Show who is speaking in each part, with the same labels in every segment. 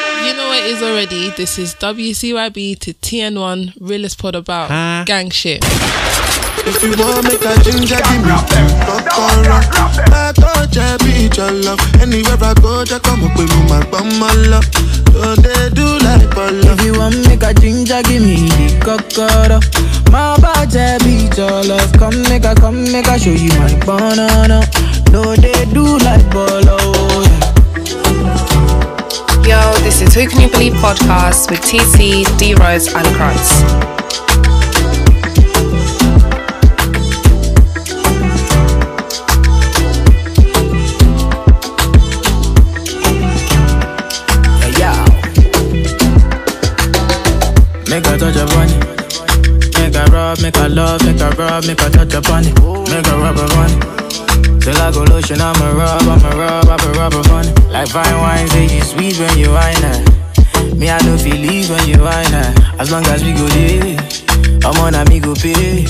Speaker 1: that is already. This is WCYB to TN1, realest pod about
Speaker 2: Huh?
Speaker 1: gang shit.
Speaker 3: If you want make a ginger, give me kokoro. I go jẹbi jollof. Anywhere I go, just come up with me, my bum my love. Don't they do like bolo?
Speaker 4: If you want make a ginger, give me the kokoro. My body beat all love. Come make a, come make a show you my banana. No, they do like bolo.
Speaker 5: Yo, this is Who Can You Believe podcast with TC, D Rose, and Krantz.
Speaker 4: Yeah, Make a touch upon it. Make a rub, make a love, make a rub, make a touch upon it. Make a rub upon it. Till I go lotion, I'm a rub, I'm a rub, I'm a rub upon it. Like fine wine, say you sweet when you wine her. Me, I know feel leave when you wine her. As long as we go there, I'm on amigo pay.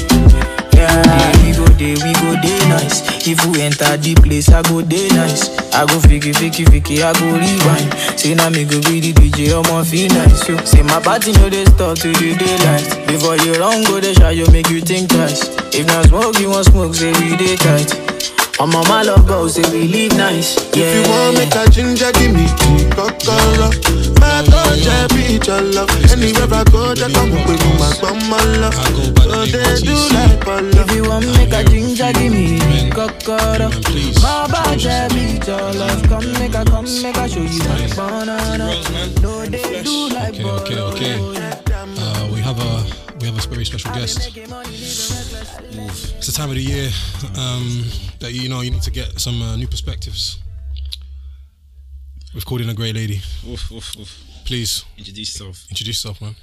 Speaker 4: Yeah, we go there, we go there nice. If we enter the place, I go there nice. I go fiki fiki fiki, I go rewind. Say now me go be the DJ, I'm on feel nice. Yo. Say my party no they stop to the daylight. Before you run go they shot you make you think twice. If not smoke, you want smoke, say we dey tight. I'm on my love go, say we live nice. Yeah.
Speaker 3: If you want make a ginger, give me kokoro. I go jẹbi jollof. Anywhere I go, just come up with me, my bum my love. Don't they do like bolo?
Speaker 4: If you want make a ginger, give me kokoro. My bad, baby, your love. Come make a, come make a show you my banana. No, they do like
Speaker 6: Okay, okay, okay. Uh, we have a we have a very special guest. It's the time of the year um, that you know you need to get some uh, new perspectives. We've called in a great lady.
Speaker 7: Oof, oof, oof.
Speaker 6: Please
Speaker 7: Introduce yourself.
Speaker 6: introduce yourself, man.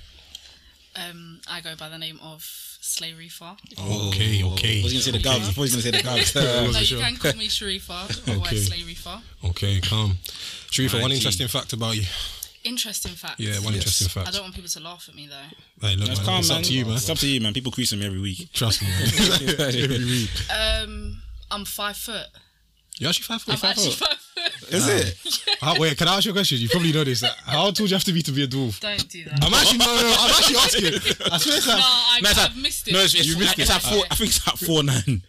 Speaker 8: Um, I go by the name of Slay Reefer.
Speaker 6: Okay, okay.
Speaker 7: Oh, I was gonna say the gabs. I thought he was gonna say the gabs.
Speaker 8: No, you
Speaker 6: sure.
Speaker 8: can call me Sharifa or
Speaker 6: Okay.
Speaker 8: Slay Reefer.
Speaker 6: Okay, calm. Sharifa, one
Speaker 7: Alright,
Speaker 6: interesting fact about you.
Speaker 8: Interesting fact.
Speaker 6: Yeah, one interesting
Speaker 8: I
Speaker 6: fact.
Speaker 8: don't want people to laugh at me though.
Speaker 6: Hey, look, man,
Speaker 7: Calm,
Speaker 6: it's up to you, man.
Speaker 7: It's up to you, man. People crease him every week.
Speaker 6: Trust me, man.
Speaker 7: Is
Speaker 8: Um, I'm five foot.
Speaker 6: You're actually five foot.
Speaker 8: I'm
Speaker 6: Five
Speaker 8: actually
Speaker 6: foot.
Speaker 8: five foot.
Speaker 7: it?
Speaker 6: How- Wait, can I ask you a question? You probably know this. How tall do you have to be to be a dwarf?
Speaker 8: Don't do that.
Speaker 6: I'm actually no, no, no, I'm actually asking. I swear it's
Speaker 8: no,
Speaker 6: like
Speaker 8: I,
Speaker 7: it's
Speaker 8: I've
Speaker 7: like-
Speaker 8: missed it.
Speaker 7: No, it's, it's,
Speaker 6: You missed
Speaker 7: it's
Speaker 6: it.
Speaker 7: at four. I think it's at four nine.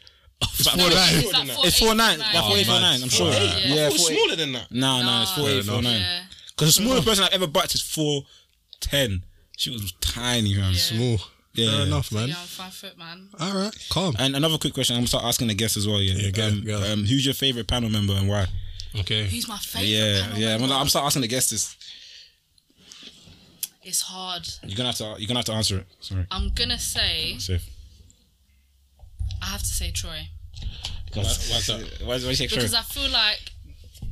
Speaker 7: It's
Speaker 6: four nine.
Speaker 8: Is that
Speaker 7: It's four nine. Like
Speaker 8: Like,
Speaker 7: four eight, four nine. I'm sure.
Speaker 8: Yeah.
Speaker 7: Yeah, four eight.
Speaker 2: smaller than that.
Speaker 7: Nah, nah. It's four
Speaker 8: Fair
Speaker 7: eight, four
Speaker 6: enough.
Speaker 7: nine.
Speaker 8: yeah.
Speaker 7: Because the smallest person I've ever backed is four ten. She was tiny, man.
Speaker 6: small.
Speaker 7: Yeah.
Speaker 6: Fair enough, man.
Speaker 8: Yeah, I'm five foot, man.
Speaker 6: All right, calm.
Speaker 7: And another quick question. I'm gonna start asking the guests as well. Yeah.
Speaker 6: Yeah, go,
Speaker 7: um,
Speaker 6: go.
Speaker 7: um, who's your favorite panel member and why?
Speaker 6: Okay.
Speaker 8: Who's my favorite?
Speaker 7: Yeah,
Speaker 8: panel
Speaker 7: yeah. I'm
Speaker 8: member?
Speaker 7: gonna I'm start asking the guests this.
Speaker 8: It's hard.
Speaker 7: You're gonna have to. You're gonna have to answer it. Sorry.
Speaker 8: I'm gonna say.
Speaker 7: Safe.
Speaker 8: I have to say Troy
Speaker 7: Why's that? Why do you say
Speaker 8: because
Speaker 7: sure?
Speaker 8: I feel like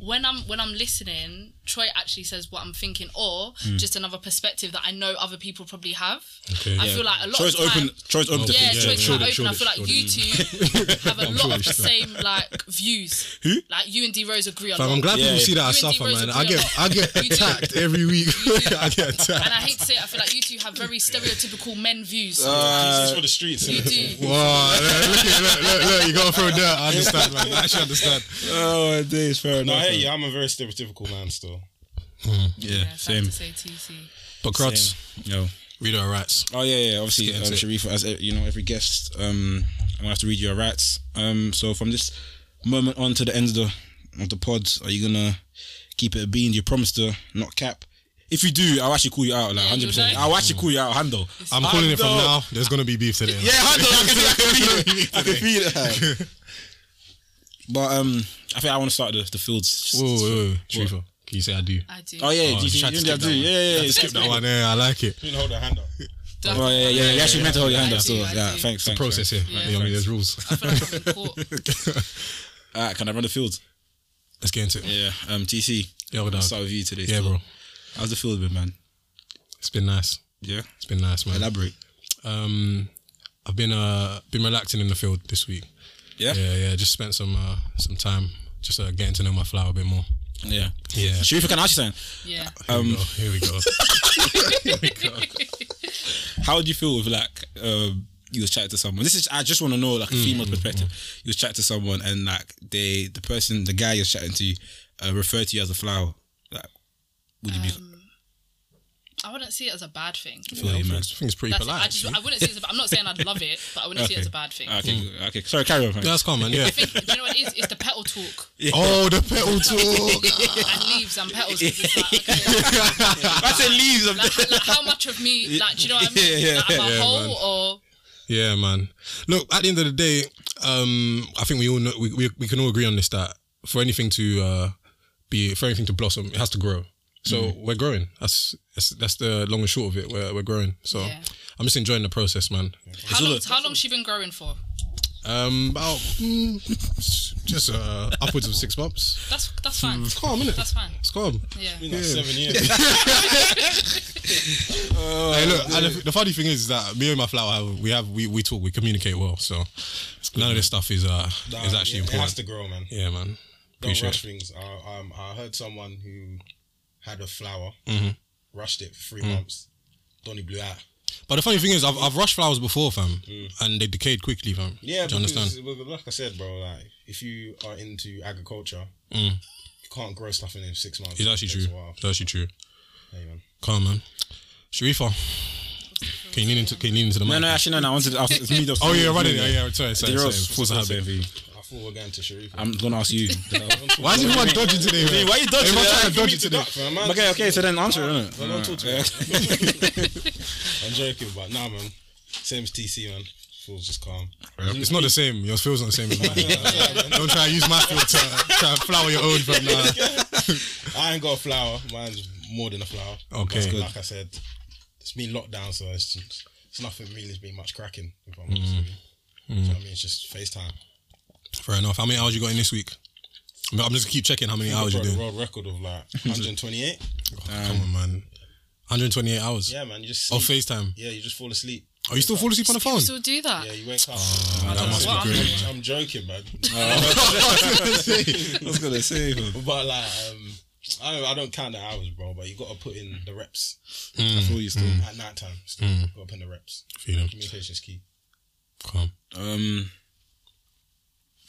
Speaker 8: when I'm when I'm listening, Troy actually says what I'm thinking, or
Speaker 7: Hmm.
Speaker 8: just another perspective that I know other people probably have.
Speaker 6: Okay.
Speaker 8: I feel like a lot
Speaker 7: Troy's
Speaker 8: of time,
Speaker 7: open. Troy's open to
Speaker 8: Yeah,
Speaker 7: things.
Speaker 8: Troy's
Speaker 6: yeah,
Speaker 8: quite
Speaker 6: sure
Speaker 8: open.
Speaker 6: that- sure
Speaker 8: I
Speaker 6: that-
Speaker 8: feel like
Speaker 6: sure
Speaker 8: you two have a lot of the same like views. Who? Like you and D Rose agree on.
Speaker 6: Fam, I'm glad people
Speaker 7: Yeah, yeah.
Speaker 6: see that I
Speaker 8: You and
Speaker 6: suffer,
Speaker 8: D-Rose
Speaker 6: man.
Speaker 8: agree
Speaker 6: I
Speaker 8: a
Speaker 6: get
Speaker 8: lot.
Speaker 6: I get
Speaker 8: You do.
Speaker 6: attacked every week.
Speaker 8: You do.
Speaker 6: I get attacked.
Speaker 8: And I hate to say it, I feel like you two have very stereotypical men views.
Speaker 7: for the streets.
Speaker 8: you do.
Speaker 6: Wow, look, look, at- look, look, look, you gotta throw it down. I understand, man. I actually understand.
Speaker 7: Oh, days. Fair
Speaker 2: No,
Speaker 7: enough.
Speaker 2: hey, yeah, I'm a very stereotypical man still.
Speaker 7: Yeah,
Speaker 8: Yeah, so I have
Speaker 7: same.
Speaker 8: to say TC.
Speaker 6: But Crots,
Speaker 7: Yo.
Speaker 6: read our rights.
Speaker 7: Oh yeah, yeah. Obviously,
Speaker 6: Let's get
Speaker 7: um,
Speaker 6: into
Speaker 7: Sharifa, as uh, you know, every guest, um, I'm gonna have to read your rights. Um, so from this moment on to the end of the of the pods, are you gonna keep it a bean? You promise to not cap. If you do, I'll actually call you out. Like
Speaker 8: Yeah,
Speaker 7: hundred
Speaker 8: you'll
Speaker 7: percent.
Speaker 8: know.
Speaker 7: I'll actually call you out, Handle.
Speaker 6: I'm calling it from
Speaker 7: Handle.
Speaker 6: now. There's gonna be beef today.
Speaker 7: Yeah, Handle. I can, I can feel it. I can feel it. but um, I think I want to start the the fields.
Speaker 6: Whoa, whoa, whoa. Sharifa, can you say I do?
Speaker 8: I do.
Speaker 7: Oh yeah,
Speaker 6: Oh,
Speaker 7: do you
Speaker 6: you
Speaker 7: think
Speaker 6: tried
Speaker 7: you
Speaker 6: to skip
Speaker 7: think I
Speaker 6: that
Speaker 7: do?
Speaker 6: one.
Speaker 7: Yeah, yeah, yeah.
Speaker 6: Skip that one. Yeah, I like it.
Speaker 2: You can hold her hand up.
Speaker 8: Do I
Speaker 7: Oh yeah, yeah, yeah. You actually meant to hold your hand
Speaker 8: I
Speaker 7: up.
Speaker 8: do,
Speaker 7: So yeah,
Speaker 8: I do.
Speaker 7: thanks. thanks,
Speaker 6: Process here.
Speaker 8: Yeah.
Speaker 6: You know what I mean? There's rules.
Speaker 8: I feel like I'm in court.
Speaker 7: All right, can I run the field?
Speaker 6: Let's get into it.
Speaker 7: Yeah, um, TC.
Speaker 6: Yo,
Speaker 7: I'll
Speaker 6: dog.
Speaker 7: start with you today.
Speaker 6: Yeah,
Speaker 7: still.
Speaker 6: bro.
Speaker 7: How's the field been, man?
Speaker 6: It's been nice.
Speaker 7: Yeah.
Speaker 6: It's been nice, man.
Speaker 7: Elaborate.
Speaker 6: Um, I've been uh been relaxing in the field this week.
Speaker 7: Yeah.
Speaker 6: Yeah, yeah. Just spent some uh some time just uh, getting to know my flower a bit more.
Speaker 7: Yeah.
Speaker 6: Yeah.
Speaker 7: Sharifa, can I ask you something?
Speaker 8: Yeah.
Speaker 6: Um, here we go.
Speaker 7: How would you feel if like um, you was chatting to someone? This is I just want to know like a
Speaker 6: Mm,
Speaker 7: female perspective. You was chatting to someone and like they the person the guy you're chatting to uh, referred to you as a flower. Like, would you be?
Speaker 8: I wouldn't see it as a bad thing.
Speaker 7: I feel you, man.
Speaker 6: I think it's pretty
Speaker 8: That's it.
Speaker 6: polite.
Speaker 8: I, just,
Speaker 6: actually.
Speaker 8: I wouldn't see it as a, I'm not saying I'd love it, but I wouldn't see it as a bad thing.
Speaker 7: Okay, okay. Sorry, carry on. man.
Speaker 6: Yeah, that's calm, man. Yeah.
Speaker 8: I think, do you know what it is? It's the petal talk.
Speaker 6: Oh, the pedal talk.
Speaker 8: and leaves and petals. 'cause It's like, okay,
Speaker 7: I said leaves. I'm
Speaker 8: like, like how much of me, like, do you know what I mean?
Speaker 7: Yeah, yeah,
Speaker 8: like, am I
Speaker 6: yeah,
Speaker 8: whole
Speaker 6: man.
Speaker 8: or
Speaker 6: Yeah, man. Look, at the end of the day, um, I think we all know we, we, we can all agree on this that for anything to uh, be for anything to blossom, it has to grow. So we're growing. That's, that's that's the long and short of it. We're we're growing. So
Speaker 8: Yeah.
Speaker 6: I'm just enjoying the process, man.
Speaker 8: how long? How long she been growing for?
Speaker 6: Um, about mm, just uh, upwards of six months.
Speaker 8: That's that's fine.
Speaker 6: It's Mm. calm, innit?
Speaker 8: That's fine.
Speaker 6: It's calm.
Speaker 8: Yeah.
Speaker 2: Been like seven years.
Speaker 6: hey, look. And the, the funny thing is that me and my flower, we have we, we talk, we communicate well. So none of this stuff is uh
Speaker 2: Nah,
Speaker 6: is actually
Speaker 2: it
Speaker 6: important.
Speaker 2: has to grow, man.
Speaker 6: yeah, man.
Speaker 2: Don't
Speaker 6: Appreciate it.
Speaker 2: rush things. I, um, I heard someone who had a flower,
Speaker 6: Mm-hmm.
Speaker 2: rushed it for 3 months. Donny blew out.
Speaker 6: But the funny thing is, I've, I've rushed flowers before, fam,
Speaker 2: Mm.
Speaker 6: and they decayed quickly, fam.
Speaker 2: Yeah,
Speaker 6: do you
Speaker 2: because
Speaker 6: understand?
Speaker 2: well, like I said, bro, like if you are into agriculture, you can't grow stuff in six months.
Speaker 6: Mm. It's actually
Speaker 2: It takes
Speaker 6: true.
Speaker 2: a while.
Speaker 6: It's actually true.
Speaker 2: Hey, man.
Speaker 6: Come on, man. Sharifa, can you lean into can you lean into the
Speaker 7: No,
Speaker 6: mic?
Speaker 7: no, actually, no, no. I wanted. I was, it's me. that was-
Speaker 6: Oh yeah, right. Yeah, yeah. Sorry, sorry, sorry.
Speaker 7: Zeros.
Speaker 6: Full
Speaker 7: Full
Speaker 6: habit.
Speaker 7: habit.
Speaker 2: I thought we were going to Sharif.
Speaker 7: I'm gonna ask you.
Speaker 6: Why is everyone dodging today? man?
Speaker 7: Why you dodging?
Speaker 6: Everyone trying to
Speaker 7: Like,
Speaker 6: dodge it today.
Speaker 7: Okay, okay. So then answer it,
Speaker 2: I
Speaker 7: innit?
Speaker 2: don't talk to me. I'm joking, but nah, man. Same as TC, man. Feels just calm.
Speaker 6: It's not the same. Your feels not the same as mine. Don't try to use my feel to try to flower your own from now.
Speaker 2: I ain't got a flower. Mine's more than a flower.
Speaker 6: Okay.
Speaker 2: But
Speaker 6: Good.
Speaker 2: Like I said, it's been locked down, so it's, just, it's nothing really has been much cracking. If I'm honest
Speaker 6: Mm.
Speaker 2: with you. So, I mean, it's just FaceTime.
Speaker 6: Fair enough. How many hours you got in this week? I'm I'm just keep checking how many hours you
Speaker 2: Broke the
Speaker 6: doing.
Speaker 2: world record of like 128.
Speaker 6: Come on, man. 128 hours
Speaker 2: Yeah, man. You just
Speaker 6: of
Speaker 2: sleep.
Speaker 6: FaceTime.
Speaker 2: Yeah, you just fall asleep.
Speaker 6: Are you still fall asleep on the phone?
Speaker 8: Still do that?
Speaker 2: Yeah, you wake up.
Speaker 6: Ah.
Speaker 8: I don't
Speaker 6: must
Speaker 8: know what
Speaker 6: be
Speaker 8: I'm
Speaker 6: great.
Speaker 8: doing.
Speaker 2: I'm joking, man.
Speaker 6: Ah.
Speaker 7: I was gonna say. man.
Speaker 2: but like, um, I don't, I don't count the hours, bro. But you got to put in the reps
Speaker 7: I feel you still. Hmm.
Speaker 2: at night time. Still, got to put in the reps.
Speaker 6: Feeling.
Speaker 2: Communication's key.
Speaker 6: Come.
Speaker 7: Um,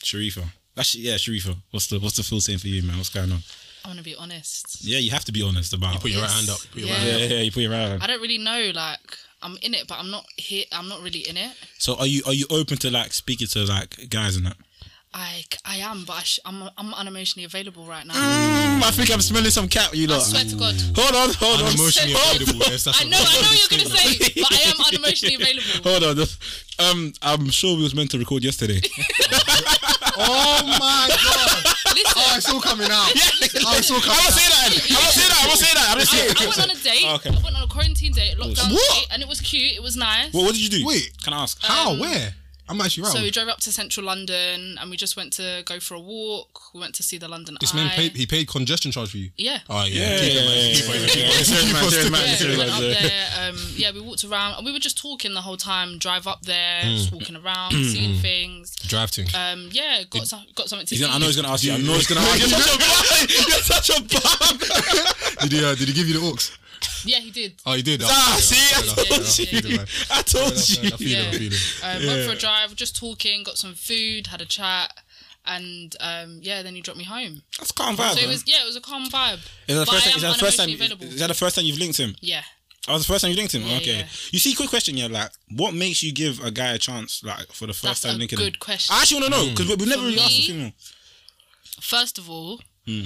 Speaker 7: Sharifa. Actually, yeah, Sharifa. What's the what's the full saying for you, man? What's going on?
Speaker 8: I'm gonna be honest.
Speaker 7: Yeah, you have to be honest about.
Speaker 6: Put your
Speaker 8: Yes.
Speaker 6: right hand up. Put your
Speaker 8: Yeah.
Speaker 6: right hand
Speaker 7: yeah,
Speaker 6: up.
Speaker 7: yeah, you put your right.
Speaker 8: I don't really know. Like I'm in it, but I'm not here. I'm not really in it.
Speaker 7: So are you are you open to like speaking to like guys and that?
Speaker 8: I I am, but I sh- I'm I'm unemotionally available right now.
Speaker 6: Mm.
Speaker 7: Mm, I think I'm smelling some cat. You
Speaker 8: I
Speaker 7: lot.
Speaker 8: swear to God.
Speaker 7: Hold on, hold on.
Speaker 6: Unemotionally
Speaker 7: Hold
Speaker 6: available.
Speaker 7: on.
Speaker 6: Yes, that's
Speaker 8: I
Speaker 6: what-
Speaker 8: know, I know what you're gonna say, but I am unemotionally available.
Speaker 7: Hold on. Um, I'm sure we was meant to record yesterday.
Speaker 6: Oh my god!
Speaker 8: Listen,
Speaker 6: It's all coming out.
Speaker 7: I was saying that. I was saying that. I was saying that. I'm just saying.
Speaker 8: I went on a date.
Speaker 7: Okay.
Speaker 8: I went on a quarantine date, lockdown
Speaker 7: What?
Speaker 8: date, and it was cute. It was nice.
Speaker 7: Well, what did you do?
Speaker 6: Wait.
Speaker 7: can I ask?
Speaker 6: How? Where? I'm actually
Speaker 8: So we
Speaker 6: right.
Speaker 8: drove up to central London and we just went to go for a walk. We went to see the London
Speaker 6: This
Speaker 8: Eye.
Speaker 6: man paid. He paid congestion charge for you.
Speaker 8: yeah.
Speaker 6: Oh yeah.
Speaker 7: Yeah,
Speaker 6: Keep
Speaker 7: yeah,
Speaker 6: it, man.
Speaker 7: yeah,
Speaker 6: Keep it,
Speaker 7: yeah,
Speaker 6: keep
Speaker 7: yeah.
Speaker 6: it.
Speaker 7: Serious
Speaker 6: Keep it.
Speaker 7: man, serious man,
Speaker 8: Yeah, we
Speaker 7: serious
Speaker 8: went
Speaker 7: man.
Speaker 8: up there. Um, yeah, we walked around and we were just talking the whole time. Drive up there,
Speaker 7: Mm.
Speaker 8: just walking around, seeing things.
Speaker 6: Drive thing.
Speaker 8: Um, yeah, got some, got something to
Speaker 7: He's
Speaker 8: see.
Speaker 7: gonna, I know he's gonna ask you. I know he's gonna ask you. You're such a bum. You're such a bum.
Speaker 6: Did he? Uh, did he give you the aux?
Speaker 8: yeah, he did.
Speaker 6: Oh, he did.
Speaker 7: Ah, see,
Speaker 6: Fair
Speaker 7: I
Speaker 6: enough, fair enough.
Speaker 7: told you. I told you.
Speaker 6: I feel him, I feel him.
Speaker 8: Um, Went for a drive, just talking, got some food, had a chat, and um, yeah, then he dropped me home.
Speaker 7: That's calm vibe.
Speaker 8: So it
Speaker 7: Oh, man.
Speaker 8: was yeah, it was a calm vibe.
Speaker 7: Is that the
Speaker 8: but
Speaker 7: first time?
Speaker 8: I am
Speaker 7: Is that the first time?
Speaker 8: unemotionally available.
Speaker 7: Is that the first time you've linked him?
Speaker 8: Yeah.
Speaker 7: Oh, it's the first time you linked him. okay.
Speaker 8: yeah.
Speaker 7: You see, quick question. Yeah, like, what makes you give a guy a chance, like, for the first
Speaker 8: That's
Speaker 7: time
Speaker 8: a
Speaker 7: linking him?
Speaker 8: good question.
Speaker 7: I actually want to know because we we never
Speaker 8: For
Speaker 7: really asked the
Speaker 8: me-
Speaker 7: female.
Speaker 8: First of all,
Speaker 6: Hmm.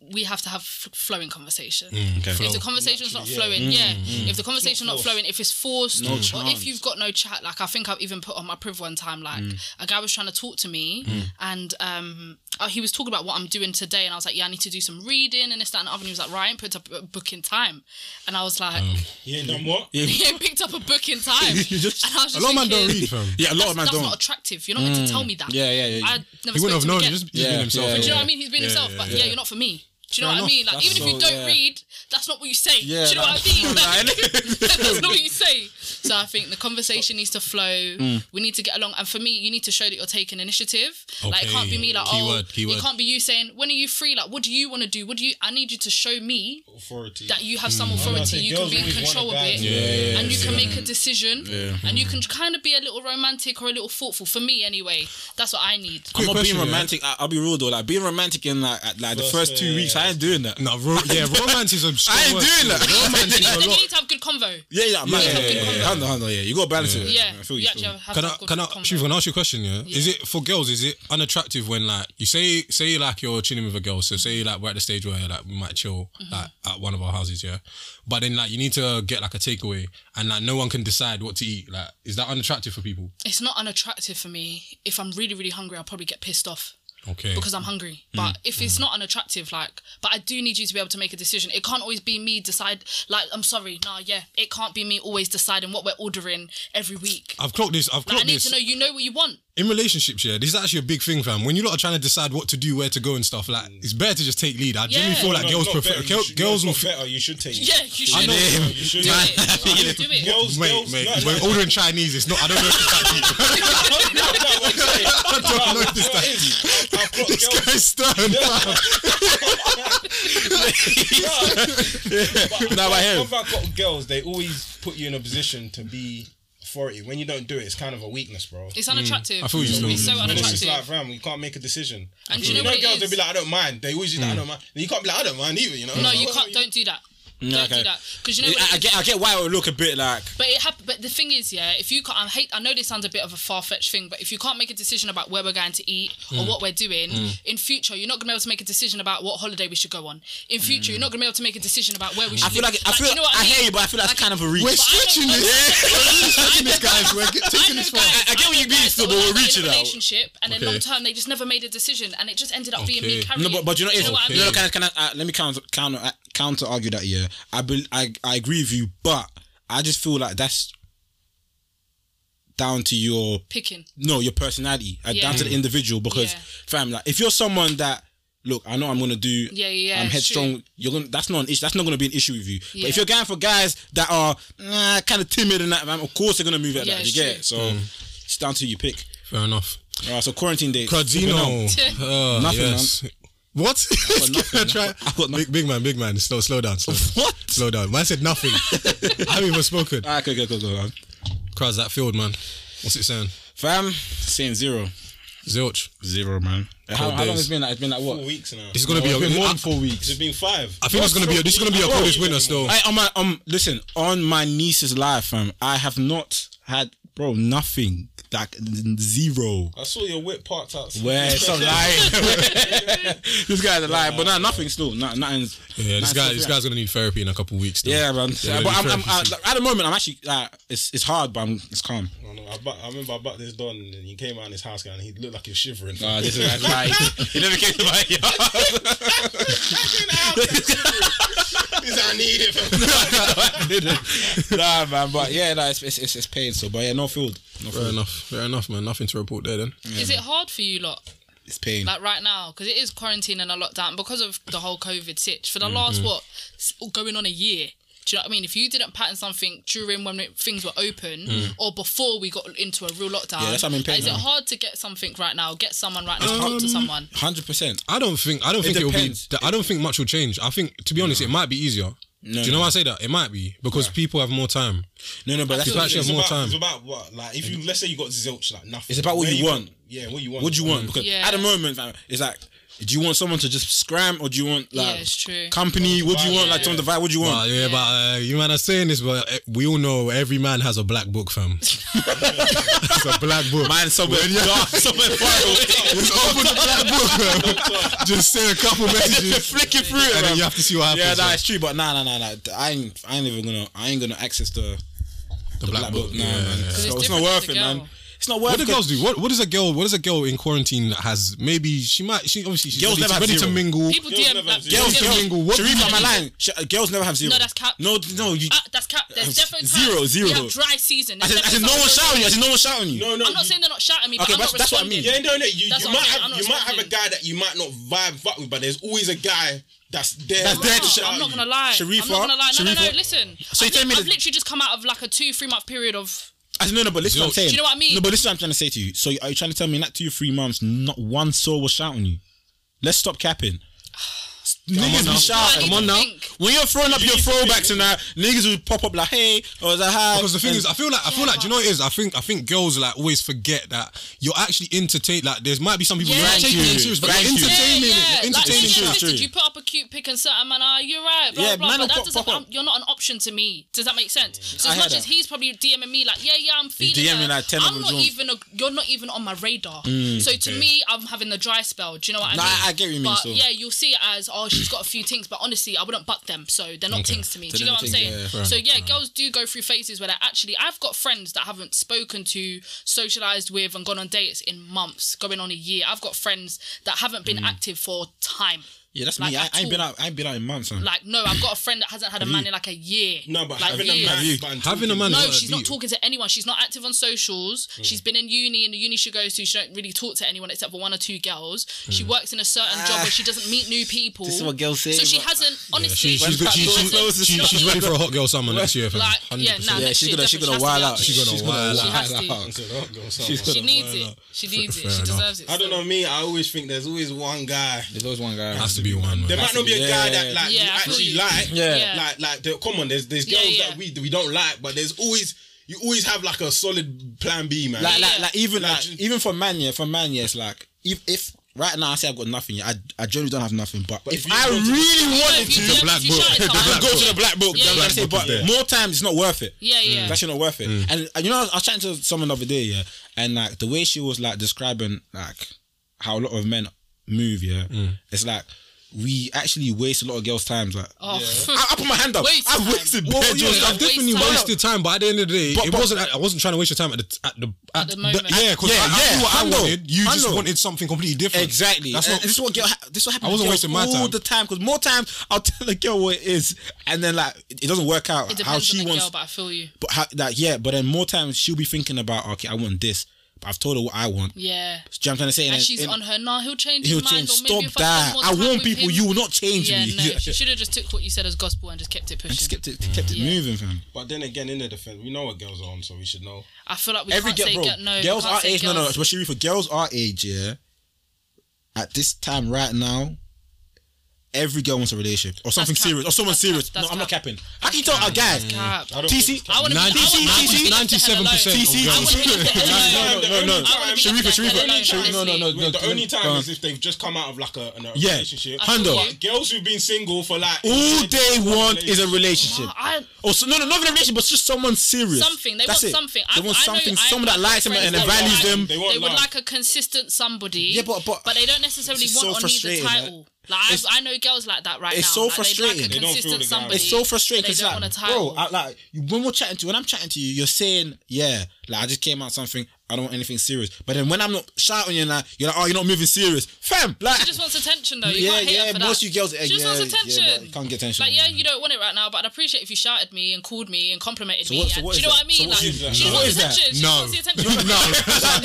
Speaker 8: we have to have f- flowing conversation.
Speaker 7: Okay.
Speaker 8: If the conversation's not flowing,
Speaker 6: Hmm,
Speaker 8: yeah. If the conversation's not, flowing, if it's forced, or
Speaker 7: chance.
Speaker 8: if you've got no chat, like I think I've even put on my priv one time, like
Speaker 6: Hmm.
Speaker 8: a guy was trying to talk to me and um, uh, he was talking about what I'm doing today, and I was like, yeah, I need to do some reading and this, that, and the other. And he was like, Ryan, put up a book in time, and I was like,
Speaker 6: Um,
Speaker 2: You ain't done what?
Speaker 8: he ain't picked up a book in time.
Speaker 7: You just-
Speaker 8: and I was just
Speaker 6: A lot of man don't
Speaker 8: thinking,
Speaker 6: read, fam.
Speaker 7: Yeah, a lot
Speaker 8: that's,
Speaker 7: of men
Speaker 8: that's
Speaker 7: don't. Mm.
Speaker 8: not attractive. You're not meant to tell me that.
Speaker 7: Yeah, yeah, yeah.
Speaker 8: I
Speaker 6: He
Speaker 8: never spoke
Speaker 6: wouldn't
Speaker 8: to
Speaker 6: have
Speaker 8: him
Speaker 6: known.
Speaker 8: again.
Speaker 6: He's just he's
Speaker 7: Yeah,
Speaker 6: been himself.
Speaker 7: yeah,
Speaker 8: Do you know
Speaker 7: yeah.
Speaker 8: what I mean? He's been himself, but yeah, you're not for me. Do you know what I mean? Like, even if you
Speaker 7: so-
Speaker 8: don't
Speaker 7: yeah.
Speaker 8: read, that's not what you say.
Speaker 7: Yeah,
Speaker 8: Do you know what I
Speaker 7: that's-
Speaker 8: mean? Like, that's not what you say. So I think the conversation needs to flow.
Speaker 7: Mm.
Speaker 8: We need to get along. And for me, you need to show that you're taking initiative. Like it can't be me like,
Speaker 6: Okay.
Speaker 8: oh,
Speaker 6: Keyword, keyword.
Speaker 8: it can't be you saying, when are you free? Like, what do you want to do? What do you? I need you to show me
Speaker 2: Authority.
Speaker 8: that you have some
Speaker 2: I
Speaker 8: authority.
Speaker 2: say
Speaker 8: You can
Speaker 2: girls
Speaker 8: be in
Speaker 2: always want a
Speaker 8: control of
Speaker 2: guy
Speaker 8: it,
Speaker 2: who's Yeah, yeah,
Speaker 8: and you can make a decision, and you can kind of be a little romantic or a little thoughtful. For me, anyway, that's what I need.
Speaker 7: I'm not
Speaker 6: question,
Speaker 7: being
Speaker 6: yeah.
Speaker 7: romantic. I, I'll be real though. Like being romantic in like at, like the
Speaker 2: First,
Speaker 7: first two
Speaker 2: yeah,
Speaker 7: weeks,
Speaker 2: yeah.
Speaker 7: I ain't doing that.
Speaker 6: No, ro- yeah, romance is a strong
Speaker 7: I ain't
Speaker 6: word.
Speaker 7: doing that.
Speaker 6: Romance
Speaker 8: You
Speaker 6: is a
Speaker 8: you
Speaker 6: lot.
Speaker 8: need to have good convo.
Speaker 7: Yeah, yeah, man.
Speaker 8: yeah,
Speaker 7: Yeah, yeah,
Speaker 8: yeah, yeah.
Speaker 7: Handle, handle, yeah. You got to balance it.
Speaker 8: Yeah,
Speaker 7: I feel
Speaker 8: you
Speaker 7: you.
Speaker 8: actually
Speaker 7: still.
Speaker 8: have to have
Speaker 6: Can I,
Speaker 8: that good
Speaker 6: can I,
Speaker 8: convo.
Speaker 6: Shiv, can I ask you a question? Yeah? Is it for girls? Is it unattractive when like you say, say like you're chilling with a girl? So say like we're at the stage where like we might chill
Speaker 7: Mm-hmm.
Speaker 6: like at one of our houses, yeah. But then like you need to get like a takeaway, and like no one can decide what to eat. Like, is that unattractive for people?
Speaker 8: It's not unattractive for me. If I'm really, really hungry, I'll probably get pissed off.
Speaker 6: Okay.
Speaker 8: because I'm hungry. But if it's not unattractive, like, but I do need you to be able to make a decision. It can't always be me decide. Like, I'm sorry, nah, yeah, it can't be me always deciding what we're ordering every week.
Speaker 6: I've clocked this. I've
Speaker 8: Like, I
Speaker 6: clocked
Speaker 8: need
Speaker 6: this.
Speaker 8: to know you know what you want.
Speaker 6: in relationships, yeah, this is actually a big thing, fam. When you lot are trying to decide what to do, where to go, and stuff, like
Speaker 7: Mm.
Speaker 6: it's better to just take lead. I generally
Speaker 8: Yeah.
Speaker 6: feel like
Speaker 2: No,
Speaker 6: girls
Speaker 2: not
Speaker 6: prefer
Speaker 2: better, you
Speaker 6: girl-
Speaker 2: should-
Speaker 6: girls
Speaker 2: no,
Speaker 6: will.
Speaker 2: it's not better. You should take.
Speaker 8: Yeah, you should.
Speaker 6: I know.
Speaker 8: Do
Speaker 2: You should.
Speaker 8: it. Do it.
Speaker 2: Girls,
Speaker 6: Mate,
Speaker 2: girls,
Speaker 6: mate,
Speaker 2: no,
Speaker 6: we're
Speaker 2: no,
Speaker 6: ordering Chinese. It's not. I don't know if it's that deep.
Speaker 2: no, no, what I'm saying.
Speaker 6: I don't know if
Speaker 2: You
Speaker 6: it's that deep.
Speaker 2: know what it is? I've got
Speaker 6: This
Speaker 2: girls-
Speaker 6: guy's stern, fam.
Speaker 2: but
Speaker 7: Nah, but I hear
Speaker 2: I've got girls, they always put you in a position to be authority. When you don't do it, it's kind of a weakness, bro.
Speaker 8: It's unattractive.
Speaker 6: I feel you still.
Speaker 8: It's so
Speaker 6: Mm.
Speaker 2: and it's just like,
Speaker 8: unattractive.
Speaker 2: fam, you can't make a decision.
Speaker 8: And do you know
Speaker 2: know
Speaker 8: what it
Speaker 2: girls,
Speaker 8: is?
Speaker 2: they'll be like, I don't mind. They always just like, I don't mind. You can't be like, I don't mind either, you know?
Speaker 8: No, you
Speaker 2: What-
Speaker 8: can't. Don't do that. Don't
Speaker 7: Yeah, okay.
Speaker 8: do that. Because you know.
Speaker 7: I,
Speaker 8: what
Speaker 7: I
Speaker 8: it
Speaker 7: get,
Speaker 8: is?
Speaker 7: I get why it would look a bit like.
Speaker 8: But it hap- But the thing is, yeah, if you can't, I hate. I know this sounds a bit of a far fetched thing, but if you can't make a decision about where we're going to eat
Speaker 7: Mm.
Speaker 8: or what we're doing in future, you're not gonna be able to make a decision about what holiday we should go on. In future, you're not gonna be able to make a decision about where we should.
Speaker 7: Mm. I feel
Speaker 8: live.
Speaker 7: like I feel.
Speaker 8: you know what
Speaker 7: I
Speaker 8: mean?
Speaker 7: hear you, but I feel that's kind of a reach.
Speaker 6: We're
Speaker 8: I don't-
Speaker 6: stretching this. We're really stretching this, guys. We're get-
Speaker 8: I
Speaker 6: taking
Speaker 8: know
Speaker 6: this far.
Speaker 8: guys-
Speaker 7: I- I get what
Speaker 8: know
Speaker 7: you mean,
Speaker 8: guys
Speaker 7: still, but
Speaker 8: that were
Speaker 7: we're
Speaker 8: like
Speaker 7: reaching
Speaker 8: in a
Speaker 7: out.
Speaker 8: relationship, and
Speaker 6: Okay.
Speaker 8: then long term they just never made a decision, and it just ended up being me
Speaker 6: Okay.
Speaker 8: carrying.
Speaker 7: No, but, but you know, it's,
Speaker 8: know what I
Speaker 7: you know,
Speaker 8: mean?
Speaker 7: can I, can I, uh, let me counter counter uh, counter argue that. Yeah, I, bel I I agree with you, but I just feel like that's down to your
Speaker 8: picking.
Speaker 7: no your personality, uh,
Speaker 8: Yeah.
Speaker 7: down to the individual. Because
Speaker 8: Yeah.
Speaker 7: fam, like if you're someone that look, I know I'm gonna do.
Speaker 8: Yeah, yeah, yeah,
Speaker 7: I'm
Speaker 8: it's
Speaker 7: headstrong.
Speaker 8: true.
Speaker 7: You're gonna. That's not an issue. That's not gonna be an issue with you. But
Speaker 8: Yeah.
Speaker 7: if you're going for guys that are nah, kind of timid and that, man, of course they're gonna move at
Speaker 8: Yeah,
Speaker 7: that.
Speaker 8: it's
Speaker 7: You get
Speaker 8: true.
Speaker 7: it? so. It's down to you pick.
Speaker 6: Fair enough.
Speaker 7: All right, so quarantine day.
Speaker 6: Crodino. Uh,
Speaker 7: Nothing,
Speaker 6: yes. What? Let's
Speaker 7: nothing,
Speaker 6: give it a try.
Speaker 7: I've got nothing.
Speaker 6: Big, big man, big man. Slow, slow down. Slow down.
Speaker 7: What?
Speaker 6: Slow down. Man said nothing. I haven't even spoken.
Speaker 7: Ah, go, go, go, go, man.
Speaker 6: Cross that field, man. What's it saying?
Speaker 7: Fam, saying zero.
Speaker 6: Zilch.
Speaker 7: Zero, man. How, how
Speaker 6: days.
Speaker 7: long has it been? Like, it's been like what?
Speaker 2: Four weeks now.
Speaker 6: This is gonna be a
Speaker 7: It's been Oh, more
Speaker 6: I-
Speaker 7: than four weeks.
Speaker 2: It's been five.
Speaker 6: I think it's gonna be a, this is gonna be a
Speaker 2: Bro,
Speaker 6: coldest winter still.
Speaker 7: I, on my um, listen, on my niece's life, fam. I have not had, bro, nothing like n- zero.
Speaker 2: I saw your whip parked outside.
Speaker 7: Where stop lying. this guy's a liar, but nah, nothing still. Nah, nothing's.
Speaker 6: Yeah, this
Speaker 7: nothing's
Speaker 6: guy, this
Speaker 7: still-
Speaker 6: guy's gonna need therapy in a couple weeks. Still.
Speaker 7: Yeah, man.
Speaker 6: They're gonna
Speaker 7: but
Speaker 6: need
Speaker 7: I'm, I'm,
Speaker 6: therapy
Speaker 7: I,
Speaker 6: soon.
Speaker 7: like, at the moment, I'm actually like, it's it's hard, but I'm it's calm.
Speaker 2: I, know, I, bu- I remember I bucked this door and then he came out in his house guy and he looked like he was shivering.
Speaker 7: Uh, this is like, he never came to my
Speaker 2: He's like, I need it. fam."
Speaker 7: nah, man. But yeah, nah, it's, it's it's it's pain. So, but yeah, no field, no
Speaker 6: Fair
Speaker 7: field.
Speaker 6: enough. Fair enough, man. Nothing to report there then.
Speaker 8: Is it hard for you lot?
Speaker 7: It's pain.
Speaker 8: like right now because it is quarantine and a lockdown because of the whole COVID sitch for the
Speaker 7: Mm-hmm.
Speaker 8: last what s- going on a year. Do you know what I mean? If you didn't pattern something during when it- things were open or before we got into a real lockdown,
Speaker 7: Mm. Yeah, that's what I'm in pain
Speaker 8: like, is
Speaker 7: now. Um,
Speaker 8: it hard to get something right now? Get someone right now, talk to someone.
Speaker 7: Hundred percent.
Speaker 6: I don't think I don't think it will be.
Speaker 7: depends.
Speaker 6: I don't think much will change. I think, to be honest, it might be easier. Do you know
Speaker 7: no.
Speaker 6: why I say that? It might be because people have more time.
Speaker 7: No, no, but that's
Speaker 6: People
Speaker 7: the
Speaker 6: actually
Speaker 7: thing.
Speaker 6: have
Speaker 2: it's
Speaker 6: more
Speaker 2: about,
Speaker 6: time.
Speaker 2: It's about what? Like, if you let's say you got zilch, like nothing.
Speaker 7: It's about what
Speaker 2: Where
Speaker 7: you want.
Speaker 2: Yeah, what you want.
Speaker 7: What do you want? Because
Speaker 8: Yeah.
Speaker 7: at the moment, fam, it's like, do you want someone to just scram or do you want like
Speaker 8: Yeah, it's true.
Speaker 7: company? What do you want?
Speaker 8: Yeah.
Speaker 7: Like, do you want the vibe? What do you want?
Speaker 6: But, yeah, but uh, you man are saying this, but uh, we all know every man has a black book, fam. it's a black book.
Speaker 7: Mine somewhere dark, somewhere far away.
Speaker 6: Just open the black book, fam. Just send a couple
Speaker 7: Just
Speaker 6: messages,
Speaker 7: flick it through it,
Speaker 6: and then
Speaker 7: man.
Speaker 6: you have to see what
Speaker 7: Yeah,
Speaker 6: happens.
Speaker 7: nah,
Speaker 6: fam.
Speaker 7: it's true, but nah, nah, nah, nah. I ain't, I ain't even gonna, I ain't gonna access the,
Speaker 6: the black, book. yeah,
Speaker 7: Nah,
Speaker 6: yeah.
Speaker 7: man. So
Speaker 8: it's
Speaker 7: it's not
Speaker 8: different
Speaker 7: worth
Speaker 8: to
Speaker 7: it,
Speaker 8: girl.
Speaker 7: man. It's not worth
Speaker 6: What do
Speaker 7: it.
Speaker 6: girls do? What What does a girl? What does a girl in quarantine that has maybe she might she obviously she's
Speaker 7: Girls
Speaker 6: ready, to-
Speaker 7: never have
Speaker 6: ready to
Speaker 7: zero.
Speaker 6: mingle.
Speaker 8: People
Speaker 2: Girls
Speaker 8: DM
Speaker 2: never
Speaker 8: like,
Speaker 2: have zero.
Speaker 7: Girls,
Speaker 8: DM
Speaker 7: girls,
Speaker 6: mingle. What-
Speaker 7: Sharif, I'm a line. Sh- Girls never have zero.
Speaker 8: No, that's cap.
Speaker 7: No, no, you.
Speaker 8: Ah, that's cap. There's definitely times
Speaker 7: Um, Zero,
Speaker 8: We
Speaker 7: zero.
Speaker 8: have dry season.
Speaker 7: I
Speaker 8: There's
Speaker 7: said, I said,
Speaker 8: definitely
Speaker 7: no one's
Speaker 8: times where-
Speaker 7: shouting you. I said, no one's shouting you.
Speaker 2: No, no.
Speaker 8: I'm not
Speaker 2: you-
Speaker 8: saying they're not shouting at me,
Speaker 7: Okay,
Speaker 8: but I'm
Speaker 7: but
Speaker 8: not
Speaker 7: that's what I mean.
Speaker 8: responding.
Speaker 2: Yeah, no, no. You,
Speaker 8: That's what I'm
Speaker 2: you might
Speaker 8: saying,
Speaker 2: have
Speaker 8: I'm not
Speaker 2: you might have a
Speaker 8: responding.
Speaker 2: guy that you might not vibe fuck with, but there's always a guy That's their.
Speaker 7: That's their-
Speaker 2: to shout
Speaker 8: I'm
Speaker 2: at
Speaker 8: not
Speaker 2: you.
Speaker 8: gonna lie.
Speaker 7: Sharifa,
Speaker 8: I'm not gonna lie. No, no, no.
Speaker 7: Sharifa.
Speaker 8: Listen.
Speaker 7: So
Speaker 8: So
Speaker 7: you're
Speaker 8: I've,
Speaker 7: telling me
Speaker 8: li- I've
Speaker 7: that-
Speaker 8: literally just come out of like a two, three month period of.
Speaker 7: I no, no, but listen, to what I'm
Speaker 6: Do
Speaker 7: saying.
Speaker 8: you know what I mean?
Speaker 7: No, but listen, to what I'm trying to say to you. So, are you trying to tell me in that two, three months, not one soul was shouting you? Let's stop capping. niggas be
Speaker 8: No, I
Speaker 7: shouting.
Speaker 8: need
Speaker 7: Come on
Speaker 8: to
Speaker 7: now.
Speaker 8: think.
Speaker 7: When you're throwing up your throwbacks and that, niggas will pop up like, "Hey," or like, "Hi."
Speaker 6: Because the thing
Speaker 7: and-
Speaker 6: is, I feel like I feel like do you know what it is. I think I think girls like always forget that you're actually entertained. Like there might be some people who
Speaker 8: Yeah.
Speaker 6: are taking
Speaker 7: Thank
Speaker 6: it
Speaker 7: you.
Speaker 6: serious, but
Speaker 7: Thank
Speaker 6: they're
Speaker 7: you.
Speaker 6: entertaining
Speaker 8: yeah,
Speaker 6: it. They're
Speaker 8: yeah. Like,
Speaker 6: entertaining it.
Speaker 8: niggas,
Speaker 7: shit.
Speaker 8: listen, you put up a cute pic and certain man, ah, you're right, blah,
Speaker 7: Yeah,
Speaker 8: blah,
Speaker 7: man
Speaker 8: blah. But
Speaker 7: will
Speaker 8: that
Speaker 7: pop-
Speaker 8: doesn't,
Speaker 7: pop up.
Speaker 8: I'm- you're not an option to me. Does that make sense? So
Speaker 7: I
Speaker 8: as
Speaker 7: hear
Speaker 8: much
Speaker 7: that.
Speaker 8: as he's probably DMing me like, yeah, yeah, I'm feeling
Speaker 7: DMing
Speaker 8: her,
Speaker 7: like 10
Speaker 8: I'm
Speaker 7: of
Speaker 8: not
Speaker 7: them. Mm.
Speaker 8: even, a, you're not even on my radar. so to me, I'm having the dry spell. Do you know what I
Speaker 7: Nah,
Speaker 8: mean?
Speaker 7: I get what you mean,
Speaker 8: But
Speaker 7: so.
Speaker 8: yeah, you'll see it as, oh, she's got a few tinks, but honestly, I wouldn't buck them. So they're not tinks to me.
Speaker 7: So
Speaker 8: Do you
Speaker 7: they're
Speaker 8: know what I'm
Speaker 7: not
Speaker 8: saying?
Speaker 7: tinks, yeah,
Speaker 8: so yeah, girls do go through phases where they actually, I've got friends that haven't spoken to, socialized with, and gone on dates in months, going on a year. I've got friends that haven't been active for time.
Speaker 7: Mm. yeah, that's
Speaker 8: like,
Speaker 7: me. I,
Speaker 8: at
Speaker 7: I ain't been
Speaker 8: all.
Speaker 7: out. I ain't been out in months. Man.
Speaker 8: Like, no, I've got a friend that hasn't had a man in like a year.
Speaker 2: No, but
Speaker 8: like,
Speaker 2: having a
Speaker 8: years.
Speaker 2: man,
Speaker 6: you-
Speaker 2: man
Speaker 6: having a
Speaker 2: talking-
Speaker 6: man-
Speaker 8: No,
Speaker 6: Well,
Speaker 8: she's
Speaker 6: do
Speaker 8: not
Speaker 6: you?
Speaker 8: talking to anyone. She's not active on socials.
Speaker 7: Mm.
Speaker 8: She's been in uni, and the uni she goes to, she don't really talk to anyone except for one or two girls. She works in a certain job where she doesn't meet new people. This
Speaker 7: Mm. is what girls say,
Speaker 8: So she
Speaker 7: but-
Speaker 8: hasn't. Honestly,
Speaker 6: She- she's,
Speaker 7: When
Speaker 6: she-
Speaker 7: that
Speaker 6: she-
Speaker 7: door closes,
Speaker 6: she-
Speaker 7: you know
Speaker 6: she's
Speaker 7: what I
Speaker 6: ready for a hot girl summer next year. fam.
Speaker 8: Like, yeah,
Speaker 6: 100%.
Speaker 8: nah,
Speaker 7: Yeah,
Speaker 8: next
Speaker 7: she's
Speaker 8: year
Speaker 7: gonna- she's
Speaker 8: definitely
Speaker 7: gonna
Speaker 8: has to
Speaker 7: wild
Speaker 8: be
Speaker 7: out.
Speaker 8: active.
Speaker 7: She's
Speaker 6: gonna wild
Speaker 8: She
Speaker 6: out.
Speaker 8: has to.
Speaker 2: I said, oh, God, so-
Speaker 8: She needs it. She needs it. She
Speaker 6: enough.
Speaker 8: deserves it.
Speaker 2: I don't know me. I always think there's always one guy.
Speaker 7: There's always one guy.
Speaker 6: has to be one.
Speaker 2: There
Speaker 6: man.
Speaker 2: might not be a
Speaker 7: Yeah.
Speaker 2: guy that like
Speaker 8: Yeah,
Speaker 2: you
Speaker 8: I feel
Speaker 2: actually
Speaker 8: you.
Speaker 2: like.
Speaker 7: Yeah.
Speaker 8: Yeah.
Speaker 2: Like like the, come on, there's there's
Speaker 8: Yeah,
Speaker 2: girls
Speaker 8: yeah.
Speaker 2: that we we don't like, but there's always you always have like a solid plan B, man.
Speaker 7: Like, like,
Speaker 8: Yeah.
Speaker 7: like, even
Speaker 2: Like,
Speaker 7: like,
Speaker 2: ju-
Speaker 7: even for man, yeah, for man, yeah, it's like if if right now I say I've got nothing, yeah, I I generally don't have nothing. But,
Speaker 2: But
Speaker 7: if,
Speaker 2: if you
Speaker 7: I
Speaker 2: go to-
Speaker 7: really wanted
Speaker 8: if you
Speaker 7: to,
Speaker 8: do-
Speaker 6: black
Speaker 8: if you
Speaker 6: book.
Speaker 8: shout it
Speaker 6: The
Speaker 8: out,
Speaker 6: black
Speaker 8: I'll
Speaker 7: go
Speaker 8: do
Speaker 7: to
Speaker 8: it.
Speaker 7: the black book.
Speaker 8: Yeah,
Speaker 7: that's what I'm
Speaker 8: yeah.
Speaker 7: saying, but
Speaker 6: Yeah.
Speaker 7: more times it's not worth it.
Speaker 8: Yeah, yeah.
Speaker 7: It's actually not worth it.
Speaker 6: Mm.
Speaker 7: And, and you know, I was chatting to someone the other day, yeah, and like the way she was like describing like how a lot of men move, yeah,
Speaker 6: Mm.
Speaker 7: it's like we actually waste a lot of girls' times. Like,
Speaker 8: Oh,
Speaker 7: I, I put my hand up.
Speaker 8: Waste
Speaker 7: I've
Speaker 8: time.
Speaker 7: wasted
Speaker 6: Well,
Speaker 7: bare
Speaker 6: yeah,
Speaker 7: girls'
Speaker 8: yeah.
Speaker 6: I've
Speaker 7: time.
Speaker 6: definitely
Speaker 8: Waste time.
Speaker 6: wasted time, but at the end of the day,
Speaker 7: But-
Speaker 6: it
Speaker 7: but-
Speaker 6: wasn't. I wasn't trying to waste your time at the at the at,
Speaker 8: the moment.
Speaker 6: yeah, because
Speaker 7: Yeah,
Speaker 6: I, I
Speaker 7: yeah,
Speaker 6: knew what I
Speaker 7: handle,
Speaker 6: wanted. You just
Speaker 7: handle.
Speaker 6: wanted something completely different.
Speaker 7: Exactly.
Speaker 6: That's
Speaker 7: And
Speaker 6: what.
Speaker 7: this is what girl. This is what happens.
Speaker 6: I wasn't
Speaker 7: to girls
Speaker 6: wasting my
Speaker 7: all
Speaker 6: time.
Speaker 7: the time because more time I'll tell the girl what it is, and then like it doesn't work out
Speaker 8: It
Speaker 7: how
Speaker 8: depends
Speaker 7: she
Speaker 8: on the
Speaker 7: wants.
Speaker 8: girl, but I feel you.
Speaker 7: but how, like yeah, but then more times she'll be thinking about okay, I want this, but I've told her what I want.
Speaker 8: Yeah.
Speaker 7: Do you know what I'm trying to say?
Speaker 8: And
Speaker 7: then-
Speaker 8: she's
Speaker 7: and
Speaker 8: on her. Nah, he'll change
Speaker 7: He'll
Speaker 8: his mind.
Speaker 7: change.
Speaker 8: Or maybe
Speaker 7: Stop
Speaker 8: if I
Speaker 7: that.
Speaker 8: spend more
Speaker 7: I
Speaker 8: time
Speaker 7: warn
Speaker 8: with
Speaker 7: people.
Speaker 8: him-
Speaker 7: You will not change
Speaker 8: Yeah,
Speaker 7: me.
Speaker 8: no.
Speaker 7: Yeah.
Speaker 8: She should have just took what you said as gospel and just kept it pushing.
Speaker 7: Just kept it, kept it moving, fam.
Speaker 2: But then again, in the defense, we know what girls are on, so we should know.
Speaker 8: I feel like we
Speaker 7: Every
Speaker 8: can't
Speaker 7: girl,
Speaker 8: say
Speaker 7: bro.
Speaker 8: get, no. we
Speaker 7: girls
Speaker 8: can't
Speaker 7: our
Speaker 8: say
Speaker 7: age, no, no,
Speaker 8: girls-
Speaker 7: especially for girls our age, yeah. At this time right now, every girl wants a relationship or something
Speaker 8: cap.
Speaker 7: serious or someone
Speaker 8: That's cap.
Speaker 7: serious.
Speaker 8: That's
Speaker 7: no, I'm not
Speaker 8: cap.
Speaker 7: capping. How can you tell a guy?
Speaker 8: Cap.
Speaker 2: I don't
Speaker 7: TC,
Speaker 8: I want to be.
Speaker 6: Ninety-
Speaker 7: TC,
Speaker 8: Ninety-seven
Speaker 6: 97% of
Speaker 7: TC,
Speaker 8: I want to be left
Speaker 7: No,
Speaker 8: alone.
Speaker 7: no, no, no, no.
Speaker 8: I wanna be
Speaker 7: Sharifa,
Speaker 8: left
Speaker 7: Sharifa,
Speaker 8: alone,
Speaker 7: Sharifa, no, no, no,
Speaker 8: honestly.
Speaker 7: no.
Speaker 2: the only time
Speaker 7: no.
Speaker 2: is if they've just come out of like a, an- a
Speaker 7: Yeah.
Speaker 2: relationship.
Speaker 7: Hundo.
Speaker 8: I feel you.
Speaker 2: Girls who've been single for like
Speaker 7: All they want is a relationship.
Speaker 8: I-
Speaker 7: Or Oh, so, no, no, not even a relationship, but just someone serious.
Speaker 8: Something they
Speaker 7: That's
Speaker 8: want
Speaker 7: it.
Speaker 8: something.
Speaker 7: They
Speaker 8: I-
Speaker 7: want
Speaker 8: I know-
Speaker 7: something.
Speaker 8: I
Speaker 7: someone that
Speaker 8: have
Speaker 7: likes them and
Speaker 8: friends that
Speaker 7: values
Speaker 8: like-
Speaker 7: them.
Speaker 2: They
Speaker 8: They,
Speaker 2: want
Speaker 8: would
Speaker 2: love.
Speaker 8: like a consistent somebody.
Speaker 7: Yeah, but- but-
Speaker 8: they don't necessarily
Speaker 7: It's
Speaker 8: want
Speaker 7: so
Speaker 8: or need the
Speaker 7: frustrating,
Speaker 8: title. Like
Speaker 7: It's-
Speaker 8: I've, I know girls like that right
Speaker 7: it's
Speaker 8: now.
Speaker 7: so
Speaker 8: like, they'd
Speaker 7: frustrating.
Speaker 8: Like
Speaker 7: They
Speaker 8: a
Speaker 2: don't feel
Speaker 8: consistent
Speaker 2: the guy.
Speaker 8: somebody.
Speaker 7: It's so frustrating
Speaker 8: They
Speaker 7: because
Speaker 8: don't want a
Speaker 7: like,
Speaker 8: title.
Speaker 7: bro, I, like you- when we're chatting to when I'm chatting to you, you're saying, yeah, like I just came out something. I don't want anything serious. But then when I'm not shouting you, like you're like, oh, you're not moving serious, fam. Like
Speaker 8: She just wants attention though. You
Speaker 7: yeah,
Speaker 8: can't hate
Speaker 7: yeah.
Speaker 8: her for
Speaker 7: most
Speaker 8: that.
Speaker 7: you girls, eh,
Speaker 8: she just
Speaker 7: yeah,
Speaker 8: wants attention.
Speaker 7: Yeah, but you can't get attention.
Speaker 8: Like yeah, you don't want it right now, but I'd appreciate if you shouted me and called me and complimented
Speaker 7: So
Speaker 8: me.
Speaker 7: what- so
Speaker 8: and-
Speaker 7: what
Speaker 8: do
Speaker 7: is
Speaker 8: you know
Speaker 7: that?
Speaker 8: what I mean?
Speaker 7: So what
Speaker 8: like,
Speaker 7: is that?
Speaker 8: she
Speaker 7: No.
Speaker 8: just wants the attention. She
Speaker 6: No.
Speaker 8: just wants the attention.
Speaker 6: no,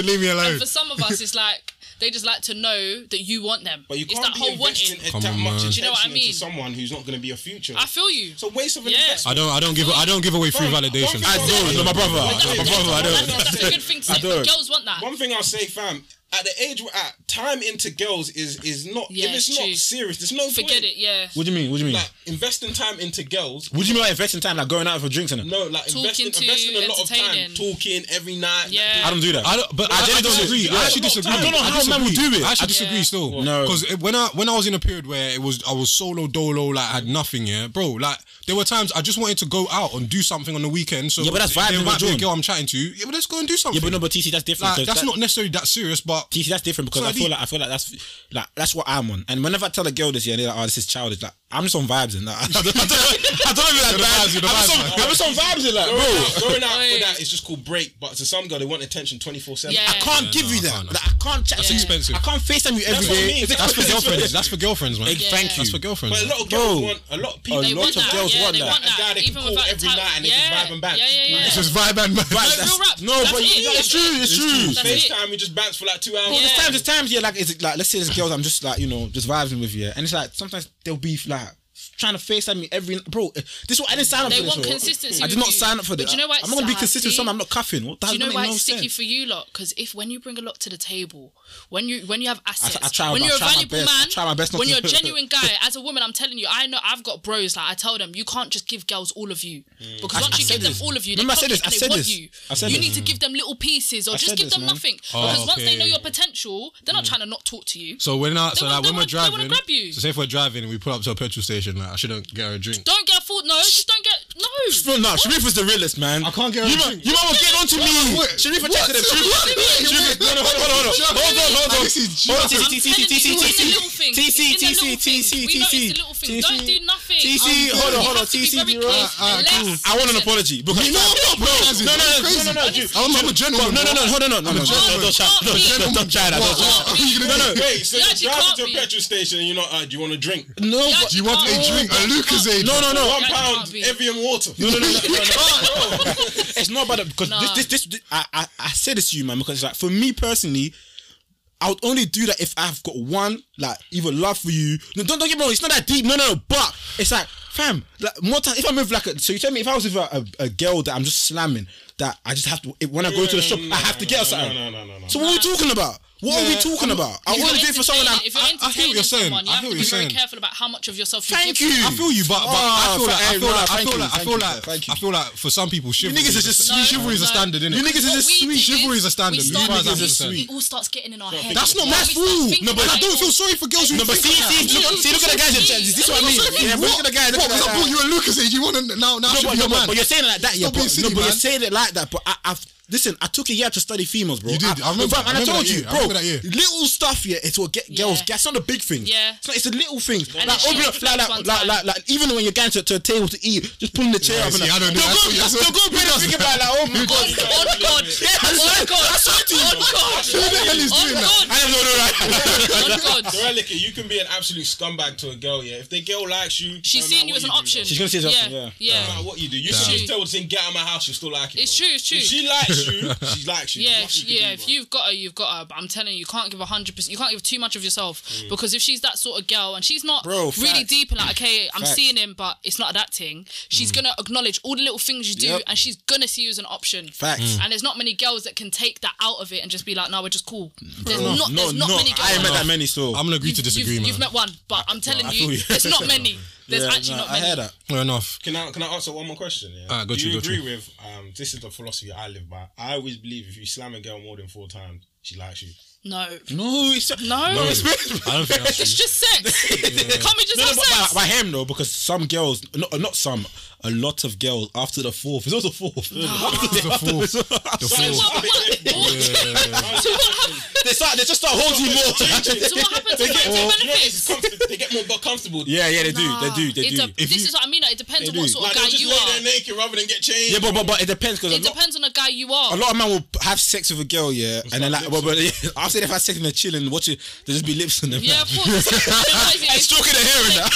Speaker 6: leave me alone.
Speaker 8: And for some of us, it's like they just like to know that you want them.
Speaker 2: But you
Speaker 8: it's
Speaker 2: can't
Speaker 8: that
Speaker 2: be
Speaker 8: whole
Speaker 2: investing
Speaker 8: wanting.
Speaker 2: that
Speaker 6: Come on,
Speaker 2: much
Speaker 6: man.
Speaker 2: attention
Speaker 8: Do you know what I
Speaker 2: into
Speaker 8: mean?
Speaker 2: someone who's not going to be a future.
Speaker 8: I feel you.
Speaker 2: It's a waste of an
Speaker 8: Yeah.
Speaker 6: I
Speaker 2: investment.
Speaker 6: don't. I don't give. I don't give away free
Speaker 2: Bro,
Speaker 6: validation.
Speaker 2: I
Speaker 7: don't, no, my brother,
Speaker 8: That's,
Speaker 7: my
Speaker 8: that's-
Speaker 7: brother, I don't.
Speaker 8: that's- that's a good thing to say.
Speaker 7: don't.
Speaker 8: But girls want that.
Speaker 2: One thing I'll say, fam, at the age we're at, time into girls is is not.
Speaker 8: Yeah,
Speaker 2: if it's
Speaker 8: true.
Speaker 2: not serious, there's no
Speaker 8: Forget
Speaker 2: point.
Speaker 8: it. Yeah.
Speaker 7: What do you mean? What do you mean?
Speaker 2: Like investing time into girls.
Speaker 7: what do you mean by investing time? Like going out for drinks and
Speaker 2: No, like investing,
Speaker 8: Talking to,
Speaker 2: investing a lot of time
Speaker 8: entertaining.
Speaker 2: talking every night. like,
Speaker 8: Yeah.
Speaker 7: I don't do that.
Speaker 6: I don't, but I,
Speaker 7: I
Speaker 6: I,
Speaker 7: generally don't
Speaker 6: disagree.
Speaker 7: do it.
Speaker 6: I actually
Speaker 7: Yeah.
Speaker 6: disagree.
Speaker 7: I don't know how
Speaker 6: disagree.
Speaker 7: men will do it.
Speaker 6: I actually
Speaker 7: I-
Speaker 6: disagree
Speaker 8: Yeah.
Speaker 6: still.
Speaker 7: No.
Speaker 6: because when I when I was in a period where it was I was solo dolo, like I had nothing. Yeah, bro. Like there were times I just wanted to go out and do something on the weekend. So
Speaker 7: Yeah, but that's vibing
Speaker 6: There
Speaker 7: with
Speaker 6: might be a
Speaker 7: Jordan.
Speaker 6: girl I'm chatting to. Yeah, but let's go and do
Speaker 7: yeah,
Speaker 6: something.
Speaker 7: but no, but TC, that's different.
Speaker 6: like,
Speaker 7: 'cause
Speaker 6: that's
Speaker 7: that-
Speaker 6: not necessarily that serious. But
Speaker 7: TC, that's different because
Speaker 6: So
Speaker 7: I feel
Speaker 6: the-
Speaker 7: like I feel like that's like that's what I'm on. And whenever I tell a girl this, yeah, they're like, "Oh, this is childish." Like I'm just on vibes in that. I don't, I don't, I don't even like
Speaker 6: the
Speaker 7: vibes.
Speaker 6: vibes, you're the
Speaker 7: I'm,
Speaker 6: vibes,
Speaker 7: just on,
Speaker 6: man.
Speaker 7: I'm just on vibes in that,
Speaker 2: Going
Speaker 7: bro.
Speaker 2: out, going out for that is just called break, but to some girl they want attention twenty four seven.
Speaker 8: Yeah.
Speaker 7: I can't
Speaker 6: Yeah,
Speaker 7: give
Speaker 6: no,
Speaker 7: you
Speaker 6: I
Speaker 7: that.
Speaker 6: can't.
Speaker 7: Like, I can't chat.
Speaker 6: That's
Speaker 7: to you.
Speaker 6: expensive.
Speaker 7: I can't FaceTime you every
Speaker 2: That's what I
Speaker 7: day.
Speaker 2: mean.
Speaker 7: If it's
Speaker 6: That's for
Speaker 7: expensive,
Speaker 6: girlfriends. That's for girlfriends, man.
Speaker 7: Thank you.
Speaker 6: That's for girlfriends.
Speaker 2: But a
Speaker 6: man.
Speaker 2: lot of
Speaker 7: Bro.
Speaker 2: girls
Speaker 7: Oh.
Speaker 2: want a lot of people.
Speaker 7: They
Speaker 2: a
Speaker 7: want
Speaker 2: lot of
Speaker 7: that.
Speaker 2: girls
Speaker 7: Yeah,
Speaker 2: want
Speaker 7: they
Speaker 2: that.
Speaker 7: want
Speaker 2: A guy
Speaker 8: that.
Speaker 2: they can
Speaker 8: Even
Speaker 2: call
Speaker 8: without
Speaker 2: every
Speaker 8: the
Speaker 2: night and they
Speaker 8: title.
Speaker 2: can
Speaker 8: Yeah.
Speaker 2: vibe and bounce.
Speaker 8: Yeah, yeah, yeah.
Speaker 6: It's just vibe and vibe.
Speaker 7: Vibes,
Speaker 8: real
Speaker 7: that's-
Speaker 8: rap.
Speaker 7: No,
Speaker 8: That's
Speaker 7: but
Speaker 8: it,
Speaker 7: you-
Speaker 8: yeah.
Speaker 7: it's true. It's true.
Speaker 8: That's it.
Speaker 2: FaceTime, you just bounce for like two hours.
Speaker 7: There's
Speaker 8: Yeah.
Speaker 7: times, there's times, yeah, like it's like let's say there's girls I'm just like you know just vibing with you, and it's like sometimes they'll be like trying to FaceTime me every bro. This is what I didn't sign up
Speaker 8: They
Speaker 7: for. this,
Speaker 8: want
Speaker 7: bro.
Speaker 8: consistency
Speaker 7: I did
Speaker 8: with
Speaker 7: not
Speaker 8: you.
Speaker 7: sign up for
Speaker 8: But
Speaker 7: this.
Speaker 8: do you know why
Speaker 7: I'm
Speaker 8: it's
Speaker 7: not gonna be
Speaker 8: sad?
Speaker 7: consistent. with
Speaker 8: See?
Speaker 7: Something I'm not cuffing. What that
Speaker 8: Do you know
Speaker 7: doesn't
Speaker 8: why
Speaker 7: make
Speaker 8: it's
Speaker 7: no
Speaker 8: sticky
Speaker 7: sense.
Speaker 8: for you lot? Because if when you bring a lot to the table, when you when you have assets,
Speaker 7: I try-
Speaker 8: when
Speaker 7: I
Speaker 8: you're
Speaker 7: try
Speaker 8: a
Speaker 7: my
Speaker 8: valuable
Speaker 7: best. I
Speaker 8: man,
Speaker 7: try my best not
Speaker 8: when
Speaker 7: to-
Speaker 8: you're a genuine guy, as a woman, I'm telling you, I know I've got bros. Like I tell them, you can't just give girls all of you
Speaker 7: Mm.
Speaker 8: because
Speaker 7: I-
Speaker 8: once
Speaker 7: I
Speaker 8: you
Speaker 7: said
Speaker 8: give them
Speaker 7: this.
Speaker 8: all of you, they
Speaker 7: Remember I
Speaker 8: come
Speaker 7: said
Speaker 8: to you
Speaker 7: this,
Speaker 8: and
Speaker 7: I
Speaker 8: they
Speaker 7: said
Speaker 8: want
Speaker 7: this.
Speaker 8: you.
Speaker 7: I said
Speaker 8: you
Speaker 7: this.
Speaker 8: need to give them little pieces or just
Speaker 7: said
Speaker 8: give
Speaker 7: this,
Speaker 8: them
Speaker 7: man.
Speaker 8: nothing
Speaker 6: Oh,
Speaker 8: because once they know
Speaker 6: okay.
Speaker 8: your potential, they're not trying to not talk to you.
Speaker 6: So we're not.
Speaker 8: They
Speaker 6: So
Speaker 8: want-
Speaker 6: like
Speaker 8: they
Speaker 6: when we're
Speaker 8: want- they
Speaker 6: driving,
Speaker 8: wanna grab you.
Speaker 6: so say if we're driving and we pull up to a petrol station, like I shouldn't get her a drink.
Speaker 8: don't get a fault. No, just don't get no.
Speaker 7: No, no, Sharif is the realest, man. I
Speaker 6: can't get her
Speaker 7: you.
Speaker 6: a
Speaker 7: Man,
Speaker 6: drink.
Speaker 7: you man was getting on to me.
Speaker 6: What?
Speaker 7: Sharif, I chatted him. Sharif, Sharif, no, no, hold on, hold on, hold on, hold on, hold on.
Speaker 6: This is
Speaker 7: Hold on,
Speaker 6: joke.
Speaker 7: TC, TC,
Speaker 8: It's
Speaker 7: TC,
Speaker 8: the little
Speaker 7: TC,
Speaker 8: things.
Speaker 7: TC,
Speaker 8: It's the little things.
Speaker 7: TC,
Speaker 8: We know it's the little things. Don't do nothing.
Speaker 7: TC, hold on,
Speaker 8: You
Speaker 7: hold on,
Speaker 8: have to be
Speaker 7: TC,
Speaker 8: very
Speaker 7: D-Rock.
Speaker 8: careful.
Speaker 7: I- I-
Speaker 8: Let's-
Speaker 7: I want an apology because
Speaker 6: You know I'm not apologizing.
Speaker 7: No, no,
Speaker 6: You're
Speaker 7: no,
Speaker 6: crazy.
Speaker 7: no, no, no, dude.
Speaker 6: I'm- I'm a gentleman,
Speaker 7: No, no, no,
Speaker 6: bro.
Speaker 7: hold on, no, no, no,
Speaker 6: a
Speaker 7: don't- don't try-
Speaker 8: gentleman.
Speaker 7: don't- don't- don't try that, don't try that.
Speaker 6: What are you gonna do?
Speaker 7: No, no.
Speaker 2: Wait, so
Speaker 8: Yeah,
Speaker 2: you're
Speaker 8: she
Speaker 2: driving
Speaker 8: can't
Speaker 2: to a
Speaker 8: be.
Speaker 2: petrol station and you're not. Uh, do you want a drink?
Speaker 7: No,
Speaker 8: Yeah,
Speaker 7: but-
Speaker 6: Do you want a
Speaker 8: can't.
Speaker 6: drink? A
Speaker 8: You can't.
Speaker 6: Lucasade?
Speaker 7: no, no, no.
Speaker 2: One
Speaker 8: Yeah, she
Speaker 2: pound
Speaker 8: can't be.
Speaker 2: Evian water.
Speaker 7: No, no, no, no, no, no, no. It's not about that because
Speaker 8: Nah.
Speaker 7: this, this, this, I, I, I say this to you, man, because it's like for me personally, I would only do that if I've got one, like, either love for you. No, don't, don't get me wrong, it's not that deep. No, no, no, but it's like, fam, like, more time, if I'm with like a, so you tell me if I was with a, a, a girl that I'm just slamming, that I just have to, if, when I go to the shop, I have to get her
Speaker 2: No,
Speaker 7: something.
Speaker 2: No, no, no, no.
Speaker 7: So what are we talking about? What are we
Speaker 6: Yeah,
Speaker 7: talking about? I want
Speaker 8: If
Speaker 7: to
Speaker 8: you're
Speaker 7: do it for someone
Speaker 8: entertaining-
Speaker 7: that,
Speaker 8: if you're
Speaker 6: I- I hear what you're
Speaker 8: entertaining
Speaker 6: saying. I
Speaker 8: someone, you have
Speaker 6: hear what
Speaker 8: to be
Speaker 6: you're
Speaker 8: very
Speaker 6: saying.
Speaker 8: careful about how much of yourself you
Speaker 7: Thank
Speaker 8: give.
Speaker 7: you.
Speaker 6: I feel you, but, but I feel like I
Speaker 7: Oh, hey,
Speaker 6: feel
Speaker 7: no,
Speaker 6: like I feel
Speaker 7: thank you,
Speaker 6: like I
Speaker 7: thank
Speaker 6: feel
Speaker 7: you,
Speaker 6: like
Speaker 7: thank you.
Speaker 6: I feel like for some people, chivalry
Speaker 7: niggas is just-
Speaker 8: No,
Speaker 6: chivalry is a
Speaker 8: no.
Speaker 6: standard, innit?
Speaker 7: You niggas is
Speaker 8: What
Speaker 7: just
Speaker 8: we
Speaker 7: sweet.
Speaker 8: do
Speaker 6: Chivalry is a standard, as
Speaker 8: we start
Speaker 6: far as I'm
Speaker 8: thinking-
Speaker 6: concerned.
Speaker 8: It all starts getting in our head.
Speaker 7: That's not my
Speaker 8: When we start
Speaker 7: fault.
Speaker 8: thinking
Speaker 7: No, but I
Speaker 8: like,
Speaker 7: don't feel
Speaker 8: oh,
Speaker 7: sorry for girls who
Speaker 6: No, but
Speaker 7: think
Speaker 6: see,
Speaker 7: like
Speaker 6: see,
Speaker 7: that.
Speaker 6: look-
Speaker 7: see, look at the guys in Gen Z. This is what I mean. Yeah, but look at the guys. Look
Speaker 6: What?
Speaker 7: at
Speaker 6: Because
Speaker 7: the
Speaker 6: I
Speaker 7: guys.
Speaker 6: bought you a Lucasade. You want to now? Now I
Speaker 7: No,
Speaker 6: should
Speaker 7: but,
Speaker 6: be
Speaker 7: no,
Speaker 6: your
Speaker 7: but,
Speaker 6: man.
Speaker 7: but you're saying it like that, yeah.
Speaker 6: Stop
Speaker 7: But,
Speaker 6: being silly,
Speaker 7: no, but you're
Speaker 6: man.
Speaker 7: saying it like that. But I, I've listen. I took a year to study females, bro.
Speaker 6: You did. I remember-
Speaker 7: fam,
Speaker 6: I
Speaker 7: and I
Speaker 6: remember
Speaker 7: told
Speaker 6: that
Speaker 7: you,
Speaker 6: year. I
Speaker 7: bro.
Speaker 6: remember that year.
Speaker 7: Little stuff, yeah. It's what get girls.
Speaker 8: Yeah.
Speaker 7: That's not the big thing.
Speaker 8: Yeah.
Speaker 7: It's, not, it's the little things. like,
Speaker 8: she
Speaker 7: open up,
Speaker 8: reflects
Speaker 7: like, like,
Speaker 8: one
Speaker 7: like,
Speaker 8: time.
Speaker 7: like, like, even when you're going to, to a table to eat, just pulling the chair
Speaker 6: Yeah,
Speaker 7: up.
Speaker 6: see,
Speaker 7: and
Speaker 6: I don't do
Speaker 7: they'll
Speaker 6: that.
Speaker 7: go-
Speaker 6: That's what-
Speaker 7: They'll go back and think about like, oh my god.
Speaker 8: On on God.
Speaker 7: Yeah, I swear-
Speaker 8: On God.
Speaker 7: I swear to you.
Speaker 8: On God.
Speaker 6: Who the hell is doing that?
Speaker 8: On
Speaker 7: I don't know, no, no, no.
Speaker 8: God. On God.
Speaker 2: Relic, you can be an absolute scumbag to a girl, yeah. If the girl likes you,
Speaker 8: She's
Speaker 2: no
Speaker 8: seeing
Speaker 2: matter
Speaker 8: you as
Speaker 2: what
Speaker 8: an
Speaker 2: do,
Speaker 8: option.
Speaker 2: though.
Speaker 7: She's gonna see it as an option,
Speaker 8: Yeah.
Speaker 7: yeah.
Speaker 2: No
Speaker 8: Yeah.
Speaker 2: matter what you do, you should
Speaker 8: Damn.
Speaker 2: just tell the thing, get out of my house, you still like it.
Speaker 8: It's
Speaker 2: bro.
Speaker 8: true, it's true.
Speaker 2: If she likes you, she likes you.
Speaker 8: Yeah,
Speaker 2: There's
Speaker 8: if,
Speaker 2: nothing you
Speaker 8: yeah.
Speaker 2: can
Speaker 8: if
Speaker 2: do, bro.
Speaker 8: you've got her, you've got her. But I'm telling you, you can't give hundred percent. You can't give too much of yourself because if she's that sort of girl and she's not
Speaker 7: Mm. Bro,
Speaker 8: really
Speaker 7: facts.
Speaker 8: deep and like, okay, I'm
Speaker 7: Facts. Mm.
Speaker 8: seeing him, but it's not that thing. She's gonna acknowledge all the little things you do,
Speaker 7: Yep.
Speaker 8: and she's gonna see you as an option.
Speaker 7: Facts.
Speaker 8: And there's not many girls that can take that out of it and just be like, no, we're just cool. There's
Speaker 7: No,
Speaker 8: not.
Speaker 7: no,
Speaker 8: There's not
Speaker 7: no.
Speaker 8: many girls.
Speaker 7: I ain't met
Speaker 8: like
Speaker 7: that many still.
Speaker 6: I'm gonna agree to
Speaker 8: You've-
Speaker 6: disagree,
Speaker 8: you've,
Speaker 6: man.
Speaker 8: You've met one, but I'm telling
Speaker 7: I feel
Speaker 8: you,
Speaker 7: you.
Speaker 8: it's not many. There's
Speaker 7: Yeah,
Speaker 8: actually
Speaker 7: no,
Speaker 8: not
Speaker 7: I
Speaker 8: many.
Speaker 7: hear that.
Speaker 6: Fair enough.
Speaker 2: Can I can I answer one more question? Yeah.
Speaker 6: Ah, go
Speaker 2: Do
Speaker 6: to you,
Speaker 2: you
Speaker 6: go to
Speaker 2: agree
Speaker 6: you.
Speaker 2: with um? This is the philosophy I live by. I always believe if you slam a girl more than four times, she likes you.
Speaker 8: No.
Speaker 7: No, it's it's
Speaker 8: No.
Speaker 6: I don't think that's
Speaker 8: It's
Speaker 6: true.
Speaker 8: just sex. Can't we just
Speaker 7: No, no,
Speaker 8: have
Speaker 7: but
Speaker 8: sex?
Speaker 7: by, by him though, because some girls, not, not some, a lot of girls after the fourth, it's also fourth.
Speaker 6: The
Speaker 8: So
Speaker 6: fool.
Speaker 8: what, what, what- so what happened?
Speaker 7: they start, they just start holding you more.
Speaker 8: So what happens if I
Speaker 2: Yeah,
Speaker 8: take
Speaker 2: it's
Speaker 8: benefits?
Speaker 2: comfort- they get more but comfortable.
Speaker 7: yeah, yeah, they do, they do, they
Speaker 8: It
Speaker 7: do.
Speaker 8: de-
Speaker 7: If
Speaker 8: this
Speaker 7: you-
Speaker 8: is what I mean. Like, it depends
Speaker 7: They
Speaker 8: on what
Speaker 7: do.
Speaker 8: sort
Speaker 2: Like
Speaker 8: of
Speaker 2: they
Speaker 8: guy
Speaker 2: just
Speaker 8: you
Speaker 2: lay there
Speaker 8: are.
Speaker 2: naked rather than get changed.
Speaker 7: yeah, but, but but it depends because
Speaker 8: It
Speaker 7: a, lot-
Speaker 8: depends on the guy you are.
Speaker 7: a lot of men will have sex with a girl, yeah, and then like, but, but after they've had sex and they're chilling, watching, they just be lips on them.
Speaker 8: Yeah, of course.
Speaker 7: and stroking their hair and that.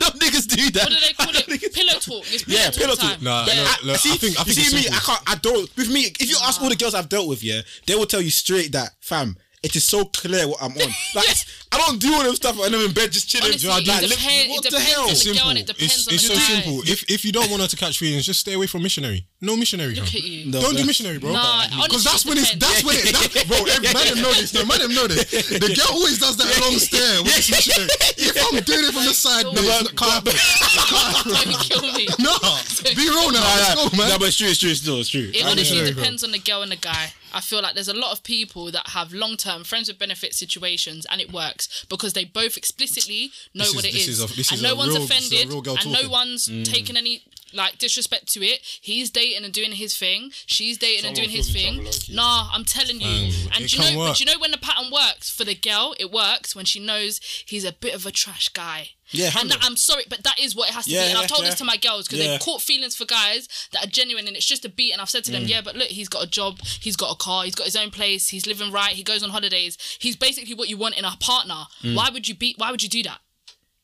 Speaker 7: Them niggas do that.
Speaker 8: What do they call
Speaker 7: Them niggas-
Speaker 8: it? Pillow talk. It's pillow
Speaker 7: Yeah,
Speaker 8: talk.
Speaker 7: pillow
Speaker 8: time.
Speaker 7: talk.
Speaker 6: Nah,
Speaker 7: But
Speaker 6: no,
Speaker 7: I-
Speaker 6: look, I
Speaker 7: see,
Speaker 6: think- I think
Speaker 7: you
Speaker 6: it's
Speaker 7: see me. I
Speaker 6: simple.
Speaker 7: can't. I don't. With me, if you ask all the girls I've dealt with, yeah, they will tell you straight that, fam. It is so clear what I'm on. Like, it's- I don't do all them stuff and I'm in bed just chilling.
Speaker 8: Honestly,
Speaker 7: like,
Speaker 8: it
Speaker 7: lip-
Speaker 8: depends-
Speaker 7: what the
Speaker 8: it depends
Speaker 7: hell?
Speaker 8: if
Speaker 6: Simple.
Speaker 8: girl and it
Speaker 6: It's,
Speaker 8: depends on
Speaker 6: it's so
Speaker 8: the guy.
Speaker 6: simple. If if you don't want her to catch feelings, just stay away from missionary. No missionary.
Speaker 8: Look
Speaker 6: fam.
Speaker 8: at you.
Speaker 7: No,
Speaker 6: don't do
Speaker 7: no.
Speaker 6: missionary, bro.
Speaker 8: Nah, honestly,
Speaker 6: Because that's
Speaker 8: it
Speaker 6: when it's
Speaker 8: depends.
Speaker 6: that's when it. That's, bro, every, man them know this. No, man them know this. The girl always does that long stare when it's missionary. If I'm doing it from the side, no, it's not- can't
Speaker 8: Don't even kill me.
Speaker 6: No, be real now.
Speaker 7: Nah,
Speaker 6: Let's go, man.
Speaker 7: nah, but it's true, it's true, it's true, it's true.
Speaker 8: It
Speaker 7: I
Speaker 8: honestly
Speaker 7: know.
Speaker 6: there you go.
Speaker 8: depends on the girl and the guy. I feel like there's a lot of people that have long term friends with benefit situations and it works because they both explicitly know
Speaker 6: This is-
Speaker 8: what it
Speaker 6: this
Speaker 8: is.
Speaker 6: is a- this is
Speaker 8: and
Speaker 6: a
Speaker 8: no one's
Speaker 6: real- this is a
Speaker 8: offended
Speaker 6: real girl
Speaker 8: and no
Speaker 6: talking. Mm.
Speaker 8: one's taking any like disrespect to it. He's dating and doing his thing. She's dating and doing
Speaker 2: Someone
Speaker 8: his
Speaker 2: feels in
Speaker 8: thing.
Speaker 2: trouble, low-key.
Speaker 8: Nah, I'm telling you. and
Speaker 6: it
Speaker 8: do you
Speaker 6: can
Speaker 8: know
Speaker 6: work.
Speaker 8: but do you know when the pattern works? For the girl, it works when she knows he's a bit of a trash guy.
Speaker 7: Yeah,
Speaker 8: and that,
Speaker 7: 100.
Speaker 8: I'm sorry, but that is what it has to
Speaker 7: Yeah,
Speaker 8: be. And
Speaker 7: yeah,
Speaker 8: I've told
Speaker 7: yeah.
Speaker 8: this to my girls because
Speaker 7: Yeah.
Speaker 8: they've caught feelings for guys that are genuine, and it's just a beat. And I've said to them, yeah, but look, he's got a job, he's got a car, he's got his own place, he's living right, he goes on holidays. He's basically what you want in a partner. Why would you beat? Why would you do that?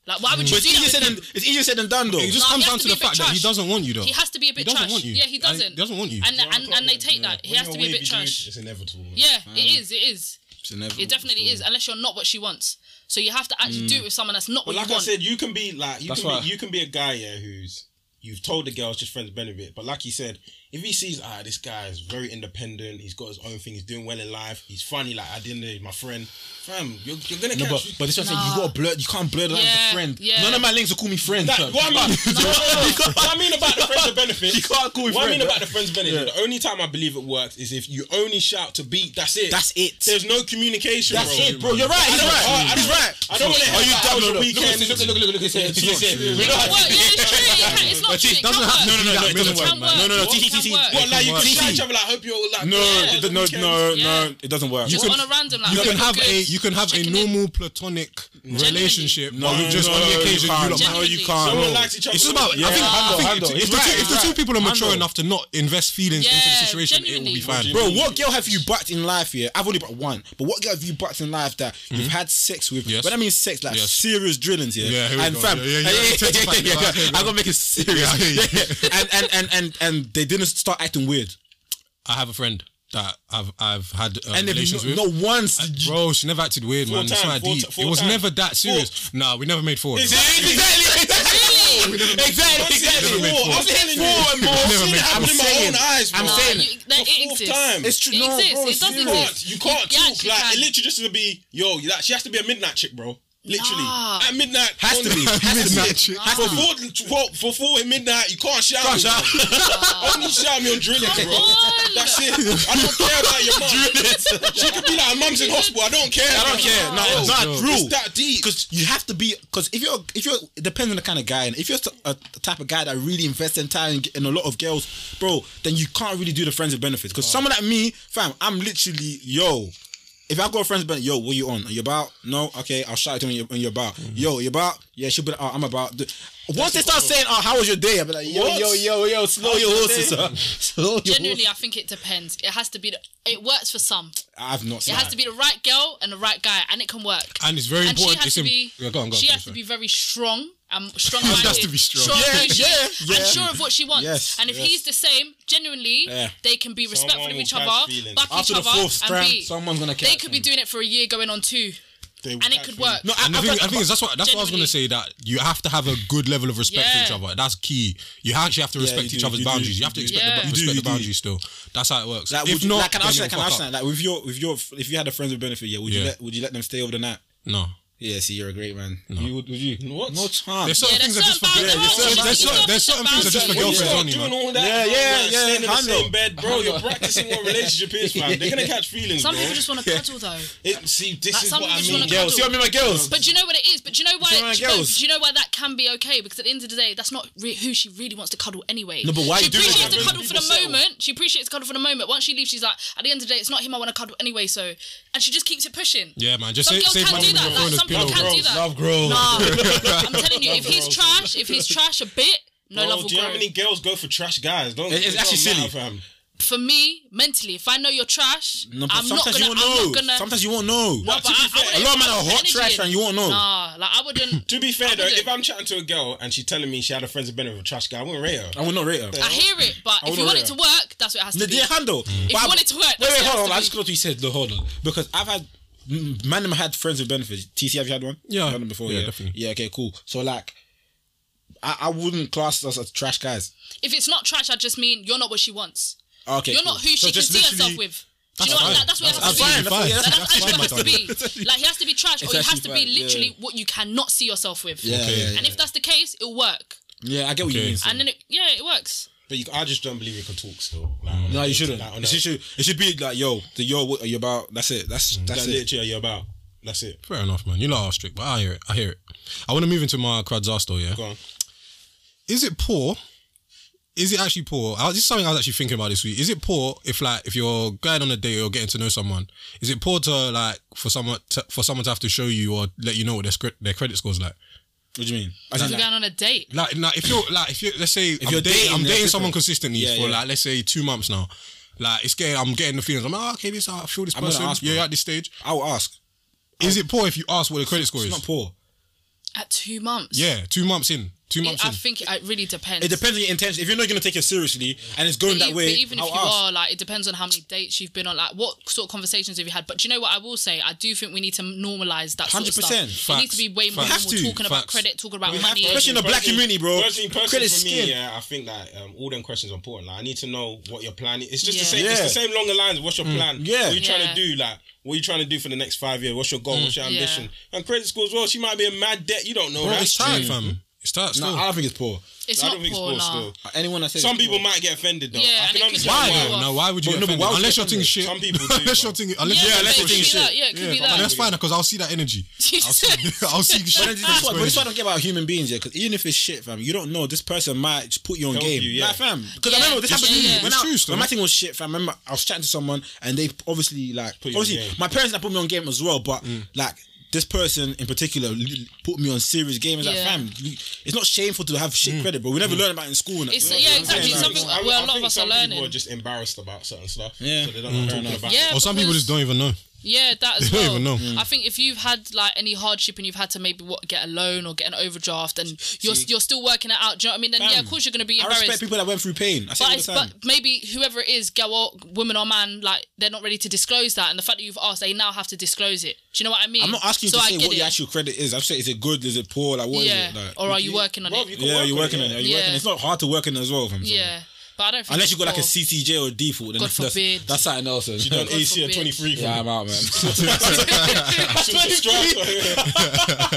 Speaker 8: Like, why would you
Speaker 7: But it's
Speaker 8: do
Speaker 7: easier
Speaker 8: that?
Speaker 7: said
Speaker 8: with
Speaker 7: than
Speaker 8: him?
Speaker 7: it's easier said than done though.
Speaker 6: It just
Speaker 8: Nah,
Speaker 6: comes
Speaker 8: he has
Speaker 6: down
Speaker 8: to
Speaker 6: to
Speaker 8: be
Speaker 6: the
Speaker 8: a bit
Speaker 6: fact that he
Speaker 8: trash.
Speaker 6: doesn't want you though.
Speaker 8: He has to be a bit
Speaker 6: doesn't
Speaker 8: trash.
Speaker 6: want you.
Speaker 8: Yeah, he
Speaker 6: And he
Speaker 8: doesn't.
Speaker 6: doesn't want you.
Speaker 8: And and, and they take that. He
Speaker 2: When
Speaker 8: has to be a
Speaker 2: you're with
Speaker 8: bit
Speaker 2: you,
Speaker 8: trash.
Speaker 2: dude, It's inevitable. man.
Speaker 8: Yeah, it is. It is.
Speaker 7: It's inevitable.
Speaker 8: It definitely is, unless you're not what she wants. So you have to actually do it with someone that's not what
Speaker 2: But like
Speaker 8: you
Speaker 2: I
Speaker 8: want.
Speaker 2: said, you can be like you
Speaker 7: That's
Speaker 2: can
Speaker 7: why-
Speaker 2: be, you can be a guy yeah who's you've told the girl it's just friends with benefit. But like he said, if he sees ah this guy is very independent, he's got his own thing, he's doing well in life, he's funny like I didn't know he's my friend. Fam, you're, you're gonna
Speaker 7: No,
Speaker 2: catch.
Speaker 7: but, but this one saying you gotta blur. You can't blur that as
Speaker 8: Yeah,
Speaker 7: a friend.
Speaker 8: yeah.
Speaker 7: None of my links will call me friend.
Speaker 2: that,
Speaker 7: fam.
Speaker 2: what, am I, what I mean about the friends of benefit?
Speaker 7: You can't call me
Speaker 2: What I
Speaker 7: friend,
Speaker 2: mean
Speaker 7: bro.
Speaker 2: about the friends of benefit? The only time I believe it works is if you only shout to beat. That's it.
Speaker 7: That's it.
Speaker 2: There's no communication.
Speaker 7: That's
Speaker 2: bro.
Speaker 7: it, bro. You're right. He's
Speaker 2: I don't-
Speaker 7: right.
Speaker 2: I don't-
Speaker 7: He's right.
Speaker 2: I don't wanna hear
Speaker 7: Are you
Speaker 2: about how
Speaker 7: dabbling?
Speaker 2: was
Speaker 7: Look,
Speaker 2: your
Speaker 7: look,
Speaker 2: weekend.
Speaker 7: look, look, look, look, look. It's here. It's
Speaker 2: not
Speaker 7: here.
Speaker 2: true.
Speaker 7: We don't have
Speaker 8: well, yeah,
Speaker 7: to-
Speaker 8: it's true. It can- it's not
Speaker 7: But
Speaker 8: true.
Speaker 7: see,
Speaker 8: It
Speaker 7: doesn't
Speaker 8: can
Speaker 7: have-
Speaker 8: work.
Speaker 7: no, no, no, no, it doesn't
Speaker 8: can
Speaker 7: work, man. No, no, no,
Speaker 8: It
Speaker 7: see, see, see.
Speaker 8: can work.
Speaker 2: What like you
Speaker 7: It can
Speaker 2: can shout
Speaker 7: work.
Speaker 2: each other like hope you're all like
Speaker 7: No,
Speaker 2: yeah,
Speaker 7: it- no,
Speaker 2: weekend.
Speaker 7: no,
Speaker 8: Yeah.
Speaker 7: no. It doesn't work.
Speaker 8: Just
Speaker 7: You
Speaker 8: on
Speaker 7: can-
Speaker 8: a random. Like,
Speaker 6: You
Speaker 8: we're
Speaker 6: can have
Speaker 8: good,
Speaker 6: a you can have a
Speaker 8: checking in.
Speaker 6: normal platonic relationship
Speaker 7: No,
Speaker 6: with just on the
Speaker 7: you
Speaker 6: occasion you
Speaker 7: can't.
Speaker 6: lot
Speaker 7: No,
Speaker 6: might-
Speaker 7: you
Speaker 8: Genuinely.
Speaker 7: can't.
Speaker 2: Someone
Speaker 7: Bro.
Speaker 2: likes each other.
Speaker 7: It's just about. I
Speaker 6: I
Speaker 7: think.
Speaker 6: think
Speaker 7: Handle, handle.
Speaker 6: if,
Speaker 7: He's
Speaker 6: the
Speaker 7: right,
Speaker 6: two, if
Speaker 7: he's
Speaker 6: the two
Speaker 7: right.
Speaker 6: people are mature
Speaker 7: Handle.
Speaker 6: enough to not invest feelings into the
Speaker 8: Yeah,
Speaker 6: situation, it will be fine.
Speaker 8: genuinely.
Speaker 7: Bro, what girl have you bucked in life here? I've only bucked one, but what girl have you bucked in life that you've had sex with?
Speaker 6: Mm-hmm. Yes.
Speaker 7: When I mean sex, like
Speaker 6: Yes.
Speaker 7: serious drillings, yeah.
Speaker 6: Yeah, here we
Speaker 7: and
Speaker 6: go.
Speaker 7: fam,
Speaker 6: Yeah, yeah, yeah,
Speaker 7: Hey,
Speaker 6: yeah,
Speaker 7: yeah, yeah,
Speaker 6: yeah,
Speaker 7: yeah.
Speaker 6: yeah.
Speaker 7: I gotta make it serious.
Speaker 6: Yeah, yeah, yeah.
Speaker 7: Yeah. and, and and and and they didn't start acting weird.
Speaker 6: I have a friend that I've I've had uh,
Speaker 7: And if
Speaker 6: relations
Speaker 7: you
Speaker 6: with.
Speaker 7: not once,
Speaker 6: Bro, she never acted weird, man. it's
Speaker 2: time,
Speaker 6: not
Speaker 2: full
Speaker 6: deep.
Speaker 2: ti- full
Speaker 6: it was
Speaker 2: time.
Speaker 6: never that serious. Nah, we never made four. though.
Speaker 7: exactly, exactly, exactly,
Speaker 2: Four,
Speaker 7: exactly.
Speaker 2: I'm telling you.
Speaker 7: Four and more.
Speaker 6: Never
Speaker 7: I've seen
Speaker 6: made
Speaker 7: it
Speaker 6: four.
Speaker 7: happen in my own
Speaker 2: I'm saying-
Speaker 7: eyes,
Speaker 8: Nah,
Speaker 7: bro.
Speaker 2: I'm saying
Speaker 8: you- that-
Speaker 2: for
Speaker 8: it
Speaker 2: fourth
Speaker 8: exists.
Speaker 2: time.
Speaker 7: It's true.
Speaker 8: It
Speaker 7: No,
Speaker 8: exists.
Speaker 7: bro,
Speaker 8: It
Speaker 7: it's
Speaker 8: does
Speaker 2: You
Speaker 7: serious.
Speaker 8: exist.
Speaker 2: can't, you can't
Speaker 8: You
Speaker 2: talk
Speaker 8: actually
Speaker 2: like
Speaker 8: can.
Speaker 2: it. Literally, just to be yo. That she has to be a midnight chick, bro. Literally
Speaker 8: Nah.
Speaker 2: at midnight
Speaker 7: Has
Speaker 2: on-
Speaker 7: to be. Has to
Speaker 6: Midnight
Speaker 7: be.
Speaker 6: chick.
Speaker 7: Has
Speaker 2: For
Speaker 7: to be.
Speaker 2: four, for- for four in midnight, you can't shout. me,
Speaker 7: shout.
Speaker 2: bro. Only shout me on drilling,
Speaker 8: Come
Speaker 2: bro.
Speaker 8: on.
Speaker 2: That's it. I don't care about your mum. She could be like, my mum's in hospital. I don't care.
Speaker 7: I don't
Speaker 2: bro.
Speaker 7: care. No,
Speaker 2: Yo,
Speaker 7: it's not
Speaker 6: Bro.
Speaker 7: true.
Speaker 2: It's that deep.
Speaker 7: Because you have to be. Because if you're, if you're, it depends on the kind of guy. And if you're a the type of guy that really invests in time and in a lot of girls, bro, then you can't really do the friends with benefits. Because someone like me, fam, I'm literally yo. If I got friends, but yo, what you on? Are you about? No, okay, I'll shout it to you when you're, when you're about. Yo, you about? Yeah, she'll be like, oh, I'm about. Once they start saying, oh, how was your day? I'll be like, yo,
Speaker 2: What?
Speaker 7: yo, yo, yo, slow your horses, huh? Slow your
Speaker 8: Generally,
Speaker 7: horses.
Speaker 8: I think it depends. It has to be. The, it works for some.
Speaker 7: I've not
Speaker 8: It
Speaker 7: seen
Speaker 8: has to be the right girl and the right guy, and it can work.
Speaker 6: And it's very
Speaker 8: And she
Speaker 6: important.
Speaker 8: has
Speaker 6: it's
Speaker 8: to
Speaker 6: im-
Speaker 8: be.
Speaker 6: Yeah, go on, go on,
Speaker 8: she
Speaker 6: go
Speaker 8: has
Speaker 6: for it.
Speaker 8: to be very strong. Um, strong-minded.
Speaker 6: She has to be strong.
Speaker 8: sure of
Speaker 7: Yeah,
Speaker 8: who she
Speaker 7: yeah,
Speaker 8: is
Speaker 7: yeah.
Speaker 8: And sure of what she wants.
Speaker 7: Yes,
Speaker 8: and if
Speaker 7: yes.
Speaker 8: he's the same, genuinely,
Speaker 7: Yeah.
Speaker 8: they can be respectful of
Speaker 2: will
Speaker 8: each
Speaker 2: catch
Speaker 8: other,
Speaker 2: feelings.
Speaker 8: back
Speaker 7: After
Speaker 8: each
Speaker 7: the
Speaker 8: other,
Speaker 7: fourth
Speaker 8: and
Speaker 7: strand,
Speaker 8: be.
Speaker 7: someone's gonna catch
Speaker 8: They could be doing it for a year, going on two,
Speaker 2: They will
Speaker 8: and it
Speaker 2: catch
Speaker 8: could
Speaker 2: feelings.
Speaker 8: work.
Speaker 7: No, I,
Speaker 6: And I
Speaker 7: I've
Speaker 6: think,
Speaker 7: got-
Speaker 6: I think it's- that's what that's what I was gonna say.
Speaker 8: Genuinely.
Speaker 6: That you have to have a good level of respect for
Speaker 8: Yeah.
Speaker 6: each other. That's key. You actually have to respect
Speaker 7: you
Speaker 6: each
Speaker 7: do,
Speaker 6: other's
Speaker 7: you do,
Speaker 6: boundaries.
Speaker 7: you
Speaker 6: you have to
Speaker 7: do.
Speaker 6: expect
Speaker 8: Yeah.
Speaker 6: the,
Speaker 8: You
Speaker 7: do,
Speaker 6: respect
Speaker 7: you
Speaker 6: the
Speaker 7: do.
Speaker 6: boundaries still. That's how it works.
Speaker 7: Like,
Speaker 6: if
Speaker 7: would you,
Speaker 6: not,
Speaker 7: like, can I
Speaker 6: then
Speaker 7: ask you,
Speaker 6: you'll
Speaker 7: like, can I
Speaker 6: fuck
Speaker 7: ask you,
Speaker 6: up.
Speaker 7: like, with your, with your, if you had a friends with benefit, yeah, would you
Speaker 6: Yeah.
Speaker 7: let, would you let them stay overnight?
Speaker 6: No.
Speaker 7: Yeah, see, you're a great man. You would, would you?
Speaker 2: What?
Speaker 7: No chance.
Speaker 6: There's certain
Speaker 8: Yeah,
Speaker 6: things that just
Speaker 8: there's
Speaker 6: for
Speaker 8: certain
Speaker 6: yeah,
Speaker 8: boundaries.
Speaker 6: there's certain-
Speaker 8: Like,
Speaker 6: there's
Speaker 8: you
Speaker 6: certain-
Speaker 8: got
Speaker 6: there's certain things that just for
Speaker 8: certain
Speaker 2: When
Speaker 6: girlfriends
Speaker 2: you start
Speaker 6: only,
Speaker 2: doing
Speaker 6: man.
Speaker 2: all that,
Speaker 7: Yeah,
Speaker 2: bro,
Speaker 7: yeah,
Speaker 2: like,
Speaker 7: yeah,
Speaker 2: staying in the
Speaker 7: handle.
Speaker 2: same bed, bro. You're practicing what relationship is, man. They're gonna catch feelings,
Speaker 8: Some
Speaker 2: bro.
Speaker 8: people just want to cuddle though.
Speaker 2: It- see, this
Speaker 8: Like,
Speaker 2: is
Speaker 8: some
Speaker 2: what I
Speaker 8: people just
Speaker 2: mean.
Speaker 8: wanna cuddle.
Speaker 7: Girls, see what I mean, my girls.
Speaker 8: But do you know what it is? But do you know
Speaker 7: It's all
Speaker 8: why?
Speaker 7: right,
Speaker 8: Do you, know,
Speaker 7: girls.
Speaker 8: do you know why that can be okay? Because at the end of the day, that's not re- who she really wants to cuddle anyway.
Speaker 7: No, but why
Speaker 8: she
Speaker 7: you doing
Speaker 8: appreciates
Speaker 7: that?
Speaker 8: the
Speaker 7: When
Speaker 8: cuddle for the
Speaker 2: people settle.
Speaker 8: moment. She appreciates the cuddle for the moment. Once she leaves, she's like, at the end of the day, it's not him I want to cuddle anyway. So, and she just keeps it pushing.
Speaker 6: Yeah, man. Just
Speaker 8: Some
Speaker 6: save
Speaker 8: girls
Speaker 6: save
Speaker 8: can
Speaker 6: my
Speaker 8: do
Speaker 6: woman
Speaker 8: that.
Speaker 6: your phone
Speaker 8: Like,
Speaker 6: as
Speaker 8: some people
Speaker 6: pillow.
Speaker 8: can do that.
Speaker 7: Love grows.
Speaker 8: Nah, I'm telling you, if he's trash, if he's trash a bit, no
Speaker 2: Bro,
Speaker 8: love will
Speaker 2: Oh, do you know
Speaker 8: grow.
Speaker 2: how many girls go for trash guys? Don't,
Speaker 7: It's- it's
Speaker 2: it
Speaker 7: actually
Speaker 2: don't
Speaker 7: silly.
Speaker 2: matter, fam.
Speaker 8: For me, mentally, if I know you're trash,
Speaker 7: No, but
Speaker 8: I'm not
Speaker 7: sometimes
Speaker 8: gonna.
Speaker 7: you
Speaker 8: I'm
Speaker 7: won't know.
Speaker 8: not gonna.
Speaker 7: Sometimes you won't know.
Speaker 8: No, but
Speaker 2: to be
Speaker 8: I- I
Speaker 2: fair,
Speaker 8: wouldn't-
Speaker 7: a lot of men
Speaker 8: I
Speaker 7: are
Speaker 8: wouldn't
Speaker 7: hot
Speaker 8: put
Speaker 7: trash
Speaker 8: energy in.
Speaker 7: and you won't know.
Speaker 8: Nah, like I wouldn't.
Speaker 2: To be fair
Speaker 8: I
Speaker 2: though,
Speaker 8: wouldn't.
Speaker 2: if I'm chatting to a girl and she's telling me she had a friends with benefit of a trash guy, I wouldn't rate her.
Speaker 7: I will not rate her.
Speaker 8: I hear it, but if
Speaker 7: wouldn't
Speaker 8: you want
Speaker 7: rate
Speaker 8: it to
Speaker 7: her.
Speaker 8: work, that's what it has
Speaker 7: The
Speaker 8: to be.
Speaker 7: dear handle. But
Speaker 8: you
Speaker 7: I-
Speaker 8: want it to work,
Speaker 7: Wait,
Speaker 8: that's
Speaker 7: wait,
Speaker 8: what
Speaker 7: hold
Speaker 8: it has
Speaker 7: on.
Speaker 8: to
Speaker 7: I
Speaker 8: be.
Speaker 7: just got what you said. though, Hold on. Because I've had, mm, man, I had friends with benefits. TC, have you had one?
Speaker 6: Yeah.
Speaker 7: You've had them before.
Speaker 6: Yeah,
Speaker 7: Yeah,
Speaker 6: definitely.
Speaker 7: Yeah, okay, cool. So, like, I, I wouldn't class us as trash guys.
Speaker 8: If it's not trash, I just mean you're not what she wants.
Speaker 7: Okay.
Speaker 8: You're
Speaker 7: cool.
Speaker 8: not who she
Speaker 7: So
Speaker 8: can
Speaker 7: just
Speaker 8: see herself
Speaker 7: literally-
Speaker 8: with. Do you know
Speaker 6: fine.
Speaker 8: what? That, that's what
Speaker 6: That's
Speaker 8: it has to be.
Speaker 6: absolutely
Speaker 7: fine.
Speaker 8: That's,
Speaker 7: That's-
Speaker 8: that's actually
Speaker 6: fine,
Speaker 8: what it has to
Speaker 6: my
Speaker 8: be. Like he has to be trash,
Speaker 7: It's
Speaker 8: or he has to
Speaker 7: actually
Speaker 8: be
Speaker 7: fine, yeah.
Speaker 8: literally what you cannot see yourself with.
Speaker 7: Yeah, yeah, yeah.
Speaker 8: And if that's the case, it'll work.
Speaker 7: Yeah, I get what you
Speaker 6: Okay.
Speaker 7: mean.
Speaker 8: And then it, yeah, it works.
Speaker 2: But you, I just don't believe you can talk still. Like, on a
Speaker 7: Mm. No, you
Speaker 2: date,
Speaker 7: shouldn't.
Speaker 2: like, on
Speaker 7: it,
Speaker 2: a-
Speaker 7: should, should, it should be like, yo, the yo, what are you about? That's it. That's that's
Speaker 2: That's
Speaker 7: it.
Speaker 2: Mm. literally you're about. That's it.
Speaker 6: Fair enough, man. You lot are strict, but I hear it. I hear it. I want to move into my crowdzaster, yeah.
Speaker 2: Go on.
Speaker 6: is it poor? Is it actually poor? I, this is something I was actually thinking about this week. Is it poor if like if you're going on a date or getting to know someone? Is it poor to like for someone to, for someone to have to show you or let you know what their script, their credit score's like?
Speaker 2: What do you mean?
Speaker 8: We're going on a date.
Speaker 6: Like, like if you're like if you let's say I'm
Speaker 2: you're
Speaker 6: dating,
Speaker 2: dating,
Speaker 6: I'm
Speaker 2: that's
Speaker 6: dating someone
Speaker 2: different.
Speaker 6: consistently
Speaker 2: Yeah,
Speaker 6: for
Speaker 2: yeah.
Speaker 6: like let's say two months now. Like it's getting I'm getting the feelings. I'm like, oh, okay, this I feel this
Speaker 2: I'm gonna
Speaker 6: person.
Speaker 2: ask,
Speaker 6: yeah,
Speaker 2: bro.
Speaker 6: at this stage.
Speaker 2: I will ask.
Speaker 6: Is it poor if you ask what the credit score
Speaker 2: It's
Speaker 6: is?
Speaker 2: not poor.
Speaker 8: At two months.
Speaker 6: Yeah, two months in. Two
Speaker 8: It-
Speaker 6: months
Speaker 8: I
Speaker 6: in.
Speaker 8: think it, it really depends.
Speaker 2: It depends on your intention. If you're not going to take it seriously and it's going
Speaker 8: But
Speaker 2: that
Speaker 8: e-
Speaker 2: way,
Speaker 8: But even if
Speaker 2: I'll
Speaker 8: you
Speaker 2: ask.
Speaker 8: are, like, it depends on how many dates you've been on, like, what sort of conversations have you had. But do you know what I will say? I do think we need to normalize that sort of stuff.
Speaker 2: 100%.
Speaker 8: It needs to be way more
Speaker 6: Facts. Have
Speaker 8: normal
Speaker 6: to.
Speaker 8: talking about
Speaker 6: Facts.
Speaker 8: credit, talking about
Speaker 2: We have
Speaker 8: money.
Speaker 2: to. Especially in the black
Speaker 7: Personally-
Speaker 2: community, bro.
Speaker 7: Personally, personally
Speaker 2: Credit
Speaker 7: for
Speaker 2: skin.
Speaker 7: me, yeah, I think that um, all them questions are important. Like, I need to know what your plan is. It's just the
Speaker 8: Yeah.
Speaker 7: same. It's
Speaker 2: Yeah.
Speaker 7: the same along the lines. What's your plan? What
Speaker 2: Yeah.
Speaker 7: are you
Speaker 8: Yeah.
Speaker 7: trying to do? Like, what are you trying to do for the next five years? What's your goal? What's your
Speaker 8: Yeah.
Speaker 7: ambition? And credit score as well. She might be a mad debt. You don't know.
Speaker 6: Bro,
Speaker 7: that.
Speaker 6: it's tight, fam. It's tight still.
Speaker 2: No, I don't think it's poor.
Speaker 8: It's
Speaker 7: I
Speaker 8: not
Speaker 7: don't think
Speaker 8: poor,
Speaker 7: it's
Speaker 8: nah.
Speaker 7: poor still.
Speaker 2: Anyone that says
Speaker 7: Some
Speaker 2: it's
Speaker 7: people
Speaker 2: poor.
Speaker 7: might get offended though.
Speaker 8: Yeah,
Speaker 7: I
Speaker 8: and
Speaker 7: can
Speaker 8: it could
Speaker 7: understand
Speaker 8: just
Speaker 6: why
Speaker 8: be
Speaker 7: why.
Speaker 8: what-
Speaker 6: though? No, why would you?
Speaker 2: But no, but
Speaker 6: offend
Speaker 2: why
Speaker 6: them?
Speaker 2: would
Speaker 6: unless
Speaker 2: you
Speaker 6: your thing's
Speaker 2: offend
Speaker 6: shit.
Speaker 7: them? Some people do,
Speaker 6: unless
Speaker 7: bro.
Speaker 6: your thing, unless
Speaker 8: Yeah,
Speaker 6: your
Speaker 8: but
Speaker 6: thing's
Speaker 8: it could be
Speaker 6: shit.
Speaker 8: that, yeah, it could be
Speaker 6: but
Speaker 8: that.
Speaker 6: that's fine because I'll see that energy. I'll see, I'll see shit.
Speaker 2: But
Speaker 8: Ah.
Speaker 2: that's what, but that's what I don't get about human beings, yeah. Because even if it's shit, fam, you don't know. This person might just put you on
Speaker 7: Help
Speaker 2: game,
Speaker 7: you, yeah.
Speaker 2: Like, fam. Because I
Speaker 8: Yeah,
Speaker 2: remember this
Speaker 8: it's
Speaker 2: happened to
Speaker 8: true,
Speaker 2: me.
Speaker 8: yeah.
Speaker 2: When,
Speaker 6: It's
Speaker 2: I-
Speaker 6: true, still.
Speaker 2: when my thing was shit, fam. I remember I was chatting to someone and they obviously like,
Speaker 7: Put you on
Speaker 2: obviously
Speaker 7: game. Mm.
Speaker 2: my parents that put me on game as well, but like. This person in particular li- put me on serious game. It's like,
Speaker 8: Yeah.
Speaker 2: fam, you- it's not shameful to have
Speaker 7: Mm.
Speaker 2: shit credit, but we never learn about it in school. and that,
Speaker 8: It's-
Speaker 2: you know
Speaker 8: yeah,
Speaker 2: what I'm saying?
Speaker 8: exactly,
Speaker 2: Like,
Speaker 8: something-
Speaker 7: I-
Speaker 8: well, a
Speaker 7: I
Speaker 8: lot of
Speaker 7: think
Speaker 8: us are
Speaker 7: some people
Speaker 8: learning.
Speaker 7: are just embarrassed about certain stuff.
Speaker 2: Yeah.
Speaker 7: So they don't know how to talk about it.
Speaker 8: Yeah,
Speaker 6: Or some people
Speaker 8: because-
Speaker 6: just don't even know.
Speaker 8: Yeah, that as
Speaker 6: They
Speaker 8: well.
Speaker 6: don't even know.
Speaker 8: I think if you've had like any hardship and you've had to maybe what get a loan or get an overdraft and you're you're still working it out, do you know what I mean? Then yeah,
Speaker 2: Fam,
Speaker 8: of course you're gonna be
Speaker 2: I
Speaker 8: embarrassed.
Speaker 2: respect people that went through pain. I
Speaker 8: but,
Speaker 2: say it all the
Speaker 8: it's,
Speaker 2: time.
Speaker 8: but maybe whoever it is, girl, or, woman or man, like they're not ready to disclose that, and the fact that you've asked, they now have to disclose it. Do you know what I mean?
Speaker 2: I'm not asking you
Speaker 8: So
Speaker 2: to
Speaker 8: I
Speaker 2: say
Speaker 8: get
Speaker 2: what
Speaker 8: it.
Speaker 2: your actual credit is. I'm saying, is it good? Is it poor? Like, what is
Speaker 8: yeah,
Speaker 2: it? Like,
Speaker 8: or are you working on
Speaker 7: Bro,
Speaker 8: it?
Speaker 7: you can
Speaker 2: Yeah,
Speaker 7: work
Speaker 2: you're
Speaker 7: on
Speaker 2: working
Speaker 7: it,
Speaker 2: on it. Are
Speaker 7: yeah.
Speaker 2: you
Speaker 8: Yeah.
Speaker 2: working? It's not hard to work in as well. Fam, so-
Speaker 8: yeah, but I don't. Think
Speaker 2: Unless you
Speaker 8: it's
Speaker 2: got like a
Speaker 8: poor.
Speaker 2: CTJ or default, then
Speaker 8: God
Speaker 2: that's, that's,
Speaker 8: forbid.
Speaker 2: that's something else.
Speaker 7: She done
Speaker 8: God
Speaker 7: AC at
Speaker 8: forbid.
Speaker 7: 23 from
Speaker 2: yeah, I'm out, man.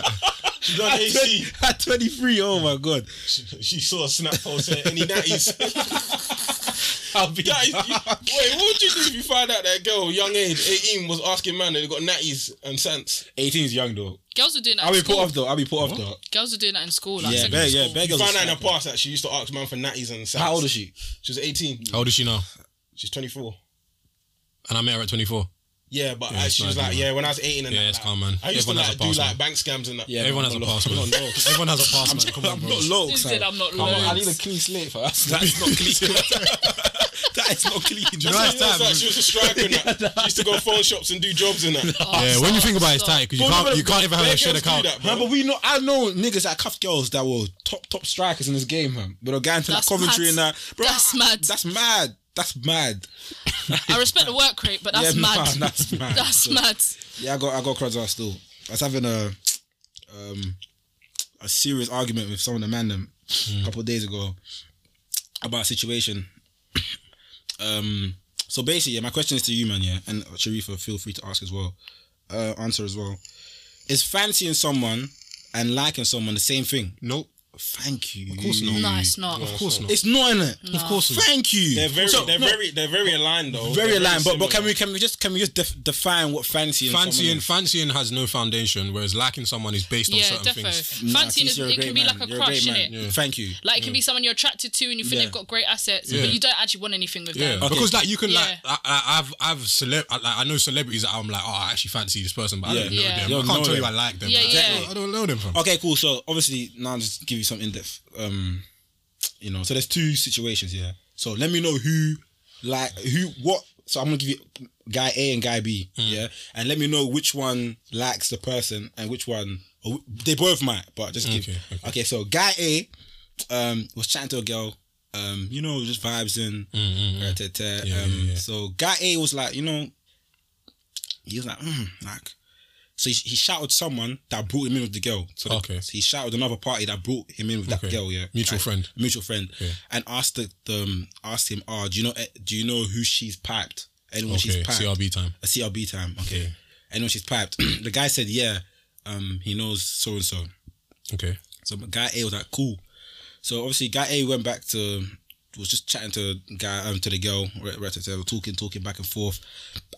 Speaker 7: She done AC.
Speaker 2: At 23, oh my god.
Speaker 7: She saw a snap post saying any natties.
Speaker 2: I'll be
Speaker 7: That is- you- Wait, what would you do if you find out that girl, young age, 18, was asking man that they got natties and cents?
Speaker 2: 18 is young though.
Speaker 8: Girls were doing that.
Speaker 2: I'll
Speaker 8: in
Speaker 2: be put
Speaker 8: school.
Speaker 2: off though. I'll be put off though.
Speaker 8: Girls were doing that in school. Like,
Speaker 2: Yeah, bear,
Speaker 8: secondary
Speaker 2: yeah,
Speaker 8: school.
Speaker 2: bear
Speaker 7: You
Speaker 2: girls.
Speaker 7: found
Speaker 2: are
Speaker 7: out in the
Speaker 2: slapping.
Speaker 7: past that she used to ask man for natties and cents.
Speaker 2: How old is she?
Speaker 7: She was 18.
Speaker 6: How old is she now?
Speaker 7: She's 24.
Speaker 6: And I met her at 24.
Speaker 7: Yeah, but
Speaker 6: Yeah,
Speaker 7: uh,
Speaker 6: it's
Speaker 7: she was
Speaker 6: not
Speaker 7: like,
Speaker 6: good,
Speaker 7: yeah, when I was 18 and
Speaker 6: Yeah,
Speaker 7: that,
Speaker 6: it's
Speaker 7: like,
Speaker 6: calm, man.
Speaker 7: I used
Speaker 6: Everyone
Speaker 7: to
Speaker 6: has a
Speaker 7: like do
Speaker 6: pass,
Speaker 7: like
Speaker 6: man.
Speaker 7: bank scams and that.
Speaker 2: Yeah,
Speaker 6: Everyone has a
Speaker 2: I'm not
Speaker 6: pass, man.
Speaker 2: low. I'm not low.
Speaker 6: Everyone has a pass, man. Come on,
Speaker 2: I'm
Speaker 6: bro.
Speaker 2: not low.
Speaker 8: Who
Speaker 2: fam.
Speaker 8: said I'm not
Speaker 6: Come
Speaker 8: low?
Speaker 6: on.
Speaker 2: I need a clean slate for us. That's not clean. that is not clean.
Speaker 6: Do you know it's
Speaker 7: She was,
Speaker 6: tight?
Speaker 7: like, she was a striker and that. She used to go phone shops and do jobs and that.
Speaker 6: Yeah, when you think about it, it's tight because you
Speaker 2: Bro, no,
Speaker 6: can't
Speaker 2: but-
Speaker 6: you can't even have a
Speaker 7: Bare
Speaker 6: shared
Speaker 7: girls
Speaker 6: account.
Speaker 7: do that, bro.
Speaker 2: Man, but we know I know niggas that cuffed girls that were top top strikers in this game, man. But they're going to like
Speaker 8: That's mad.
Speaker 2: Coventry and that. Bro,
Speaker 8: That's
Speaker 2: I-
Speaker 8: mad.
Speaker 2: That's mad. That's mad.
Speaker 8: I respect the work rate, but that's
Speaker 2: Yeah, nah,
Speaker 8: mad.
Speaker 2: that's mad.
Speaker 8: That's
Speaker 2: So-
Speaker 8: mad.
Speaker 2: Yeah, I got I got crowds out still. I was having a um a serious argument with someone, a man, them,
Speaker 6: Hmm.
Speaker 2: a couple of days ago about a situation. um, so basically, yeah, my question is to you, man, yeah, and Sharifa, feel free to ask as well, uh, answer as well. Is fancying someone and liking someone the same thing?
Speaker 6: Nope.
Speaker 2: Thank you. Of
Speaker 6: course not.
Speaker 8: No, it's not.
Speaker 6: Mm. Of course not.
Speaker 2: It's not in it.
Speaker 6: Of course not.
Speaker 2: Thank you.
Speaker 7: They're very,
Speaker 2: So,
Speaker 7: they're
Speaker 2: no,
Speaker 7: very, they're very aligned though.
Speaker 2: very
Speaker 7: They're
Speaker 2: aligned. But, but can
Speaker 7: similar.
Speaker 2: we can we just can we just def- define what fancy
Speaker 6: Fancying
Speaker 2: and
Speaker 6: fancying has no foundation, whereas lacking someone is based on
Speaker 8: Yeah,
Speaker 6: certain things.
Speaker 8: defo. Fancying is it can be like a crush, innit?
Speaker 2: it? Thank you.
Speaker 8: Like it can be someone you're attracted to and you think
Speaker 2: Yeah.
Speaker 8: they've got great assets,
Speaker 6: Yeah.
Speaker 8: but you don't actually want anything with
Speaker 6: Yeah,
Speaker 8: them.
Speaker 2: Okay.
Speaker 6: because like you can like
Speaker 8: Yeah.
Speaker 6: I, I, I've I've celeb I, like I know celebrities that I'm like oh I actually fancy this person but I don't
Speaker 2: Yeah.
Speaker 6: know
Speaker 8: Yeah.
Speaker 2: You
Speaker 6: them.
Speaker 2: don't
Speaker 6: I can't
Speaker 2: know
Speaker 6: tell you I
Speaker 2: them.
Speaker 6: like them.
Speaker 8: Yeah,
Speaker 6: Like,
Speaker 8: yeah.
Speaker 6: I don't- I don't know them from.
Speaker 2: Okay, cool. So obviously now I'll just give you some in depth. Um, you know, so there's two situations here. So let me know who, like who, what. So I'm gonna give you guy A and guy B.
Speaker 6: Mm.
Speaker 2: Yeah, and let me know which one likes the person and which one. Or wh- they both might, but just give.
Speaker 6: Okay,
Speaker 2: Okay,
Speaker 6: okay.
Speaker 2: so guy A, um, was chatting to a girl. Um, you know, just vibes in. uh, tete, um,
Speaker 6: Mm, Yeah, yeah, yeah.
Speaker 2: So guy A was like, you know, he was like, mm, like. So he, he shouted someone that brought him in with the girl. So the-
Speaker 6: Okay.
Speaker 2: so he shouted another party that brought him in with that
Speaker 6: Okay.
Speaker 2: girl, yeah,
Speaker 6: Mutual
Speaker 2: Like,
Speaker 6: friend.
Speaker 2: mutual friend, and asked the, the um, asked him, "Ah, do you know eh, do you know who she's piped? Anyone she's
Speaker 6: Okay,
Speaker 2: piped?
Speaker 6: CRB time.
Speaker 2: A CRB time, okay. Anyone she's piped? the guy said, yeah, um, he knows so and so.
Speaker 6: Okay,
Speaker 2: So guy A was like, cool. So obviously guy A went back to was just chatting to guy um to the girl, right, right, they were talking, talking back and forth,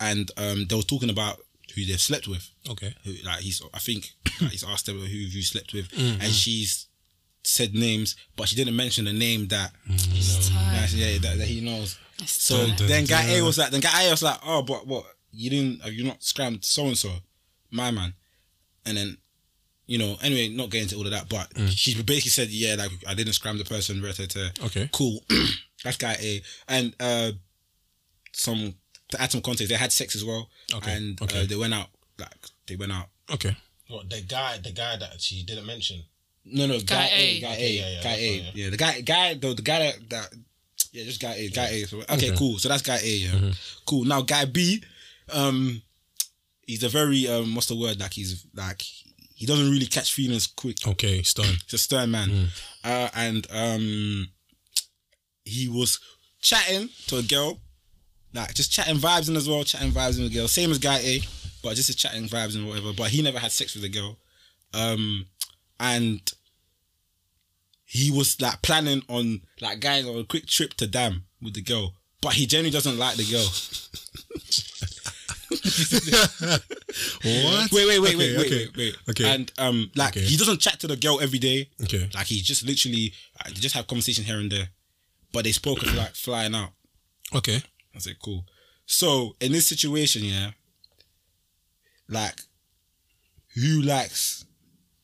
Speaker 2: and um they were talking about who they've slept with.
Speaker 6: okay.
Speaker 2: Who, like he's I think like, he's asked her who have you slept with,
Speaker 6: Mm-hmm.
Speaker 2: and she's said names, but she didn't mention the name that
Speaker 6: Mm-hmm.
Speaker 2: you know, that- yeah that, that he knows. So
Speaker 6: Dun, dun,
Speaker 2: then guy A
Speaker 6: dun.
Speaker 2: was like, then guy A was like, oh, but what you didn't have you not scrammed so and so, my man, and then you know, anyway, not getting into all of that, but
Speaker 6: Mm.
Speaker 2: she basically said, yeah, like I didn't scram the person. Rah, rah, rah.
Speaker 6: Okay.
Speaker 2: cool. That's guy A. And uh, some to add some context, they had sex as well,
Speaker 6: Okay,
Speaker 2: and
Speaker 6: okay.
Speaker 2: Uh, they went out. Like they went out.
Speaker 6: Okay.
Speaker 9: What the guy? The guy that she didn't mention.
Speaker 2: No, no, guy,
Speaker 8: Guy
Speaker 2: A,
Speaker 8: A.
Speaker 2: guy A,
Speaker 9: Okay, yeah, yeah,
Speaker 2: guy
Speaker 9: that's
Speaker 2: A.
Speaker 9: fine,
Speaker 2: yeah. the guy, guy, the, the guy that, that, yeah, just guy A, guy A. So, okay, cool. So that's guy A. Yeah, cool. Now guy B, um, he's a very um, what's the word? Like he's like he doesn't really catch feelings quick.
Speaker 6: Okay. Stone.
Speaker 2: He's a stern man, uh, and um, he was chatting to a girl, like just chatting vibes in as well, chatting vibes in the girl, same as guy A, but just is chatting vibes and whatever. But he never had sex with a girl, um, and he was like planning on like going on a quick trip to Dam with the girl, but he genuinely doesn't like the girl.
Speaker 6: What?
Speaker 2: Wait, wait, wait,
Speaker 6: Okay,
Speaker 2: wait, wait,
Speaker 6: okay.
Speaker 2: wait, wait.
Speaker 6: Okay.
Speaker 2: And um, like
Speaker 6: Okay.
Speaker 2: he doesn't chat to the girl every day.
Speaker 6: Okay.
Speaker 2: Like he just literally uh, they just have conversation here and there, but they spoke of like flying out.
Speaker 6: okay.
Speaker 2: I said cool. So in this situation, yeah, like who likes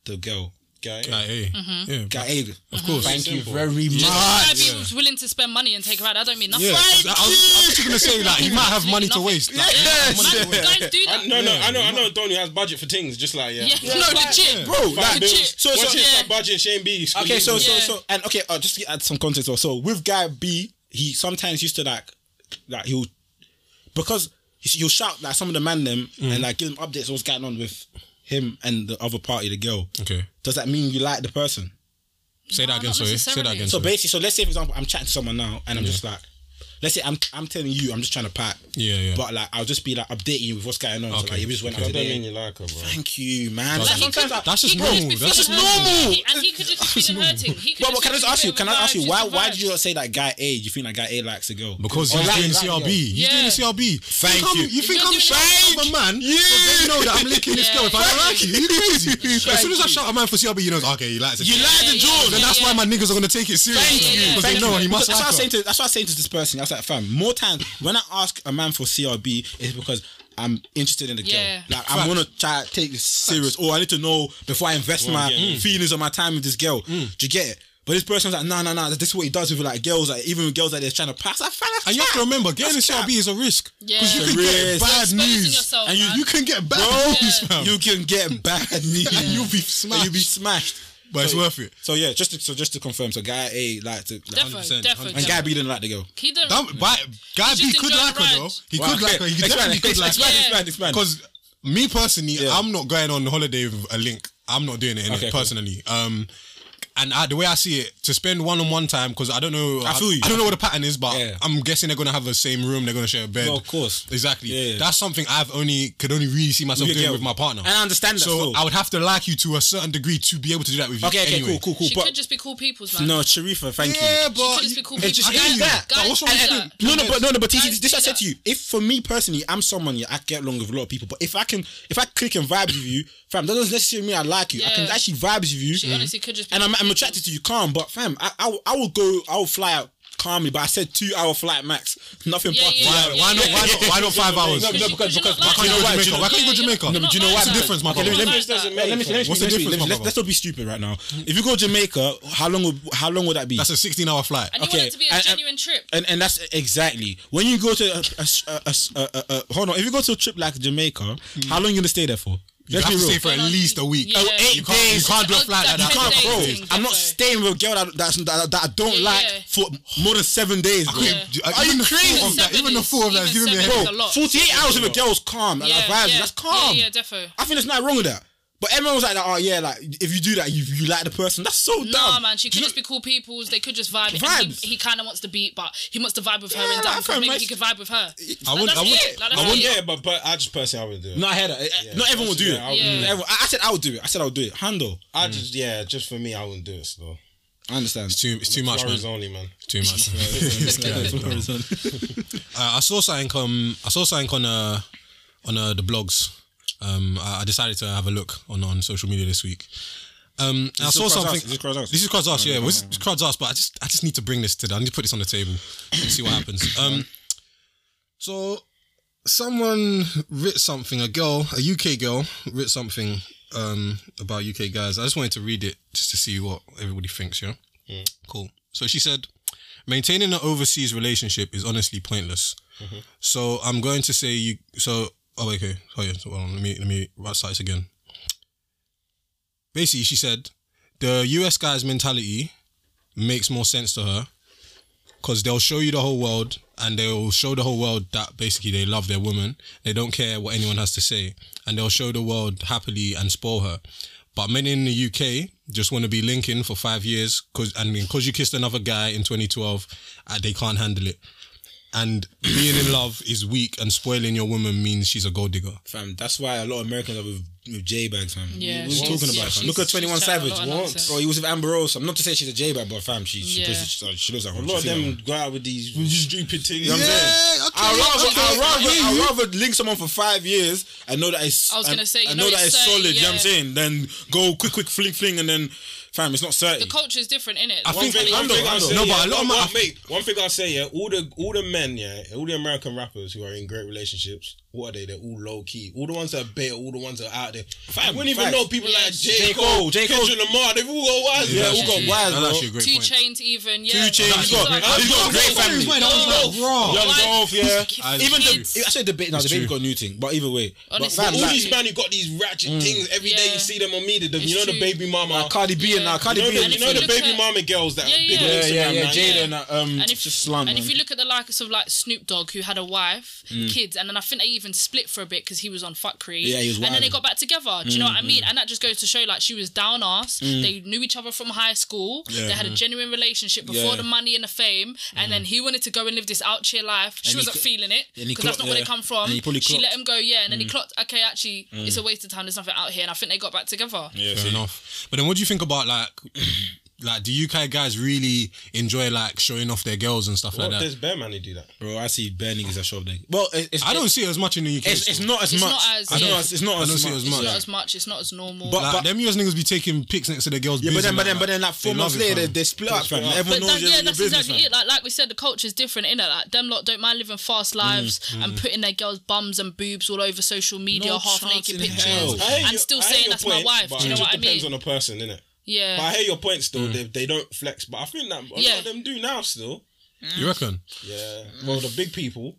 Speaker 2: the girl?
Speaker 9: Guy.
Speaker 6: Guy A.
Speaker 8: Mm-hmm.
Speaker 6: Yeah.
Speaker 2: Guy A. Of
Speaker 6: course.
Speaker 2: Thank you very much.
Speaker 8: I'd be willing to spend money and take her out. I don't mean nothing.
Speaker 6: Yeah, I was, I was actually gonna say like he might have money to
Speaker 8: Nothing.
Speaker 6: waste. Like,
Speaker 8: Man, guys do that.
Speaker 9: I, no, no, I know, I know. Donny has budget for things, just like yeah.
Speaker 8: Yeah. No, legit.
Speaker 2: Bro,
Speaker 9: Five
Speaker 2: like,
Speaker 9: bills.
Speaker 2: so,
Speaker 9: Once
Speaker 2: so,
Speaker 9: you
Speaker 8: yeah.
Speaker 9: start budgeting, Shane B.
Speaker 2: Okay, so so
Speaker 8: Yeah.
Speaker 2: so and okay, uh, just to add some context also. With guy B, he sometimes used to like like he'll because he'll shout like some of the man them and like give them updates what's going on with him and the other party, the girl.
Speaker 6: Okay.
Speaker 2: Does that mean you like the person?
Speaker 6: Say
Speaker 8: No,
Speaker 6: that again.
Speaker 8: not
Speaker 6: Sorry. Say that
Speaker 8: necessarily.
Speaker 6: again.
Speaker 2: So
Speaker 6: sorry.
Speaker 2: basically, so let's say for example, I'm chatting to someone now and I'm just like, let's say I'm I'm telling you I'm just trying to pack.
Speaker 6: Yeah, yeah.
Speaker 2: But like I'll just be like updating you with what's going on. So
Speaker 6: Okay,
Speaker 2: like you just
Speaker 9: I
Speaker 2: went out
Speaker 9: don't mean
Speaker 2: today.
Speaker 9: you like her, bro.
Speaker 2: Thank you, man.
Speaker 6: That's-
Speaker 2: Like, sometimes I-
Speaker 6: That's just
Speaker 8: He could
Speaker 6: normal.
Speaker 8: be
Speaker 6: That's just
Speaker 8: feeling
Speaker 6: normal.
Speaker 8: hurting. He- And he could just be feeling hurting. He could
Speaker 2: But, but
Speaker 8: just
Speaker 2: can I just
Speaker 8: be
Speaker 2: ask you? Can I ask you
Speaker 8: vibes,
Speaker 2: why?
Speaker 8: just
Speaker 2: Why
Speaker 8: vibes.
Speaker 2: did you not say that guy A? You think that guy A likes a girl?
Speaker 6: Because
Speaker 2: Or
Speaker 6: he's
Speaker 2: like-
Speaker 6: doing
Speaker 2: like
Speaker 6: CRB.
Speaker 2: girl.
Speaker 6: He's
Speaker 8: Yeah.
Speaker 6: doing CRB. Thank you. think I'm- You
Speaker 8: If
Speaker 6: think
Speaker 8: you're
Speaker 6: I'm
Speaker 8: doing
Speaker 6: shy of a man? Yeah. But they know that I'm linking this
Speaker 8: Yeah.
Speaker 6: girl. If I don't like you, you crazy. As soon as I
Speaker 2: you.
Speaker 6: shout a man for CRB, he knows. Okay, he likes it.
Speaker 2: You like the
Speaker 8: yeah,
Speaker 2: jaws.
Speaker 8: yeah.
Speaker 6: And that's why my niggas are gonna take it seriously.
Speaker 8: Thank you.
Speaker 6: Because they
Speaker 8: Thank
Speaker 6: know
Speaker 8: you.
Speaker 6: and he must
Speaker 2: That's
Speaker 6: like
Speaker 2: what I was saying
Speaker 6: her.
Speaker 2: to. That's what I was saying to this person. I was like, fam, more times when I ask a man for CRB, it's because I'm interested in the girl.
Speaker 8: Yeah.
Speaker 2: Like I want to try take this serious, or I need to know before I invest my feelings or my time with this girl.
Speaker 6: Mm.
Speaker 2: Do you get it? But this person's like, no, no, no. This is what he does with like girls, like even with girls that they're trying to pass. I find that.
Speaker 6: And you have to remember, getting a
Speaker 2: That's
Speaker 6: CRB is a risk. Because
Speaker 8: Yeah.
Speaker 6: you
Speaker 8: It's a
Speaker 6: can get
Speaker 2: risk.
Speaker 6: bad
Speaker 8: Exposing
Speaker 6: news.
Speaker 8: yourself,
Speaker 6: and you,
Speaker 8: man.
Speaker 6: you can get bad news, fam.
Speaker 2: You can get bad news.
Speaker 6: And you'll be
Speaker 2: And you'll be
Speaker 6: smashed.
Speaker 2: smashed.
Speaker 6: But it's worth it.
Speaker 2: So yeah, just to, so just to confirm, so guy A like to, like,
Speaker 8: Defo,
Speaker 6: 100%,
Speaker 8: defo,
Speaker 2: and guy
Speaker 8: defo.
Speaker 2: B didn't like the girl.
Speaker 8: He don't.
Speaker 6: That, but Guy
Speaker 8: He's
Speaker 6: B
Speaker 8: just
Speaker 6: could
Speaker 8: enjoying
Speaker 6: like
Speaker 8: the
Speaker 6: her though.
Speaker 8: ride.
Speaker 6: He
Speaker 2: Wow,
Speaker 6: could like her. He
Speaker 2: expand,
Speaker 6: definitely could like
Speaker 2: expand,
Speaker 8: Yeah.
Speaker 2: expand, expand.
Speaker 6: Because me personally,
Speaker 2: Yeah.
Speaker 6: I'm not going on holiday with a link. I'm not doing it, innit,
Speaker 2: Okay, cool.
Speaker 6: personally. Um, and I, the way I see it, to spend one on one time because I don't know.
Speaker 2: I feel you.
Speaker 6: don't know what the pattern is, but
Speaker 2: Yeah.
Speaker 6: I'm guessing they're gonna have the same room. They're gonna share a bed.
Speaker 2: No, of course.
Speaker 6: exactly.
Speaker 2: Yeah, yeah.
Speaker 6: That's something I've only could only really see myself
Speaker 2: With a
Speaker 6: doing
Speaker 2: girl.
Speaker 6: with my partner.
Speaker 2: And I understand that
Speaker 6: So
Speaker 2: still.
Speaker 6: I would have to like you to a certain degree to be able to do that with you.
Speaker 2: Okay, okay,
Speaker 6: anyway.
Speaker 2: cool, cool, cool.
Speaker 8: She
Speaker 2: But
Speaker 8: could just be cool people's man.
Speaker 2: no, Sharifa, thank you.
Speaker 6: Yeah, but
Speaker 8: could just be cool
Speaker 6: it's just
Speaker 8: people.
Speaker 6: I hear
Speaker 8: Guys
Speaker 6: you.
Speaker 8: do that.
Speaker 6: But what's wrong
Speaker 8: Guys
Speaker 6: with
Speaker 8: do
Speaker 6: that?
Speaker 8: that.
Speaker 2: No, no, but no, no, but
Speaker 8: Guys
Speaker 2: TC, this
Speaker 8: do
Speaker 2: I said
Speaker 8: that.
Speaker 2: to you. If for me personally, I'm someone yeah, I get along with a lot of people, but if I can, if I click and vibe with you, fam, that doesn't necessarily mean I like you. I can
Speaker 8: Yeah.
Speaker 2: actually vibe with you,
Speaker 8: She honestly could just be
Speaker 2: and I'm, I'm
Speaker 8: people.
Speaker 2: attracted to you, calm. But fam, I, I, will- I will go, I will fly out calmly. But I said two hour flight max, nothing
Speaker 8: Yeah,
Speaker 2: past.
Speaker 8: yeah,
Speaker 6: Why,
Speaker 8: yeah,
Speaker 6: why
Speaker 8: yeah,
Speaker 6: not?
Speaker 8: yeah.
Speaker 6: Why not? Why not five hours?
Speaker 2: No, no, because
Speaker 8: you're not
Speaker 2: because
Speaker 6: Why
Speaker 8: like
Speaker 6: can't you go
Speaker 8: that.
Speaker 6: to
Speaker 2: do you
Speaker 6: Jamaica?
Speaker 2: know-
Speaker 6: Why can't you go to
Speaker 8: Yeah,
Speaker 6: Jamaica?
Speaker 8: you're
Speaker 2: No,
Speaker 8: not
Speaker 2: do you know
Speaker 8: like
Speaker 2: what's the
Speaker 8: that.
Speaker 2: difference, my
Speaker 8: You're
Speaker 2: brother?
Speaker 8: not
Speaker 2: Let me-
Speaker 8: like that.
Speaker 9: Let
Speaker 2: Let me finish.
Speaker 6: What's
Speaker 2: What's
Speaker 6: the difference,
Speaker 2: the difference?
Speaker 6: my
Speaker 2: Let's,
Speaker 6: brother?
Speaker 2: let's not be stupid right now. If you go to Jamaica, how long? will- How long would that be?
Speaker 6: That's a 16 hour flight.
Speaker 8: And you want
Speaker 2: Okay,
Speaker 8: it to be a
Speaker 2: and- and-
Speaker 8: genuine trip.
Speaker 2: and and that's exactly when you go to a, a, a, a, a, a- hold on. If you go to a trip like Jamaica,
Speaker 8: Hmm.
Speaker 2: how long you gonna stay there for?
Speaker 6: You have to stay for at
Speaker 8: Well,
Speaker 6: least a week.
Speaker 8: yeah. Oh, eight
Speaker 6: you can't,
Speaker 2: days.
Speaker 6: You can't do a flight like
Speaker 8: You
Speaker 6: that.
Speaker 2: You can't,
Speaker 8: Oh, Ten
Speaker 2: bro.
Speaker 8: days,
Speaker 2: I'm not
Speaker 8: that's right.
Speaker 2: staying with a girl that that's, that, that I don't
Speaker 8: Yeah,
Speaker 2: like
Speaker 8: yeah.
Speaker 2: for more than seven days. Bro.
Speaker 8: Yeah.
Speaker 2: Are you
Speaker 6: uh, even the four
Speaker 2: crazy?
Speaker 6: of that-
Speaker 8: Seven
Speaker 6: Even the
Speaker 8: is-
Speaker 6: four of that is
Speaker 8: even
Speaker 6: giving me a
Speaker 8: seven
Speaker 6: headache.
Speaker 8: is a lot.
Speaker 2: 48 hours with a girl's calm. Like, like, vibes, That's calm.
Speaker 8: Yeah, yeah, defo.
Speaker 2: I think there's nothing wrong with that. But everyone was like, oh yeah, like if you do that, you, you like the person. That's so dumb.
Speaker 8: Nah, man, she
Speaker 2: Do
Speaker 8: could
Speaker 2: you
Speaker 8: just
Speaker 2: know-
Speaker 8: be cool people's. They could just vibe. And
Speaker 2: Vibes.
Speaker 8: He, he kind of wants to beat, but he wants to vibe with her
Speaker 2: Yeah,
Speaker 8: and
Speaker 2: like,
Speaker 8: down. because
Speaker 2: fam,
Speaker 8: maybe
Speaker 2: like-
Speaker 8: he could vibe with her.
Speaker 6: I would-
Speaker 8: that's
Speaker 6: I would-
Speaker 8: it. Like, that's
Speaker 6: I would-
Speaker 8: it.
Speaker 9: Yeah, but but I just personally I would do it.
Speaker 2: No, I heard that. Not everyone would do
Speaker 9: yeah,
Speaker 2: it.
Speaker 9: I would-
Speaker 8: Yeah.
Speaker 2: Everyone- I, I said I would do it. I said I would do it. Handle.
Speaker 9: I just yeah, just for me, I wouldn't do it. Still,
Speaker 2: I understand.
Speaker 6: It's too, it's too much, man.
Speaker 9: Flowers only, man.
Speaker 6: Too much. This guy is dumb. Uh, I saw something on. I saw something on uh, on uh, the blogs. Um, I, I decided to have a look on, on social media this week. Um, and I
Speaker 2: this
Speaker 6: saw
Speaker 2: Crowd's
Speaker 6: something.
Speaker 2: House? Is Oh, this Crowd's House?
Speaker 6: This is Crowd's House, yeah. Well, this is Crowd's House, but I just I just need to bring this to. The, I need to put this on the table and see what happens. Um, so someone writ something. A girl, a UK girl, writ something um, about UK guys. I just wanted to read it just to see what everybody thinks, you know? Cool. So she said, maintaining an overseas relationship is honestly pointless. So I'm going to say you. So, oh, wait, okay. Sorry, so hold on, let me, let me write sites again. Basically, she said, the US guy's mentality makes more sense to her because they'll show you the whole world and they'll show the whole world that basically they love their woman. They don't care what anyone has to say and they'll show the world happily and spoil her. But men in the UK just want to be linking for five years because, I mean, because you kissed another guy in 2012, uh, they can't handle it. And being in love is weak and spoiling your woman means she's a gold digger.
Speaker 7: Fam, that's why a lot of Americans are with, with J bags, fam.
Speaker 8: Yeah,
Speaker 7: what are you
Speaker 8: she's-
Speaker 7: talking
Speaker 8: yeah,
Speaker 7: about, fam?
Speaker 8: she's-
Speaker 7: Look at
Speaker 8: she's
Speaker 7: Twenty One
Speaker 8: chatting a
Speaker 7: Savage.
Speaker 8: lot of
Speaker 7: What?
Speaker 8: nonsense.
Speaker 7: Bro, he was with Amber Rose. I'm not to say she's a J bag, but fam, she she,
Speaker 8: Yeah.
Speaker 7: puts it- she lives like one.
Speaker 2: A lot of
Speaker 7: She's seen
Speaker 2: them
Speaker 7: that
Speaker 2: go out with these stupid things.
Speaker 7: one. You know what I'm saying?
Speaker 6: Yeah, okay,
Speaker 7: I'd rather,
Speaker 6: okay,
Speaker 7: I'd, rather,
Speaker 6: I hear you.
Speaker 7: I'd rather link someone for five years and know that it's.
Speaker 8: I was gonna
Speaker 7: and-
Speaker 8: say, you
Speaker 7: and
Speaker 8: know
Speaker 7: that
Speaker 8: it's
Speaker 7: it's solid.
Speaker 8: certain,
Speaker 7: You know what I'm
Speaker 8: yeah.
Speaker 7: saying? Then go quick, quick, fling, fling, and then, fam, it's not certain.
Speaker 8: The culture is different, innit?
Speaker 6: I think-
Speaker 2: thing-
Speaker 7: Ando,
Speaker 2: thing I'll
Speaker 7: Ando.
Speaker 2: say,
Speaker 6: No,
Speaker 2: yeah,
Speaker 6: but a lot of
Speaker 2: one-
Speaker 6: my-
Speaker 2: one- mate, one thing I'll say, yeah, all the all the men, yeah, all the American rappers who are in great relationships, what are they? They're all low key. All the ones that are better, all the ones that are out there. I wouldn't even
Speaker 7: facts.
Speaker 2: know people like J.
Speaker 7: J.
Speaker 2: Cole,
Speaker 7: Cole, J. Cole.
Speaker 2: Kendrick Lamar. They've all got wise.
Speaker 7: Yeah,
Speaker 2: all
Speaker 7: all
Speaker 2: got
Speaker 7: got
Speaker 6: That's
Speaker 7: wise, bro.
Speaker 6: actually a great
Speaker 8: Two
Speaker 6: point.
Speaker 8: chains, even. Yeah,
Speaker 7: Two chains. He's
Speaker 8: He's
Speaker 7: got,
Speaker 8: like-
Speaker 7: he's got a great family.
Speaker 6: Wait, that was like, raw.
Speaker 7: Young Dolph, yeah.
Speaker 6: I
Speaker 7: Even
Speaker 6: love
Speaker 7: the
Speaker 6: you.
Speaker 7: I said debate. Now
Speaker 6: It's
Speaker 7: the baby
Speaker 6: true.
Speaker 7: got a new thing, but either way,
Speaker 8: Honestly,
Speaker 7: but fam,
Speaker 2: all
Speaker 7: like, Mm.
Speaker 2: these man who got these ratchet things every day.
Speaker 8: Yeah.
Speaker 2: You see them on media. them-
Speaker 8: It's
Speaker 2: You know the
Speaker 8: true.
Speaker 2: baby mama.
Speaker 7: like Cardi B and now Cardi
Speaker 2: you know
Speaker 7: B.
Speaker 2: the,
Speaker 8: And
Speaker 2: you
Speaker 8: if
Speaker 2: know
Speaker 8: you
Speaker 2: the
Speaker 8: look
Speaker 2: baby
Speaker 8: at-
Speaker 2: mama girls that
Speaker 8: Yeah,
Speaker 2: are big on
Speaker 8: yeah.
Speaker 7: yeah,
Speaker 2: Instagram
Speaker 7: yeah, yeah.
Speaker 2: now.
Speaker 7: Jada and uh, um,
Speaker 8: And if,
Speaker 7: just slime.
Speaker 8: and if
Speaker 7: man.
Speaker 8: you
Speaker 7: Mm.
Speaker 8: look at the likes of like Snoop Dogg, who had a wife, kids, and then I think they even split for a bit because he was on fuckery.
Speaker 7: Yeah, he was Mm,
Speaker 8: And then
Speaker 7: wilding.
Speaker 8: they got back together. Do you know what I mean? And that just goes to show like she was down ass.
Speaker 7: Mm.
Speaker 8: They knew each other from high school. They had a genuine relationship before
Speaker 7: Mm-hmm. Yeah. Mm-hmm.
Speaker 8: the money and the fame. And then he wanted to go and live this out here life. She
Speaker 7: And he
Speaker 8: wasn't
Speaker 7: cl-
Speaker 8: feeling it
Speaker 7: and he
Speaker 8: because that's
Speaker 7: clocked-
Speaker 8: not where
Speaker 7: yeah.
Speaker 8: they come from.
Speaker 7: And he probably
Speaker 8: she
Speaker 7: clocked. Mm.
Speaker 8: let him go. Yeah, and then he clocked. Okay, actually, it's a waste of time. There's nothing out here. And I think they got back together.
Speaker 7: yeah,
Speaker 6: Fair
Speaker 7: see,
Speaker 6: enough. But then, what do you think about like, like do UK guys really enjoy like showing off their girls and stuff
Speaker 2: Well,
Speaker 6: like
Speaker 2: there's
Speaker 6: that?
Speaker 2: bear man who do that.
Speaker 7: bro, I see bare niggas that show up there. Well, it's, it's,
Speaker 6: I don't see it as much in the UK.
Speaker 7: It's,
Speaker 6: still.
Speaker 7: it's not as
Speaker 8: It's
Speaker 7: much.
Speaker 8: not as-
Speaker 7: I don't
Speaker 8: yeah.
Speaker 7: know, it's- It's not
Speaker 6: I
Speaker 7: as.
Speaker 6: don't see it as much.
Speaker 8: It's not
Speaker 6: Yeah.
Speaker 8: as much. It's not as normal.
Speaker 7: But-
Speaker 6: like, them US niggas be taking pics next to their girls.
Speaker 7: Yeah, but
Speaker 6: biz
Speaker 7: then,
Speaker 6: and
Speaker 7: but
Speaker 6: that,
Speaker 7: then, but then, like four
Speaker 6: They
Speaker 7: months
Speaker 6: love it,
Speaker 7: later,
Speaker 6: fam.
Speaker 7: they split up. fam. Everyone
Speaker 8: But that,
Speaker 7: knows
Speaker 8: yeah,
Speaker 7: your your
Speaker 8: that's
Speaker 7: business,
Speaker 8: exactly
Speaker 7: fam.
Speaker 8: it. Like, like we said, the culture's different, innit? Like them lot don't mind living fast lives and putting their girls' bums and boobs all over social media,
Speaker 7: No
Speaker 8: half
Speaker 7: chance
Speaker 8: naked
Speaker 7: in
Speaker 8: pictures,
Speaker 7: hell. I
Speaker 8: and still saying that's my wife. Do you know what I
Speaker 2: It depends
Speaker 8: mean?
Speaker 2: on the person, innit? But I
Speaker 8: yeah.
Speaker 2: hear your point
Speaker 7: Mm.
Speaker 2: still. They, they don't flex, but I think that a lot
Speaker 8: Yeah.
Speaker 2: of them do now still.
Speaker 6: You reckon?
Speaker 2: Yeah. Well, the big people.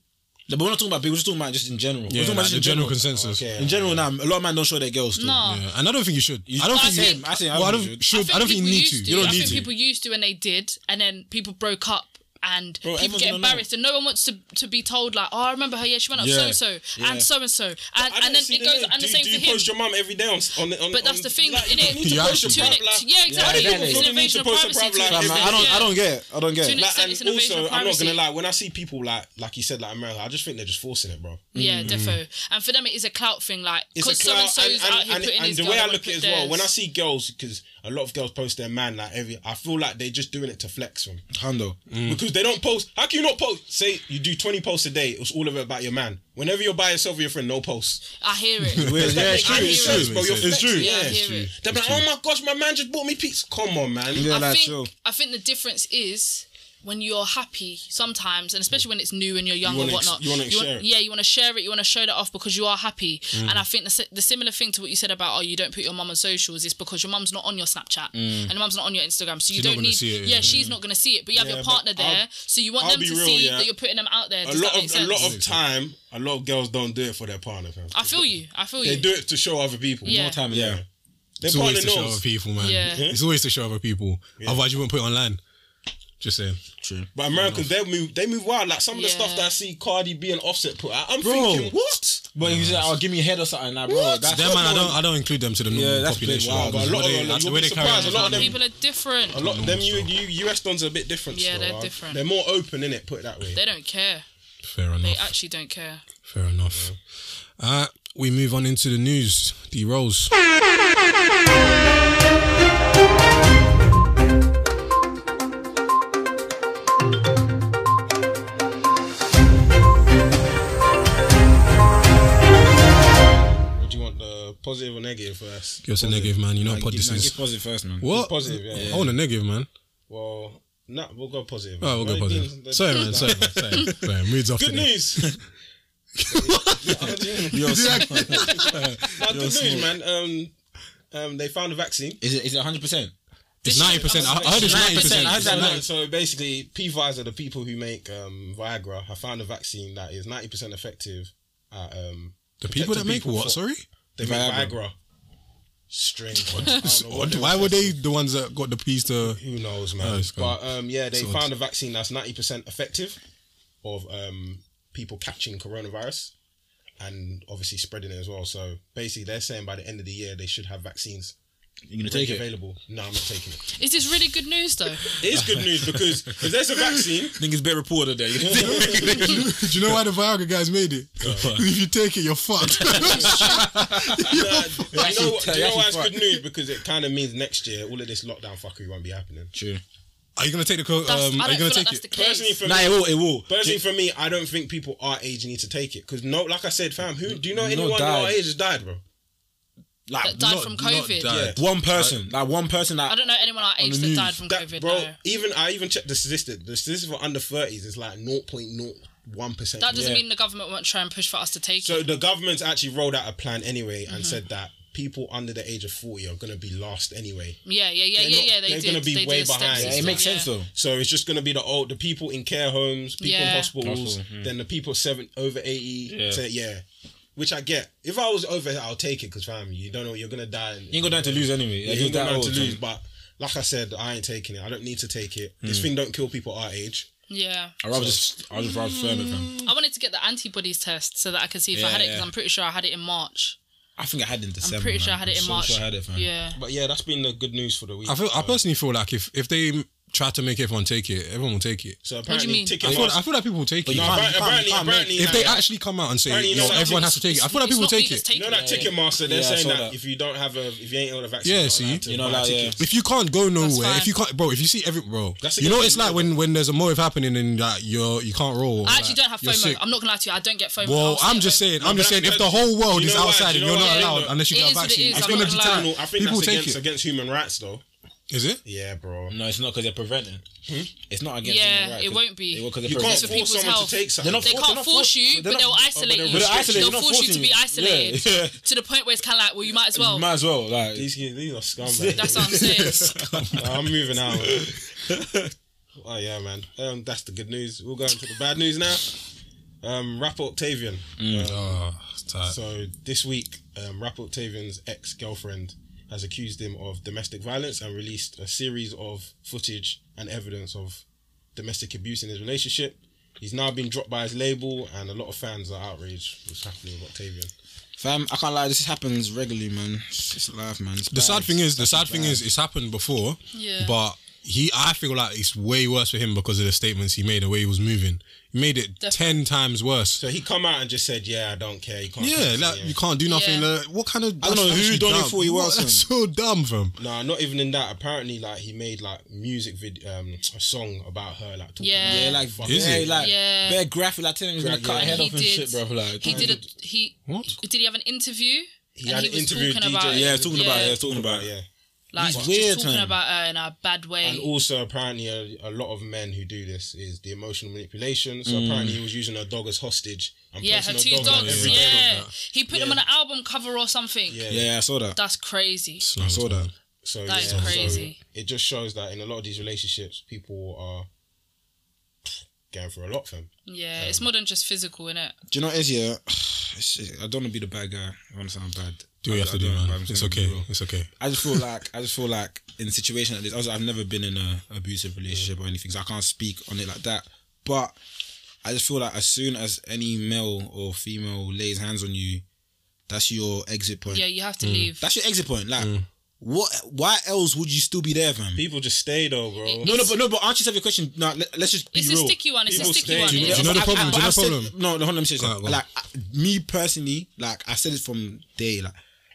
Speaker 7: No, But we're not talking about people. We're just talking about just in general.
Speaker 6: Yeah,
Speaker 7: we're talking
Speaker 6: like
Speaker 7: about just
Speaker 6: the
Speaker 7: in
Speaker 6: general
Speaker 7: general.
Speaker 6: consensus.
Speaker 2: Okay.
Speaker 7: In general, now a lot of men don't show their girls. still.
Speaker 8: No.
Speaker 6: Yeah, and I don't think you should. I don't
Speaker 8: I
Speaker 6: think.
Speaker 8: think-
Speaker 6: you,
Speaker 7: I think- I
Speaker 6: well, I
Speaker 7: think
Speaker 6: don't
Speaker 7: you should.
Speaker 6: should. I, don't think you
Speaker 8: people
Speaker 6: need
Speaker 8: used
Speaker 6: to. You don't
Speaker 8: I
Speaker 6: need
Speaker 8: think
Speaker 6: to.
Speaker 8: people used to and they did, and then people broke up. And people
Speaker 7: everyone's
Speaker 8: get
Speaker 7: gonna know.
Speaker 8: embarrassed, and no one wants to, to be told like, "Oh, I remember her. Yeah, she went up so
Speaker 7: Yeah.
Speaker 8: and so,
Speaker 7: Yeah.
Speaker 8: and so and so," and
Speaker 2: I don't
Speaker 8: and then
Speaker 2: see
Speaker 8: it goes,
Speaker 2: need.
Speaker 8: and the
Speaker 2: do,
Speaker 8: same for
Speaker 2: do you
Speaker 8: him.
Speaker 2: post your mum every day on, on, on
Speaker 8: But that's
Speaker 2: on-
Speaker 8: the thing,
Speaker 2: like, you
Speaker 8: innit?
Speaker 2: don't need to
Speaker 6: You
Speaker 2: post your
Speaker 6: actually-
Speaker 8: To an ex-
Speaker 2: private life.
Speaker 8: yeah, exactly.
Speaker 2: Yeah,
Speaker 8: it's
Speaker 2: you
Speaker 8: an
Speaker 2: don't need
Speaker 8: invasion
Speaker 2: to
Speaker 8: of
Speaker 2: post your
Speaker 8: privacy.
Speaker 2: private
Speaker 8: to an
Speaker 2: life.
Speaker 7: Fam,
Speaker 2: Like,
Speaker 8: extent,
Speaker 7: I don't.
Speaker 8: yeah.
Speaker 7: I don't get. it. I don't get.
Speaker 8: To an
Speaker 7: it.
Speaker 2: Like,
Speaker 8: extent,
Speaker 2: and
Speaker 8: it's an invasion
Speaker 2: also,
Speaker 8: of
Speaker 2: I'm not gonna
Speaker 8: privacy.
Speaker 2: lie. When I see people like, like you said, like America, I just think they're just forcing it, bro.
Speaker 8: Yeah, defo. And for them, it is a clout thing. Like,
Speaker 2: Mm. It's a
Speaker 8: because so
Speaker 2: clout,
Speaker 8: and so's out
Speaker 2: and,
Speaker 8: here
Speaker 2: and, and,
Speaker 8: putting
Speaker 2: and
Speaker 8: his
Speaker 2: the
Speaker 8: girl
Speaker 2: way I
Speaker 8: and
Speaker 2: look
Speaker 8: put
Speaker 2: at it as well. When I
Speaker 8: theirs.
Speaker 2: see girls, because a lot of girls post their man like every, I feel like they're just doing it to flex them. Mm.
Speaker 7: Hundo.
Speaker 2: Because they don't post. How can you not post? Say you do 20 posts a day. It's all of it about your man. Whenever you're by yourself with your friend, no posts.
Speaker 8: I hear
Speaker 7: Yeah,
Speaker 8: it.
Speaker 7: yeah, it's
Speaker 2: That
Speaker 7: true.
Speaker 2: makes
Speaker 7: It's
Speaker 2: sense,
Speaker 7: true.
Speaker 2: bro. You're
Speaker 7: It's true.
Speaker 2: flexing.
Speaker 8: Yeah, I
Speaker 7: it's
Speaker 8: hear
Speaker 7: true.
Speaker 8: it.
Speaker 2: They're like, oh my gosh, my man just bought me pizza. Come on, man.
Speaker 7: Yeah,
Speaker 8: I
Speaker 7: like, chill.
Speaker 8: think I think the difference is when you're happy sometimes, and especially when it's new and you're young
Speaker 2: wanna
Speaker 8: or
Speaker 2: ex-
Speaker 8: whatnot.
Speaker 2: you wanna share
Speaker 8: want,
Speaker 2: it. Mm.
Speaker 8: yeah, you want to share it. You want to show that off because you are happy. And I think the, si- the similar thing to what you said about oh you don't put your mum on socials is because your mum's not on your Snapchat
Speaker 2: Mm.
Speaker 8: and your mum's not on your Instagram, so you
Speaker 6: She's not
Speaker 8: don't
Speaker 6: gonna
Speaker 8: need.
Speaker 6: see it,
Speaker 8: yeah,
Speaker 6: yeah.
Speaker 8: she's not going to see it, but you have
Speaker 2: Yeah,
Speaker 8: your
Speaker 2: but
Speaker 8: partner
Speaker 2: I'll-
Speaker 8: there, so you want
Speaker 2: I'll
Speaker 8: them
Speaker 2: be
Speaker 8: to
Speaker 2: real,
Speaker 8: see
Speaker 2: yeah.
Speaker 8: that you're putting them out there.
Speaker 2: a
Speaker 8: Does
Speaker 2: lot
Speaker 8: that make
Speaker 2: of a
Speaker 8: sense?
Speaker 2: lot of time, a lot of girls don't do it for their partner. Fam.
Speaker 8: I feel you. I feel
Speaker 2: They
Speaker 8: you.
Speaker 2: do it to show other people.
Speaker 8: Yeah. More
Speaker 7: time,
Speaker 2: yeah.
Speaker 7: yeah.
Speaker 2: Their
Speaker 6: It's always
Speaker 2: partner
Speaker 6: to show other
Speaker 2: knows.
Speaker 6: people, man.
Speaker 8: Yeah.
Speaker 6: It's always to show other people. Otherwise, you wouldn't put it online. Just saying.
Speaker 7: True.
Speaker 2: But Americans, they move, they move wild. Like some of the
Speaker 8: Yeah.
Speaker 2: stuff that I see Cardi B and Offset put out, I'm
Speaker 7: Bro.
Speaker 2: thinking, what?
Speaker 7: But if you say, "Oh, give me a head or something," nah, bro.
Speaker 2: What?
Speaker 7: That's
Speaker 6: Them, man, I don't. I don't include them to the normal
Speaker 7: Yeah, that's a bit
Speaker 6: population.
Speaker 7: wild, but a
Speaker 6: because
Speaker 2: lot
Speaker 6: the way
Speaker 2: of-
Speaker 6: they-
Speaker 2: you'll
Speaker 6: the way
Speaker 2: be
Speaker 6: they carry on
Speaker 2: surprised,
Speaker 6: is
Speaker 2: a lot of
Speaker 6: not-
Speaker 2: them-
Speaker 8: People are different.
Speaker 2: A lot of them you, you US dons are a bit different.
Speaker 8: Yeah,
Speaker 2: still,
Speaker 8: they're
Speaker 2: uh,
Speaker 8: different.
Speaker 2: They're more open in it. Put it that way.
Speaker 8: They don't care.
Speaker 6: Fair
Speaker 8: They
Speaker 6: enough.
Speaker 8: actually don't care.
Speaker 6: Fair enough. Uh, we move on into the news. D Rose.
Speaker 2: What do you want the positive or negative first?
Speaker 6: Give us a negative, man. You know
Speaker 7: Nah,
Speaker 6: what pod
Speaker 7: give-
Speaker 6: this
Speaker 7: nah, give
Speaker 6: is.
Speaker 7: positive first, man.
Speaker 6: What?
Speaker 2: Positive, yeah, yeah.
Speaker 6: I want a negative, man.
Speaker 2: Well, nah, we'll go positive.
Speaker 6: Oh, we'll go
Speaker 2: Right,
Speaker 6: positive.
Speaker 2: being-
Speaker 6: Sorry, man. Sorry, man. Sorry. Sorry. Moods off
Speaker 2: Good
Speaker 6: today.
Speaker 2: news. Nah, Good
Speaker 7: Yo,
Speaker 2: news, man. Um, um, they found a vaccine.
Speaker 7: Is it is it 100? percent
Speaker 6: It's ninety percent. I I heard it's ninety
Speaker 7: 90%.
Speaker 6: percent.
Speaker 7: I heard that
Speaker 2: So,
Speaker 7: now.
Speaker 2: so basically, PVIs are the people who make um, Viagra. Have found a vaccine that is ninety percent effective. At, um,
Speaker 6: The people that
Speaker 2: protecting
Speaker 6: make what?
Speaker 2: from-
Speaker 6: Sorry.
Speaker 2: They make
Speaker 7: Viagra.
Speaker 2: Viagra. Strange. I don't know what
Speaker 6: What-
Speaker 2: they
Speaker 6: Why
Speaker 2: were
Speaker 6: were they the ones that got the piece to?
Speaker 2: who knows,
Speaker 6: Oh,
Speaker 2: man.
Speaker 6: it's gone.
Speaker 2: but um, yeah, they
Speaker 6: Sort.
Speaker 2: found a vaccine that's ninety percent effective of um, people catching coronavirus and obviously spreading it as well. So basically, they're saying by the end of the year they should have vaccines
Speaker 7: You're gonna take it.
Speaker 2: available. No, I'm not taking it.
Speaker 8: Is this really good news though?
Speaker 2: It is good news because if there's a vaccine,
Speaker 7: I think it's better reporter there. You're gonna take it.
Speaker 6: Do you know why the Viagra guys made it? if you take it, you're fucked.
Speaker 2: you know, what, do you know why it's
Speaker 7: Actually,
Speaker 2: good news? Because it kind of means next year all of this lockdown fuckery won't be happening.
Speaker 7: True.
Speaker 6: are you gonna take the? Co-
Speaker 8: That's,
Speaker 6: um,
Speaker 8: I
Speaker 6: are
Speaker 8: don't
Speaker 6: you
Speaker 8: feel
Speaker 6: gonna
Speaker 8: like
Speaker 6: take
Speaker 8: that's
Speaker 6: it?
Speaker 8: the
Speaker 2: Personally,
Speaker 8: case.
Speaker 2: for
Speaker 7: Nah,
Speaker 2: me,
Speaker 7: it will. It will.
Speaker 2: Personally, for me, I don't think people our age need to take it because no, like I said, fam, who do you know anyone our
Speaker 7: died.
Speaker 2: age has died, bro?
Speaker 7: Like
Speaker 8: That died from COVID.
Speaker 6: died.
Speaker 7: one person, like one person
Speaker 8: I
Speaker 7: that
Speaker 8: don't know anyone our age that
Speaker 7: news.
Speaker 8: died from
Speaker 2: That,
Speaker 8: COVID.
Speaker 2: bro,
Speaker 8: no.
Speaker 2: even I even checked the statistic. The statistic for under thirties is like 0.01 percent.
Speaker 8: That doesn't
Speaker 7: Yeah.
Speaker 8: mean the government won't try and push for us to take
Speaker 2: So
Speaker 8: it.
Speaker 2: the government's actually rolled out a plan anyway
Speaker 8: Mm-hmm.
Speaker 2: and said that people under the age of forty are going to be last anyway.
Speaker 8: Yeah, yeah, yeah,
Speaker 2: They're
Speaker 8: yeah,
Speaker 2: not-
Speaker 8: yeah. They
Speaker 2: they're
Speaker 8: did.
Speaker 2: gonna be
Speaker 8: they
Speaker 2: way
Speaker 8: did a step
Speaker 2: behind.
Speaker 7: Yeah, it
Speaker 8: system,
Speaker 7: makes
Speaker 8: yeah.
Speaker 7: sense though.
Speaker 2: So it's just going to be the old, the people in care homes, people
Speaker 8: Yeah.
Speaker 2: in hospitals,
Speaker 7: Hospital,
Speaker 2: then the people seven over eighty.
Speaker 7: Yeah.
Speaker 2: Yeah. yeah, which I get. If I was over, I'll take it because fam, you don't know you're going to die.
Speaker 7: You ain't got nothing to lose anyway.
Speaker 2: Yeah,
Speaker 7: Like,
Speaker 2: you
Speaker 7: you're
Speaker 2: ain't got
Speaker 7: that
Speaker 2: nothing
Speaker 7: old.
Speaker 2: to lose.
Speaker 7: man.
Speaker 2: But like I said, I ain't taking it. I don't need to take it. This thing don't kill people our age.
Speaker 8: Yeah.
Speaker 7: I'd rather just, I'd just rather firm it, fam.
Speaker 8: I wanted to get the antibodies test so that I could see if I
Speaker 7: Yeah,
Speaker 8: had it
Speaker 7: yeah.
Speaker 8: because I'm pretty sure I had it in March.
Speaker 7: I think I had it in December.
Speaker 8: pretty sure
Speaker 7: man.
Speaker 8: I had it
Speaker 7: I'm
Speaker 8: in
Speaker 7: so
Speaker 8: March.
Speaker 7: Sure I had it, fam.
Speaker 8: Yeah.
Speaker 2: But yeah, that's been the good news for the week.
Speaker 6: I feel. I personally feel like if if they try to make everyone take it, everyone will take it.
Speaker 2: so
Speaker 8: What do you
Speaker 2: apparently,
Speaker 8: mean?
Speaker 6: I
Speaker 2: ticket
Speaker 6: feel.
Speaker 2: last.
Speaker 6: I feel like people will take it.
Speaker 7: you
Speaker 2: No,
Speaker 7: can't-
Speaker 2: apparently,
Speaker 7: you can't- you
Speaker 2: apparently,
Speaker 7: can't make-
Speaker 2: apparently,
Speaker 6: if they
Speaker 2: now-
Speaker 6: actually come out and say,
Speaker 2: Apparently,
Speaker 6: no,
Speaker 2: no,
Speaker 6: everyone has to take it. I feel like
Speaker 8: It's
Speaker 6: people will
Speaker 8: not
Speaker 6: take
Speaker 8: legal, it's
Speaker 6: it.
Speaker 8: taken.
Speaker 2: You know that Ticketmaster, they're
Speaker 7: Yeah, I
Speaker 2: saying
Speaker 7: saw
Speaker 2: that,
Speaker 7: that.
Speaker 2: if you don't have a, if you ain't on a vaccine,
Speaker 6: Yeah,
Speaker 2: you're not
Speaker 6: see?
Speaker 2: allowed to
Speaker 7: You know,
Speaker 2: buy
Speaker 7: like, yeah.
Speaker 2: tickets.
Speaker 6: If you can't go nowhere,
Speaker 8: fine.
Speaker 6: if you can't, bro, if you see every, bro,
Speaker 2: That's
Speaker 6: you know,
Speaker 2: against
Speaker 6: it's
Speaker 2: the
Speaker 6: like when when there's a motive happening and like you're you can't roll.
Speaker 8: I actually
Speaker 6: like,
Speaker 8: don't have
Speaker 6: you're
Speaker 8: FOMO.
Speaker 6: sick.
Speaker 8: I'm not gonna lie to you. I don't get FOMO.
Speaker 6: Well,
Speaker 8: I'll stay
Speaker 6: I'm
Speaker 8: at
Speaker 6: just
Speaker 8: home.
Speaker 6: saying.
Speaker 2: No,
Speaker 6: I'm
Speaker 2: but
Speaker 6: just saying.
Speaker 2: that's-
Speaker 6: If the
Speaker 2: that's-
Speaker 6: whole world
Speaker 2: you
Speaker 6: is
Speaker 2: know why-
Speaker 6: outside
Speaker 2: do
Speaker 6: and
Speaker 2: you
Speaker 6: you're
Speaker 2: know
Speaker 6: not
Speaker 2: why?
Speaker 6: allowed
Speaker 2: Look,
Speaker 6: unless you
Speaker 8: it
Speaker 6: get a
Speaker 8: is what it
Speaker 6: vaccine,
Speaker 8: is,
Speaker 6: it's
Speaker 8: I'm
Speaker 6: gonna
Speaker 8: not
Speaker 6: be
Speaker 8: gonna lie.
Speaker 6: time.
Speaker 2: No, I think
Speaker 6: People
Speaker 2: that's
Speaker 6: take
Speaker 2: against,
Speaker 6: it.
Speaker 2: against human rights, though.
Speaker 6: Is it?
Speaker 2: Yeah, bro.
Speaker 7: No, it's not because they're preventing. It's not against.
Speaker 8: Yeah,
Speaker 7: human rights,
Speaker 8: it
Speaker 7: 'cause-
Speaker 8: won't be.
Speaker 7: It won't 'cause they're
Speaker 2: You can't
Speaker 8: for
Speaker 7: preventing.
Speaker 2: force
Speaker 8: people's
Speaker 2: someone
Speaker 8: health.
Speaker 2: to take something.
Speaker 7: They're not
Speaker 8: They
Speaker 7: for-
Speaker 8: can't
Speaker 7: they're not
Speaker 8: force
Speaker 7: for-
Speaker 8: you,
Speaker 7: they're
Speaker 8: but
Speaker 7: not-
Speaker 8: they'll
Speaker 7: they're
Speaker 8: isolate you.
Speaker 7: not isolating,
Speaker 8: They'll
Speaker 7: they're not
Speaker 8: force you to
Speaker 7: forcing
Speaker 8: be
Speaker 7: you.
Speaker 8: isolated
Speaker 7: Yeah, yeah.
Speaker 8: to the point where it's kind of like, well, you might as well.
Speaker 7: Might as well. Like,
Speaker 2: These, these are scumbags.
Speaker 8: That's what I'm saying.
Speaker 2: Nah, I'm moving out. oh yeah, man. Um, that's the good news. We'll go into the bad news now. Um, rapper Octavian.
Speaker 6: Oh, it's tight.
Speaker 2: So this week, um, rapper Octavian's ex-girlfriend has accused him of domestic violence and released a series of footage and evidence of domestic abuse in his relationship. He's now been dropped by his label, and a lot of fans are outraged. What's happening with Octavian?
Speaker 7: fam, I can't lie. This happens regularly, man. It's it's life, man. It's
Speaker 6: the sad
Speaker 7: bad.
Speaker 6: thing is, the sad thing is, it's happened before.
Speaker 8: Yeah.
Speaker 6: But he, I feel like it's way worse for him because of the statements he made, the way he was moving. He made it ten times worse.
Speaker 2: So he come out and just said, "Yeah, I don't care. You can't
Speaker 6: Yeah,
Speaker 2: cancel
Speaker 6: like
Speaker 2: me."
Speaker 6: you can't do nothing.
Speaker 8: Yeah.
Speaker 6: like, what kind of
Speaker 7: I don't know
Speaker 6: that's
Speaker 7: who
Speaker 6: actually
Speaker 7: Donny
Speaker 6: dumb.
Speaker 7: thought he was,
Speaker 6: That's so dumb, fam.
Speaker 2: Nah, not even in that. Apparently, like he made like music vid, um, a song about her, like talking
Speaker 8: Yeah.
Speaker 7: Yeah, like,
Speaker 2: Fuck
Speaker 6: Is
Speaker 7: yeah,
Speaker 6: it?
Speaker 7: like,
Speaker 8: Yeah.
Speaker 7: bare graphic, like, telling him he's gonna cut
Speaker 2: Gra- yeah.
Speaker 7: her head
Speaker 8: He
Speaker 7: off and
Speaker 8: did.
Speaker 7: shit, bruv. Like,
Speaker 8: He did a he.
Speaker 6: What?
Speaker 8: Did he have an interview?
Speaker 2: He had an interview with DJ.
Speaker 7: Yeah, he's talking about it.
Speaker 8: Yeah.
Speaker 7: Yeah, he's talking about it.
Speaker 2: yeah.
Speaker 8: Like,
Speaker 7: He's
Speaker 8: just
Speaker 7: weird,
Speaker 8: talking
Speaker 7: man.
Speaker 8: about her in a bad way.
Speaker 2: And also, apparently, a, a lot of men who do this is the emotional manipulation. So
Speaker 7: Mm.
Speaker 2: apparently, he was using her dog as hostage. And
Speaker 8: yeah, her
Speaker 2: posting
Speaker 8: two
Speaker 2: dog on
Speaker 8: dogs.
Speaker 2: every day.
Speaker 8: Yeah, he put them
Speaker 2: Yeah.
Speaker 8: on an album cover or something.
Speaker 2: Yeah.
Speaker 7: Yeah, I saw that.
Speaker 8: That's crazy.
Speaker 6: I saw that.
Speaker 2: So
Speaker 8: That
Speaker 2: yeah,
Speaker 8: is
Speaker 2: so
Speaker 8: crazy.
Speaker 2: it just shows that in a lot of these relationships, people are going for a lot for them.
Speaker 8: Yeah, it's more than just physical, innit?
Speaker 7: Do you know what it is, yeah? It's just- I don't want to be the bad guy. I want to sound bad.
Speaker 6: Do what you
Speaker 7: I-
Speaker 6: have to
Speaker 7: I
Speaker 6: do,
Speaker 7: don't, but
Speaker 6: man.
Speaker 7: I'm just
Speaker 6: It's
Speaker 7: gonna be
Speaker 6: okay.
Speaker 7: real.
Speaker 6: It's okay.
Speaker 7: I just feel like I just feel like in a situation like this. Also, I've never been in a abusive relationship or anything, so I can't speak on it like that. But I just feel like as soon as any male or female lays hands on you, that's your exit point.
Speaker 8: Yeah, you have
Speaker 6: Mm.
Speaker 8: to leave.
Speaker 7: That's your exit point. Like, what? Why else would you still be there, fam?
Speaker 2: People just stay though, bro.
Speaker 8: It-
Speaker 7: No, no, but no, but answer yourself your question. No, let, us just be
Speaker 8: It's a
Speaker 7: real.
Speaker 8: sticky one. It's a
Speaker 2: People
Speaker 8: sticky
Speaker 2: stay.
Speaker 8: one.
Speaker 2: Do you
Speaker 8: It
Speaker 6: know-
Speaker 8: is
Speaker 6: do
Speaker 8: a
Speaker 6: you know the
Speaker 8: sticky
Speaker 6: problem?
Speaker 8: one.
Speaker 6: Do you know
Speaker 7: I've
Speaker 6: the
Speaker 7: said-
Speaker 6: problem?
Speaker 7: no, no, hold on, let me say something.
Speaker 6: go on.
Speaker 7: Like I- me personally, like I said it from day. Like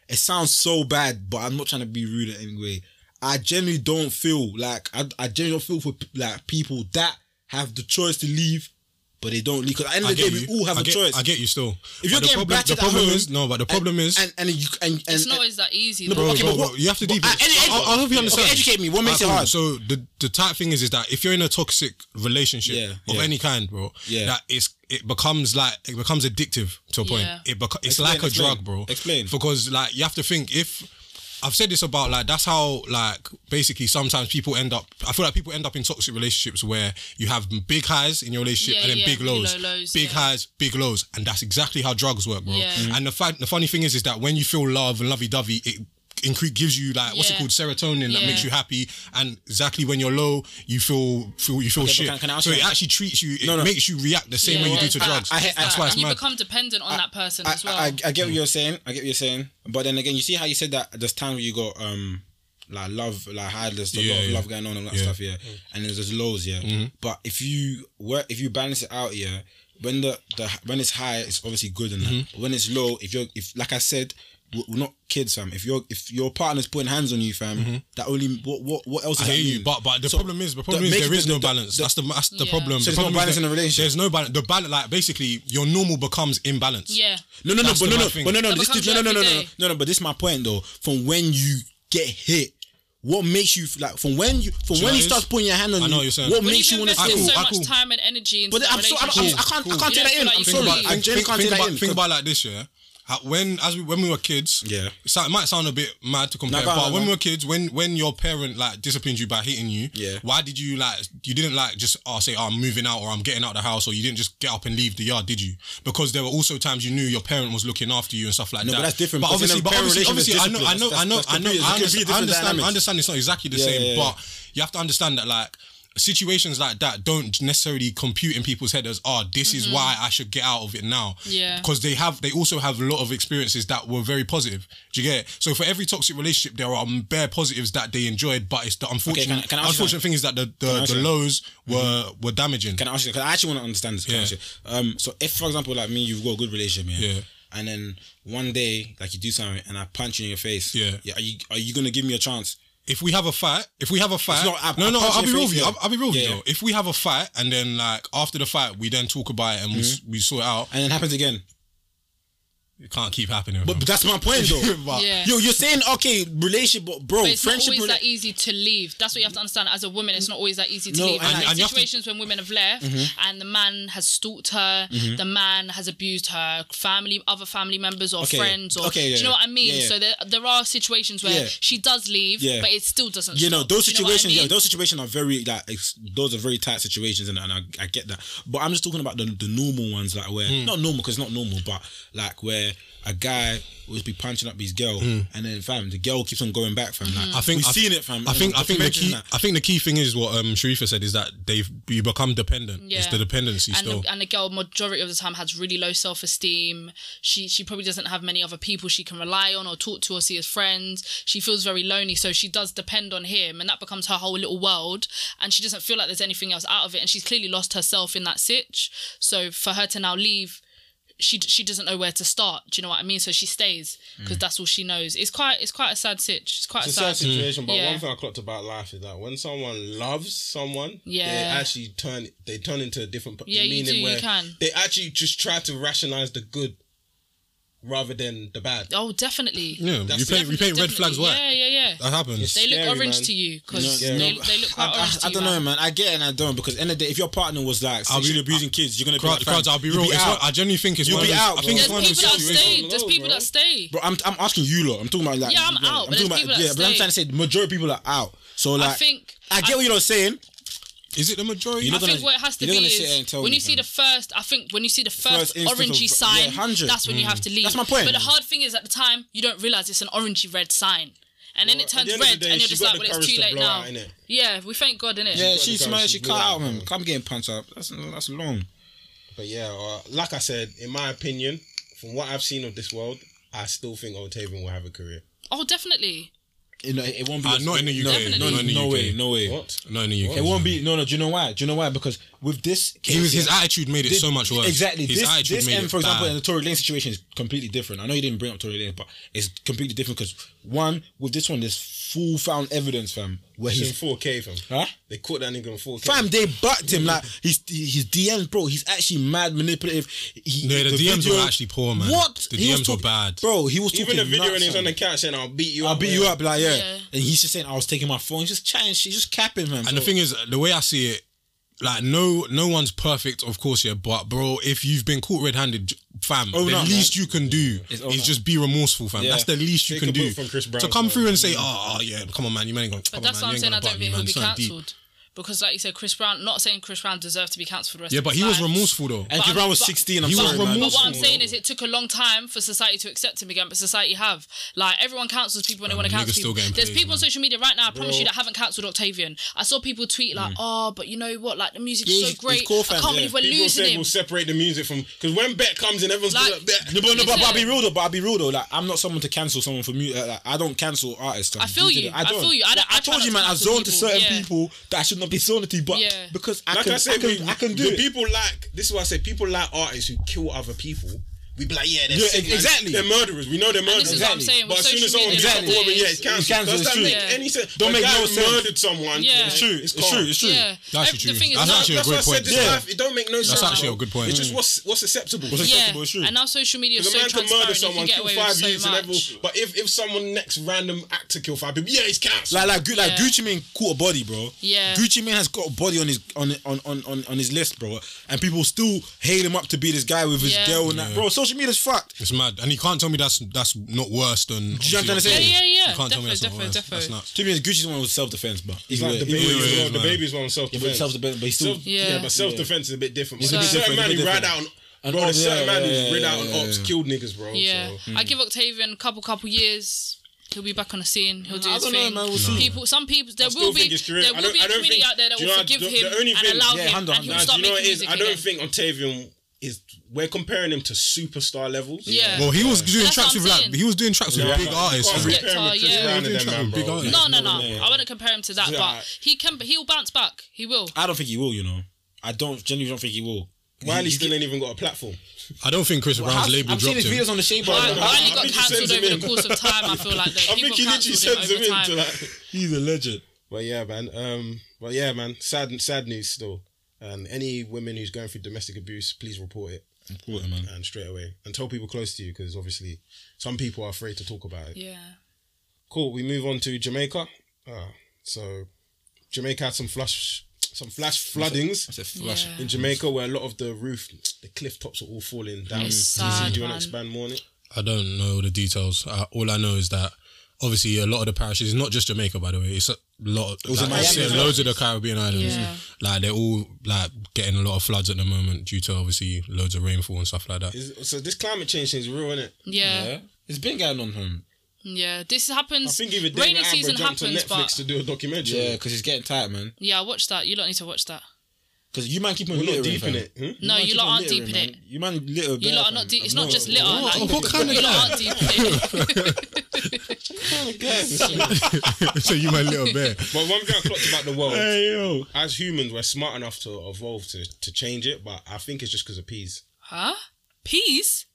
Speaker 7: it sounds so bad, but I'm not trying to be rude in any way. I genuinely don't feel like I, I genuinely don't feel for like people that have the choice to leave, but they don't leave. Because at the end of the
Speaker 6: get
Speaker 7: day,
Speaker 6: you.
Speaker 7: we all have
Speaker 6: I
Speaker 7: a
Speaker 6: get,
Speaker 7: choice.
Speaker 6: I get you still.
Speaker 7: If you're
Speaker 6: But the
Speaker 7: getting
Speaker 6: problem,
Speaker 7: battered
Speaker 6: the problem
Speaker 7: at home,
Speaker 6: is no, but the problem
Speaker 7: and,
Speaker 6: is
Speaker 7: and and you and, and
Speaker 8: It's not always that easy.
Speaker 7: No,
Speaker 8: though.
Speaker 7: but okay,
Speaker 6: bro,
Speaker 7: but
Speaker 6: bro,
Speaker 7: what-
Speaker 6: you have to deep.
Speaker 7: but I- and it-
Speaker 6: I'll, I'll help you
Speaker 7: okay,
Speaker 6: understand.
Speaker 7: educate me. What makes it
Speaker 6: Alright,
Speaker 7: hard?
Speaker 6: So the the tight thing is, is that if you're in a toxic relationship
Speaker 7: Yeah,
Speaker 6: of
Speaker 7: yeah.
Speaker 6: any kind, bro,
Speaker 7: Yeah.
Speaker 6: that it's it becomes like it becomes addictive to a point.
Speaker 8: Yeah.
Speaker 6: It beco- it's
Speaker 7: Explain,
Speaker 6: like a
Speaker 7: explain.
Speaker 6: drug, bro.
Speaker 7: Explain.
Speaker 6: because like you have to think if. I've said this about like that's how like basically sometimes people end up. I feel like people end up in toxic relationships where you have big highs in your relationship
Speaker 8: Yeah,
Speaker 6: and then
Speaker 8: yeah,
Speaker 6: big
Speaker 8: really
Speaker 6: lows,
Speaker 8: low lows,
Speaker 6: big
Speaker 8: yeah.
Speaker 6: highs, big lows, and that's exactly how drugs work, bro.
Speaker 8: Yeah. Mhm.
Speaker 6: And the fact, the funny thing is, is that when you feel love and lovey dovey, it incre- gives you like what's it
Speaker 8: Yeah.
Speaker 6: called serotonin that
Speaker 8: Yeah.
Speaker 6: makes you happy, and exactly when you're low, you feel feel you feel
Speaker 7: but
Speaker 6: shit.
Speaker 7: can- can I ask
Speaker 6: so
Speaker 7: you-
Speaker 6: it actually treats you. It
Speaker 7: No, no.
Speaker 6: makes you react the same
Speaker 8: Yeah,
Speaker 6: way you
Speaker 8: yeah.
Speaker 6: do to
Speaker 8: I-
Speaker 6: drugs.
Speaker 7: I- I-
Speaker 6: that's why it's
Speaker 8: and you
Speaker 6: mad.
Speaker 8: become dependent on that person
Speaker 7: I,
Speaker 8: as well.
Speaker 7: I, I, I get what you're saying. I get what you're saying. But then again, you see how you said that there's times where you got um like love, like high, there's a
Speaker 6: Yeah,
Speaker 7: lot of
Speaker 6: yeah.
Speaker 7: love going on and all that
Speaker 6: Yeah.
Speaker 7: stuff, yeah.
Speaker 8: Mm.
Speaker 7: Mm-hmm. And there's, there's lows, yeah. But if you work, if you balance it out, yeah. When the, the when it's high, it's obviously good, and that. But when it's low, if you're if like I said, we're we're not kids, fam. If your if your partner's putting hands on you, fam, that only what what what else?
Speaker 6: I
Speaker 7: does that
Speaker 6: hear you,
Speaker 7: mean?
Speaker 6: but but the
Speaker 7: Mm. So
Speaker 6: problem is the problem
Speaker 7: that
Speaker 6: is
Speaker 7: makes
Speaker 6: there is
Speaker 7: the-
Speaker 6: no
Speaker 7: the-
Speaker 6: balance.
Speaker 7: the-
Speaker 6: that's the that's the
Speaker 8: Yeah.
Speaker 6: problem.
Speaker 7: So
Speaker 6: the
Speaker 7: there's no
Speaker 6: problem is
Speaker 7: balance
Speaker 6: that
Speaker 7: in the relationship?
Speaker 6: There's no balance. The balance, like basically, your normal becomes imbalance.
Speaker 8: yeah.
Speaker 7: No, no, no,
Speaker 6: That's
Speaker 7: but
Speaker 6: the
Speaker 7: no, no,
Speaker 6: mad thing.
Speaker 7: but no, no,
Speaker 8: That
Speaker 7: this,
Speaker 8: becomes
Speaker 7: no,
Speaker 8: you
Speaker 7: no, no, no,
Speaker 8: every
Speaker 7: no,
Speaker 8: day.
Speaker 7: no, no, but this is my point though. From when you get hit, what makes you like? From when you,
Speaker 6: Do
Speaker 7: from
Speaker 6: you know what
Speaker 7: when he
Speaker 6: it
Speaker 7: starts
Speaker 6: is?
Speaker 7: putting your hand on
Speaker 6: I know
Speaker 7: you,
Speaker 6: what you're saying.
Speaker 7: what
Speaker 8: When
Speaker 7: makes you
Speaker 8: you've
Speaker 7: want to?
Speaker 8: invested
Speaker 6: cool,
Speaker 8: so
Speaker 6: ah,
Speaker 8: much
Speaker 6: cool.
Speaker 8: time and energy into
Speaker 7: But
Speaker 8: that
Speaker 7: I'm so, I'm, I'm,
Speaker 8: relationship.
Speaker 7: I can't, I
Speaker 6: Cool.
Speaker 7: can't
Speaker 8: You
Speaker 7: take that in.
Speaker 8: don't feel
Speaker 7: I'm
Speaker 8: like
Speaker 6: Think
Speaker 8: you
Speaker 7: sorry.
Speaker 6: about,
Speaker 8: can
Speaker 7: I
Speaker 6: think,
Speaker 7: genuinely
Speaker 6: think,
Speaker 7: can't
Speaker 6: think
Speaker 7: take that
Speaker 6: about,
Speaker 7: in.
Speaker 6: think about like this, yeah. How- When as we when we were kids,
Speaker 7: Yeah.
Speaker 6: it, sound- it might sound a bit mad to compare,
Speaker 7: Nah, go on,
Speaker 6: but
Speaker 7: go
Speaker 6: when
Speaker 7: on.
Speaker 6: we were kids, when when your parent like disciplined you by hitting you,
Speaker 7: Yeah.
Speaker 6: why did you like you didn't like just oh say oh, I'm moving out or I'm getting out the house or you didn't just get up and leave the yard, did you? Because there were also times you knew your parent was looking after you and stuff like
Speaker 7: No,
Speaker 6: that.
Speaker 7: but that's different,
Speaker 6: But
Speaker 7: because in
Speaker 6: obviously,
Speaker 7: a
Speaker 6: but
Speaker 7: parent
Speaker 6: obviously, obviously,
Speaker 7: relationship,
Speaker 6: I
Speaker 7: it's
Speaker 6: know, I know, I
Speaker 7: discipline.
Speaker 6: know,
Speaker 7: That's-
Speaker 6: I
Speaker 7: that's
Speaker 6: know, I
Speaker 7: completely- it could
Speaker 6: understand, I
Speaker 7: be different
Speaker 6: understand, I
Speaker 7: dynamics.
Speaker 6: understand it's not exactly the
Speaker 7: Yeah,
Speaker 6: same,
Speaker 7: yeah, yeah.
Speaker 6: but you have to understand that like situations like that don't necessarily compute in people's head as oh this is why I should get out of it now
Speaker 8: Yeah.
Speaker 6: because they have they also have a lot of experiences that were very positive do you get it so for every toxic relationship there are bare positives that they enjoyed but it's the unfortunate
Speaker 7: can I- can I ask you
Speaker 6: unfortunate
Speaker 7: something?
Speaker 6: thing is that the
Speaker 7: I
Speaker 6: the,
Speaker 7: ask
Speaker 6: the
Speaker 7: you
Speaker 6: lows were were damaging
Speaker 7: Can I ask you? Because I actually want to understand this. Can I
Speaker 6: Yeah.
Speaker 7: ask you? Um, so if, for example, like me, you've got a good relationship, yeah.
Speaker 6: Yeah.
Speaker 7: And then one day, like you do something, and I punch you in your face.
Speaker 6: Yeah.
Speaker 7: yeah are you are you gonna give me a chance?
Speaker 6: if we have a fight, if we have a fight,
Speaker 7: not- I-
Speaker 6: no, no,
Speaker 7: I punch
Speaker 6: I'll, be
Speaker 7: you in the
Speaker 6: real
Speaker 7: face,
Speaker 6: with you.
Speaker 7: yeah.
Speaker 6: I'll, I'll be real with
Speaker 7: Yeah,
Speaker 6: you.
Speaker 7: yeah.
Speaker 6: Though. If we have a fight and then like after the fight, we then talk about it and we
Speaker 7: Mm-hmm.
Speaker 6: s we sort it out.
Speaker 7: And it happens again.
Speaker 6: It can't keep happening.
Speaker 7: But, but that's my point though.
Speaker 6: But-
Speaker 8: Yeah.
Speaker 7: Yo, you're saying okay, relationship, but bro,
Speaker 8: But it's not
Speaker 7: friendship.
Speaker 8: always
Speaker 7: rela-
Speaker 8: that easy to leave. That's what you have to understand. As a woman, it's not always that easy to
Speaker 7: No,
Speaker 8: leave.
Speaker 7: and-
Speaker 8: I've been
Speaker 6: and you
Speaker 8: in
Speaker 6: have to-
Speaker 8: situations when women have left
Speaker 7: Mm-hmm.
Speaker 8: and the man has stalked her, the man has abused her family, other family members or
Speaker 7: Okay,
Speaker 8: friends, or
Speaker 7: okay,
Speaker 8: do
Speaker 7: yeah,
Speaker 8: you know what I mean?
Speaker 7: yeah, yeah.
Speaker 8: So there, there are situations where
Speaker 7: Yeah.
Speaker 8: she does leave,
Speaker 7: Yeah.
Speaker 8: but it still doesn't.
Speaker 7: you know
Speaker 8: stop.
Speaker 7: those
Speaker 8: Do you know what I
Speaker 7: situations yeah
Speaker 8: mean?
Speaker 7: those situations are very like ex- those are very tight situations and, and I, I get that but i'm just talking about the, the normal ones like where
Speaker 8: Hmm.
Speaker 7: not normal because not normal but like where a guy will be punching up his girl
Speaker 8: Hmm.
Speaker 7: and then fam the girl keeps on going back fam like,
Speaker 6: I think
Speaker 7: we've
Speaker 6: I,
Speaker 7: seen it fam
Speaker 6: I think I think the
Speaker 7: Imagine
Speaker 6: key
Speaker 7: that.
Speaker 6: I think the key thing is what um Sharifa said is that they've you become dependent. It's
Speaker 8: Yeah.
Speaker 6: the dependency
Speaker 8: and
Speaker 6: still.
Speaker 8: the, and the girl majority of the time has really low self esteem. She she probably doesn't have many other people she can rely on or talk to or see as friends. She feels very lonely, so she does depend on him, and that becomes her whole little world. And she doesn't feel like there's anything else out of it, and she's clearly lost herself in that sitch. So for her to now leave. She, she doesn't know where to start. Do you know what I mean? So she stays because
Speaker 6: Mm.
Speaker 8: that's all she knows. It's quite it's quite a sad sitch. It's quite
Speaker 2: It's
Speaker 8: a
Speaker 2: a sad
Speaker 8: sad,
Speaker 2: situation, but
Speaker 8: Mm. Yeah.
Speaker 2: one thing I clocked about life is that when someone loves someone, they
Speaker 8: Yeah.
Speaker 2: actually turn they turn into a different pe-
Speaker 8: Yeah, you
Speaker 2: meaning
Speaker 8: do, you
Speaker 2: where
Speaker 8: can.
Speaker 2: they actually just try to rationalize the good rather than the bad.
Speaker 8: Oh, definitely.
Speaker 6: yeah,
Speaker 2: that's
Speaker 6: you paint you
Speaker 8: Definitely,
Speaker 6: paint red
Speaker 8: definitely.
Speaker 6: flags white.
Speaker 8: Yeah, yeah, yeah.
Speaker 6: That happens.
Speaker 8: They look
Speaker 2: Scary,
Speaker 8: orange
Speaker 2: man.
Speaker 8: to you because
Speaker 7: Yeah.
Speaker 8: they,
Speaker 7: No,
Speaker 8: they look quite
Speaker 7: I, I,
Speaker 8: orange to
Speaker 7: I
Speaker 8: you.
Speaker 7: don't know,
Speaker 8: man.
Speaker 7: man. I get it and I don't because end of the day, if your partner was like
Speaker 6: I'll be-
Speaker 7: sexually abusing kids, you're gonna
Speaker 6: Crowd,
Speaker 7: be like,
Speaker 6: crowds,
Speaker 7: fam,
Speaker 6: I'll be
Speaker 7: you'll
Speaker 6: real. it's
Speaker 7: out.
Speaker 6: one, I genuinely think it's
Speaker 7: You'll
Speaker 6: one.
Speaker 7: be
Speaker 6: of those-
Speaker 7: out,
Speaker 6: I think
Speaker 7: bro.
Speaker 6: it's one of
Speaker 8: There's
Speaker 6: those
Speaker 8: people that stay.
Speaker 6: situations.
Speaker 8: There's people that stay.
Speaker 7: Bro, I'm, I'm asking you lot. I'm talking about like
Speaker 8: Yeah, I'm out, but
Speaker 7: I'm talking
Speaker 8: there's
Speaker 7: about
Speaker 8: people that
Speaker 7: yeah, but I'm
Speaker 8: stay.
Speaker 7: trying to say the majority of people are out. So like,
Speaker 8: I think.
Speaker 7: I get what you're saying.
Speaker 6: Is it the majority?
Speaker 7: You You're
Speaker 8: I
Speaker 7: not
Speaker 8: think
Speaker 7: gonna-
Speaker 8: what it has to
Speaker 7: you're
Speaker 8: be
Speaker 7: not gonna sit there and
Speaker 8: is
Speaker 7: tell
Speaker 8: when
Speaker 7: me,
Speaker 8: you see
Speaker 7: fam.
Speaker 8: the first. I think when you see the first,
Speaker 7: First instance
Speaker 8: orangey
Speaker 7: of- yeah,
Speaker 8: sign,
Speaker 7: 100.
Speaker 8: that's when you have to leave.
Speaker 7: That's my point.
Speaker 8: But the hard thing is at the time you don't realize it's an orangey red sign, and then
Speaker 2: Well,
Speaker 8: it
Speaker 2: at
Speaker 8: turns
Speaker 2: the end of the
Speaker 8: red,
Speaker 2: day,
Speaker 8: and you're
Speaker 2: she
Speaker 8: just
Speaker 2: got
Speaker 8: like, well,
Speaker 2: the
Speaker 8: it's
Speaker 2: courage
Speaker 8: too
Speaker 2: to
Speaker 8: late
Speaker 2: blow
Speaker 8: now.
Speaker 2: out, innit?
Speaker 8: yeah, we thank God in it.
Speaker 7: Yeah,
Speaker 2: got
Speaker 7: she
Speaker 2: the girl,
Speaker 7: smashed.
Speaker 2: she
Speaker 7: She
Speaker 2: blew
Speaker 7: cut
Speaker 2: it
Speaker 7: out,
Speaker 2: out,
Speaker 7: man.
Speaker 2: man.
Speaker 7: Come getting punched up. That's that's long.
Speaker 2: But yeah, uh, like I said, in my opinion, from what I've seen of this world, I still think Otavian will have a career.
Speaker 8: Oh, definitely.
Speaker 7: You know, it won't be.
Speaker 6: Uh, not in the
Speaker 7: No,
Speaker 6: UK.
Speaker 7: no,
Speaker 6: Not in the
Speaker 7: no
Speaker 6: UK.
Speaker 7: way. No way.
Speaker 2: What?
Speaker 6: No, in the UK.
Speaker 7: It won't be. No, no. Do you know why? Do you know why? Because with this, case,
Speaker 6: He was, his
Speaker 7: yeah,
Speaker 6: attitude made it
Speaker 7: thi-
Speaker 6: so much worse.
Speaker 7: Exactly.
Speaker 6: His
Speaker 7: this,
Speaker 6: attitude
Speaker 7: this
Speaker 6: made
Speaker 7: end,
Speaker 6: it
Speaker 7: for example,
Speaker 6: bad.
Speaker 7: in the Tory Lane situation is completely different. I know you didn't bring up Tory Lane, but it's completely different because one with this one, there's full found evidence, fam, where
Speaker 2: It's in
Speaker 7: he's
Speaker 2: 4K, fam.
Speaker 7: Huh?
Speaker 2: They caught that nigga in 4K.
Speaker 7: Fam, they bucked him like his his DMs, bro. He's actually mad manipulative. He,
Speaker 6: No, the DMs were actually poor, man.
Speaker 7: What
Speaker 6: The
Speaker 7: He
Speaker 6: DMs
Speaker 7: was
Speaker 6: were
Speaker 7: talking-
Speaker 6: bad.
Speaker 7: bro. He was
Speaker 2: Even
Speaker 7: talking
Speaker 2: the video
Speaker 7: nuts,
Speaker 2: and he's
Speaker 7: fam.
Speaker 2: on the couch saying, I'll beat you
Speaker 7: I'll
Speaker 2: up.
Speaker 7: beat
Speaker 2: yeah.
Speaker 7: you up, like yeah.
Speaker 8: Yeah.
Speaker 7: And he's just saying I was taking my phone. He's just chatting. She's just capping, man.
Speaker 6: And the thing is, the way I see it, like no no one's perfect, of course, yeah. But bro, if you've been caught red-handed, j- fam,
Speaker 7: Own
Speaker 6: the
Speaker 7: up,
Speaker 6: least you can do
Speaker 7: It's
Speaker 6: is
Speaker 7: own up.
Speaker 6: just be remorseful, fam.
Speaker 7: Yeah.
Speaker 6: That's the least you
Speaker 7: Take
Speaker 6: can
Speaker 7: a book
Speaker 6: do.
Speaker 7: from Chris Brown,
Speaker 6: to come
Speaker 7: fam.
Speaker 6: through and say, oh, oh, yeah, come on, man, you man ain't gonna. Come
Speaker 8: But that's
Speaker 6: on,
Speaker 8: what I'm
Speaker 6: man, you
Speaker 8: saying. I
Speaker 6: ain't gonna
Speaker 8: don't
Speaker 6: butt me,
Speaker 8: think he'll
Speaker 6: man.
Speaker 8: be
Speaker 6: This ain't deep."
Speaker 8: cancelled because, like you said, Chris Brown. Not saying Chris Brown deserved to be cancelled for the rest.
Speaker 7: Yeah,
Speaker 8: of
Speaker 7: but
Speaker 8: his
Speaker 7: he was
Speaker 8: life.
Speaker 6: Remorseful though.
Speaker 7: And Chris
Speaker 8: I'm-
Speaker 7: Brown was
Speaker 8: but-
Speaker 7: 16. I'm
Speaker 6: He was
Speaker 7: sorry, man.
Speaker 8: But what I'm
Speaker 6: remorseful.
Speaker 8: saying is, it took a long time for society to accept him again. But society have like everyone cancels people when they want to
Speaker 6: niggas
Speaker 8: cancel
Speaker 6: still
Speaker 8: people.
Speaker 6: getting
Speaker 8: There's
Speaker 6: paid,
Speaker 8: people on
Speaker 6: man.
Speaker 8: social media right now. I promise you that haven't cancelled Octavian. I saw people tweet like, "Oh, but you know what? Like the music's
Speaker 7: Yeah,
Speaker 8: so
Speaker 7: he's- he's
Speaker 8: great.
Speaker 7: core
Speaker 8: I
Speaker 7: fans,
Speaker 8: can't
Speaker 7: yeah.
Speaker 8: believe we're
Speaker 2: People
Speaker 8: losing
Speaker 2: said
Speaker 8: him."
Speaker 2: we'll separate the music from because when Bet comes in, everyone's
Speaker 8: Like-
Speaker 2: like, Bet.
Speaker 7: No, but, no, but, but I'll be
Speaker 8: Listen.
Speaker 7: real though. But I'll be real though. Like I'm not someone to cancel someone for music. Like, I don't cancel artists. like,
Speaker 8: I feel
Speaker 7: due to
Speaker 8: you.
Speaker 7: the-
Speaker 8: I
Speaker 7: don't.
Speaker 8: feel you. I don't-
Speaker 7: Like,
Speaker 8: I
Speaker 7: I
Speaker 8: try
Speaker 7: told
Speaker 8: not
Speaker 7: you,
Speaker 8: to
Speaker 7: man. I
Speaker 8: cancel
Speaker 7: zone to
Speaker 8: people.
Speaker 7: certain
Speaker 8: Yeah.
Speaker 7: people that I should not be zoned to, but
Speaker 8: Yeah.
Speaker 7: because I
Speaker 2: like
Speaker 7: can,
Speaker 2: I
Speaker 7: I,
Speaker 2: said,
Speaker 7: can,
Speaker 2: we-
Speaker 7: I can do
Speaker 2: the
Speaker 7: it.
Speaker 2: people like this is why I say people like artists who kill other people. We be like, yeah, they're
Speaker 7: Yeah,
Speaker 2: sick, man.
Speaker 7: exactly.
Speaker 2: They're murderers. We know they're murderers.
Speaker 8: this is what I'm saying,
Speaker 2: But
Speaker 8: with
Speaker 2: as soon as
Speaker 8: social
Speaker 2: someone
Speaker 8: media
Speaker 2: exactly.
Speaker 7: nowadays,
Speaker 2: woman, yeah, it's
Speaker 7: it's
Speaker 2: cancelled.
Speaker 7: cancelled,
Speaker 2: Does
Speaker 7: it's
Speaker 2: that
Speaker 7: true.
Speaker 2: make
Speaker 8: Yeah.
Speaker 2: any sense?
Speaker 7: Don't
Speaker 2: A
Speaker 7: make
Speaker 2: guy
Speaker 7: no
Speaker 2: who
Speaker 7: sense.
Speaker 2: murdered someone.
Speaker 8: Yeah.
Speaker 7: It's true. It's
Speaker 2: It's
Speaker 7: true.
Speaker 2: calm.
Speaker 7: It's true.
Speaker 8: Yeah,
Speaker 6: That's
Speaker 8: Ev-
Speaker 6: actually
Speaker 8: the
Speaker 6: true.
Speaker 8: thing is,
Speaker 6: That's
Speaker 8: now-
Speaker 6: actually a
Speaker 2: That's
Speaker 6: great
Speaker 2: why I
Speaker 6: point.
Speaker 2: said this
Speaker 7: Yeah.
Speaker 2: life. It don't make no sense.
Speaker 6: actually
Speaker 2: bro.
Speaker 6: a good point.
Speaker 2: It's just what's what's acceptable.
Speaker 8: yeah,
Speaker 7: acceptable, it's true.
Speaker 8: and now social media is
Speaker 2: Because
Speaker 8: so
Speaker 2: a man can
Speaker 8: transparent.
Speaker 2: murder
Speaker 8: you can
Speaker 2: someone,
Speaker 8: get
Speaker 2: kill
Speaker 8: away
Speaker 2: five
Speaker 8: with so
Speaker 2: youths and
Speaker 8: much.
Speaker 2: everyone. But if if someone next random actor kill five people, yeah, he's cancelled.
Speaker 7: Like like Gu- like
Speaker 8: Yeah.
Speaker 7: Gucci Mane caught a body, bro.
Speaker 8: Yeah.
Speaker 7: Gucci Mane has got a body on his on on on on, on his list, bro. And people still hail him up to be this guy with his
Speaker 8: Yeah.
Speaker 7: girl and that, bro. Social media's fucked.
Speaker 6: It's mad, and you can't tell me that's that's not worse than.
Speaker 7: you know what I'm trying to say?
Speaker 8: Yeah, yeah, yeah.
Speaker 6: You can't tell me
Speaker 8: Defo,
Speaker 6: that's not
Speaker 8: defo,
Speaker 6: worse.
Speaker 8: defo.
Speaker 6: That's nuts.
Speaker 7: To be honest, Gucci's one was self defense, but
Speaker 2: It's like
Speaker 7: Yeah,
Speaker 2: the
Speaker 7: yeah,
Speaker 2: babies, as
Speaker 7: yeah,
Speaker 2: well.
Speaker 7: man.
Speaker 2: the babies one self
Speaker 7: but
Speaker 2: defense.
Speaker 7: self-defense, but he's still-
Speaker 8: Yeah.
Speaker 2: yeah, but self defense is a bit different.
Speaker 7: It's a
Speaker 2: man.
Speaker 7: bit
Speaker 2: Certain
Speaker 7: different,
Speaker 2: man
Speaker 7: it's a
Speaker 2: who
Speaker 7: bit
Speaker 2: ride out,
Speaker 7: different.
Speaker 2: on,
Speaker 7: And
Speaker 2: bro,
Speaker 7: all-
Speaker 2: there's certain
Speaker 7: yeah,
Speaker 2: man
Speaker 7: yeah,
Speaker 2: who
Speaker 7: yeah,
Speaker 2: rid out on
Speaker 7: yeah,
Speaker 2: ops,
Speaker 7: yeah.
Speaker 2: killed niggas, bro.
Speaker 8: Yeah,
Speaker 2: So.
Speaker 8: I give Octavian a couple couple years. He'll be back on the scene. He'll do
Speaker 7: I
Speaker 8: his
Speaker 7: don't know,
Speaker 8: thing.
Speaker 7: man, we'll see.
Speaker 8: People, some people, there
Speaker 2: still
Speaker 8: will be
Speaker 2: think it's true.
Speaker 8: there
Speaker 2: I
Speaker 8: will
Speaker 2: don't-
Speaker 8: be a
Speaker 2: I don't
Speaker 8: community
Speaker 2: think-
Speaker 8: out there that
Speaker 2: do you
Speaker 8: will
Speaker 2: know what-
Speaker 8: forgive
Speaker 2: the-
Speaker 8: him
Speaker 2: the only
Speaker 8: and
Speaker 2: thing-
Speaker 8: allow
Speaker 7: yeah,
Speaker 8: him,
Speaker 7: hand on,
Speaker 8: and he'll
Speaker 2: Nah,
Speaker 7: hand
Speaker 2: do
Speaker 8: start
Speaker 2: you
Speaker 8: making
Speaker 2: know what it is?
Speaker 8: music
Speaker 2: I don't
Speaker 8: again.
Speaker 2: think Octavian is. We're comparing him to superstar levels.
Speaker 8: Yeah.
Speaker 6: Well, he was doing
Speaker 8: That's
Speaker 6: tracks
Speaker 8: what I'm
Speaker 6: with like
Speaker 8: saying.
Speaker 6: he was doing tracks with
Speaker 2: Yeah.
Speaker 6: big artists.
Speaker 2: Can't
Speaker 6: and-
Speaker 8: Yeah.
Speaker 2: compare him to Chris
Speaker 8: Yeah.
Speaker 2: Brown and them, man,
Speaker 6: Big
Speaker 2: bro.
Speaker 6: artists.
Speaker 8: No, no, no.
Speaker 2: Yeah.
Speaker 8: I wouldn't compare him to that,
Speaker 2: Yeah.
Speaker 8: but he can. He'll bounce back. He will.
Speaker 7: I don't think he will. You know, I don't genuinely don't think he will.
Speaker 2: Wiley still ain't even got a platform.
Speaker 6: I don't think Chris Brown's label
Speaker 7: I've seen
Speaker 6: dropped
Speaker 7: his
Speaker 6: him.
Speaker 7: videos on the shade,
Speaker 8: Riley
Speaker 7: but
Speaker 2: I
Speaker 8: Riley
Speaker 2: think
Speaker 8: got
Speaker 2: he
Speaker 8: cancelled
Speaker 2: sends him
Speaker 8: over the
Speaker 2: in.
Speaker 8: course of time. I feel like that. People
Speaker 2: I think he literally
Speaker 8: cancelled
Speaker 2: sends
Speaker 8: him
Speaker 2: him
Speaker 8: over time.
Speaker 2: into like.
Speaker 7: he's a legend.
Speaker 2: Well, yeah, man. Um, well, yeah, man. Sad, sad news still. Um, any women who's going through domestic abuse, please report it
Speaker 7: Important man.
Speaker 2: and straight away, and tell people close to you because obviously some people are afraid to talk about it.
Speaker 8: Yeah.
Speaker 2: Cool. We move on to Jamaica. Uh, so Jamaica had some flash, some flash floodings
Speaker 7: It's a flush.
Speaker 8: Yeah.
Speaker 2: in Jamaica where a lot of the roof, the cliff tops are all falling
Speaker 7: Mm.
Speaker 2: down.
Speaker 8: It's sad,
Speaker 2: Do you want to
Speaker 8: man.
Speaker 2: expand more on it?
Speaker 6: I don't know the details. Uh, all I know is that obviously a lot of the parishes, it's not just Jamaica, by the way. It's a lot. Of,
Speaker 7: was in
Speaker 6: like, I see
Speaker 7: Miami as well.
Speaker 6: loads of the Caribbean islands.
Speaker 8: Yeah.
Speaker 6: Like they're all like getting a lot of floods at the moment due to obviously loads of rainfall and stuff like that.
Speaker 2: Is, so this climate change thing is real, isn't it?
Speaker 8: Yeah. Yeah.
Speaker 7: It's been going on him.
Speaker 8: This
Speaker 2: I
Speaker 8: happens.
Speaker 2: think even David
Speaker 8: Rainy
Speaker 2: Attenborough
Speaker 8: season
Speaker 2: jumped to
Speaker 8: happens,
Speaker 2: Netflix
Speaker 8: but
Speaker 2: to do a documentary.
Speaker 7: Yeah, because it's getting tight, man.
Speaker 8: yeah, I watched that. You don't need to watch that.
Speaker 7: Because you man keep on
Speaker 2: We're not
Speaker 7: littering,
Speaker 2: deep in
Speaker 7: fam.
Speaker 2: it. hmm?
Speaker 8: No,
Speaker 7: man
Speaker 8: you
Speaker 7: keep
Speaker 8: lot
Speaker 7: on
Speaker 8: aren't deep
Speaker 7: littering,
Speaker 8: in it.
Speaker 7: man. You man litter.
Speaker 8: You lot are not deep. It's not just litter. Like,
Speaker 6: What- what kind of
Speaker 8: you lot aren't deep in it.
Speaker 6: so you my little bear.
Speaker 2: But one thing I clocked about the world,
Speaker 7: yo.
Speaker 2: as humans, we're smart enough to evolve to, to change it, but I think it's just because of peas.
Speaker 8: Huh? Peas?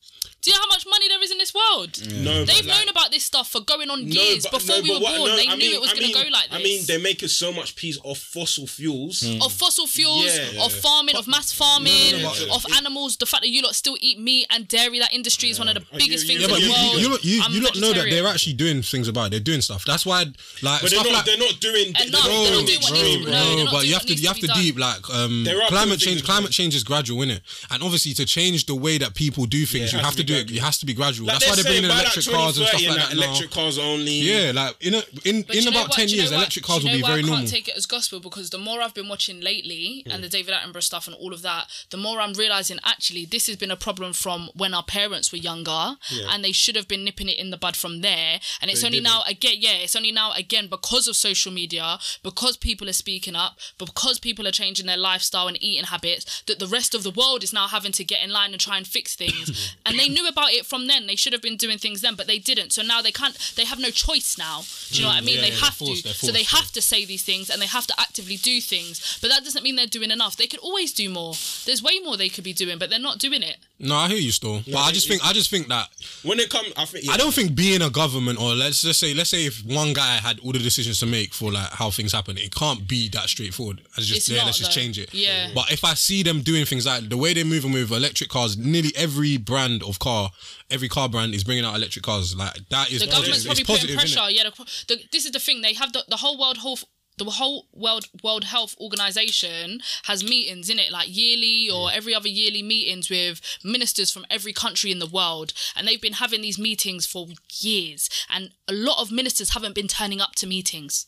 Speaker 8: Do you know how much money there is in this world?
Speaker 2: No,
Speaker 8: They've known about this stuff for going on
Speaker 2: no,
Speaker 8: years
Speaker 2: but-
Speaker 8: before
Speaker 2: no,
Speaker 8: we
Speaker 2: but
Speaker 8: were
Speaker 2: what-
Speaker 8: born.
Speaker 2: no,
Speaker 8: they
Speaker 2: I
Speaker 8: knew
Speaker 2: mean-
Speaker 8: it was
Speaker 2: I
Speaker 8: going to
Speaker 2: mean-
Speaker 8: go like this.
Speaker 2: I mean, they're making so much peas off fossil fuels.
Speaker 8: of fossil fuels,
Speaker 2: Yeah.
Speaker 8: of farming, of mass farming,
Speaker 2: No, no, no, but-
Speaker 8: of animals. The fact that you lot still eat meat and dairy, that industry is one of the
Speaker 2: you-
Speaker 8: biggest
Speaker 2: you-
Speaker 8: things
Speaker 6: Yeah, but
Speaker 8: in
Speaker 6: you,
Speaker 8: the world.
Speaker 6: you, you, lot- you,
Speaker 8: I'm
Speaker 6: you lot know that
Speaker 8: vegetarian.
Speaker 6: they're actually doing things about it. They're doing stuff. That's why, like,
Speaker 2: But they're
Speaker 6: stuff
Speaker 2: not,
Speaker 6: like
Speaker 2: they're not doing.
Speaker 8: And no, they
Speaker 2: they're not
Speaker 8: don't
Speaker 2: doing
Speaker 8: do what needs to be done.
Speaker 2: bro.
Speaker 8: No, they're
Speaker 6: No,
Speaker 8: not
Speaker 6: but
Speaker 8: doing
Speaker 6: you
Speaker 8: what
Speaker 6: have to
Speaker 8: needs
Speaker 6: you
Speaker 8: to
Speaker 6: have to
Speaker 8: be done.
Speaker 6: deep like um
Speaker 2: There are
Speaker 6: climate
Speaker 2: good
Speaker 6: change.
Speaker 2: things,
Speaker 6: Climate
Speaker 2: bro.
Speaker 6: change is gradual, innit? And obviously to change the way that people do things,
Speaker 2: it
Speaker 6: you
Speaker 2: has
Speaker 6: have
Speaker 2: to
Speaker 6: to
Speaker 2: be
Speaker 6: do it.
Speaker 2: gradual.
Speaker 6: It has to be gradual.
Speaker 2: Like
Speaker 6: That's why
Speaker 2: they're
Speaker 6: they're bringing
Speaker 2: saying by
Speaker 6: electric
Speaker 2: like
Speaker 6: cars and stuff like
Speaker 2: 2030 and
Speaker 6: that
Speaker 2: that
Speaker 6: now.
Speaker 2: electric cars only.
Speaker 6: Yeah, like in a, in
Speaker 8: But
Speaker 6: in
Speaker 8: you know
Speaker 6: about
Speaker 8: what?
Speaker 6: ten
Speaker 8: Do you
Speaker 6: years,
Speaker 8: know what?
Speaker 6: electric
Speaker 8: Do
Speaker 6: cars
Speaker 8: you
Speaker 6: will
Speaker 8: know
Speaker 6: be
Speaker 8: why
Speaker 6: very
Speaker 8: I
Speaker 6: normal.
Speaker 8: can't take it as gospel because the more I've been watching lately
Speaker 6: Mm.
Speaker 8: and the David Attenborough stuff and all of that, the more I'm realizing actually this has been a problem from when our parents were younger and they should have been nipping it in the bud from there. And it's only now again, yeah, it's only now again because of social media, because people are speaking up, because people are changing their lifestyle and eating habits, that the rest of the world is now having to get in line and try and fix things. and they knew about it from then. They should have been doing things then, but they didn't. So now they can't. They have no choice now. Do you know what I mean?
Speaker 6: yeah,
Speaker 8: they
Speaker 6: Mm. yeah,
Speaker 8: have
Speaker 6: they're forced,
Speaker 8: to.
Speaker 6: they're
Speaker 8: so they
Speaker 6: forced,
Speaker 8: have to say these things and they have to actively do things. But that doesn't mean they're doing enough. They could always do more. There's way more they could be doing, but they're not doing it.
Speaker 6: No, I hear you still, but I just think I just think that
Speaker 2: When it comes, I think. Yeah,
Speaker 6: I don't think being a government or let's just say let's say if one guy had all the decisions to make for like how things happen, it can't be that straightforward. It's just
Speaker 8: It's
Speaker 6: there,
Speaker 8: not,
Speaker 6: let's just
Speaker 8: though.
Speaker 6: change it.
Speaker 8: Yeah.
Speaker 6: But if I see them doing things like the way they're moving with electric cars, nearly every brand of car, every car brand is bringing out electric cars. Like that is
Speaker 8: The
Speaker 6: positive.
Speaker 8: government's
Speaker 6: It's
Speaker 8: probably
Speaker 6: positive,
Speaker 8: putting
Speaker 6: innit?
Speaker 8: pressure. Yeah, the, the, this is the thing. They have the, the whole world whole the whole world World Health Organization has meetings in it, like yearly or every other yearly meetings with ministers from every country in the world, and they've been having these meetings for years, and a lot of ministers haven't been turning up to meetings.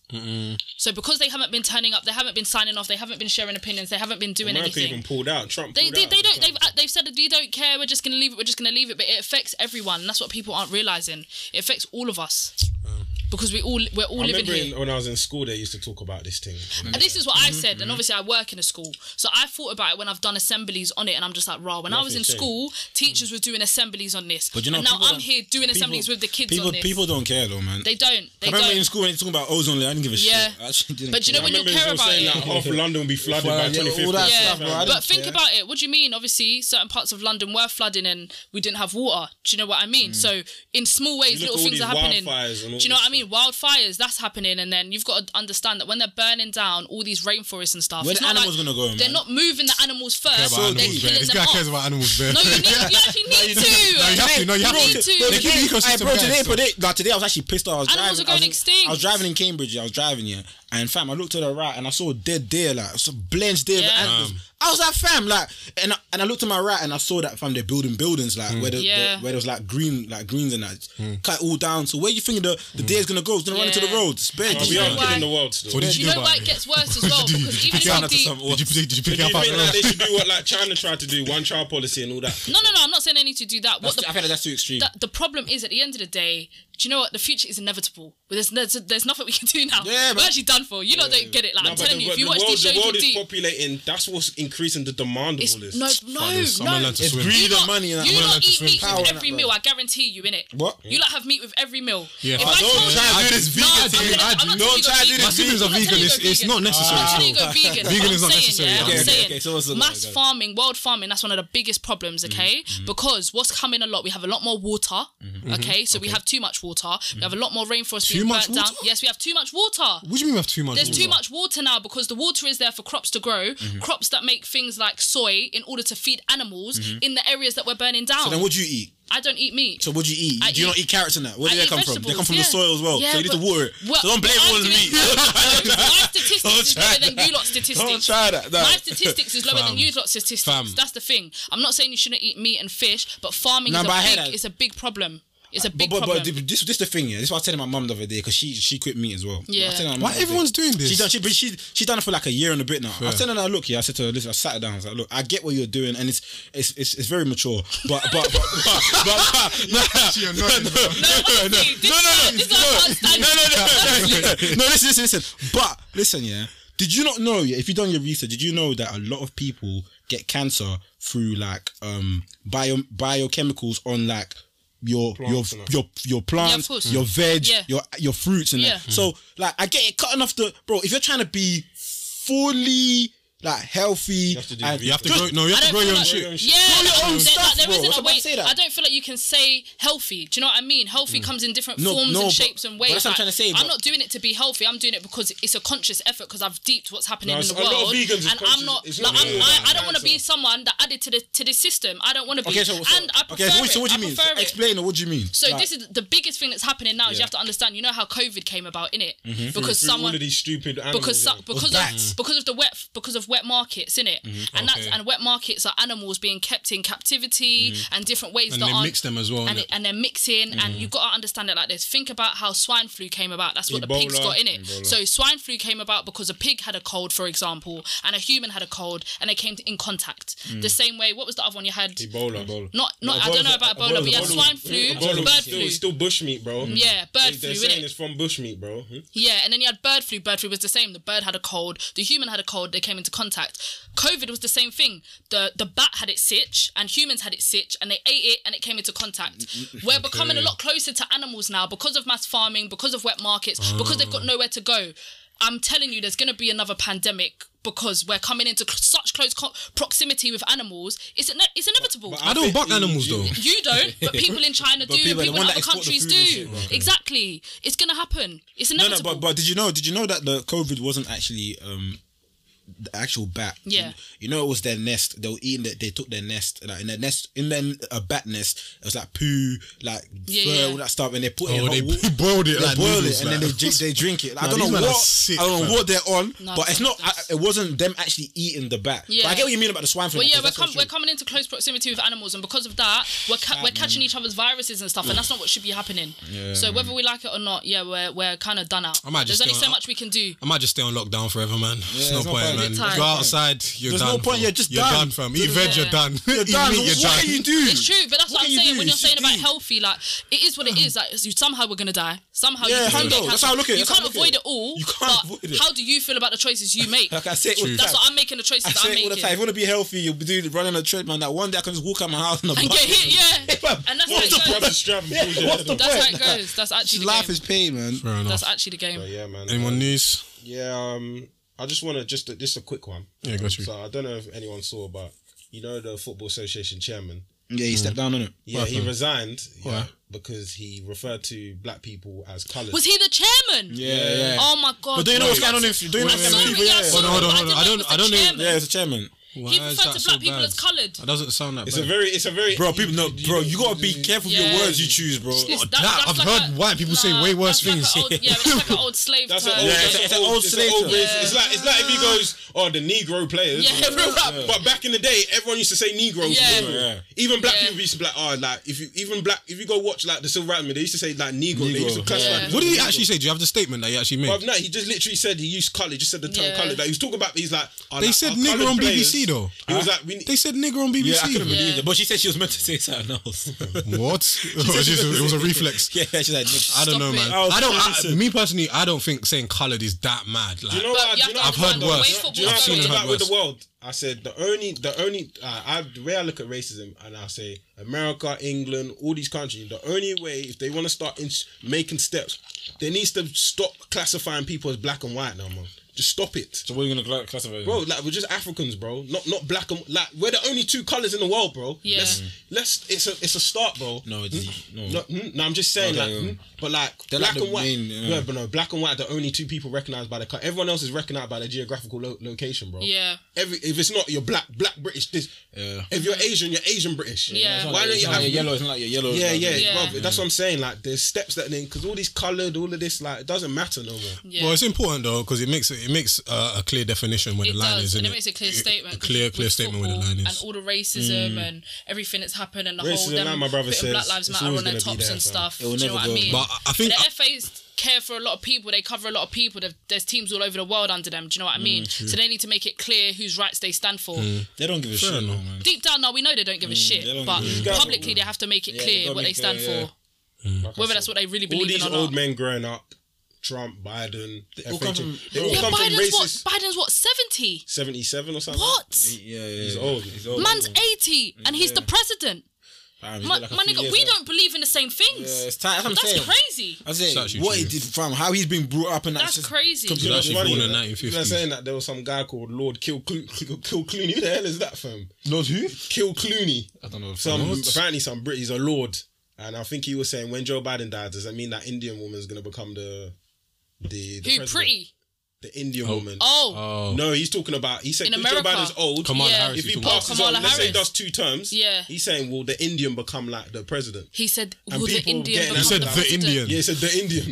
Speaker 8: So because they haven't been turning up, they haven't been signing off, they haven't been sharing opinions, they haven't been doing
Speaker 2: America
Speaker 8: anything.
Speaker 2: even pulled out. Trump
Speaker 8: They,
Speaker 2: pulled
Speaker 8: they,
Speaker 2: out.
Speaker 8: they don't. They've uh, they've said that we don't care. We're just gonna leave it. We're just gonna leave it. But it affects everyone. That's what people aren't realizing. It affects all of us
Speaker 7: Oh.
Speaker 8: because we all we're all
Speaker 2: I
Speaker 8: living
Speaker 2: remember
Speaker 8: here.
Speaker 2: in, when I was in school, they used to talk about this thing.
Speaker 8: And this is what I said,
Speaker 7: Mm-hmm.
Speaker 8: and obviously I work in a school, so I thought about it when I've done assemblies on it, and I'm just like, raw. When I was in
Speaker 2: Nothing's changed.
Speaker 8: school, teachers were doing assemblies on this,
Speaker 7: But you know,
Speaker 8: and now
Speaker 7: people
Speaker 8: I'm
Speaker 7: don't-
Speaker 8: here doing assemblies
Speaker 7: people-
Speaker 8: with the kids
Speaker 7: People,
Speaker 8: on this.
Speaker 7: people don't care though, man.
Speaker 8: they don't. They
Speaker 7: I remember in
Speaker 8: don't.
Speaker 7: school when they were talking about ozone layer, I didn't give a
Speaker 8: Yeah.
Speaker 7: shit. I actually didn't
Speaker 8: But you know
Speaker 7: care.
Speaker 8: when
Speaker 2: I
Speaker 8: you
Speaker 2: remember
Speaker 8: care
Speaker 2: they were
Speaker 8: about
Speaker 2: saying
Speaker 8: it.
Speaker 2: that half London will be flooded
Speaker 7: Well,
Speaker 2: by
Speaker 7: yeah, all
Speaker 2: 2050.
Speaker 7: that
Speaker 8: Yeah,
Speaker 7: stuff, bro, I
Speaker 8: but
Speaker 7: didn't
Speaker 8: think
Speaker 7: care.
Speaker 8: about it. What do you mean? Obviously, certain parts of London were flooding and we didn't have water. Do you know what I mean? So, in small ways,
Speaker 2: You look
Speaker 8: little
Speaker 2: at all
Speaker 8: things
Speaker 2: these
Speaker 8: are happening.
Speaker 2: wildfires and all
Speaker 8: Do you know what I
Speaker 2: this
Speaker 8: mean? Wildfires, that's happening. And then you've got to understand that when they're burning down all these rainforests and stuff,
Speaker 7: Where
Speaker 8: it's
Speaker 7: the
Speaker 8: not
Speaker 7: animals
Speaker 8: like
Speaker 7: gonna go,
Speaker 8: They're
Speaker 7: man?
Speaker 8: not moving the animals
Speaker 10: Care
Speaker 8: first.
Speaker 10: about
Speaker 8: they're
Speaker 10: animals,
Speaker 8: killing
Speaker 10: man. This
Speaker 8: them
Speaker 10: guy
Speaker 8: off.
Speaker 10: cares about animals, man.
Speaker 8: No, you need. You actually need to.
Speaker 10: No, you have to. No, you have
Speaker 8: need
Speaker 10: to.
Speaker 8: to.
Speaker 10: They
Speaker 7: Hey,
Speaker 10: keep
Speaker 7: today-
Speaker 10: the ecosystem
Speaker 7: hey, bro,
Speaker 10: going,
Speaker 7: today,
Speaker 10: so.
Speaker 7: but they, like, today I was actually pissed off. I was
Speaker 8: Animals
Speaker 7: driving.
Speaker 8: are
Speaker 7: I was,
Speaker 8: going extinct.
Speaker 7: I was driving in Cambridge. yeah, I was driving here, and fam, I looked to the right and I saw a dead deer, like some blanched deer.
Speaker 8: Yeah.
Speaker 7: Yeah. I was like, fam, like, and I, and I looked to my right and I saw that fam, they're building buildings, like
Speaker 2: Hmm.
Speaker 7: where the,
Speaker 8: Yeah.
Speaker 7: the- where there was like green, like greens and that, cut all down. So where you think the
Speaker 2: Hmm.
Speaker 7: the deer's gonna go? It's gonna run into the
Speaker 8: Yeah.
Speaker 7: road. It's bare.
Speaker 2: We
Speaker 8: You
Speaker 2: are
Speaker 8: know
Speaker 2: killing
Speaker 8: why-
Speaker 2: the world still.
Speaker 10: What did
Speaker 8: You
Speaker 10: you do
Speaker 8: know
Speaker 10: about
Speaker 8: why
Speaker 10: it?
Speaker 8: it gets worse as well
Speaker 10: Did you-
Speaker 8: because
Speaker 10: did you
Speaker 8: even
Speaker 10: pick it up
Speaker 8: if
Speaker 10: after
Speaker 8: you de-
Speaker 10: some- Did you pick- did you pick it
Speaker 2: Do you
Speaker 10: up
Speaker 2: think
Speaker 10: after
Speaker 2: like they
Speaker 10: that?
Speaker 2: should do what like China tried to do, one child policy and all that?
Speaker 8: No, no, no. I'm not saying they need to do that. What
Speaker 7: I feel like that's too extreme.
Speaker 8: that the problem is at the end of the day, do you know what? The future is inevitable. But there's there's, there's nothing we can do now.
Speaker 7: Yeah,
Speaker 8: We're
Speaker 7: but-
Speaker 8: actually done for. You lot don't get it. Like
Speaker 2: No,
Speaker 8: I'm
Speaker 2: but
Speaker 8: telling
Speaker 2: the,
Speaker 8: you, if you
Speaker 2: the
Speaker 8: watch
Speaker 2: world,
Speaker 8: these shows,
Speaker 2: the world
Speaker 8: you
Speaker 2: is
Speaker 8: deep.
Speaker 2: populating. That's what's increasing the demand of
Speaker 8: It's,
Speaker 2: all this.
Speaker 8: no,
Speaker 6: there's someone
Speaker 8: no, no.
Speaker 6: allowed to
Speaker 7: it's
Speaker 6: swim.
Speaker 7: greed
Speaker 8: You
Speaker 7: and
Speaker 8: lot,
Speaker 7: money. And that.
Speaker 8: you
Speaker 7: Well,
Speaker 8: lot
Speaker 7: that's
Speaker 8: eat
Speaker 7: just
Speaker 8: meat
Speaker 7: power and
Speaker 8: with
Speaker 7: that,
Speaker 8: every
Speaker 7: bro.
Speaker 8: meal. I guarantee you, innit?
Speaker 7: What?
Speaker 8: You lot have meat with every meal.
Speaker 6: Yeah.
Speaker 8: If
Speaker 6: I
Speaker 8: I,
Speaker 6: don't
Speaker 8: told you,
Speaker 10: try this
Speaker 8: No,
Speaker 10: vegan
Speaker 8: I'm
Speaker 10: thing.
Speaker 8: telling you-
Speaker 10: I
Speaker 8: I'm
Speaker 10: don't
Speaker 8: not telling you
Speaker 10: try
Speaker 8: go
Speaker 10: this My siblings
Speaker 8: vegan.
Speaker 10: are
Speaker 8: I'm not telling
Speaker 10: vegan.
Speaker 8: you
Speaker 10: It's-
Speaker 8: go
Speaker 10: it's
Speaker 8: vegan.
Speaker 10: not necessary
Speaker 8: I'm not telling you
Speaker 10: at
Speaker 8: go
Speaker 10: all.
Speaker 8: vegan.
Speaker 10: Vegan
Speaker 8: I'm
Speaker 10: is not
Speaker 8: saying,
Speaker 10: necessary, yeah.
Speaker 8: Yeah, I'm
Speaker 10: Okay, okay,
Speaker 8: saying
Speaker 7: okay, so what's the-
Speaker 8: mass
Speaker 7: okay.
Speaker 8: farming, world farming. That's one of the biggest problems. Okay, because what's coming a lot, we have a lot more water. Okay, so we have too much water. We have a lot more rainforest being
Speaker 6: much
Speaker 8: burnt down.
Speaker 6: water?
Speaker 8: Yes, we have too much water.
Speaker 6: What do you mean we have too much?
Speaker 8: There's
Speaker 6: water?
Speaker 8: too much water now because the water is there for crops to grow,
Speaker 7: Mm-hmm.
Speaker 8: crops that make things like soy in order to feed animals in the areas that we're burning down.
Speaker 7: Mm-hmm. So then, what do you eat?
Speaker 8: I don't eat meat.
Speaker 7: So what do you eat?
Speaker 8: I
Speaker 7: do you not
Speaker 8: eat-
Speaker 7: eat carrots and that? Where do
Speaker 8: I
Speaker 7: they
Speaker 8: eat
Speaker 7: come from? They come from the
Speaker 8: vegetables,
Speaker 7: soil as well.
Speaker 8: yeah.
Speaker 7: so you need
Speaker 8: Yeah,
Speaker 7: to water it.
Speaker 8: but-
Speaker 7: so don't blame it
Speaker 8: but I'm
Speaker 7: on the
Speaker 8: doing-
Speaker 7: meat.
Speaker 8: my statistics
Speaker 7: Don't
Speaker 8: is
Speaker 7: try
Speaker 8: lower
Speaker 7: that.
Speaker 8: than you lot statistics.
Speaker 7: Don't try that. No.
Speaker 8: My statistics is lower
Speaker 6: Fam.
Speaker 8: than you lot statistics.
Speaker 6: Fam.
Speaker 8: That's the thing. I'm not saying you shouldn't eat meat and fish, but farming
Speaker 7: No,
Speaker 8: is
Speaker 7: but I hear
Speaker 8: a
Speaker 7: that.
Speaker 8: big, it's a big problem. It's a big
Speaker 7: but, but,
Speaker 8: problem.
Speaker 7: but this this the thing, yeah. This is what I telling my mum the other day because she she quit me as well.
Speaker 8: Yeah.
Speaker 7: I was telling her
Speaker 6: Why
Speaker 7: mum the other
Speaker 6: everyone's
Speaker 7: day.
Speaker 6: doing this?
Speaker 7: She done she but she she done it for like a year and a bit now. I
Speaker 6: Fair.
Speaker 7: was telling her, look, yeah. I said to her, listen, I sat her down. I was like, look, I get what you're doing, and it's it's it's, it's very mature, but but but but, but, but no,
Speaker 10: She annoying, bro.
Speaker 7: no, no, no,
Speaker 8: honestly, this
Speaker 7: no, no,
Speaker 8: is- this is how I can't stand
Speaker 7: no, no,
Speaker 8: you.
Speaker 7: no, no, no, no, listen, listen, listen. But listen, yeah. Did you not know? yeah, If you've done your research, did you know that a lot of people get cancer through like um bio biochemicals on like your
Speaker 2: Plants
Speaker 7: your
Speaker 2: and that.
Speaker 7: your your plants,
Speaker 8: course.
Speaker 7: your veg,
Speaker 8: Yeah.
Speaker 7: your your fruits, and
Speaker 8: Yeah.
Speaker 7: that. So like, I get it cutting off the bro. If you're trying to be fully like healthy,
Speaker 2: have to do
Speaker 7: and-
Speaker 2: You have
Speaker 6: You have to grow, no, you
Speaker 8: I
Speaker 6: have to
Speaker 8: don't
Speaker 6: grow
Speaker 8: feel
Speaker 6: your own
Speaker 8: like-
Speaker 6: shit.
Speaker 8: Yeah,
Speaker 7: Grow your own
Speaker 8: there- like,
Speaker 7: stuff,
Speaker 8: there
Speaker 7: bro.
Speaker 8: isn't
Speaker 7: That's
Speaker 8: a
Speaker 7: what I'm
Speaker 8: way-
Speaker 7: saying, like-
Speaker 8: I don't feel like you can say healthy. Do you know what I mean? Healthy comes in different
Speaker 7: No,
Speaker 8: forms
Speaker 7: no,
Speaker 8: and
Speaker 7: but-
Speaker 8: shapes and
Speaker 7: but
Speaker 8: ways.
Speaker 7: that's what I'm
Speaker 8: Like,
Speaker 7: trying to say,
Speaker 8: I'm
Speaker 7: but-
Speaker 8: not doing it to be healthy. I'm doing it because it's a conscious effort because I've deeped what's happening
Speaker 2: No,
Speaker 8: in
Speaker 2: it's-
Speaker 8: the
Speaker 2: a lot
Speaker 8: world,
Speaker 2: of vegans is
Speaker 8: and
Speaker 2: conscious.
Speaker 8: I'm not.
Speaker 2: It's
Speaker 8: Like,
Speaker 2: not
Speaker 8: I'm,
Speaker 2: really
Speaker 8: I,
Speaker 2: about
Speaker 8: I don't want to be
Speaker 2: cancer.
Speaker 8: someone that added to the to the system. I don't want to be.
Speaker 7: Okay, so, so-
Speaker 8: and I prefer
Speaker 7: okay, so what,
Speaker 8: it.
Speaker 7: so what do you
Speaker 8: I
Speaker 7: mean?
Speaker 8: prefer it.
Speaker 7: Explain it. What do you mean?
Speaker 8: So
Speaker 7: Like,
Speaker 8: this is the biggest thing that's happening now. Is you
Speaker 7: Yeah.
Speaker 8: have to understand. You know how COVID came about, in it because
Speaker 2: Through all
Speaker 8: someone
Speaker 2: of these stupid animals.
Speaker 8: because so,
Speaker 2: yeah.
Speaker 8: because
Speaker 7: bats.
Speaker 8: of, Mm. because of the wet because of wet markets in it and that's
Speaker 6: Okay.
Speaker 8: and wet markets are animals being kept in captivity and different ways
Speaker 6: And
Speaker 8: that
Speaker 6: they
Speaker 8: aren't-
Speaker 6: mix them as well,
Speaker 8: and,
Speaker 6: innit?
Speaker 8: it- and they're mixing and you got to understand it like this think about how swine flu came about that's what the pigs
Speaker 2: Ebola.
Speaker 8: got in it so swine flu came about because a pig had a cold for example and a human had a cold and they came in contact the same way what was the other one you had
Speaker 2: Ebola. Ebola.
Speaker 8: not not I don't know about Ebola, but you had
Speaker 2: Ebola.
Speaker 8: swine flu
Speaker 2: Ebola
Speaker 8: bird
Speaker 2: was still,
Speaker 8: flu
Speaker 2: it's still bushmeat, bro.
Speaker 8: Yeah, bird
Speaker 2: they, They're
Speaker 8: flu,
Speaker 2: saying
Speaker 8: innit?
Speaker 2: it's from bushmeat, bro. Hmm?
Speaker 8: Yeah, and then you had bird flu. Bird flu was the same. The bird had a cold. The human had a cold. They came into contact. COVID was the same thing. The the bat had its sitch, and humans had its sitch, and they ate it, and it came into contact. We're becoming a lot closer to animals now because of mass farming, because of wet markets, because they've
Speaker 2: Oh.
Speaker 8: got nowhere to go. I'm telling you, there's going to be another pandemic because we're coming into cl- such close co- proximity with animals. It's ine- it's inevitable.
Speaker 6: I don't buck animals though.
Speaker 8: You don't, but people in China do,
Speaker 7: people
Speaker 8: people,
Speaker 7: are the
Speaker 8: in
Speaker 7: one that
Speaker 8: other
Speaker 7: export the
Speaker 8: countries
Speaker 7: food and
Speaker 8: do.
Speaker 7: shit, right.
Speaker 8: Exactly. It's gonna happen. It's
Speaker 7: no, no.
Speaker 8: inevitable.
Speaker 7: But but did you know? Did you know that the COVID wasn't actually um the actual bat.
Speaker 8: Yeah.
Speaker 7: You know, it was their nest. They were eating that. They took their nest, like in their nest, in their a bat nest. It was like poo, like
Speaker 8: Yeah,
Speaker 7: fur,
Speaker 8: yeah.
Speaker 7: all that stuff, and they put it. in
Speaker 6: Oh,
Speaker 7: hot
Speaker 6: they
Speaker 7: water.
Speaker 6: boiled it
Speaker 7: They
Speaker 6: like
Speaker 7: boil
Speaker 6: noodles,
Speaker 7: it and
Speaker 6: man.
Speaker 7: then they drink, they drink it. Like,
Speaker 6: Nah,
Speaker 7: I don't
Speaker 6: these
Speaker 7: know
Speaker 6: men are
Speaker 7: what
Speaker 6: sick,
Speaker 7: I don't know
Speaker 6: fam.
Speaker 7: what they're on,
Speaker 8: Nah,
Speaker 7: but it's
Speaker 8: fam,
Speaker 7: not. I,
Speaker 8: that's-
Speaker 7: it wasn't them actually eating the bat. But
Speaker 8: Yeah.
Speaker 7: I get what you mean about the swine flu.
Speaker 8: Well, yeah,
Speaker 7: because
Speaker 8: we're,
Speaker 7: that's
Speaker 8: com-
Speaker 7: what
Speaker 8: we're
Speaker 7: she-
Speaker 8: coming into close proximity with animals, and because of that, we're, ca- we're catching each other's viruses and stuff, and that's not what should be happening. so whether we like it or not, yeah, we're, we're kind of done out.
Speaker 6: I might
Speaker 8: There's
Speaker 6: just
Speaker 8: only
Speaker 6: go
Speaker 8: so
Speaker 6: out.
Speaker 8: much we can do.
Speaker 6: I might just stay on lockdown forever, man. There's no,
Speaker 7: there's no
Speaker 6: point,
Speaker 7: point.
Speaker 6: man.
Speaker 8: You're tired.
Speaker 6: Go outside, you're
Speaker 7: There's
Speaker 6: done.
Speaker 7: no
Speaker 6: fam.
Speaker 7: point, you're just
Speaker 6: you're
Speaker 7: done.
Speaker 6: done, fam. Eat veg, you're done.
Speaker 7: You're
Speaker 6: Eat
Speaker 7: done.
Speaker 6: meat, you're
Speaker 7: what
Speaker 6: done.
Speaker 7: can you do?
Speaker 8: It's true, but that's what, I'm
Speaker 7: can you
Speaker 8: saying.
Speaker 7: do?
Speaker 8: When
Speaker 7: It's
Speaker 8: you're saying about
Speaker 7: deep.
Speaker 8: healthy, like it is what it is. Like you, somehow we're gonna die. Somehow,
Speaker 7: Yeah,
Speaker 8: you can
Speaker 7: hand
Speaker 8: get
Speaker 7: on.
Speaker 8: cancer.
Speaker 7: That's how I look at it.
Speaker 8: You
Speaker 7: That's how
Speaker 8: can't
Speaker 7: I look at
Speaker 8: avoid
Speaker 7: it.
Speaker 8: it all.
Speaker 7: You can't
Speaker 8: but
Speaker 7: avoid it.
Speaker 8: How do you feel about the choices you make?
Speaker 7: Like I say, it all the
Speaker 8: that's
Speaker 7: time.
Speaker 8: what I'm making the choices
Speaker 7: I
Speaker 8: that I'm
Speaker 7: say it all the
Speaker 8: making.
Speaker 7: time. If you want to be healthy, you'll be doing running a treadmill. That one day I can just walk out my house and
Speaker 8: And get hit, yeah. And that's how it goes.
Speaker 2: strap and pull
Speaker 7: What's the
Speaker 8: That's how
Speaker 7: point?
Speaker 8: it goes. That's actually the
Speaker 7: Life
Speaker 8: game.
Speaker 7: is pain, man.
Speaker 6: Fair enough.
Speaker 8: That's actually the game.
Speaker 2: But yeah, man.
Speaker 6: Anyone news?
Speaker 2: Yeah, um, I just want to just just a quick one.
Speaker 6: Yeah, got you.
Speaker 2: So I don't know if anyone saw, but you know the football association chairman.
Speaker 7: Yeah, he stepped down on it.
Speaker 2: Yeah, he resigned. Yeah,
Speaker 6: Why?
Speaker 2: because he referred to black people as coloured.
Speaker 8: Was he the chairman?
Speaker 7: Yeah, yeah.
Speaker 8: Oh my god.
Speaker 7: But do you know what's going on in? Do you know
Speaker 6: Wait,
Speaker 7: what's going
Speaker 6: wait,
Speaker 7: on in
Speaker 8: wait.
Speaker 7: people?
Speaker 8: Sorry, yeah,
Speaker 7: Yeah.
Speaker 8: sorry.
Speaker 6: Hold on, hold on, hold on. I
Speaker 8: I didn't know
Speaker 6: don't, I
Speaker 8: it was
Speaker 6: don't know.
Speaker 8: the chairman.
Speaker 7: Yeah, it's a chairman.
Speaker 6: Why
Speaker 8: He
Speaker 6: is that
Speaker 8: referred to
Speaker 6: so
Speaker 8: black people
Speaker 6: bad?
Speaker 8: as coloured.
Speaker 6: That doesn't sound that
Speaker 2: It's
Speaker 6: bad.
Speaker 2: a very, it's a very
Speaker 7: Bro, people, no, bro, you gotta be careful with your
Speaker 8: Yeah.
Speaker 7: words you choose, bro.
Speaker 8: It's-
Speaker 6: that- Oh, I've heard white people say way worse
Speaker 8: that's like
Speaker 6: things.
Speaker 8: an old- yeah, but that's like an old slave
Speaker 2: That's
Speaker 8: term.
Speaker 2: an old,
Speaker 7: Yeah,
Speaker 2: that's
Speaker 7: it's
Speaker 2: an
Speaker 7: an
Speaker 2: old,
Speaker 7: old
Speaker 2: it's an
Speaker 7: slave
Speaker 2: old
Speaker 7: term.
Speaker 2: race. It's like it's like if he goes, oh, the Negro players.
Speaker 8: Yeah, bro. Yeah.
Speaker 2: But back in the day, everyone used to say Negroes.
Speaker 8: Yeah.
Speaker 2: bro.
Speaker 7: Yeah.
Speaker 2: Even black
Speaker 8: Yeah.
Speaker 2: people used to be like, oh, like if you even black if you go watch like the Civil Rights Movement, they used to say like Negro. They used to
Speaker 7: Negro.
Speaker 2: classify.
Speaker 8: Yeah.
Speaker 2: them.
Speaker 6: What did he actually say? Do you have the statement that he actually made?
Speaker 2: But no, he just literally said he used colour. He just said the term
Speaker 8: Yeah.
Speaker 2: colour. Like he was talking about. He's like oh,
Speaker 6: They
Speaker 2: like,
Speaker 6: said
Speaker 2: our
Speaker 6: nigger
Speaker 2: coloured
Speaker 6: on
Speaker 2: players-
Speaker 6: BBC though.
Speaker 2: He was like, we need,
Speaker 6: They said nigger on BBC.
Speaker 7: Yeah, I couldn't believe
Speaker 8: Yeah.
Speaker 7: it. But she said she was meant to say something else.
Speaker 6: What? it, was just- it was a reflex.
Speaker 7: yeah, she's like, "Nigga."
Speaker 6: I don't know,
Speaker 8: it.
Speaker 6: man.
Speaker 7: Oh,
Speaker 6: I don't. I,
Speaker 7: listen.
Speaker 6: me personally, I don't think saying coloured is that mad. Like,
Speaker 2: Do you know
Speaker 8: But
Speaker 2: what?
Speaker 8: you
Speaker 2: I- Do you
Speaker 8: have
Speaker 2: know
Speaker 8: to
Speaker 2: what
Speaker 6: I've heard
Speaker 2: I-
Speaker 6: worse.
Speaker 8: The way football's
Speaker 2: Do you know what I
Speaker 6: I've seen
Speaker 2: thought
Speaker 6: and
Speaker 2: about
Speaker 6: heard
Speaker 2: with
Speaker 6: worse.
Speaker 2: the world? I said the only, the only, uh, I the way I look at racism, and I say America, England, all these countries. The only way, if they want to start in, making steps, they needs to stop classifying people as black and white now, man. Just stop it,
Speaker 7: So what are you gonna classify?
Speaker 2: bro. Like we're just Africans, bro. Not not black and like we're the only two colors in the world, bro.
Speaker 8: Yeah.
Speaker 2: Let's, let's it's a it's a start, bro.
Speaker 7: No, it's no.
Speaker 2: No, mm, no, I'm just saying,
Speaker 7: Okay,
Speaker 2: like,
Speaker 7: yeah.
Speaker 2: mm, but like
Speaker 7: They're
Speaker 2: black
Speaker 7: like the
Speaker 2: and white.
Speaker 7: main, yeah.
Speaker 2: No, but no, black and white are the only two people recognized by the country. Everyone else is recognized by their geographical lo- location, bro.
Speaker 8: Yeah.
Speaker 2: Every if it's not you're black, black British. This
Speaker 7: Yeah.
Speaker 2: if you're Asian, you're Asian British.
Speaker 8: Yeah. It's not
Speaker 2: Why don't you have?
Speaker 7: your yellow? It's not like your yellow.
Speaker 2: Yeah, yeah,
Speaker 8: Yeah.
Speaker 2: bruv, That's what I'm saying. Like, there's steps that then because all these coloured, all of this, like, it doesn't matter no more.
Speaker 8: Yeah.
Speaker 6: Well, it's important though because it makes it makes uh, a clear definition where
Speaker 8: it
Speaker 6: the line is.
Speaker 8: does, and
Speaker 6: innit?
Speaker 8: it makes a clear statement.
Speaker 6: A clear, clear
Speaker 8: with
Speaker 6: statement where the
Speaker 8: football
Speaker 6: line
Speaker 8: And
Speaker 6: is. Mm.
Speaker 8: all the racism and everything that's happened, and the whole
Speaker 2: Racism,
Speaker 8: them
Speaker 2: like my brother
Speaker 8: putting Black
Speaker 2: says,
Speaker 8: Lives
Speaker 2: it's
Speaker 8: Matter
Speaker 2: always
Speaker 8: on their
Speaker 2: gonna be
Speaker 8: tops
Speaker 2: there,
Speaker 8: and
Speaker 2: fam.
Speaker 8: stuff.
Speaker 7: It will
Speaker 8: Do you
Speaker 7: never
Speaker 8: know what
Speaker 7: go
Speaker 8: I mean?
Speaker 6: away. But I think-
Speaker 8: the FA's care for a lot of people. They cover a lot of people. There- There's teams all over the world under them. Do you know what I
Speaker 6: Mm,
Speaker 8: mean? so they need to make it clear whose rights they stand for.
Speaker 7: They don't give a shit, no man.
Speaker 8: Deep down, now we know they don't
Speaker 2: Mm,
Speaker 8: give a
Speaker 7: they
Speaker 8: shit,
Speaker 7: don't
Speaker 8: but
Speaker 7: give
Speaker 6: Mm.
Speaker 7: a
Speaker 2: shit.
Speaker 8: publicly they have to make it
Speaker 7: Yeah, you
Speaker 8: clear
Speaker 7: gotta
Speaker 8: what they
Speaker 7: make it
Speaker 8: stand
Speaker 7: clear,
Speaker 8: for,
Speaker 6: Mm.
Speaker 8: whether that's what they really
Speaker 2: all
Speaker 8: believe
Speaker 2: these
Speaker 8: in or
Speaker 2: old
Speaker 8: not.
Speaker 2: men growing up, Trump, Biden, they
Speaker 7: all come from-
Speaker 2: they all
Speaker 8: yeah,
Speaker 2: come from
Speaker 8: Biden's what?
Speaker 2: racist.
Speaker 8: Biden's what? Seventy?
Speaker 2: 77 or something.
Speaker 8: What?
Speaker 7: Yeah, yeah,
Speaker 2: He's
Speaker 7: yeah.
Speaker 2: old.
Speaker 8: Man's eighty, and he's the president.
Speaker 7: Fam, he's
Speaker 8: My,
Speaker 7: got like a
Speaker 8: my
Speaker 7: few
Speaker 8: nigga,
Speaker 7: years
Speaker 8: we
Speaker 7: left.
Speaker 8: don't believe in the same
Speaker 7: Yeah,
Speaker 8: things.
Speaker 7: it's tight. That's what I'm
Speaker 8: That's
Speaker 7: saying.
Speaker 8: crazy.
Speaker 7: I say
Speaker 6: It's actually
Speaker 7: what
Speaker 6: true.
Speaker 7: he did, fam. How he's been brought up, and that's,
Speaker 8: That's
Speaker 7: just
Speaker 8: crazy.
Speaker 7: completely
Speaker 6: He was
Speaker 2: It's
Speaker 6: actually
Speaker 2: funny,
Speaker 6: born in
Speaker 2: you know, People are
Speaker 6: 1950s.
Speaker 2: saying that there was some guy called Lord Kill, Clo- Kill, Kill Clooney. Who the hell is that, fam?
Speaker 7: Lord who?
Speaker 2: Kill Clooney.
Speaker 7: I don't know.
Speaker 2: Some apparently some Brit. He's a lord, and I think he was saying when Joe Biden dies, does that mean that Indian woman's gonna become the the, the
Speaker 8: Who
Speaker 2: president?
Speaker 8: pretty?
Speaker 2: the Indian woman?
Speaker 8: Oh,
Speaker 6: Oh,
Speaker 2: No, he's talking about. He said
Speaker 8: In
Speaker 2: 'cause Joe
Speaker 8: America.
Speaker 2: Biden's old.
Speaker 6: Kamala
Speaker 8: Yeah.
Speaker 6: Harris.
Speaker 2: if
Speaker 6: you
Speaker 2: he
Speaker 6: talking about.
Speaker 2: passes on,
Speaker 8: Kamala
Speaker 2: let's say he
Speaker 8: Harris.
Speaker 2: does two terms.
Speaker 8: Yeah.
Speaker 2: he's saying will the Indian become like the president?
Speaker 8: he said,
Speaker 2: And
Speaker 8: "Will the
Speaker 2: people
Speaker 8: Indian?"
Speaker 2: getting
Speaker 8: become
Speaker 6: He
Speaker 2: upset.
Speaker 6: said the
Speaker 8: president?"
Speaker 6: Indian.
Speaker 2: Yeah, he said the Indian.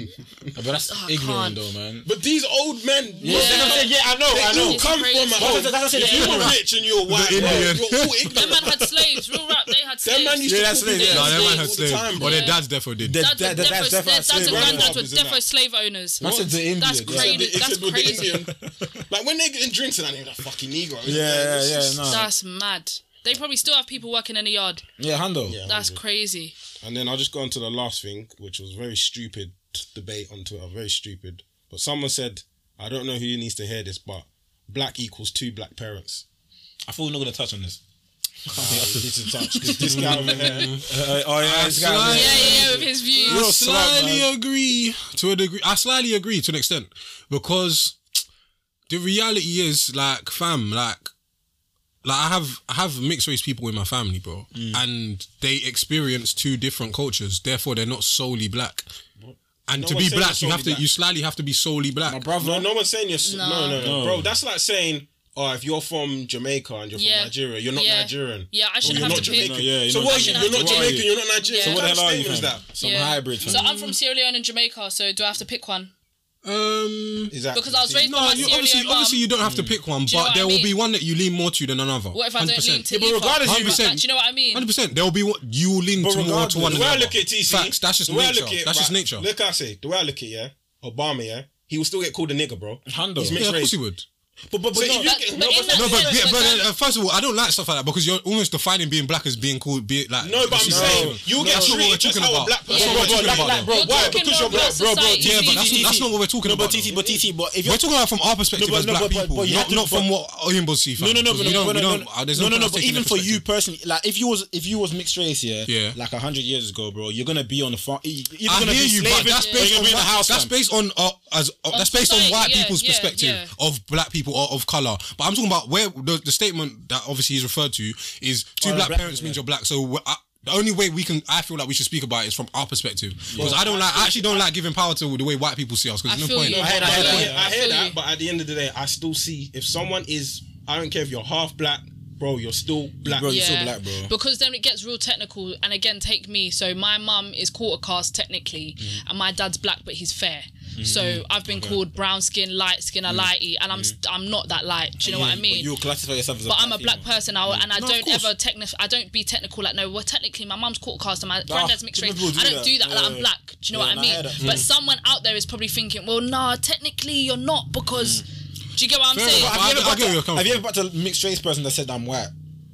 Speaker 7: But that's
Speaker 8: I can't.
Speaker 7: ignorant, though, man.
Speaker 2: but these old men,
Speaker 7: Yeah, yeah, I know,
Speaker 2: they
Speaker 7: I know.
Speaker 2: all come
Speaker 8: It's
Speaker 2: from a
Speaker 8: crazy.
Speaker 2: home.
Speaker 7: That's what I said,
Speaker 2: If
Speaker 7: the
Speaker 2: you were
Speaker 7: ignorant.
Speaker 2: rich and you were white, bro,
Speaker 6: Indian.
Speaker 2: you're all ignorant.
Speaker 8: Them man had slaves. Real rap, they had slaves.
Speaker 2: Them man used
Speaker 7: Yeah,
Speaker 2: to
Speaker 7: that's
Speaker 2: call people
Speaker 7: it, yeah.
Speaker 6: No, they
Speaker 7: Yeah.
Speaker 2: slaves
Speaker 6: might have
Speaker 2: all the
Speaker 6: slave.
Speaker 2: time,
Speaker 6: Or
Speaker 2: bro.
Speaker 6: their dads therefore did.
Speaker 8: Dads,
Speaker 7: That-
Speaker 8: were
Speaker 7: that- that's
Speaker 8: defo-
Speaker 7: definitely
Speaker 8: their dads and
Speaker 7: slave
Speaker 8: granddads
Speaker 2: owners,
Speaker 8: were
Speaker 2: isn't
Speaker 8: defo
Speaker 2: it?
Speaker 8: slave owners.
Speaker 7: I said the Indian.
Speaker 8: That's
Speaker 7: yeah.
Speaker 8: crazy.
Speaker 2: They- they
Speaker 8: That's
Speaker 2: said with the
Speaker 8: crazy.
Speaker 2: Indian- Like when they get drinks and I need a fucking Negro.
Speaker 7: Yeah, yeah, yeah, no.
Speaker 8: That's mad. They probably still have people working in the yard.
Speaker 7: Yeah, handle.
Speaker 8: That's crazy.
Speaker 2: And then I'll just go on to the last thing, which was very stupid debate on Twitter, very stupid. But someone said, I don't know who needs to hear this, but black equals two black parents.
Speaker 7: I thought we were not gonna touch on this.
Speaker 2: This is touch, 'cause this guy over here.
Speaker 7: oh yeah,
Speaker 6: this guy was-
Speaker 8: Yeah, yeah, yeah, with his
Speaker 6: I
Speaker 8: views.
Speaker 6: slightly agree to a degree. I slightly agree to an extent because the reality is, like, fam, like, like I have I have mixed race people in my family, bro,
Speaker 2: Mm.
Speaker 6: and they experience two different cultures. Therefore, they're not solely black. And
Speaker 2: No
Speaker 6: to
Speaker 2: one
Speaker 6: be
Speaker 2: said
Speaker 6: black,
Speaker 2: you're
Speaker 6: you have
Speaker 2: solely
Speaker 6: to
Speaker 2: black.
Speaker 6: you slightly have to be solely black.
Speaker 7: brother.
Speaker 2: No, no one's saying you're. s- No. No, no, no, Bro, that's like saying oh, if you're from Jamaica and you're
Speaker 8: Yeah.
Speaker 2: from Nigeria, you're not
Speaker 8: Yeah.
Speaker 2: Nigerian.
Speaker 8: Yeah, I
Speaker 2: Oh,
Speaker 8: shouldn't
Speaker 2: you're
Speaker 8: have
Speaker 2: not
Speaker 8: to pick.
Speaker 2: Jamaican.
Speaker 7: No, yeah, you're
Speaker 2: so
Speaker 7: not
Speaker 2: what? You're,
Speaker 7: Jamaican.
Speaker 2: you're not
Speaker 7: So what are
Speaker 2: Jamaican.
Speaker 7: you?
Speaker 2: You're not Nigerian.
Speaker 8: Yeah.
Speaker 2: So what the hell are you?
Speaker 7: fam?
Speaker 2: Is that?
Speaker 7: Some
Speaker 8: Yeah.
Speaker 7: hybrid.
Speaker 8: So I'm from Sierra Leone and Jamaica. So do I have to pick one?
Speaker 6: Um,
Speaker 2: Exactly.
Speaker 8: Because I was
Speaker 2: See?
Speaker 8: raised by
Speaker 6: no,
Speaker 8: my
Speaker 6: you,
Speaker 8: Sierra
Speaker 6: obviously,
Speaker 8: Leone mum.
Speaker 6: obviously you don't have to pick one,
Speaker 8: you know
Speaker 6: but
Speaker 8: what
Speaker 6: there
Speaker 8: I
Speaker 6: will be
Speaker 8: mean?
Speaker 6: one that you lean more to than another.
Speaker 8: What if I don't lean to
Speaker 2: Yeah, but
Speaker 8: either?
Speaker 2: regardless, you-
Speaker 6: 100%.
Speaker 8: Like, do you know what I mean?
Speaker 6: Hundred percent. There will be one you will lean
Speaker 2: But
Speaker 6: to more
Speaker 2: regardless,
Speaker 6: to one
Speaker 2: the way I
Speaker 6: another.
Speaker 2: look at TC,
Speaker 6: Facts. That's just
Speaker 2: the way I
Speaker 6: nature.
Speaker 2: look at it,
Speaker 6: that's just
Speaker 2: right,
Speaker 6: nature.
Speaker 2: Look, I say the way I look at it, yeah, Obama, yeah, he will still get called a nigger, bro.
Speaker 7: Hundo.
Speaker 2: He's
Speaker 6: yeah,
Speaker 2: mixed
Speaker 6: of course
Speaker 2: race.
Speaker 6: you would.
Speaker 2: But but but, if you
Speaker 8: But-
Speaker 2: get-
Speaker 8: but
Speaker 2: no,
Speaker 8: in
Speaker 2: but
Speaker 8: that-
Speaker 6: No, but,
Speaker 8: Yeah,
Speaker 6: yeah,
Speaker 8: but
Speaker 6: but
Speaker 8: then-
Speaker 6: uh, first of all, I don't like stuff like that because you're almost defining being black as being called be like.
Speaker 2: No, but I'm
Speaker 6: that's
Speaker 2: saying
Speaker 6: not-
Speaker 2: you get
Speaker 6: that's not what we're
Speaker 2: treated just
Speaker 6: talking
Speaker 2: how a
Speaker 6: about.
Speaker 2: black
Speaker 6: That's
Speaker 2: person.
Speaker 6: not what we're talking about. though.
Speaker 2: bro,
Speaker 8: You're
Speaker 2: why?
Speaker 8: talking
Speaker 2: Because you're
Speaker 8: about
Speaker 2: black, bro, bro.
Speaker 8: society.
Speaker 6: Yeah, but that's,
Speaker 8: TT.
Speaker 6: that's not what we're talking
Speaker 7: No,
Speaker 6: about.
Speaker 7: but TT,
Speaker 6: though.
Speaker 7: but TT, but if you're
Speaker 6: We're talking about from our perspective
Speaker 7: No, but-
Speaker 6: as
Speaker 7: no,
Speaker 6: black
Speaker 7: but- but-
Speaker 6: people,
Speaker 7: but you
Speaker 6: not,
Speaker 7: have to-
Speaker 6: not from what Oyinbo's see.
Speaker 7: No, no, no,
Speaker 6: because
Speaker 7: but
Speaker 6: we
Speaker 7: no,
Speaker 6: don't,
Speaker 7: but
Speaker 6: we
Speaker 7: no,
Speaker 6: don't,
Speaker 7: no,
Speaker 6: uh, there's
Speaker 7: no,
Speaker 6: point
Speaker 7: no, no,
Speaker 6: us
Speaker 7: But
Speaker 6: taking
Speaker 7: even
Speaker 6: that
Speaker 7: for you
Speaker 6: perspective.
Speaker 7: personally, like if you was if you was mixed race, yeah,
Speaker 6: Yeah.
Speaker 7: like a hundred years ago, bro, you're gonna be on the farm. You're either
Speaker 6: I
Speaker 7: gonna
Speaker 6: hear
Speaker 7: be
Speaker 6: you, but
Speaker 7: slaving
Speaker 6: that's
Speaker 7: or
Speaker 6: based
Speaker 7: you're
Speaker 6: on
Speaker 7: gonna be in the
Speaker 6: white-
Speaker 7: house.
Speaker 6: That's
Speaker 7: fam.
Speaker 6: based on uh, as uh, that's based on
Speaker 8: society,
Speaker 6: white
Speaker 8: yeah,
Speaker 6: people's
Speaker 8: yeah,
Speaker 6: perspective
Speaker 8: yeah.
Speaker 6: of black people or of color. But I'm talking about where the, the statement that obviously is referred to is two
Speaker 7: Oh,
Speaker 6: black,
Speaker 7: black
Speaker 6: parents
Speaker 7: people,
Speaker 6: means you're black. So we're- I, the only way we can, I feel like we should speak about it is from our perspective because I don't like, I actually don't like giving power to the way white people see us because
Speaker 8: I
Speaker 6: there's no
Speaker 8: feel
Speaker 6: point.
Speaker 8: you.
Speaker 2: I hear that, I hear
Speaker 8: Yeah,
Speaker 2: that, I hear
Speaker 8: absolutely.
Speaker 2: that, but at the end of the day, I still see if someone is, I don't care if you're half black, bro, you're still black.
Speaker 7: Bro, you're still black, bro.
Speaker 8: Because then it gets real technical. And again, take me. So my mum is quarter caste technically,
Speaker 7: Mm-hmm.
Speaker 8: and my dad's black, but he's fair. So I've been called brown skin, light skin, a lighty, and I'm st- I'm not that light. Do you know
Speaker 7: Mm-hmm. Yeah,
Speaker 8: what I mean?
Speaker 7: But you classify yourself as a.
Speaker 8: but I'm a black
Speaker 7: female.
Speaker 8: person, I, and I
Speaker 7: No, of
Speaker 8: don't
Speaker 7: course.
Speaker 8: ever technical. I don't be technical. Like, no, well, technically, my mum's quarter caste, and my granddad's mixed
Speaker 7: Ah, people
Speaker 8: race.
Speaker 7: do
Speaker 8: I don't
Speaker 7: that.
Speaker 8: do that. like,
Speaker 7: Yeah,
Speaker 8: I'm
Speaker 7: yeah.
Speaker 8: black. Do you know
Speaker 7: Yeah,
Speaker 8: what I
Speaker 7: nah, I
Speaker 8: mean?
Speaker 7: hear that. Mm.
Speaker 8: But someone out there is probably thinking, well, nah, technically, you're not because. Do you get what I'm
Speaker 6: Fair
Speaker 8: saying?
Speaker 6: enough. I-
Speaker 7: Mm. But Have you
Speaker 6: I
Speaker 7: ever
Speaker 6: get where you're
Speaker 7: got to-
Speaker 6: coming
Speaker 7: have you
Speaker 6: from.
Speaker 7: ever got to a mixed race person that said I'm white?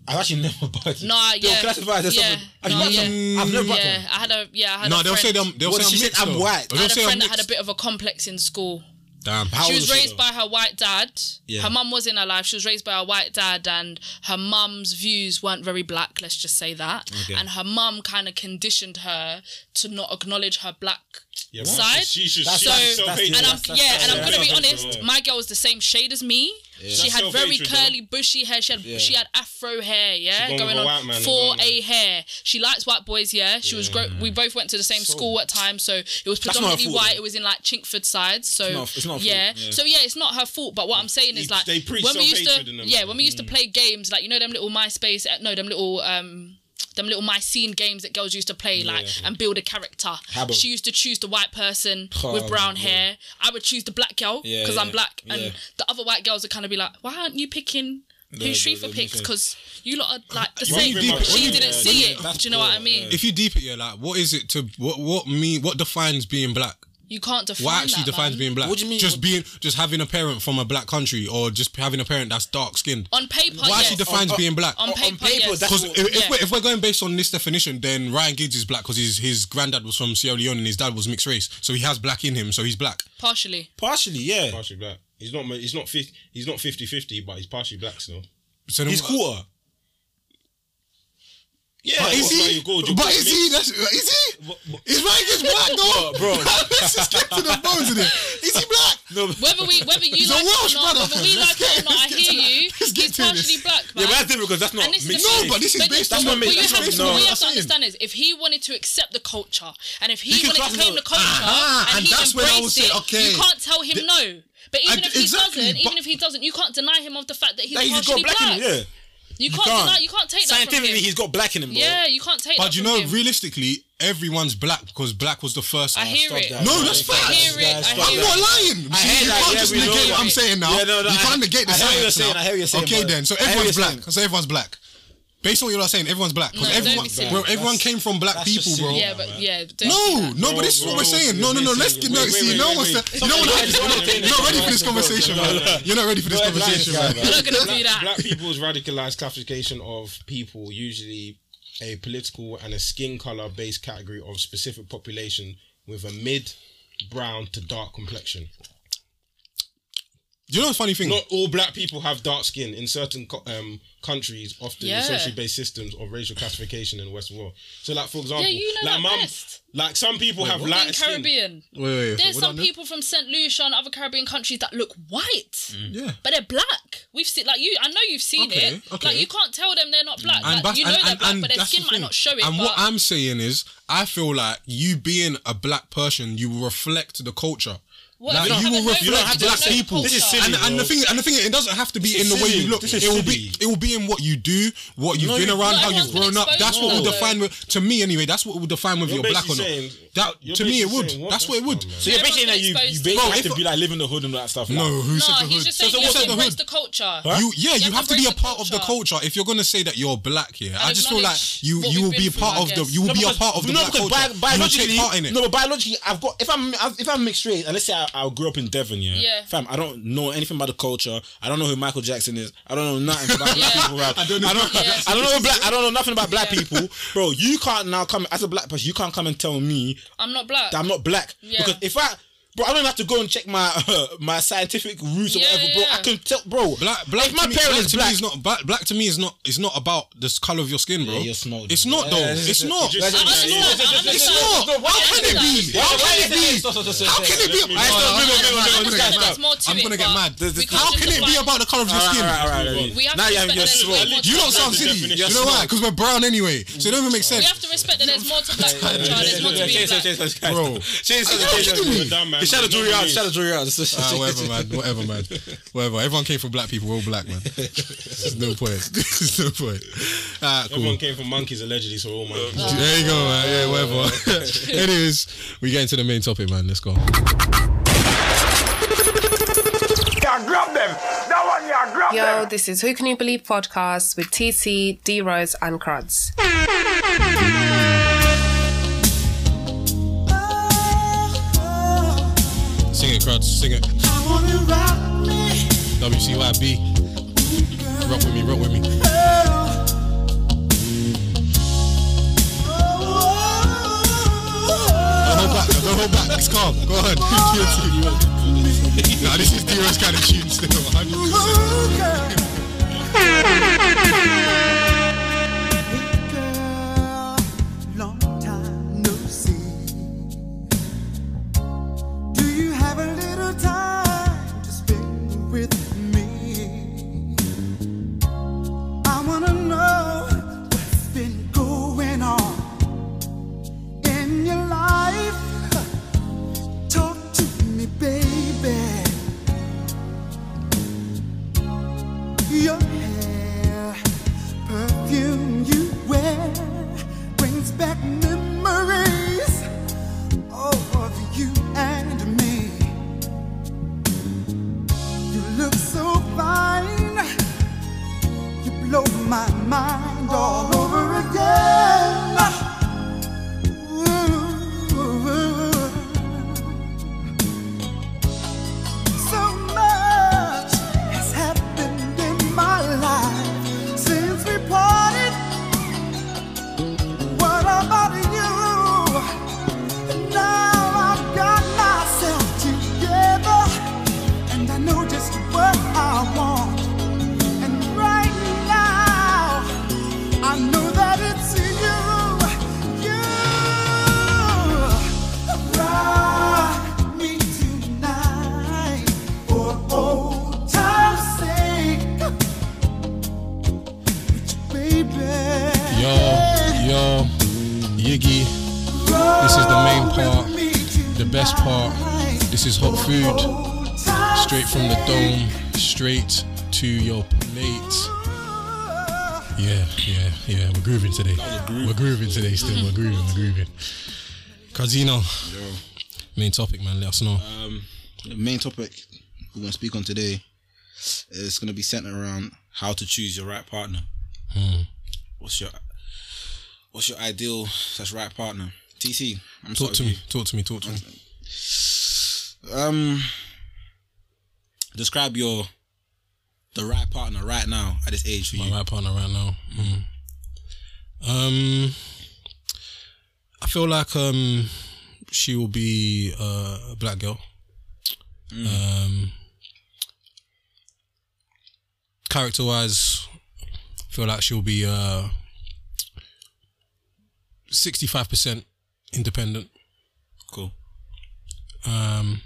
Speaker 7: I've actually never bought it.
Speaker 8: Nah,
Speaker 7: They'll
Speaker 8: yeah.
Speaker 7: classify as
Speaker 8: Yeah,
Speaker 7: something. Have you
Speaker 8: nah,
Speaker 7: bought some?
Speaker 6: yeah.
Speaker 7: I've never bought
Speaker 8: Yeah,
Speaker 7: one.
Speaker 8: I had a yeah. I had
Speaker 6: Mm, No,
Speaker 8: a
Speaker 6: they'll say
Speaker 8: friend-
Speaker 6: them. They'll
Speaker 7: Well,
Speaker 6: say
Speaker 7: she
Speaker 6: I'm
Speaker 7: said
Speaker 6: mixed,
Speaker 7: I'm
Speaker 6: though.
Speaker 7: white.
Speaker 6: They'll
Speaker 8: I had a
Speaker 6: say I'm
Speaker 8: friend that had a
Speaker 6: mixed.
Speaker 8: bit of a complex in school.
Speaker 6: Damn.
Speaker 8: She
Speaker 7: old
Speaker 8: was
Speaker 7: was she,
Speaker 8: raised by her white dad. Her mum was in her life. She was raised by her white dad, and her mum's views weren't very black. Let's just say that. And her mum kind of conditioned her to not acknowledge her black
Speaker 2: Yeah, bro.
Speaker 8: side.
Speaker 2: She should.
Speaker 7: That's-
Speaker 2: she
Speaker 8: so,
Speaker 2: should
Speaker 7: that's-
Speaker 2: self-hate
Speaker 7: that's-
Speaker 8: and I'm
Speaker 2: herself.
Speaker 8: yeah, and I'm
Speaker 2: that's-
Speaker 8: gonna be
Speaker 2: that's-
Speaker 8: honest.
Speaker 2: yeah.
Speaker 8: My girl was the same shade as me. She
Speaker 2: That's
Speaker 8: had very
Speaker 2: self-hatred, though.
Speaker 8: curly, bushy hair. She had she had afro hair. Yeah,
Speaker 2: gone with
Speaker 8: going
Speaker 2: a
Speaker 8: on
Speaker 2: white man as
Speaker 8: for
Speaker 2: well,
Speaker 8: a hair. She likes white boys. Yeah, she was. Gro- we both went to the same school at times, so it was
Speaker 7: not her
Speaker 8: predominantly
Speaker 7: fault,
Speaker 8: white.
Speaker 7: though.
Speaker 8: It was in like Chinkford sides. So
Speaker 7: not- it's not her
Speaker 8: yeah.
Speaker 7: fault, yeah.
Speaker 8: So yeah, it's not her fault. But what I'm saying is
Speaker 2: They-
Speaker 8: like
Speaker 2: they preach
Speaker 8: when we used to
Speaker 2: self-hatred in them.
Speaker 8: yeah when we used to
Speaker 7: Mm.
Speaker 8: play games like you know them little MySpace uh, no them little um. Them little my scene games that girls used to play, like and build a character.
Speaker 7: Habbo.
Speaker 8: She used to choose the white person
Speaker 7: Oh,
Speaker 8: with brown
Speaker 7: yeah.
Speaker 8: hair. I would choose the black girl
Speaker 7: Yeah,
Speaker 8: because I'm
Speaker 7: yeah,
Speaker 8: black, and
Speaker 7: yeah.
Speaker 8: the other white girls would kind of be like, "Why aren't you picking who
Speaker 7: the-
Speaker 8: Shrifa
Speaker 7: the- the
Speaker 8: picks?
Speaker 7: mixed
Speaker 8: Because you lot are like the
Speaker 6: When
Speaker 8: same."
Speaker 6: you deep-
Speaker 8: But
Speaker 6: when
Speaker 8: she
Speaker 6: you-
Speaker 8: didn't
Speaker 6: yeah,
Speaker 8: see
Speaker 7: when you-
Speaker 8: it.
Speaker 7: that's
Speaker 8: Do you know what I
Speaker 7: poor,
Speaker 8: mean?
Speaker 6: If you deep it, yeah, like what is it to what what mean what defines being black?
Speaker 8: You can't define
Speaker 6: What actually
Speaker 8: that,
Speaker 6: defines
Speaker 8: man.
Speaker 6: being black?
Speaker 7: What do you mean?
Speaker 6: Just
Speaker 7: What-
Speaker 6: being, just having a parent from a black country, or just having a parent that's dark skinned.
Speaker 8: on paper.
Speaker 6: What
Speaker 8: yes.
Speaker 6: actually defines
Speaker 7: on-
Speaker 6: being black?
Speaker 8: on
Speaker 7: on
Speaker 8: paper,
Speaker 7: paper,
Speaker 8: yes.
Speaker 7: that's
Speaker 6: Because
Speaker 7: what-
Speaker 6: if, if
Speaker 8: yeah.
Speaker 6: we're, if we're going based on this definition, then Ryan Giggs is black because his his granddad was from Sierra Leone and his dad was mixed race, so he has black in him, so he's black.
Speaker 8: partially.
Speaker 7: Partially, yeah.
Speaker 2: Partially black. He's not. He's not. 50, he's not 50-50, but he's partially black still.
Speaker 6: So then
Speaker 7: He's
Speaker 6: what-
Speaker 7: quarter.
Speaker 2: Yeah,
Speaker 6: But is
Speaker 2: what-
Speaker 6: he?
Speaker 2: like, you're good, you're
Speaker 6: but
Speaker 2: good,
Speaker 6: is
Speaker 2: mate.
Speaker 6: he? That's, is he? Is Ryan Giggs black though?
Speaker 7: Bro, bro.
Speaker 6: Let's just get to the bones of it. Is he black? No,
Speaker 8: Whether we whether you
Speaker 6: He's a
Speaker 8: like
Speaker 6: Welsh
Speaker 8: it or not,
Speaker 6: brother.
Speaker 8: whether we like
Speaker 6: Let's
Speaker 8: it
Speaker 6: get-
Speaker 8: or not, I
Speaker 6: let's get
Speaker 8: hear
Speaker 6: to-
Speaker 8: you.
Speaker 6: let's get to this.
Speaker 8: He's partially black, man.
Speaker 7: Yeah, but that's different because that's not
Speaker 8: And this is
Speaker 7: mixed
Speaker 8: the
Speaker 7: race.
Speaker 8: thing.
Speaker 6: No, but this is based
Speaker 8: this-
Speaker 6: on- that's
Speaker 8: what you
Speaker 6: not
Speaker 8: have
Speaker 6: mixed race.
Speaker 8: to, what you have to
Speaker 6: That's
Speaker 8: understand is if he wanted to accept the culture and if
Speaker 6: He
Speaker 8: he,
Speaker 6: can
Speaker 8: wanted to
Speaker 6: class
Speaker 8: claim
Speaker 6: it.
Speaker 8: the culture
Speaker 6: Ah,
Speaker 8: and,
Speaker 6: and
Speaker 8: he
Speaker 6: that's when I would
Speaker 8: embraced
Speaker 6: say,
Speaker 8: it,
Speaker 6: okay.
Speaker 8: you can't tell him
Speaker 6: The-
Speaker 8: no. But even
Speaker 6: I-
Speaker 8: if he
Speaker 6: exactly,
Speaker 8: doesn't,
Speaker 6: but-
Speaker 8: even if he doesn't, you can't deny him of the fact that he's
Speaker 7: That he's got
Speaker 8: partially
Speaker 7: black in him, yeah.
Speaker 8: You can't
Speaker 7: can't.
Speaker 8: deny. You can't take that from
Speaker 7: Scientifically,
Speaker 8: him.
Speaker 7: he's got black in him, bro.
Speaker 8: yeah, you can't take that.
Speaker 6: But you
Speaker 8: from
Speaker 6: know,
Speaker 8: him.
Speaker 6: realistically, everyone's black because black was the first.
Speaker 8: I hear
Speaker 7: Stop
Speaker 8: it.
Speaker 7: that.
Speaker 6: No, that's
Speaker 7: Stop
Speaker 6: facts.
Speaker 7: that.
Speaker 8: I hear it. I
Speaker 7: Stop
Speaker 8: hear
Speaker 6: I'm
Speaker 7: that.
Speaker 6: not lying.
Speaker 7: I hear
Speaker 6: you
Speaker 7: that,
Speaker 6: can't
Speaker 7: yeah,
Speaker 6: just
Speaker 7: we know
Speaker 6: negate
Speaker 7: that.
Speaker 6: what I'm saying now.
Speaker 7: Yeah, no, no,
Speaker 6: you
Speaker 7: I-
Speaker 6: can't negate the
Speaker 7: I hear what
Speaker 6: science
Speaker 7: you're saying,
Speaker 6: now.
Speaker 7: I hear what you're saying,
Speaker 6: Okay,
Speaker 7: but-
Speaker 6: then. So
Speaker 7: I hear what
Speaker 6: everyone's
Speaker 7: you're
Speaker 6: black.
Speaker 7: saying.
Speaker 6: Because everyone's black. Based on what you're saying, everyone's black. Because
Speaker 8: No, don't
Speaker 6: everyone,
Speaker 8: be silly.
Speaker 6: bro, everyone came from black
Speaker 7: that's just
Speaker 6: people, bro.
Speaker 7: silly.
Speaker 8: Yeah, but yeah. don't do
Speaker 6: No,
Speaker 8: that.
Speaker 6: no, but this is what we're saying. No, no, no. Let's get no.
Speaker 2: wait,
Speaker 6: See,
Speaker 2: wait,
Speaker 6: no
Speaker 2: wait,
Speaker 6: one's.
Speaker 2: wait.
Speaker 6: You know what? You're not ready for this conversation, man. You're not ready for this
Speaker 7: Don't lie,
Speaker 6: conversation,
Speaker 7: guy,
Speaker 6: man.
Speaker 7: man.
Speaker 8: I'm not gonna do
Speaker 2: black,
Speaker 8: that.
Speaker 2: black people's radicalized classification of people usually a political and a skin color based category of specific population with a mid brown to dark complexion.
Speaker 6: You know the funny thing?
Speaker 2: Not all black people have dark skin in certain co- um, countries, often
Speaker 8: Yeah.
Speaker 2: socially based systems of racial classification in the Western world. So, like for example,
Speaker 8: you know
Speaker 2: like
Speaker 8: that
Speaker 2: mum-
Speaker 8: best.
Speaker 2: like some people have light
Speaker 8: In
Speaker 2: skin.
Speaker 8: Caribbean.
Speaker 6: Wait, wait, wait.
Speaker 8: There's
Speaker 6: What
Speaker 8: some
Speaker 6: do I know?
Speaker 8: people from St. Lucia and other Caribbean countries that look white,
Speaker 6: Yeah.
Speaker 8: but they're black. We've seen, like you, I know you've seen
Speaker 6: Okay,
Speaker 8: it.
Speaker 6: okay.
Speaker 8: Like you can't tell them they're not black. like,
Speaker 6: that's-
Speaker 8: you know they're black, but their
Speaker 6: that's the
Speaker 8: skin might
Speaker 6: thing.
Speaker 8: not show it.
Speaker 6: And
Speaker 8: but
Speaker 6: what I'm saying is, I feel like you being a black person, you reflect the culture.
Speaker 8: What
Speaker 6: Like,
Speaker 8: if
Speaker 6: you will
Speaker 8: haven't known-
Speaker 6: reflect
Speaker 8: you don't
Speaker 6: black
Speaker 8: know
Speaker 6: people.
Speaker 8: culture?
Speaker 6: and, and the thing, and the thing, it doesn't have to be in the way
Speaker 11: silly.
Speaker 6: you look.
Speaker 11: This
Speaker 6: It
Speaker 11: is
Speaker 6: will
Speaker 11: silly.
Speaker 6: be, it will be in what you do, what you've been around,
Speaker 8: not
Speaker 6: how you've
Speaker 8: everyone's been
Speaker 6: grown up. That's what will
Speaker 8: exposed to
Speaker 6: define. wh- To me, anyway, that's what will define whether
Speaker 11: You're
Speaker 6: you're black or
Speaker 11: basically
Speaker 6: not.
Speaker 11: saying-
Speaker 6: That
Speaker 11: you're
Speaker 6: to me, it
Speaker 11: basically
Speaker 6: would.
Speaker 11: saying, what
Speaker 6: That's
Speaker 11: the
Speaker 6: what it
Speaker 11: fuck, man?
Speaker 6: would.
Speaker 7: So you're
Speaker 8: Everyone's
Speaker 7: basically that you,
Speaker 8: exposed
Speaker 7: you
Speaker 8: to
Speaker 7: basically
Speaker 8: it.
Speaker 7: have to be like living the hood and all that stuff.
Speaker 6: No,
Speaker 7: like,
Speaker 6: who
Speaker 8: No,
Speaker 6: said the
Speaker 8: he's
Speaker 6: hood?
Speaker 8: just saying you
Speaker 6: who
Speaker 8: have
Speaker 6: said
Speaker 8: to
Speaker 6: the
Speaker 8: embrace
Speaker 6: hood?
Speaker 8: the culture.
Speaker 6: You yeah, you, have to be a
Speaker 8: embrace the
Speaker 6: part of the culture if you're gonna say that you're black. Yeah, I just feel like
Speaker 8: acknowledge
Speaker 6: you
Speaker 8: what
Speaker 6: you
Speaker 8: we've
Speaker 6: will be
Speaker 8: been
Speaker 6: a part
Speaker 8: through,
Speaker 6: of
Speaker 8: I
Speaker 6: the
Speaker 8: guess.
Speaker 6: you will be a
Speaker 11: because-
Speaker 6: part of the
Speaker 7: no,
Speaker 6: black
Speaker 7: because
Speaker 6: culture.
Speaker 7: bi-
Speaker 6: you will take
Speaker 7: biologically,
Speaker 6: part in it.
Speaker 7: no, but biologically, I've got if I'm if I'm mixed race, and let's say I, I grew up in Devon, yeah,
Speaker 8: Yeah.
Speaker 7: fam, I don't know anything about the culture. I don't know who Michael Jackson is. I don't know nothing about black
Speaker 8: Yeah.
Speaker 7: people. Rap. I
Speaker 6: don't know
Speaker 7: I don't,
Speaker 8: Michael Jackson.
Speaker 7: I don't know black. I don't know nothing about black people, bro. You can't now come as a black person. You can't come and tell me
Speaker 8: I'm not black.
Speaker 7: that I'm not black
Speaker 8: Yeah.
Speaker 7: because if I. Bro, I don't have to go and check my uh, my scientific roots
Speaker 8: Yeah,
Speaker 7: or whatever, bro.
Speaker 8: yeah, yeah.
Speaker 7: I can tell, bro.
Speaker 6: Black, black.
Speaker 7: if my
Speaker 6: to me, black
Speaker 7: parents is
Speaker 6: to
Speaker 7: black,
Speaker 6: me is not black. Black to me is not. It's not about the color of your skin, bro.
Speaker 7: Yeah, you're small,
Speaker 6: It's
Speaker 7: dude.
Speaker 6: not though.
Speaker 7: Yeah,
Speaker 6: it's
Speaker 7: yeah,
Speaker 6: not.
Speaker 7: yeah, yeah,
Speaker 8: I understand, I understand.
Speaker 6: It's not.
Speaker 8: I
Speaker 6: How can it
Speaker 8: understand.
Speaker 6: be? How can it be? How can it be?
Speaker 7: Let me- Alright, stop, wait, wait, wait, wait,
Speaker 8: I understand
Speaker 7: wait,
Speaker 8: that
Speaker 7: wait,
Speaker 8: there's more to
Speaker 6: I'm
Speaker 8: it,
Speaker 6: gonna get
Speaker 8: but
Speaker 6: mad.
Speaker 7: There's
Speaker 8: we
Speaker 7: this-
Speaker 8: can't
Speaker 6: How can
Speaker 8: just
Speaker 6: it be
Speaker 8: define-
Speaker 6: about the color of your
Speaker 7: Alright,
Speaker 6: skin?
Speaker 7: alright, alright, alright.
Speaker 8: We have
Speaker 7: Now
Speaker 8: to
Speaker 7: you have- you're
Speaker 8: respect that there's
Speaker 7: slow.
Speaker 8: way more to
Speaker 6: You
Speaker 8: black
Speaker 6: don't sound
Speaker 8: people.
Speaker 6: silly.
Speaker 7: You're
Speaker 6: You know
Speaker 7: small.
Speaker 6: why? Because we're brown anyway, so it don't even make
Speaker 8: We
Speaker 6: sense.
Speaker 8: have to respect that there's more to black culture. There's more to being black.
Speaker 6: Bro.
Speaker 11: You're done, man.
Speaker 7: Shout out to Jury out. Shout out to Jury out.
Speaker 6: Ah, whatever, man. Whatever, man. Whatever. Everyone came from black people. We're all black, man. There's no point. There's no point. Ah, cool.
Speaker 11: Everyone came from monkeys allegedly, so we're
Speaker 2: oh
Speaker 11: all monkeys.
Speaker 6: There you go, man. Yeah, whatever. Anyways, we get into the main topic, man. Let's go.
Speaker 5: Yo, this is Who Can You Believe podcast with TC, D Rose, and Cruds.
Speaker 6: Sing it, crowd. Sing it. WCYB. Rock with me. Rock with me. Don't hold back. Don't hold back. It's calm. Go on. nah, this is D-Rose kind of tune still. 100%.
Speaker 2: Your hair, perfume you wear brings back memories of you and me. You look so fine, you blow my mind all over again. Ooh. So much has happened in my life since we parted. What about you? Now I've got myself together, and I know just what I want. And right now, I know that it's you, you. Rock me tonight for old time's sake, baby.
Speaker 6: Yo, yo, Yiggy. This is the main part, the best part. This is hot food, straight from the dome, straight to your plate. Yeah, yeah, yeah. We're grooving today. We're grooving today. Still, we're grooving. We're grooving. Casino. Main topic, man. Let us know.
Speaker 7: The main topic we're going to speak on today is going to be centered around how to choose your right partner. Hmm. What's your What's your ideal slash right partner? TC, I'm
Speaker 6: Talk
Speaker 7: sorry.
Speaker 6: to me. Talk to me. Talk to me.
Speaker 7: Um, describe your the right partner right now at this age for you.
Speaker 6: my right partner right now. Mm. Um, I feel like um, she will be uh, a black girl. Um, character wise, I feel like she'll be uh sixty five percent independent.
Speaker 7: Cool.
Speaker 6: Um,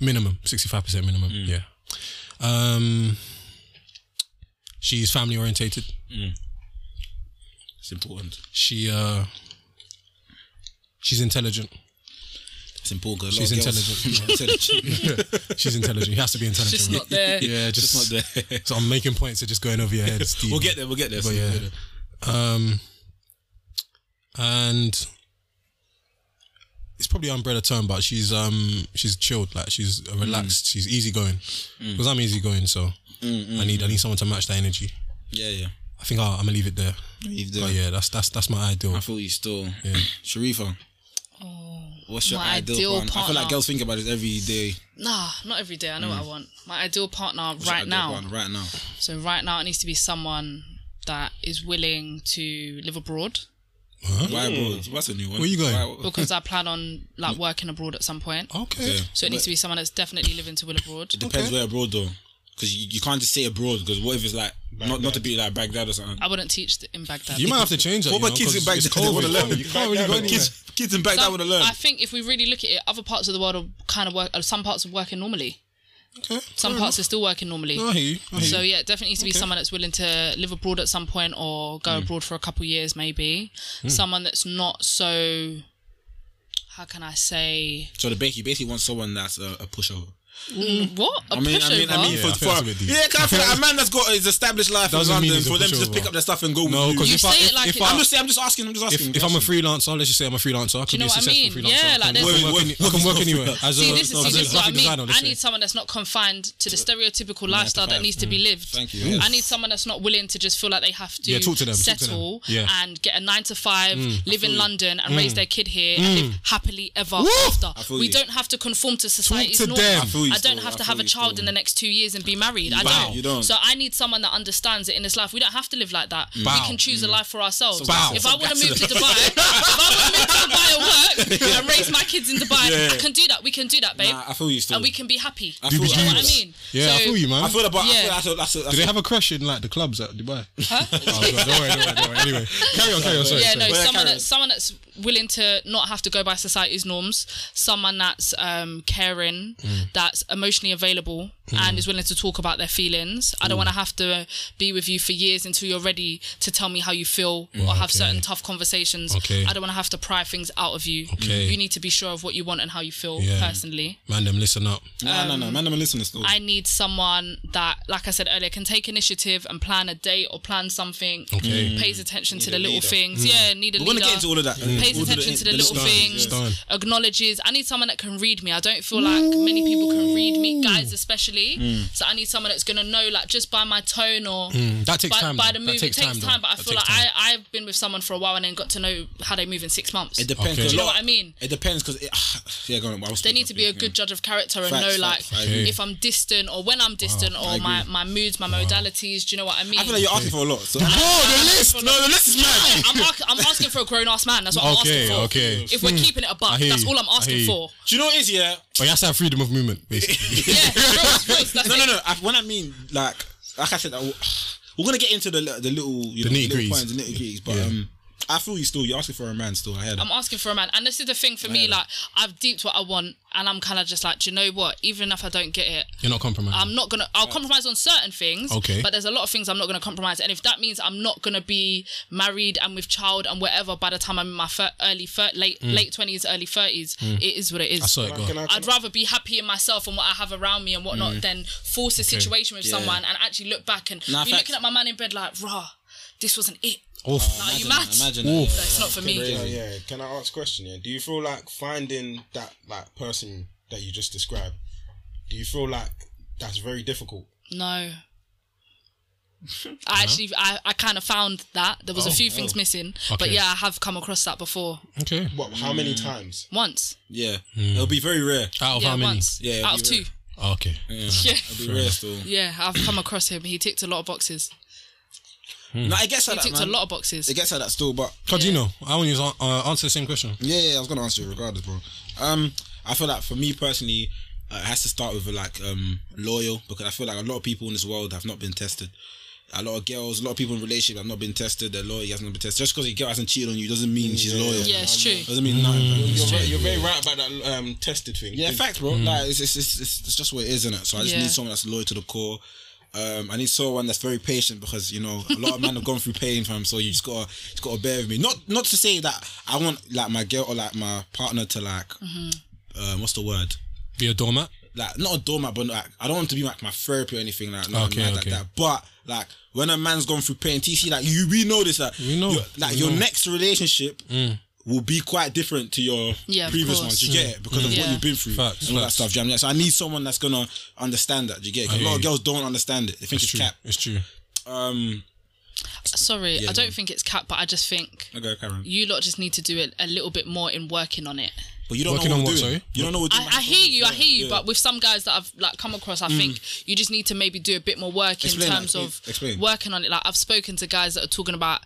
Speaker 6: minimum sixty five percent minimum. Yeah. Um, she's family orientated.
Speaker 7: It's important.
Speaker 6: She uh she's intelligent.
Speaker 7: It's It's important. 'cause a lot
Speaker 6: She's
Speaker 7: of girls-
Speaker 6: intelligent.
Speaker 7: intelligent.
Speaker 6: She's intelligent. She has to be intelligent.
Speaker 8: Just
Speaker 6: man.
Speaker 8: not there.
Speaker 6: Yeah, just,
Speaker 7: Just not there.
Speaker 6: So I'm making points. They're just going over your head. It's deep.
Speaker 7: We'll get there. We'll get there.
Speaker 6: But
Speaker 7: soon,
Speaker 6: yeah.
Speaker 7: we'll get there.
Speaker 6: Um, and it's probably an umbrella term, but she's um she's chilled, like she's relaxed, she's easygoing. Because I'm easygoing, so I need I need someone to match that energy.
Speaker 7: Yeah, yeah.
Speaker 6: I think I'll, I'm gonna leave it there.
Speaker 7: Leave there.
Speaker 6: But Oh, yeah, that's that's that's my ideal.
Speaker 7: I feel you still. Sharifa. What's your
Speaker 8: Oh, My
Speaker 7: ideal,
Speaker 8: ideal
Speaker 7: partner? I feel like
Speaker 8: partner.
Speaker 7: girls think about this every day.
Speaker 8: Nah, not every day. I know what I want. My ideal partner
Speaker 7: What's your
Speaker 8: right
Speaker 7: ideal
Speaker 8: now.
Speaker 7: partner Right now.
Speaker 8: So right now it needs to be someone that is willing to live abroad
Speaker 7: Why, bro? That's a new one.
Speaker 6: Where you going?
Speaker 7: Why-
Speaker 8: because I plan on like working abroad at some point.
Speaker 6: okay.
Speaker 7: Yeah.
Speaker 8: So it needs to be someone that's definitely living to will abroad.
Speaker 7: Depends where abroad though, because you, you can't just say abroad. Because what if it's like not not to be like Baghdad or something?
Speaker 8: I wouldn't teach th- in Baghdad.
Speaker 6: You might have to change that.
Speaker 7: What
Speaker 6: you
Speaker 7: about
Speaker 6: know,
Speaker 7: kids in
Speaker 6: 'cause it's
Speaker 7: Baghdad? They
Speaker 6: COVID.
Speaker 7: want to learn.
Speaker 6: You can't really go anywhere.
Speaker 7: Kids, kids in Baghdad
Speaker 8: Some-
Speaker 7: want to learn.
Speaker 8: I think if we really look at it, other parts of the world are kind of work. uh, Some parts are working normally.
Speaker 6: Okay.
Speaker 8: Some
Speaker 6: fair
Speaker 8: parts are still working normally.
Speaker 6: enough. No, I hear you. I hear
Speaker 8: So
Speaker 6: you.
Speaker 8: yeah, it definitely needs to be someone that's willing to live abroad at some point or
Speaker 7: Hmm.
Speaker 8: go abroad for a couple years, maybe. Someone that's not so. How can I say
Speaker 7: so the basically basically wants someone that's a, a pushover.
Speaker 8: what a
Speaker 7: I mean, I
Speaker 8: pushover?
Speaker 7: mean, I mean,
Speaker 6: Yeah,
Speaker 7: for,
Speaker 6: I feel that's a bit
Speaker 7: for
Speaker 6: deep.
Speaker 7: yeah, cause I feel like a man that's got his established life in
Speaker 6: Doesn't mean
Speaker 7: London
Speaker 6: he's a
Speaker 7: for them to just
Speaker 6: pushover.
Speaker 7: pick up their stuff and go.
Speaker 6: No,
Speaker 7: with you.
Speaker 6: 'cause
Speaker 8: You
Speaker 6: if
Speaker 8: say
Speaker 6: I
Speaker 8: it
Speaker 6: if,
Speaker 8: like
Speaker 6: if
Speaker 8: it-
Speaker 6: I,
Speaker 7: I'm just saying. I'm just asking. I'm just asking.
Speaker 6: if, if I'm a
Speaker 7: asking.
Speaker 6: freelancer, let's just say I'm a freelancer. I could
Speaker 8: know
Speaker 6: be a
Speaker 8: what I
Speaker 6: successful
Speaker 8: mean?
Speaker 6: freelancer.
Speaker 8: Yeah,
Speaker 6: I
Speaker 8: like
Speaker 6: can
Speaker 8: there's-
Speaker 6: work, any- I can work anywhere. As
Speaker 8: See,
Speaker 6: a,
Speaker 8: this is,
Speaker 6: as a
Speaker 8: see, this is what I
Speaker 6: graphic
Speaker 8: mean.
Speaker 6: designer, let's
Speaker 8: I need
Speaker 6: say.
Speaker 8: someone that's not confined to the stereotypical lifestyle that
Speaker 7: five.
Speaker 8: needs to be lived.
Speaker 7: Thank you, yeah.
Speaker 8: I need someone that's not willing to just feel like they have to,
Speaker 6: Yeah, talk to them, talk to them.
Speaker 8: settle
Speaker 6: Yeah.
Speaker 8: and get a nine to five, live in London and raise their kid here and live happily ever after.
Speaker 7: feel
Speaker 8: We
Speaker 7: you.
Speaker 8: don't have to conform to society's
Speaker 6: to
Speaker 8: norms.
Speaker 6: them. I
Speaker 7: feel you
Speaker 8: I
Speaker 7: still,
Speaker 8: don't have
Speaker 7: I
Speaker 8: to
Speaker 7: feel
Speaker 8: have a
Speaker 7: you
Speaker 8: child
Speaker 7: still.
Speaker 8: in the next two years and be married. I
Speaker 7: Wow.
Speaker 8: don't.
Speaker 7: You don't.
Speaker 8: So I need someone that understands that in this life we don't have to live like that.
Speaker 6: Bow.
Speaker 8: We can choose a life for ourselves.
Speaker 6: Bow.
Speaker 8: If I want to move to Dubai, if I want to move to Dubai and work and raise my kids in Dubai, I can do that. We can do that, babe
Speaker 7: Nah, I feel you still.
Speaker 8: and we can be happy.
Speaker 7: I
Speaker 8: Do
Speaker 7: feel
Speaker 8: you know
Speaker 7: you.
Speaker 8: what I mean?
Speaker 6: Yeah, I
Speaker 8: So-
Speaker 6: feel you, man.
Speaker 7: I feel about.
Speaker 8: Yeah.
Speaker 7: I feel that's a, that's a, that's
Speaker 6: Do
Speaker 7: a,
Speaker 6: they have a crush in like the clubs at Dubai?
Speaker 8: Huh?
Speaker 6: Oh, God, don't worry, don't worry, don't worry. Anyway, carry on, carry on. Sorry.
Speaker 8: Yeah,
Speaker 6: sorry.
Speaker 8: no,
Speaker 7: Well, yeah,
Speaker 8: someone
Speaker 7: carry on.
Speaker 8: that's someone that's willing to not have to go by society's norms, someone that's um, caring,
Speaker 6: Mm.
Speaker 8: that's emotionally available, and is willing to talk about their feelings. I don't
Speaker 6: Mm.
Speaker 8: want to have to be with you for years until you're ready to tell me how you feel or have
Speaker 6: Mm, okay.
Speaker 8: certain tough conversations.
Speaker 6: Okay.
Speaker 8: I don't want to have to pry things out of you.
Speaker 6: Okay.
Speaker 8: You need to be sure of what you want and how you feel
Speaker 6: Yeah.
Speaker 8: personally.
Speaker 6: Man, them listen up.
Speaker 7: No, no, no, man, I'm a listener still.
Speaker 8: I need someone that, like I said earlier, can take initiative and plan a date or plan something.
Speaker 6: Okay. Mm.
Speaker 8: Pays attention to the
Speaker 7: a
Speaker 8: little
Speaker 7: leader.
Speaker 8: things. Yeah, need a
Speaker 7: We're
Speaker 8: leader.
Speaker 7: gonna get into all of that.
Speaker 8: Pays
Speaker 7: All
Speaker 8: attention to the, little
Speaker 7: stars,
Speaker 8: things.
Speaker 7: yeah.
Speaker 6: Done.
Speaker 8: Acknowledges. I need someone that can read me. I don't feel like many people can read me, guys especially.
Speaker 6: Mm.
Speaker 8: So I need someone that's gonna know, like, just by my tone or
Speaker 6: That Mm. takes
Speaker 8: by,
Speaker 6: time. though.
Speaker 8: by
Speaker 6: That
Speaker 8: the move.
Speaker 6: takes
Speaker 8: it takes
Speaker 6: though.
Speaker 8: time, but I
Speaker 6: That
Speaker 8: feel like
Speaker 6: takes time.
Speaker 8: I I've been with someone for a while and then got to know how they move in six months.
Speaker 7: It depends.
Speaker 6: Okay.
Speaker 7: a
Speaker 6: Do you
Speaker 8: know
Speaker 7: lot-
Speaker 8: what I mean?
Speaker 7: It depends because yeah, go on. I was
Speaker 8: They
Speaker 7: speaking
Speaker 8: need to be a
Speaker 7: up, yeah.
Speaker 8: good judge of character and
Speaker 7: Facts,
Speaker 8: know
Speaker 7: facts, I
Speaker 8: like
Speaker 7: agree.
Speaker 8: if I'm distant or when I'm distant
Speaker 7: I
Speaker 8: or my,
Speaker 7: agree.
Speaker 8: my moods, my modalities. Do you know what I mean?
Speaker 7: I feel like you're asking for a lot. So
Speaker 6: the list. No, the list is
Speaker 8: No, I'm, ar- I'm asking for a grown ass man. That's what I'm
Speaker 6: Okay,
Speaker 8: asking for.
Speaker 6: okay. Hmm.
Speaker 8: If we're keeping it
Speaker 6: I
Speaker 8: a buck,
Speaker 6: hear
Speaker 8: that's
Speaker 6: you.
Speaker 8: all I'm
Speaker 6: I hear you.
Speaker 8: asking for.
Speaker 7: do you know what it is? Yeah.
Speaker 6: But you have to have freedom of movement, basically.
Speaker 8: Yeah, real, real, that's
Speaker 7: No,
Speaker 8: it.
Speaker 7: no, no. I, when I mean like, like I said, I, we're gonna get into the the little you
Speaker 6: The
Speaker 7: know,
Speaker 6: nitty-gritties.
Speaker 7: little points, the nitty gritties. But um, I feel you still. You're asking for a man still. I heard.
Speaker 8: I'm asking for a man, and this is the thing for me. Like I've deeped what I want, and I'm kind of just like, do you know what? Even if I don't get it,
Speaker 6: You're not compromising.
Speaker 8: I'm not gonna. I'll compromise on certain things.
Speaker 6: Okay.
Speaker 8: But there's a lot of things I'm not gonna compromise, and if that means I'm not gonna be married and with child and whatever by the time I'm in my fir- early, fir- late late twenties, early thirties, it is what it is.
Speaker 6: Mm. I saw it go. Mm.
Speaker 2: Can I-
Speaker 8: I'd rather be happy in myself and what I have around me and whatnot than force a situation with someone and actually look back and
Speaker 7: Nah,
Speaker 8: be
Speaker 7: facts.
Speaker 8: looking at my man in bed like, rah, this wasn't it.
Speaker 6: Oof.
Speaker 8: Are you mad?
Speaker 7: Imagine
Speaker 8: No,
Speaker 7: that. yeah.
Speaker 8: it's not for me.
Speaker 2: Yeah, yeah. Can I ask a question? Yeah? Do you feel like finding that like person that you just described? Do you feel like that's very difficult?
Speaker 8: No. I actually, I, I kind of found that there was a few things missing, but
Speaker 6: Oh, Okay.
Speaker 8: yeah, I have come across that before
Speaker 6: Okay.
Speaker 2: What? How many times?
Speaker 8: once.
Speaker 7: Yeah.
Speaker 6: Hmm.
Speaker 7: It'll be very rare.
Speaker 6: Out of
Speaker 8: yeah,
Speaker 6: how many? Oh,
Speaker 8: once.
Speaker 7: Yeah,
Speaker 8: out of
Speaker 7: it'd be
Speaker 8: two.
Speaker 6: Okay.
Speaker 8: Yeah.
Speaker 7: It'll be rare still.
Speaker 8: yeah, I've come across him. He ticked a lot of boxes.
Speaker 6: Hmm.
Speaker 7: No, it gets like
Speaker 8: He
Speaker 7: that,
Speaker 8: ticked
Speaker 7: man.
Speaker 8: a lot of boxes.
Speaker 7: It gets like that still, but
Speaker 6: Cardino, I want you to uh, answer the same question.
Speaker 7: Yeah, yeah, I was gonna answer it regardless, bro. Um, I feel like for me personally, uh, it has to start with like um loyal because I feel like a lot of people in this world have not been tested. A lot of girls, a lot of people in relationships have not been tested. Their loyalty hasn't been tested. Just because a girl hasn't cheated on you doesn't mean she's loyal.
Speaker 8: Yeah, it's true.
Speaker 7: Doesn't mean nothing. bro.
Speaker 2: You're, very, you're very right about that um, tested thing. Mm.
Speaker 7: Yeah,
Speaker 2: Is-
Speaker 7: fact, bro. Like it's, it's, it's, it's, it's just what it is, isn't it? So I just
Speaker 8: Yeah.
Speaker 7: need someone that's loyal to the core. Um, I need someone that's very patient because you know a lot of men have gone through pain from. So you just gotta just
Speaker 2: Mm-hmm.
Speaker 7: gotta bear with me. Not not to say that I want like my girl or like my partner to like uh, what's the word?
Speaker 6: Be a doormat.
Speaker 7: Like not a doormat, but like I don't want to be like my therapy or anything like no,
Speaker 6: Okay,
Speaker 7: mad
Speaker 6: okay.
Speaker 7: like that. But like when a man's gone through pain, TC, like you we know this, like
Speaker 6: We know.
Speaker 7: your- like
Speaker 6: We
Speaker 7: your
Speaker 6: know. Mm.
Speaker 7: next relationship will be quite different to your
Speaker 8: Yeah, of
Speaker 7: previous
Speaker 8: course.
Speaker 7: ones.
Speaker 8: Mm.
Speaker 7: You get it because of what
Speaker 8: Yeah.
Speaker 7: you've been through
Speaker 6: Mm. Facts,
Speaker 7: and all
Speaker 6: facts.
Speaker 7: that stuff. Do you know what I mean? So I need someone that's gonna understand that. Do you get it? 'Cause
Speaker 6: I
Speaker 7: a lot of
Speaker 6: hear you.
Speaker 7: girls don't understand it. They think
Speaker 6: It's
Speaker 7: it's,
Speaker 6: true.
Speaker 7: cap.
Speaker 6: It's true.
Speaker 7: Um,
Speaker 8: Sorry, I don't think it's cap, but I just think
Speaker 7: okay, Karen.
Speaker 8: you lot just need to do it a little bit more in working on it.
Speaker 7: But you don't
Speaker 6: Working
Speaker 7: know
Speaker 6: on
Speaker 7: what,
Speaker 6: what,
Speaker 7: we're doing.
Speaker 6: sorry?
Speaker 7: You don't know what.
Speaker 8: I, I hear you, I hear you, but with some guys that I've like come across, I think you just need to maybe do a bit more work in
Speaker 7: Explain that,
Speaker 8: terms of
Speaker 7: please. Explain.
Speaker 8: working on it. Like I've spoken to guys that are talking about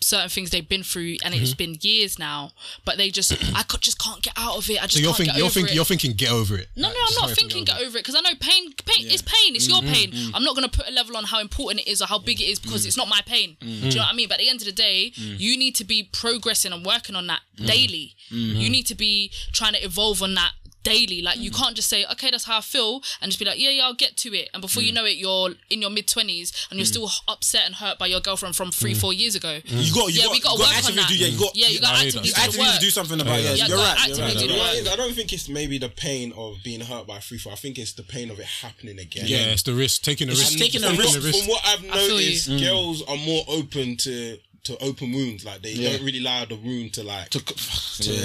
Speaker 8: certain things they've been through, and it's been years now, but they just I could, just can't get out of it. I just
Speaker 6: So you're
Speaker 8: can't
Speaker 6: thinking
Speaker 8: get
Speaker 6: you're
Speaker 8: over
Speaker 6: thinking
Speaker 8: it.
Speaker 6: you're thinking get over it.
Speaker 8: No,
Speaker 6: Like,
Speaker 8: no, I'm
Speaker 6: just
Speaker 8: not
Speaker 6: hurry up and
Speaker 8: thinking get over it because I know pain. Pain is pain. It's
Speaker 7: Mm-hmm.
Speaker 8: your pain. I'm not gonna put a level on how important it is or how big it is because
Speaker 7: Mm.
Speaker 8: it's not my pain. Do you know what I mean? But at the end of the day, you need to be progressing and working on that
Speaker 7: Mm.
Speaker 8: daily.
Speaker 7: Mm-hmm.
Speaker 8: You need to be trying to evolve on that daily. Like
Speaker 7: Mm.
Speaker 8: you can't just say, okay, that's how I feel, and just be like, yeah, yeah, I'll get to it. And before you
Speaker 7: Mm.
Speaker 8: know it, you're in your mid twenties and you're still h- upset and hurt by your girlfriend from three, four years ago.
Speaker 7: Mm. You got, you
Speaker 8: yeah,
Speaker 7: got,
Speaker 8: we
Speaker 7: you got
Speaker 8: got to work on
Speaker 7: actively
Speaker 8: that.
Speaker 7: do, yeah, you got,
Speaker 8: yeah, you got
Speaker 6: I hear
Speaker 8: actively
Speaker 6: that.
Speaker 8: do
Speaker 7: I
Speaker 8: the
Speaker 7: actually need
Speaker 8: work.
Speaker 7: to do something about it. Yeah,
Speaker 8: Yeah,
Speaker 7: you're
Speaker 8: but
Speaker 7: right. You're
Speaker 8: actively
Speaker 7: right.
Speaker 8: do
Speaker 7: you're
Speaker 8: the
Speaker 7: right.
Speaker 8: work.
Speaker 2: I don't think it's maybe the pain of being hurt by free fall. I think it's the pain of it happening again.
Speaker 6: Yeah, it's the risk. Taking the
Speaker 7: It's
Speaker 6: risk.
Speaker 7: just taking a
Speaker 2: from,
Speaker 7: risk. Mm.
Speaker 2: What, from what I've
Speaker 8: feel
Speaker 2: noticed, girls are more open to to open wounds. Like they
Speaker 7: Yeah.
Speaker 2: don't really allow the wound to like.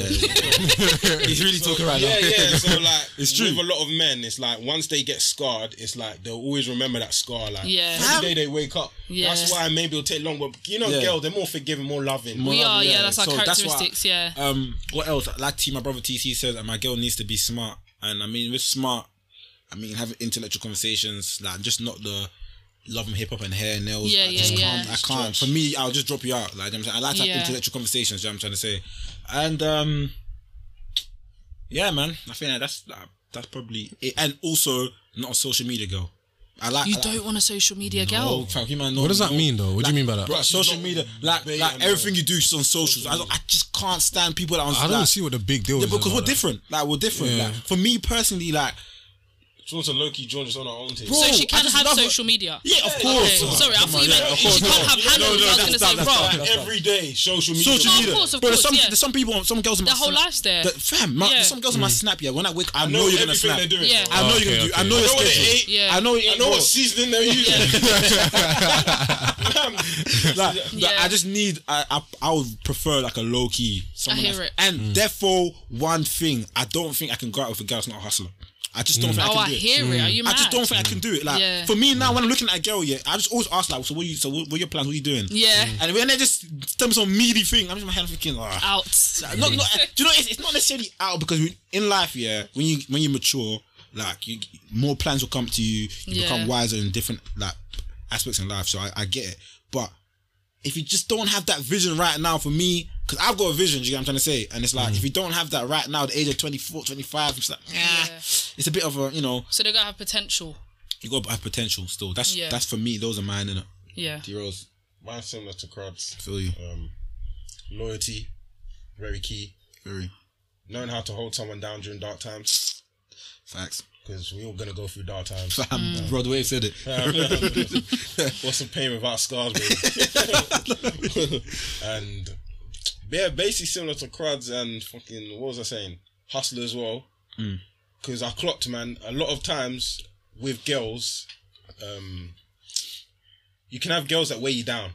Speaker 7: He's really talking right
Speaker 2: yeah,
Speaker 7: now.
Speaker 2: yeah. So like, it's
Speaker 7: true.
Speaker 2: With a lot of men, it's like once they get scarred, it's like they'll always remember that scar. Like
Speaker 8: Yeah.
Speaker 2: every day they wake up.
Speaker 8: Yeah.
Speaker 2: That's why maybe it'll take longer. You know,
Speaker 7: Yeah.
Speaker 2: girls, they're more forgiving, more loving.
Speaker 8: We
Speaker 7: Well,
Speaker 8: are, yeah, that's our
Speaker 7: So why-
Speaker 8: characteristics, yeah.
Speaker 7: Um, what else? Like T, my brother TC says that my girl needs to be smart, and I mean with smart, I mean having intellectual conversations, like just not the love and hip hop and hair and nails. I
Speaker 8: Yeah, yeah,
Speaker 7: just
Speaker 8: yeah.
Speaker 7: Can't, I can't. For me, I'll just drop you out. Like you know what I'm saying, I like to have
Speaker 8: Yeah.
Speaker 7: intellectual conversations. You know what I'm trying to say, and um, yeah, man, I think that that's that, that's probably it. And also, not a social media girl. I like.
Speaker 8: You
Speaker 7: I like-
Speaker 8: don't want a social media
Speaker 7: Oh,
Speaker 8: girl.
Speaker 7: fuck, you man,
Speaker 6: What does
Speaker 7: no-
Speaker 6: that mean though? What do you mean by that?
Speaker 7: Bruh, social media, like, like everything you do is on socials. I, don't, I just can't stand people that on.
Speaker 6: I don't
Speaker 7: like-
Speaker 6: see what the big deal
Speaker 7: Yeah,
Speaker 6: is.
Speaker 7: because
Speaker 6: about
Speaker 7: we're
Speaker 6: that.
Speaker 7: different. Like we're different.
Speaker 6: Yeah.
Speaker 7: Like for me personally, like
Speaker 2: She wants a Loki join us on our own team.
Speaker 7: bro,
Speaker 8: So she
Speaker 7: I
Speaker 8: can
Speaker 7: just
Speaker 8: have
Speaker 7: love her-
Speaker 8: social media.
Speaker 7: Yeah, of
Speaker 8: Okay,
Speaker 7: course.
Speaker 8: sorry, I
Speaker 7: Come on,
Speaker 8: thought you
Speaker 7: yeah,
Speaker 8: meant
Speaker 7: of
Speaker 8: she
Speaker 7: course.
Speaker 8: can't have
Speaker 7: No, no,
Speaker 8: handles.
Speaker 7: no,
Speaker 8: I was
Speaker 7: that's-
Speaker 8: going to
Speaker 7: that's-
Speaker 8: say,
Speaker 7: that's-
Speaker 8: bro.
Speaker 7: that's-
Speaker 2: Every day, social media.
Speaker 7: Social
Speaker 8: No, of
Speaker 7: media.
Speaker 8: course, of
Speaker 7: Bro, there's
Speaker 8: course,
Speaker 7: some,
Speaker 8: yeah.
Speaker 7: there's some people, on- some girls on my
Speaker 8: Their whole
Speaker 7: snap-
Speaker 8: life's there.
Speaker 7: The, fam, my,
Speaker 8: Yeah.
Speaker 7: there's some girls on
Speaker 6: Mm.
Speaker 7: my snap. Yeah, when I wake, I
Speaker 2: I
Speaker 7: know you're gonna
Speaker 2: everything
Speaker 7: snap.
Speaker 2: they're doing.
Speaker 8: Yeah.
Speaker 7: I know you're gonna do.
Speaker 6: Okay,
Speaker 7: I know your
Speaker 2: I know what they
Speaker 7: schedule.
Speaker 2: ate.
Speaker 8: Yeah.
Speaker 7: I know.
Speaker 2: I know
Speaker 7: bro.
Speaker 2: what seasoning they're using.
Speaker 7: like, like,
Speaker 8: Yeah.
Speaker 7: I just need. I, I I would prefer like a low key. someone
Speaker 8: hear
Speaker 7: that's-
Speaker 8: it.
Speaker 7: And
Speaker 6: Mm.
Speaker 7: therefore, one thing I don't think I can go out with a girl that's not a hustler. I just don't
Speaker 6: Mm.
Speaker 7: think I
Speaker 8: Oh,
Speaker 7: can
Speaker 8: I
Speaker 7: do it. Mm.
Speaker 8: hear it. Are you mad?
Speaker 7: I just don't think I can do it. Like
Speaker 8: Yeah.
Speaker 7: for me now, when I'm looking at a girl, yeah, I just always ask like, so what you, so what, what are your plans? What are you doing?
Speaker 8: Yeah.
Speaker 7: And when they just tell me some meaty thing, I'm just in my head thinking, ah.
Speaker 8: Out.
Speaker 7: Not, not, do you know? It's, it's not necessarily out because we- in life, yeah, when you when you mature, like you, more plans will come to you. You
Speaker 8: Yeah.
Speaker 7: become wiser in different like aspects in life. So I, I get it, but if you just don't have that vision right now, for me, because I've got a vision. Do you get what I'm trying to say? And it's like if you don't have that right now, at the age of 24, 25, it's like, ah,
Speaker 8: Yeah.
Speaker 7: it's a bit of a you know,
Speaker 8: So they're going to have potential.
Speaker 7: you got to have potential still. That's
Speaker 8: Yeah.
Speaker 7: that's for me. Those are mine, innit?
Speaker 8: Yeah.
Speaker 7: Heroes,
Speaker 2: Mine's similar to Crud's.
Speaker 7: feel you.
Speaker 2: Um, loyalty, very key.
Speaker 7: Very
Speaker 2: Knowing how to hold someone down during dark times,
Speaker 7: facts.
Speaker 2: because we all gonna go through dark times.
Speaker 7: Fam,
Speaker 8: Mm.
Speaker 7: Rod Wave said it.
Speaker 2: What's the pain without scars, baby? and yeah, basically similar to Cruds and fucking what was I saying? Hustler as well.
Speaker 6: Mm.
Speaker 2: Because I clocked, man. A lot of times with girls, um, you can have girls that weigh you down.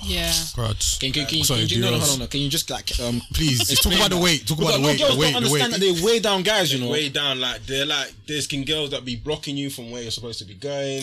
Speaker 2: Uh,
Speaker 8: Yeah.
Speaker 6: Crowds.
Speaker 7: Can, can, can,
Speaker 6: Sorry,
Speaker 7: can you, no, no,
Speaker 6: Duros.
Speaker 7: hold on, no. Can you just like um
Speaker 6: Please, talk about the weight. Talk about the
Speaker 7: no,
Speaker 6: weight.
Speaker 7: girls
Speaker 6: The weight.
Speaker 7: don't
Speaker 6: The
Speaker 7: understand
Speaker 6: weight.
Speaker 7: that they weigh down guys, you know.
Speaker 2: Way down, like they're like there's can girls that be blocking you from where you're supposed to be going.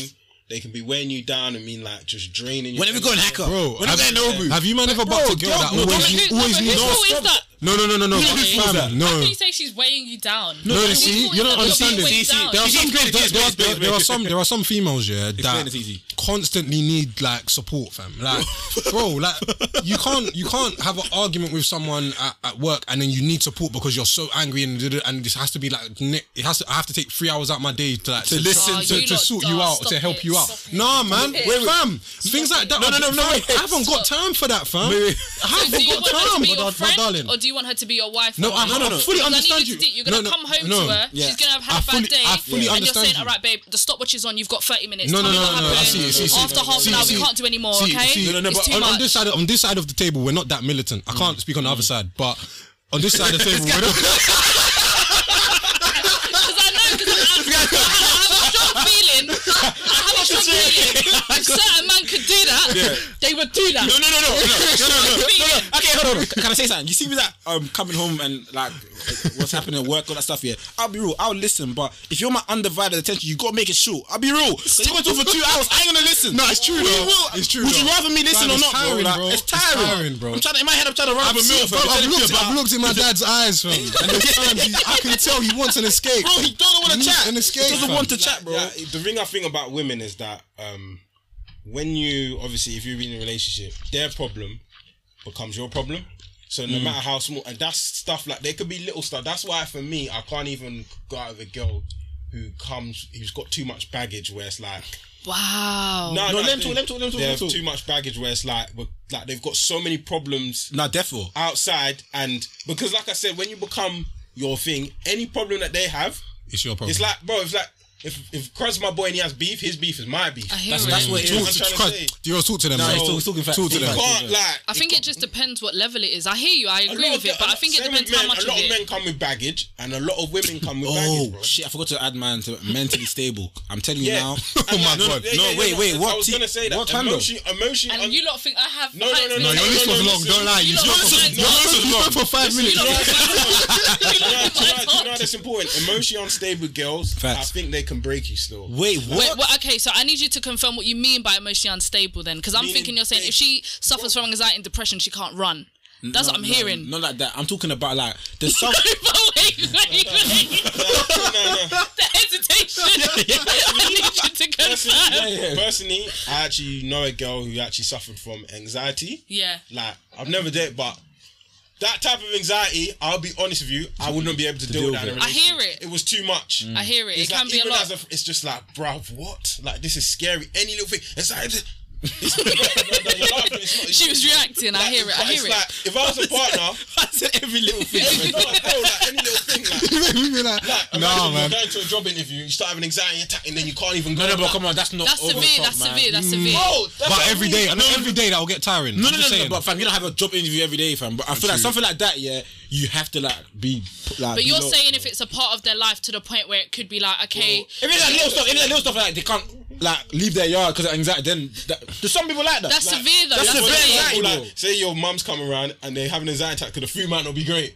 Speaker 2: They can be weighing you down and mean like just draining you.
Speaker 7: When are we going hacker?
Speaker 6: Bro,
Speaker 7: when are we
Speaker 6: have-
Speaker 7: going Nobu?
Speaker 6: Have you man ever bucked a girl that
Speaker 7: don't-
Speaker 8: But
Speaker 6: always
Speaker 8: who-
Speaker 6: always
Speaker 8: but whose
Speaker 6: needs?
Speaker 8: fault is that?
Speaker 6: No, no, no, no, no,
Speaker 8: Really?
Speaker 6: fam,
Speaker 8: How
Speaker 6: no.
Speaker 8: can you say she's weighing you down?
Speaker 6: No, you
Speaker 8: Whose
Speaker 6: see,
Speaker 8: fault
Speaker 6: you don't
Speaker 8: is that you're
Speaker 6: understand
Speaker 8: being
Speaker 6: it.
Speaker 8: weighed down?
Speaker 6: There are some girls, there, there, are- there, there are some, there are some females, yeah,
Speaker 7: Explain
Speaker 6: that
Speaker 7: it easy.
Speaker 6: constantly need like support, fam. Like, bro, like you can't, you can't have an argument with someone at, at work and then you need support because you're so angry and and this has to be like, ne- it has to, I have to take three hours out my day to like to
Speaker 7: listen
Speaker 8: Oh, to-
Speaker 6: to,
Speaker 8: you
Speaker 6: to
Speaker 8: lot
Speaker 6: sort
Speaker 8: don't.
Speaker 6: you out,
Speaker 8: Stop
Speaker 6: to help
Speaker 8: it.
Speaker 6: you out.
Speaker 8: Stop it.
Speaker 6: Nah, man,
Speaker 8: Stop it.
Speaker 6: fam, things like that. No, no, no, no. I haven't got time for that, fam. I
Speaker 8: So do
Speaker 6: haven't
Speaker 8: you
Speaker 6: got
Speaker 8: want her to
Speaker 6: time,
Speaker 8: be your
Speaker 6: my
Speaker 8: friend,
Speaker 6: darling.
Speaker 8: or do you want her to be your wife?
Speaker 6: No,
Speaker 8: or
Speaker 6: I,
Speaker 8: your
Speaker 6: no, no, no.
Speaker 8: husband?
Speaker 6: fully
Speaker 8: Because I need
Speaker 6: understand
Speaker 8: you
Speaker 6: you.
Speaker 8: to think You're gonna
Speaker 6: no, no,
Speaker 8: come home
Speaker 6: no.
Speaker 8: to her. She's gonna have
Speaker 6: I
Speaker 8: had
Speaker 6: fully-
Speaker 8: a bad day,
Speaker 6: I fully
Speaker 8: and you're
Speaker 6: understand
Speaker 8: saying,
Speaker 6: you.
Speaker 8: "All right, babe, the stopwatch is on. You've got 30 minutes.
Speaker 6: No,
Speaker 8: Tell
Speaker 6: no,
Speaker 8: me
Speaker 6: no,
Speaker 8: what
Speaker 6: no, no.
Speaker 8: happened.
Speaker 6: I see, see, see.
Speaker 8: After half an hour, we can't do any more.
Speaker 6: See,
Speaker 8: okay?
Speaker 6: see,
Speaker 7: No, no, no,
Speaker 8: it's
Speaker 7: but
Speaker 8: too
Speaker 6: on,
Speaker 8: much.
Speaker 6: on this side, on this side of the table, we're not that
Speaker 2: Mm.
Speaker 6: militant. I can't speak on the other side, but on this side of the table, we're not.
Speaker 8: if certain man could do that, they would do that.
Speaker 7: No, no, no, no, no, no, no, no, no, no, no. Okay, hold on. hold on. Can I say something? You see me that um coming home and like what's happening at work, all that stuff. Yeah, I'll be real. I'll listen, but if you're my undivided attention, you gotta make it short. I'll be real. So you went on for two hours. I ain't gonna listen.
Speaker 10: No, it's true,
Speaker 7: We
Speaker 10: though.
Speaker 7: will.
Speaker 10: It's true,
Speaker 7: Would you
Speaker 10: though.
Speaker 7: rather me listen
Speaker 10: Man,
Speaker 7: or
Speaker 10: it's
Speaker 7: not,
Speaker 10: tiring,
Speaker 7: Like,
Speaker 10: bro.
Speaker 7: It's
Speaker 10: It's
Speaker 7: tiring.
Speaker 6: tiring, bro.
Speaker 7: I'm trying to in my head. I'm trying to run
Speaker 10: I've,
Speaker 7: up
Speaker 10: looked,
Speaker 7: bro.
Speaker 10: I've, looked, I've looked in my dad's eyes, fam. And at times, he- I can tell he wants an escape.
Speaker 7: Bro, he don't want
Speaker 10: He
Speaker 7: to
Speaker 10: needs
Speaker 7: chat.
Speaker 10: an escape,
Speaker 7: He doesn't
Speaker 10: fam.
Speaker 7: want to chat, bro.
Speaker 2: Yeah, the thing I think about women is that um, when you obviously if you're in a relationship, their problem becomes your problem. So
Speaker 7: Mm.
Speaker 2: no matter how small, and that's stuff like they could be little stuff. That's why for me, I can't even go out with a girl who comes who's got too much baggage. Where it's like,
Speaker 8: Wow.
Speaker 7: No,
Speaker 2: no, I
Speaker 7: let 'em
Speaker 2: think
Speaker 7: talk, let 'em talk, let 'em talk,
Speaker 2: They
Speaker 7: let 'em
Speaker 2: have
Speaker 7: talk.
Speaker 2: too much baggage. Where it's like, but like they've got so many problems
Speaker 7: Nah, therefore.
Speaker 2: outside, and because like I said, when you become your thing, any problem that they have,
Speaker 6: It's your problem.
Speaker 2: it's like, bro, it's like if if Crud's my boy and he has beef, his beef is my beef.
Speaker 8: I hear
Speaker 6: Mm.
Speaker 7: That's
Speaker 8: it.
Speaker 7: that's what it is.
Speaker 2: Talk to-
Speaker 7: I'm
Speaker 2: trying
Speaker 7: trying
Speaker 2: to say.
Speaker 6: You're all talking to them.
Speaker 7: No,
Speaker 6: man.
Speaker 7: he's talk- talking facts.
Speaker 6: Talk to
Speaker 7: He's
Speaker 6: them.
Speaker 7: talking
Speaker 2: Can't like.
Speaker 8: I think it just depends what level it is. I hear you. I
Speaker 2: a
Speaker 8: agree
Speaker 2: lot
Speaker 8: with
Speaker 2: of
Speaker 8: it,
Speaker 2: the-
Speaker 8: but
Speaker 2: a
Speaker 8: I think it
Speaker 2: lot- same with
Speaker 8: depends how
Speaker 2: men,
Speaker 8: much
Speaker 2: A
Speaker 8: of
Speaker 2: lot of
Speaker 8: it.
Speaker 2: men come with baggage, and a lot of women come with
Speaker 7: Oh
Speaker 2: baggage. Bro.
Speaker 7: shit! I forgot to add man to mentally stable. I'm telling you
Speaker 2: Yeah.
Speaker 7: now.
Speaker 8: Oh
Speaker 6: Oh
Speaker 2: And
Speaker 7: No, No,
Speaker 2: like- yeah, yeah, yeah,
Speaker 7: wait,
Speaker 2: no,
Speaker 7: wait. What?
Speaker 2: I was
Speaker 7: See,
Speaker 2: gonna say that.
Speaker 7: What time though?
Speaker 2: emotion, emotion.
Speaker 8: And you lot think I have.
Speaker 2: No, no,
Speaker 8: I-
Speaker 2: no, no,
Speaker 10: No, your
Speaker 2: no,
Speaker 10: list
Speaker 2: no,
Speaker 10: was
Speaker 2: no,
Speaker 10: long.
Speaker 2: listen.
Speaker 10: Don't lie.
Speaker 8: You
Speaker 10: You
Speaker 8: lot
Speaker 10: spoke
Speaker 8: want
Speaker 10: for-
Speaker 8: to-
Speaker 10: your list was long for five
Speaker 8: You
Speaker 10: minutes.
Speaker 8: lot think I- you lot
Speaker 2: do you, know,
Speaker 8: think
Speaker 2: do you
Speaker 8: I
Speaker 2: know- do you know
Speaker 8: talk.
Speaker 2: that's important? Emotionally unstable girls, I
Speaker 7: Facts.
Speaker 2: think they can break you still.
Speaker 7: Wait, what?
Speaker 8: Wait, well, okay, so I need you to confirm what you mean by emotionally unstable then, because I'm
Speaker 2: Meaning
Speaker 8: thinking you're saying
Speaker 2: they-
Speaker 8: if she suffers from anxiety and depression, she can't run. That's what I'm
Speaker 7: No,
Speaker 8: hearing.
Speaker 7: Not like that. I'm talking about like the stuff.
Speaker 8: But wait, wait, wait.
Speaker 2: No, no, no.
Speaker 8: the hesitation. I need you to confirm.
Speaker 2: Personally, personally, I actually know a girl who actually suffered from anxiety.
Speaker 8: Yeah.
Speaker 2: Like I've never dated, but that type of anxiety, I'll be honest with you, I wouldn't be able to, deal,
Speaker 7: deal
Speaker 2: with that.
Speaker 7: with
Speaker 2: in a
Speaker 8: it. I hear
Speaker 2: relationship.
Speaker 8: it.
Speaker 2: It was too much.
Speaker 6: Mm.
Speaker 8: I hear it.
Speaker 2: It's
Speaker 8: it
Speaker 2: like,
Speaker 8: can be a
Speaker 2: even
Speaker 8: lot.
Speaker 2: as it's just like, bruv, what? Like this is scary. Any little thing. It's like. It's, it's, you're laughing, it's not-
Speaker 8: she was reacting. I
Speaker 2: like,
Speaker 8: hear it. I
Speaker 2: but
Speaker 8: hear it.
Speaker 2: it's Like, if I was a partner,
Speaker 7: I said every little thing.
Speaker 2: no, bro, like any little thing, like,
Speaker 10: We be like,
Speaker 2: like
Speaker 10: nah, man.
Speaker 2: imagine you're going to a job interview, you start having anxiety attack, and then you can't even go.
Speaker 7: No, no, but
Speaker 2: back.
Speaker 7: come on, that's not.
Speaker 8: that's
Speaker 7: over the
Speaker 8: severe.
Speaker 7: top,
Speaker 8: That's
Speaker 7: man.
Speaker 8: severe. That's severe.
Speaker 2: Bro, that's what
Speaker 6: But
Speaker 2: I
Speaker 6: every day,
Speaker 2: mean.
Speaker 6: I know every day that will get tiring.
Speaker 7: No,
Speaker 6: I'm
Speaker 7: no, no,
Speaker 6: just
Speaker 7: no, no,
Speaker 6: saying.
Speaker 7: but fam, you don't have a job interview every day, fam. But I feel like something like that, yeah, you have to like be like.
Speaker 8: But
Speaker 7: be
Speaker 8: you're
Speaker 7: low.
Speaker 8: saying if it's a part of their life to the point where it could be like, okay,
Speaker 7: If it's like little stuff, if it's like little stuff like they can't like leave their yard because of anxiety, then that, there's some people like that.
Speaker 8: that's
Speaker 7: like,
Speaker 8: severe though.
Speaker 7: That's
Speaker 8: That's,
Speaker 7: severe
Speaker 8: severe.
Speaker 7: anxiety, bro.
Speaker 2: Like, say your mum's coming around and they have an anxiety attack because the food might not be great.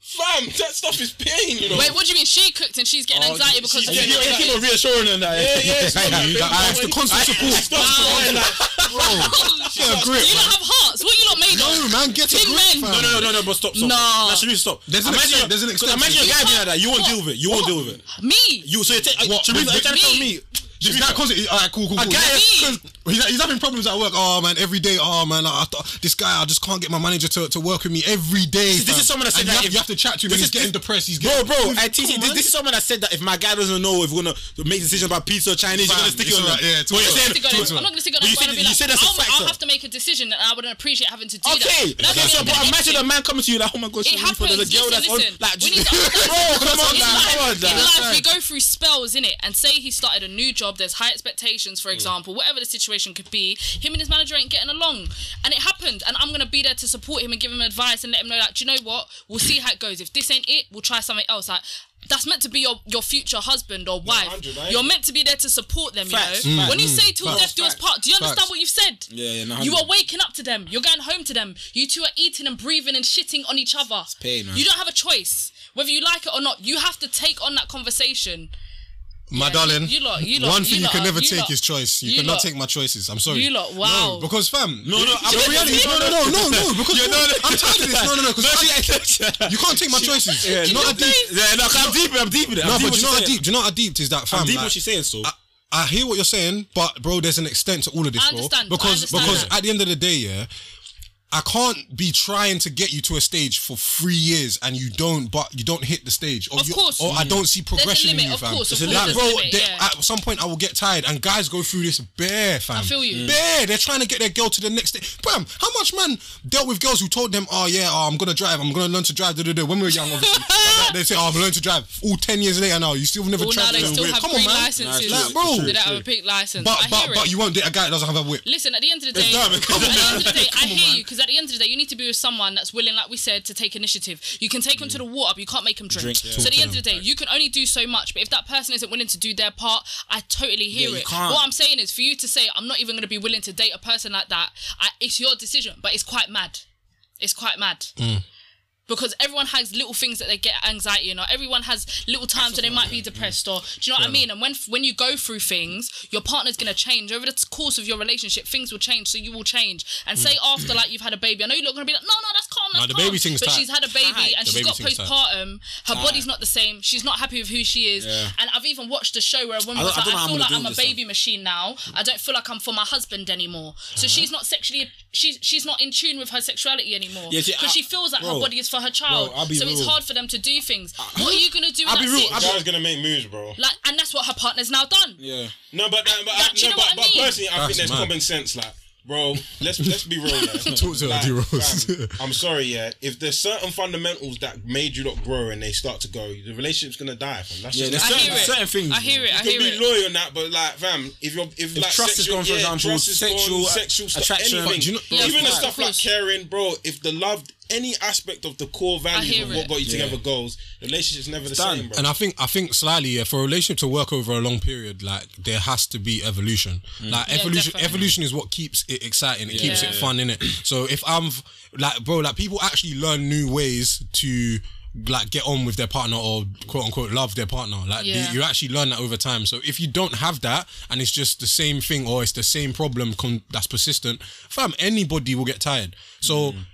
Speaker 2: Fam, that stuff is pain, you know.
Speaker 8: Wait, what do you mean? She cooked and she's getting anxiety because
Speaker 7: You,
Speaker 8: of
Speaker 2: Yeah,
Speaker 7: you,
Speaker 2: getting
Speaker 8: the-
Speaker 7: keep
Speaker 2: yeah,
Speaker 7: on reassuring them that.
Speaker 2: Yeah, yeah, it's not like
Speaker 6: You got-
Speaker 2: baby
Speaker 6: ah, it's the
Speaker 2: mama-
Speaker 6: constant support.
Speaker 2: Stop crying, like,
Speaker 8: You
Speaker 6: Get a grip,
Speaker 8: don't
Speaker 6: man.
Speaker 8: have hearts. What you lot made
Speaker 10: No,
Speaker 8: of?
Speaker 10: man, get a
Speaker 8: Big
Speaker 10: grip,
Speaker 8: men.
Speaker 10: fam.
Speaker 7: No, no, no, no, no, but stop, stop.
Speaker 8: No.
Speaker 7: Nah, Sharice, stop.
Speaker 6: There's an extent- there's an extent.
Speaker 7: Imagine a guy being like that. You won't
Speaker 8: What?
Speaker 7: deal with it. You won't deal with it.
Speaker 8: Me.
Speaker 7: You so you're ta-
Speaker 6: What?
Speaker 7: Sharice, are you trying to tell
Speaker 8: Me?
Speaker 7: me?
Speaker 6: Is that cause it, all right, cool, cool, cool.
Speaker 7: guy-
Speaker 6: Because he's, he's having problems at work. Oh man, every day. Oh man, I, I, this guy. I just can't get my manager to, to work with me every day.
Speaker 7: This
Speaker 6: fam.
Speaker 7: is someone that said
Speaker 6: And
Speaker 7: that
Speaker 6: you have,
Speaker 7: if-
Speaker 6: you have to chat to him. When
Speaker 7: this
Speaker 6: he's
Speaker 7: is-
Speaker 6: getting depressed. He's
Speaker 7: Bro,
Speaker 6: getting
Speaker 7: bro, I TC, this, this is someone that said that if my guy doesn't know if we're gonna make a decision about pizza or Chinese,
Speaker 6: Fam,
Speaker 7: you're gonna stick
Speaker 6: it's
Speaker 7: it on
Speaker 6: alright,
Speaker 7: that.
Speaker 6: yeah, it's
Speaker 7: But you're
Speaker 6: alright.
Speaker 7: saying-
Speaker 8: I'm not
Speaker 6: to her.
Speaker 8: gonna stick on
Speaker 7: But
Speaker 8: that.
Speaker 7: you
Speaker 8: but
Speaker 7: said-
Speaker 8: I'll be
Speaker 7: you
Speaker 8: like,
Speaker 7: said that's a
Speaker 8: I'll-
Speaker 7: factor.
Speaker 8: I'll have to make a decision that I wouldn't appreciate having to do that.
Speaker 7: Okay,
Speaker 8: That's
Speaker 7: okay,
Speaker 8: what
Speaker 7: so
Speaker 8: I'm
Speaker 7: but
Speaker 8: gonna
Speaker 7: imagine a
Speaker 8: get to.
Speaker 7: man coming to you like, oh my gosh,
Speaker 8: It
Speaker 7: Sharice, but
Speaker 8: happens.
Speaker 7: there's a girl
Speaker 8: listen,
Speaker 7: that's
Speaker 8: listen.
Speaker 7: on. Like,
Speaker 8: we need to
Speaker 7: bro, come on,
Speaker 8: in
Speaker 7: now,
Speaker 8: life,
Speaker 7: come on,
Speaker 8: in
Speaker 7: now.
Speaker 8: life, we go through spells, innit? And say he started a new job, there's high expectations,
Speaker 7: Mm.
Speaker 8: for example, whatever the situation could be. Him and his manager ain't getting along. And it happened. And I'm going to be there to support him and give him advice and let him know that, do you know what? We'll see how it goes. If this ain't it, we'll try something else. Like, that's meant to be your, your future husband or wife.
Speaker 2: 100, I hear
Speaker 8: You're
Speaker 2: you.
Speaker 8: meant to be there to support them,
Speaker 7: Facts,
Speaker 8: you know?
Speaker 7: facts.
Speaker 8: when you say till
Speaker 6: facts,
Speaker 8: death do us
Speaker 7: facts,
Speaker 8: part, do you understand
Speaker 6: facts.
Speaker 8: what you've said?
Speaker 7: Yeah, yeah, no,
Speaker 8: You
Speaker 7: 100.
Speaker 8: are waking up to them. You're going home to them. You two are eating and breathing and shitting on each other.
Speaker 7: pain, man.
Speaker 8: You don't have a choice. Whether you like it or not, you have to take on that conversation.
Speaker 6: My
Speaker 8: Yeah,
Speaker 6: darling,
Speaker 8: you lot- you lot-
Speaker 6: one thing
Speaker 8: you
Speaker 6: you
Speaker 8: lot
Speaker 6: can
Speaker 8: are-
Speaker 6: never
Speaker 8: you
Speaker 6: take
Speaker 8: lot-
Speaker 6: is choice. You,
Speaker 8: you
Speaker 6: cannot
Speaker 8: lot-
Speaker 6: take my choices. I'm sorry.
Speaker 8: you lot, wow.
Speaker 6: No, because fam,
Speaker 7: No, no, I'm
Speaker 6: the reality. No, no, no, no, no. Because
Speaker 7: Yeah, no, no.
Speaker 6: I'm tired of this. No, no, no. Because
Speaker 7: You
Speaker 6: you can't take my choices.
Speaker 7: Yeah,
Speaker 6: Do you
Speaker 7: no,
Speaker 6: know
Speaker 7: I'm
Speaker 6: how
Speaker 7: deep.
Speaker 6: deep?
Speaker 7: Yeah, no, I'm deep. I'm deep in it.
Speaker 6: No,
Speaker 7: I'm
Speaker 6: but do you know how
Speaker 7: saying.
Speaker 6: deep? Do you know how deep is that fam?
Speaker 7: I'm deep
Speaker 6: Like,
Speaker 7: what she's saying. So
Speaker 6: I, I hear what you're saying, but bro, there's an extent to all of this,
Speaker 8: I
Speaker 6: bro.
Speaker 8: understand, I
Speaker 6: Because
Speaker 8: understand
Speaker 6: because
Speaker 8: that.
Speaker 6: at the end of the day, yeah, I can't be trying to get you to a stage for three years and you don't, but you don't hit the stage, or
Speaker 8: Of
Speaker 6: you,
Speaker 8: course.
Speaker 6: or I don't see progression
Speaker 8: limit,
Speaker 6: in you,
Speaker 8: of
Speaker 6: fam.
Speaker 8: course, of
Speaker 6: Like,
Speaker 8: course, there's
Speaker 6: bro,
Speaker 8: a limit,
Speaker 6: they-
Speaker 8: yeah.
Speaker 6: at some point I will get tired, and guys go through this bare, fam. Mm.
Speaker 8: I feel you.
Speaker 6: Bare. They're trying to get their girl to the next day. Bam. How much man dealt with girls who told them, oh yeah, oh, I'm gonna drive, I'm gonna learn to drive. Da-da-da. When we were young, obviously, like, they say, oh, I've learned to drive. All ten years later now, you still never
Speaker 8: Well, now
Speaker 6: tried
Speaker 8: they
Speaker 6: to
Speaker 8: still
Speaker 6: whip.
Speaker 8: have
Speaker 6: Come
Speaker 8: green
Speaker 6: on, man.
Speaker 8: licenses.
Speaker 6: Nah, it's true,
Speaker 8: they
Speaker 6: it's
Speaker 8: don't
Speaker 6: true.
Speaker 8: have a pink license.
Speaker 6: But
Speaker 8: I
Speaker 6: but
Speaker 8: hear
Speaker 6: but
Speaker 8: it.
Speaker 6: you won't date a guy that doesn't have a whip.
Speaker 8: Listen, at the end of the day,
Speaker 7: dumb, it's
Speaker 8: at the end of the day, I hear you because Because at the end of the day, you need to be with someone that's willing, like we said, to take initiative. You can take them to the water, but you can't make them drink.
Speaker 7: Drink, yeah.
Speaker 8: So at
Speaker 6: Talk
Speaker 8: the
Speaker 6: to
Speaker 8: end of the day, you can only do so much. But if that person isn't willing to do their part, I totally hear
Speaker 7: you
Speaker 8: it.
Speaker 7: can't.
Speaker 8: What I'm saying is, for you to say I'm not even going to be willing to date a person like that, I, it's your decision. But it's quite mad. It's quite mad.
Speaker 6: Mm.
Speaker 8: Because everyone has little things that they get anxiety in, or everyone has little times when they might be depressed, or do you know what I mean? And when when you go through things, your partner's gonna change over the t- course of your relationship. Things will change, so you will change. And say after like you've had a baby, I know you're not gonna be like, no, no, that's calm, that's
Speaker 6: Mm. the
Speaker 8: calm.
Speaker 6: baby thing's
Speaker 8: but
Speaker 6: tight.
Speaker 8: she's had a baby and
Speaker 6: The
Speaker 8: she's
Speaker 6: baby
Speaker 8: got
Speaker 6: thing's tight.
Speaker 8: postpartum. Her body's not the same. She's not happy with who she is. And I've even watched a show where a woman
Speaker 7: I
Speaker 8: was
Speaker 7: don't- I don't
Speaker 8: like,
Speaker 7: know
Speaker 8: I,
Speaker 7: how
Speaker 8: feel
Speaker 7: I'm
Speaker 8: like
Speaker 7: gonna
Speaker 8: I'm
Speaker 7: do
Speaker 8: a
Speaker 7: with this
Speaker 8: baby machine now. I don't feel like I'm for my husband anymore.
Speaker 7: Uh-huh.
Speaker 8: So she's not sexually. She's she's not in tune with her sexuality anymore
Speaker 7: Yeah,
Speaker 8: because
Speaker 7: see, I-
Speaker 8: she feels like her
Speaker 7: bro,
Speaker 8: body is for her child.
Speaker 7: bro, I'll be
Speaker 8: so it's
Speaker 7: real.
Speaker 8: hard for them to do things. what are you gonna do? I'll
Speaker 7: be real, I'll
Speaker 2: The guy's gonna make moves, bro.
Speaker 8: like, and that's what her partner's now done.
Speaker 7: Yeah.
Speaker 2: No, but that, but,
Speaker 8: Like, do you
Speaker 2: I,
Speaker 8: know
Speaker 2: no,
Speaker 8: what I
Speaker 2: but, but
Speaker 8: mean?
Speaker 2: personally, I
Speaker 6: That's
Speaker 2: think there's
Speaker 6: mad.
Speaker 2: common sense. Like, bro, let's let's be real. There.
Speaker 6: Talk to her,
Speaker 2: like,
Speaker 6: D-Rose.
Speaker 2: fam, I'm sorry, yeah. If there's certain fundamentals that made you not grow and they start to go, the relationship's gonna die. Fam. That's
Speaker 7: Yeah,
Speaker 2: just
Speaker 7: there's
Speaker 8: I
Speaker 7: certain,
Speaker 8: hear it.
Speaker 7: certain things.
Speaker 8: I hear it. I
Speaker 2: you
Speaker 8: hear
Speaker 2: can be
Speaker 8: it.
Speaker 2: loyal and that, but like, fam, if you're if
Speaker 7: If
Speaker 2: like
Speaker 7: trust is
Speaker 2: sexual,
Speaker 7: gone, for
Speaker 2: yeah,
Speaker 7: example,
Speaker 2: trust is
Speaker 7: sexual-
Speaker 2: gone, sexual stuff,
Speaker 7: attraction.
Speaker 2: anything.
Speaker 7: But do you know-
Speaker 8: Yeah,
Speaker 2: even
Speaker 8: of
Speaker 2: the
Speaker 8: course,
Speaker 2: stuff
Speaker 8: of
Speaker 2: like
Speaker 8: course.
Speaker 2: caring, bro. If the love, any aspect of the core values
Speaker 8: hear
Speaker 2: of what
Speaker 8: it.
Speaker 2: got you
Speaker 7: Yeah.
Speaker 2: together goes, the relationship's never the
Speaker 7: done.
Speaker 2: same, bro.
Speaker 6: And I think I think slightly yeah, for a relationship to work over a long period, like there has to be evolution. Like evolution,
Speaker 8: Mm. definitely.
Speaker 6: evolution is what keeps it exciting. It keeps it
Speaker 7: Yeah.
Speaker 6: fun, innit? So if I'm f- like, bro, like people actually learn new ways to like get on with their partner or quote unquote love their partner. Like you-
Speaker 8: Yeah.
Speaker 6: you actually learn that over time. So if you don't have that and it's just the same thing or it's the same problem con- that's persistent, fam, anybody will get tired. So.
Speaker 8: Mm.